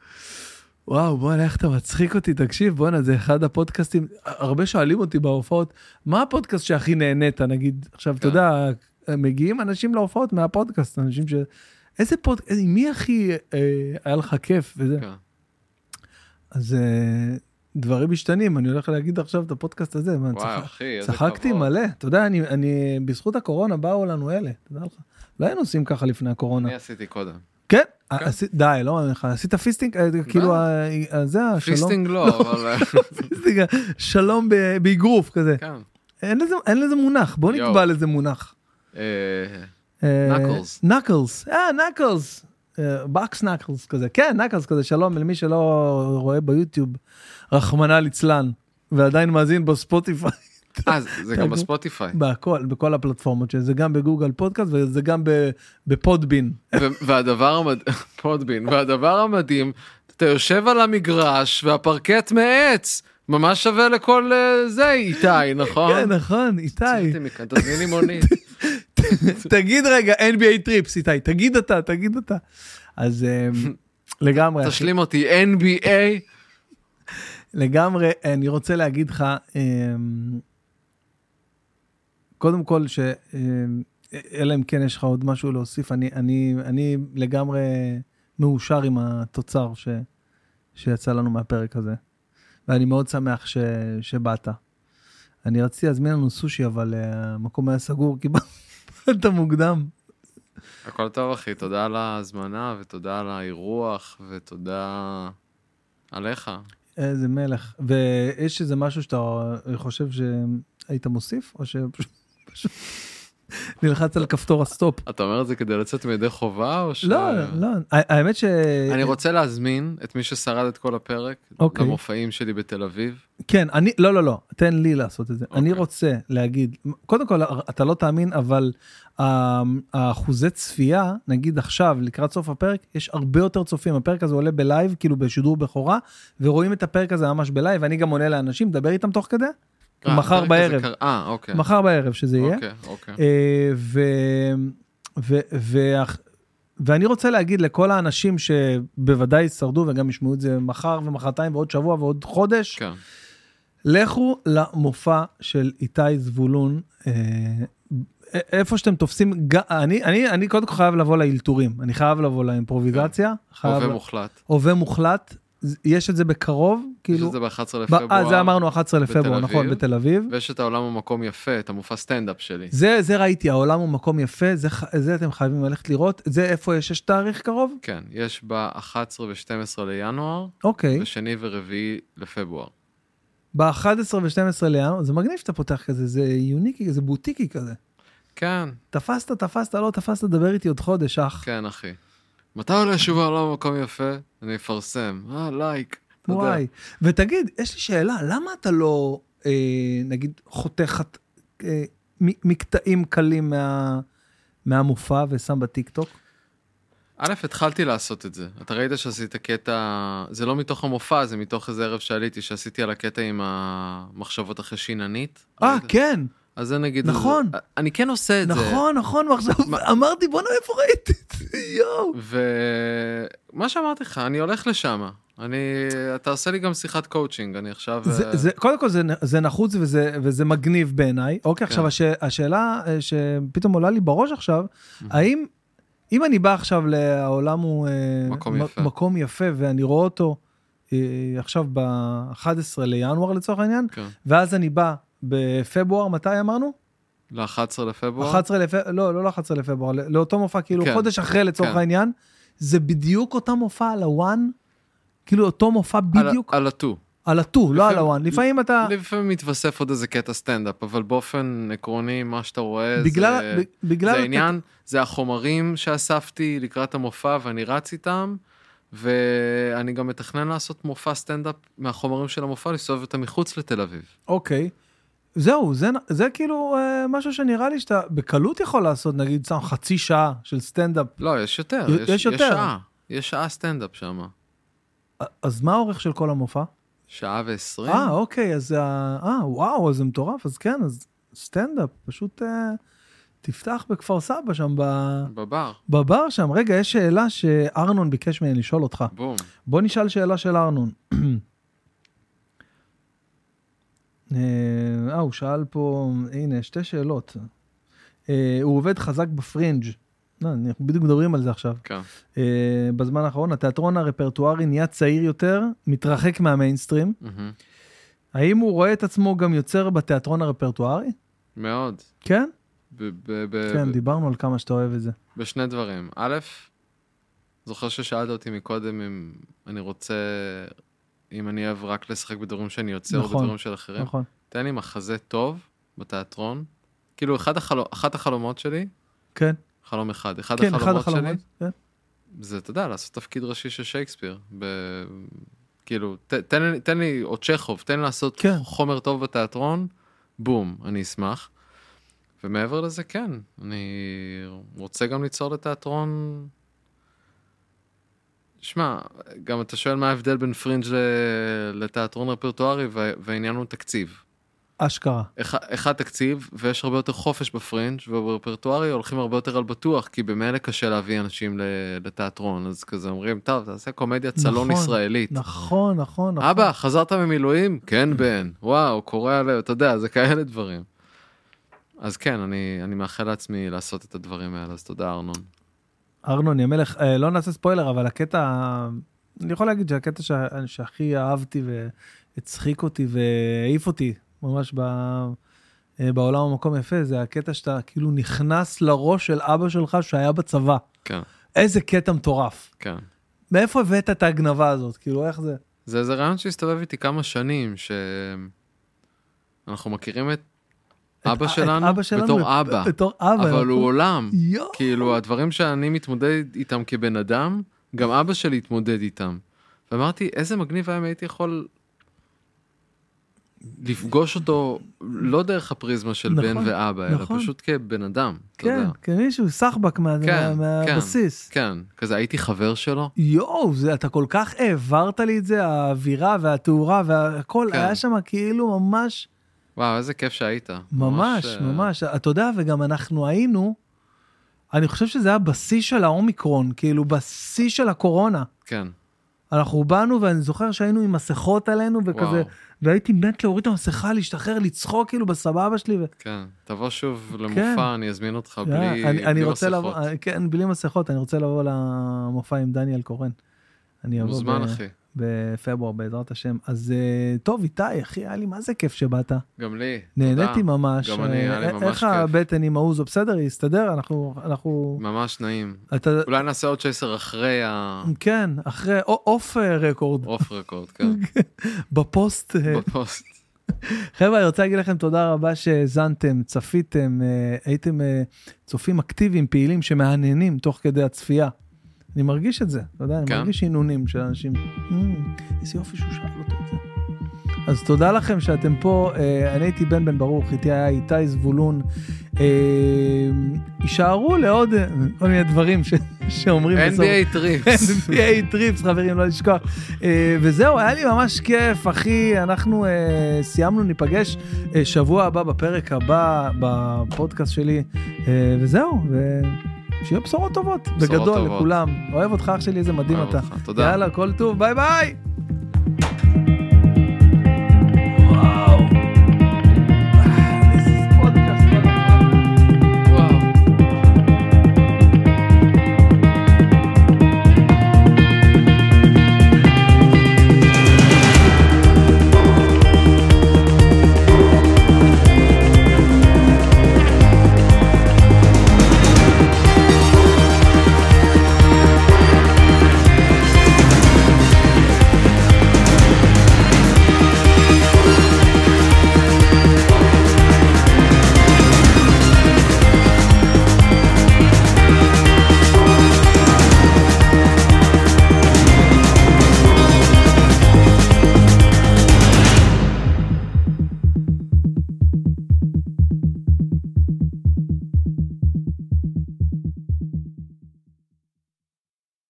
[SPEAKER 1] וואו, בואנה, איך אתה מצחיק אותי, תקשיב, בואנה, זה אחד הפודקאסטים, הרבה שואלים אותי בהופעות, מה הפודקאסט שהכי נהנית, נגיד, עכשיו, אתה
[SPEAKER 2] כן.
[SPEAKER 1] יודע, מגיעים אנשים להופעות מהפודקאסט, אנשים ש... איזה פודקאסט, מי הכי אה, היה לך כיף וזה?
[SPEAKER 2] כן.
[SPEAKER 1] אז אה, דברים משתנים, אני הולך להגיד עכשיו את הפודקאסט הזה, מה,
[SPEAKER 2] וואי,
[SPEAKER 1] צחק-
[SPEAKER 2] אחי, איזה כבוד.
[SPEAKER 1] צחקתי מלא, אתה יודע, אני, אני, בזכות הקורונה באו לנו אלה, תדע לך, לא היינו עושים ככה לפני הקורונה.
[SPEAKER 2] אני עשיתי קודם.
[SPEAKER 1] כן,
[SPEAKER 2] אוקיי.
[SPEAKER 1] עשית- די, לא מאמין לך, עשית פיסטינג, אה, כאילו, ה- ה- זה השלום,
[SPEAKER 2] פיסטינג לא, אבל...
[SPEAKER 1] פיסטינג, אה, שלום ב- באגרוף כזה,
[SPEAKER 2] כן.
[SPEAKER 1] אין לזה- אין לזה מונח, בוא
[SPEAKER 2] יואו.
[SPEAKER 1] נקבע לזה מונח.
[SPEAKER 2] אה, Knuckles.
[SPEAKER 1] נקלס, אה, נקלס, בקס נקלס כזה, כן, נקלס כזה, שלום למי שלא רואה ביוטיוב, רחמנא ליצלן, ועדיין מאזין בספוטיפיי,
[SPEAKER 2] אה, זה- זה גם בספוטיפיי.
[SPEAKER 1] בהכל, בכל הפלטפורמות, שזה גם בגוגל פודקאסט וזה גם ב- בפודבין.
[SPEAKER 2] ו- והדבר המדהים, פודבין, והדבר המדהים, אתה יושב על המגרש והפרקט מעץ, ממש שווה לכל אה, זה, איתי, נכון?
[SPEAKER 1] כן, נכון, איתי.
[SPEAKER 2] תוציא אותי מכאן, תזמין לי מונית.
[SPEAKER 1] תגיד רגע NBA טריפס איתי תגיד אתה תגיד אתה אז אמ, לגמרי אחי,
[SPEAKER 2] תשלים אותי, NBA.
[SPEAKER 1] לגמרי אני רוצה להגיד לך אמ, קודם כל ש... אמ, אלא אם כן יש לך עוד משהו להוסיף, אני, אני, אני לגמרי מאושר עם התוצר ש, שיצא לנו מהפרק הזה. ואני מאוד שמח ש, שבאת. אני רציתי להזמין לנו סושי, אבל אה, המקום היה סגור, כי באת מוקדם.
[SPEAKER 2] הכל טוב, אחי, תודה על ההזמנה ותודה על האירוח ותודה עליך.
[SPEAKER 1] איזה מלך. ויש איזה משהו שאתה חושב שהיית מוסיף, או שפשוט... נלחץ על כפתור הסטופ.
[SPEAKER 2] אתה אומר את זה כדי לצאת מידי חובה או ש...
[SPEAKER 1] לא, לא, ה- האמת ש...
[SPEAKER 2] אני רוצה להזמין את מי ששרד את כל הפרק,
[SPEAKER 1] אוקיי.
[SPEAKER 2] למופעים שלי בתל אביב.
[SPEAKER 1] כן, אני, לא, לא, לא, תן לי לעשות את זה. אני
[SPEAKER 2] אוקיי.
[SPEAKER 1] רוצה להגיד, קודם כל, אתה לא תאמין, אבל ה- האחוזי צפייה, נגיד עכשיו, לקראת סוף הפרק, יש הרבה יותר צופים. הפרק הזה עולה בלייב, כאילו בשידור בכורה, ורואים את הפרק הזה ממש בלייב, אני גם עונה לאנשים, מדבר איתם תוך כדי,
[SPEAKER 2] אה,
[SPEAKER 1] מחר
[SPEAKER 2] הפרק הזה
[SPEAKER 1] בערב.
[SPEAKER 2] קרה- אה, אוקיי.
[SPEAKER 1] מחר בערב שזה יהיה.
[SPEAKER 2] אוקיי, אוקיי.
[SPEAKER 1] אה, ו, ו, ו, ואני רוצה להגיד לכל האנשים שבוודאי ישרדו וגם ישמעו את זה מחר ומחרתיים ועוד שבוע ועוד חודש,
[SPEAKER 2] כן.
[SPEAKER 1] לכו למופע של איתי זבולון. אה, א- איפה שאתם תופסים, ג- אני, אני, אני קודם כל חייב לבוא לאלתורים, אני חייב לבוא לאימפרוביזציה, חייב,
[SPEAKER 2] כן. הווה מוחלט.
[SPEAKER 1] הווה מוחלט, ז- יש את זה בקרוב,
[SPEAKER 2] יש
[SPEAKER 1] כאילו,
[SPEAKER 2] את זה ב-11
[SPEAKER 1] ב- אה,
[SPEAKER 2] לפברואר.
[SPEAKER 1] זה אמרנו 11 לפברואר,
[SPEAKER 2] בתל
[SPEAKER 1] נכון,
[SPEAKER 2] אביב.
[SPEAKER 1] בתל אביב,
[SPEAKER 2] ויש את העולם המקום יפה, את המופע סטנדאפ שלי.
[SPEAKER 1] זה, זה ראיתי, העולם הוא מקום יפה, זה, ח- זה אתם חייבים ללכת לראות, זה איפה יש, יש תאריך קרוב?
[SPEAKER 2] כן, יש ב-11 ו-12 לינואר,
[SPEAKER 1] אוקיי,
[SPEAKER 2] ושני ורביעי לפברואר.
[SPEAKER 1] ב-11 ו-12 לינואר, זה מגניב שאתה פותח כזה, זה יוניקי, זה בוטיקי כזה.
[SPEAKER 2] כן,
[SPEAKER 1] תפסת, תפסת, לא תפסת, דבר איתי עוד חודש, אח.
[SPEAKER 2] כן, אחי. מתי עולה שוב העולם המקום יפה? אני אפרסם. אה, לייק. אתה יודע.
[SPEAKER 1] וואי. ותגיד, יש לי שאלה, למה אתה לא, אה, נגיד, חותך את- אה, מ- מקטעים קלים מה, מהמופע ושם בטיקטוק?
[SPEAKER 2] א', התחלתי לעשות את זה. אתה ראית שעשית קטע, זה לא מתוך המופע, זה מתוך איזה ערב שעליתי, שעשיתי על הקטע עם המחשבות אחרי שיננית.
[SPEAKER 1] אה,
[SPEAKER 2] ראית?
[SPEAKER 1] כן,
[SPEAKER 2] אז זה נגיד...
[SPEAKER 1] נכון.
[SPEAKER 2] זה- אני כן עושה את זה.
[SPEAKER 1] נכון, נכון, עכשיו אמרתי, בוא'נה, איפה ראיתי את זה, יואו.
[SPEAKER 2] ומה שאמרתי לך, אני הולך לשם. אני... אתה עושה לי גם שיחת קואוצ'ינג, אני עכשיו...
[SPEAKER 1] זה,
[SPEAKER 2] אה,
[SPEAKER 1] זה, קודם כל זה, נ- זה נחוץ וזה, וזה מגניב בעיניי. אוקיי,
[SPEAKER 2] כן.
[SPEAKER 1] עכשיו הש, השאלה אה, שפתאום עולה לי בראש עכשיו, האם, אם אני בא עכשיו לעולם הוא אה,
[SPEAKER 2] מקום
[SPEAKER 1] מ-
[SPEAKER 2] יפה.
[SPEAKER 1] מקום יפה ואני רואה אותו אה, עכשיו ב-11 לינואר לצורך העניין,
[SPEAKER 2] כן.
[SPEAKER 1] ואז אני בא בפברואר, מתי אמרנו?
[SPEAKER 2] ל-11 לפברואר.
[SPEAKER 1] 11 לפברואר, לא, לא ל-11 לפברואר, לא- לאותו מופע, כאילו
[SPEAKER 2] כן.
[SPEAKER 1] חודש אחרי לצורך
[SPEAKER 2] כן.
[SPEAKER 1] העניין, זה בדיוק אותה מופע על הוואן, כאילו אותו מופע
[SPEAKER 2] על ה-
[SPEAKER 1] בדיוק,
[SPEAKER 2] על הטו.
[SPEAKER 1] על הטו, לא על
[SPEAKER 2] לפעמים-
[SPEAKER 1] הוואן, לפעמים אתה...
[SPEAKER 2] לפעמים מתווסף עוד איזה קטע סטנדאפ, אבל באופן עקרוני, מה שאתה רואה
[SPEAKER 1] בגלל,
[SPEAKER 2] זה...
[SPEAKER 1] ב- בגלל,
[SPEAKER 2] זה העניין, זה החומרים שאספתי לקראת המופע ואני רץ איתם, ואני גם מתכנן לעשות מופע סטנדאפ מהחומרים של המופע, לסובב אותם מחוץ לתל אביב.
[SPEAKER 1] אוקיי. זהו, זה, נ- זה כאילו אה, משהו שנראה לי שאתה בקלות יכול לעשות, נגיד, שם חצי שעה של סטנדאפ.
[SPEAKER 2] לא, יש יותר,
[SPEAKER 1] יש-
[SPEAKER 2] יש,
[SPEAKER 1] יש יותר.
[SPEAKER 2] יש שעה, יש שעה סטנדאפ שם.
[SPEAKER 1] א- אז מה האורך של כל המופע?
[SPEAKER 2] שעה ועשרים.
[SPEAKER 1] אה, אוקיי, אז... ה- אה, וואו, אז זה מטורף, אז כן, אז סטנדאפ, פשוט אה, תפתח בכפר סבא שם, ב,
[SPEAKER 2] בבר,
[SPEAKER 1] בבר שם. רגע, יש שאלה שארנון ביקש ממני לשאול אותך.
[SPEAKER 2] בום.
[SPEAKER 1] בוא נשאל שאלה של ארנון. אה, אה, הוא שאל פה, הנה, שתי שאלות. אה, הוא עובד חזק בפרינג'. לא, אנחנו בדיוק מדברים על זה עכשיו.
[SPEAKER 2] כן.
[SPEAKER 1] אה, בזמן האחרון, התיאטרון הרפרטוארי נהיה צעיר יותר, מתרחק מהמיינסטרים.
[SPEAKER 2] מהמם.
[SPEAKER 1] האם הוא רואה את עצמו גם יוצר בתיאטרון הרפרטוארי?
[SPEAKER 2] מאוד.
[SPEAKER 1] כן?
[SPEAKER 2] ב- ב- ב-
[SPEAKER 1] כן,
[SPEAKER 2] ב-
[SPEAKER 1] דיברנו על כמה שאתה אוהב את זה.
[SPEAKER 2] בשני דברים. א', זוכר ששאלת אותי מקודם אם אני רוצה, אם אני אוהב רק לשחק בדברים שאני יוצר או
[SPEAKER 1] נכון,
[SPEAKER 2] בדברים של אחרים.
[SPEAKER 1] נכון.
[SPEAKER 2] תן לי מחזה טוב בתיאטרון. כאילו, אחד החלו... אחת החלומות שלי,
[SPEAKER 1] כן,
[SPEAKER 2] חלום אחד, אחד
[SPEAKER 1] כן, אחד
[SPEAKER 2] החלומות שלי,
[SPEAKER 1] החלומות. כן.
[SPEAKER 2] זה, אתה יודע, לעשות תפקיד ראשי של שייקספיר. ב... כאילו, ת, תן, לי- תן לי, או צ'כוב, תן לי לעשות
[SPEAKER 1] כן.
[SPEAKER 2] כן. חומר טוב בתיאטרון, בום, אני אשמח. ומעבר לזה, כן, אני רוצה גם ליצור לתיאטרון... שמע, גם אתה שואל מה ההבדל בין פרינג' ל- לתיאטרון רפרטוארי, וה- והעניין הוא תקציב.
[SPEAKER 1] אשכרה.
[SPEAKER 2] אחד אחד תקציב, ויש הרבה יותר חופש בפרינג', וברפרטוארי הולכים הרבה יותר על בטוח, כי במילא קשה להביא אנשים ל- לתיאטרון, אז כזה אומרים, טוב, תעשה קומדיית סלון
[SPEAKER 1] נכון,
[SPEAKER 2] ישראלית.
[SPEAKER 1] נכון, נכון, נכון.
[SPEAKER 2] אבא, חזרת ממילואים? כן, בן. וואו, קורע לב, אתה יודע, זה כאלה דברים. אז כן, אני, אני מאחל לעצמי לעשות את הדברים האלה, אז תודה, ארנון.
[SPEAKER 1] ארנון ימלך, אה, לא נעשה ספוילר, אבל הקטע, אני יכול להגיד שהקטע שה- שהכי אהבתי והצחיק אותי והעיף אותי ממש ב... אה, בעולם המקום יפה, זה הקטע שאתה כאילו נכנס לראש של אבא שלך שהיה בצבא.
[SPEAKER 2] כן,
[SPEAKER 1] איזה קטע מטורף.
[SPEAKER 2] כן.
[SPEAKER 1] מאיפה הבאת את ההגנבה הזאת? כאילו, איך זה?
[SPEAKER 2] זה איזה רעיון שהסתובב איתי כמה שנים, שאנחנו מכירים את אבא
[SPEAKER 6] את
[SPEAKER 2] שלנו,
[SPEAKER 6] אבא שלנו ואת-
[SPEAKER 2] בתור אבא,
[SPEAKER 6] בתור אבא,
[SPEAKER 2] אבל
[SPEAKER 6] אנחנו-
[SPEAKER 2] הוא עולם.
[SPEAKER 6] יואו.
[SPEAKER 2] כאילו הדברים שאני מתמודד איתם כבן אדם, גם אבא שלי התמודד איתם. ואמרתי, איזה מגניב היה אם הייתי יכול לפגוש אותו לא דרך הפריזמה של בן
[SPEAKER 1] נכון,
[SPEAKER 2] ואבא, אלא
[SPEAKER 1] נכון.
[SPEAKER 2] פשוט כבן אדם. אתה
[SPEAKER 1] כן,
[SPEAKER 2] יודע.
[SPEAKER 1] כמישהו סחבק מה-
[SPEAKER 2] כן,
[SPEAKER 1] מה-
[SPEAKER 2] כן.
[SPEAKER 1] מהבסיס.
[SPEAKER 2] כן, כזה הייתי חבר שלו.
[SPEAKER 1] יואו, זה- אתה כל כך העברת לי את זה, האווירה והתאורה והכל,
[SPEAKER 2] כן.
[SPEAKER 1] היה שם כאילו ממש,
[SPEAKER 2] וואו, איזה כיף שהיית.
[SPEAKER 1] ממש,
[SPEAKER 2] אה,
[SPEAKER 1] ממש. אתה יודע, וגם אנחנו היינו, אני חושב שזה היה בשיא של האומיקרון, כאילו בשיא של הקורונה.
[SPEAKER 2] כן.
[SPEAKER 1] אנחנו באנו ואני זוכר שהיינו עם מסכות עלינו וכזה,
[SPEAKER 2] וואו.
[SPEAKER 1] והייתי מת להוריד את המסכה, להשתחרר, לצחוק כאילו בסבבה שלי. ו...
[SPEAKER 2] כן, תבוא שוב
[SPEAKER 1] כן.
[SPEAKER 2] למופע, אני אזמין אותך בלי
[SPEAKER 1] יאללה, אה, אני,
[SPEAKER 2] בלי
[SPEAKER 1] אני רוצה
[SPEAKER 2] מסכות.
[SPEAKER 1] לבוא, כן, בלי מסכות, אני רוצה לבוא למופע עם דניאל קורן. אני אבוא
[SPEAKER 2] מוזמן,
[SPEAKER 1] ב-
[SPEAKER 2] אחי.
[SPEAKER 1] בפברואר בעזרת השם. אז אה, טוב, איתי, אחי, היה לי מה זה כיף שבאת.
[SPEAKER 2] גם לי.
[SPEAKER 1] נהניתי
[SPEAKER 2] תודה.
[SPEAKER 1] ממש.
[SPEAKER 2] גם אני, היה לי
[SPEAKER 1] אה,
[SPEAKER 2] ממש
[SPEAKER 1] איך
[SPEAKER 2] כיף.
[SPEAKER 1] הבטן עם ההוא, זה בסדר, יסתדר, אנחנו, אנחנו,
[SPEAKER 2] ממש נעים.
[SPEAKER 1] אתה,
[SPEAKER 2] אולי נעשה עוד צ'ייסר אחרי האוף
[SPEAKER 1] כן, אחרי, או- אוף אה, רקורד,
[SPEAKER 2] רקורד, כן,
[SPEAKER 1] בפוסט. אה,
[SPEAKER 2] בפוסט.
[SPEAKER 1] חבר'ה, אני רוצה להגיד לכם תודה רבה שהאזנתם, צפיתם, אה, הייתם אה, צופים אקטיביים, פעילים, שמהנהנים תוך כדי הצפייה. אני מרגיש את זה, אתה יודע, אני
[SPEAKER 2] כן.
[SPEAKER 1] מרגיש עינונים של אנשים. "אמ, איזה יופי שהוא שאל אותו את זה. אז תודה לכם שאתם פה, אה, אני הייתי בן בן ברוך, איתי היה איתי זבולון. אה, יישארו לעוד אה, כל מיני דברים ש- שאומרים בסוף.
[SPEAKER 2] NBA טריפס.
[SPEAKER 1] NBA טריפס, חברים, לא לשכוח. אה, וזהו, היה לי ממש כיף, אחי. אנחנו אה, סיימנו, ניפגש אה, שבוע הבא בפרק הבא בפודקאסט שלי, אה, וזהו, ושיהיו בשורות טובות,
[SPEAKER 2] בשורות
[SPEAKER 1] בגדול
[SPEAKER 2] טובות.
[SPEAKER 1] לכולם. אוהב אותך, אח שלי, איזה מדהים
[SPEAKER 2] אוהב
[SPEAKER 1] אתה.
[SPEAKER 2] אותך, תודה.
[SPEAKER 1] יאללה, כל טוב, ביי ביי!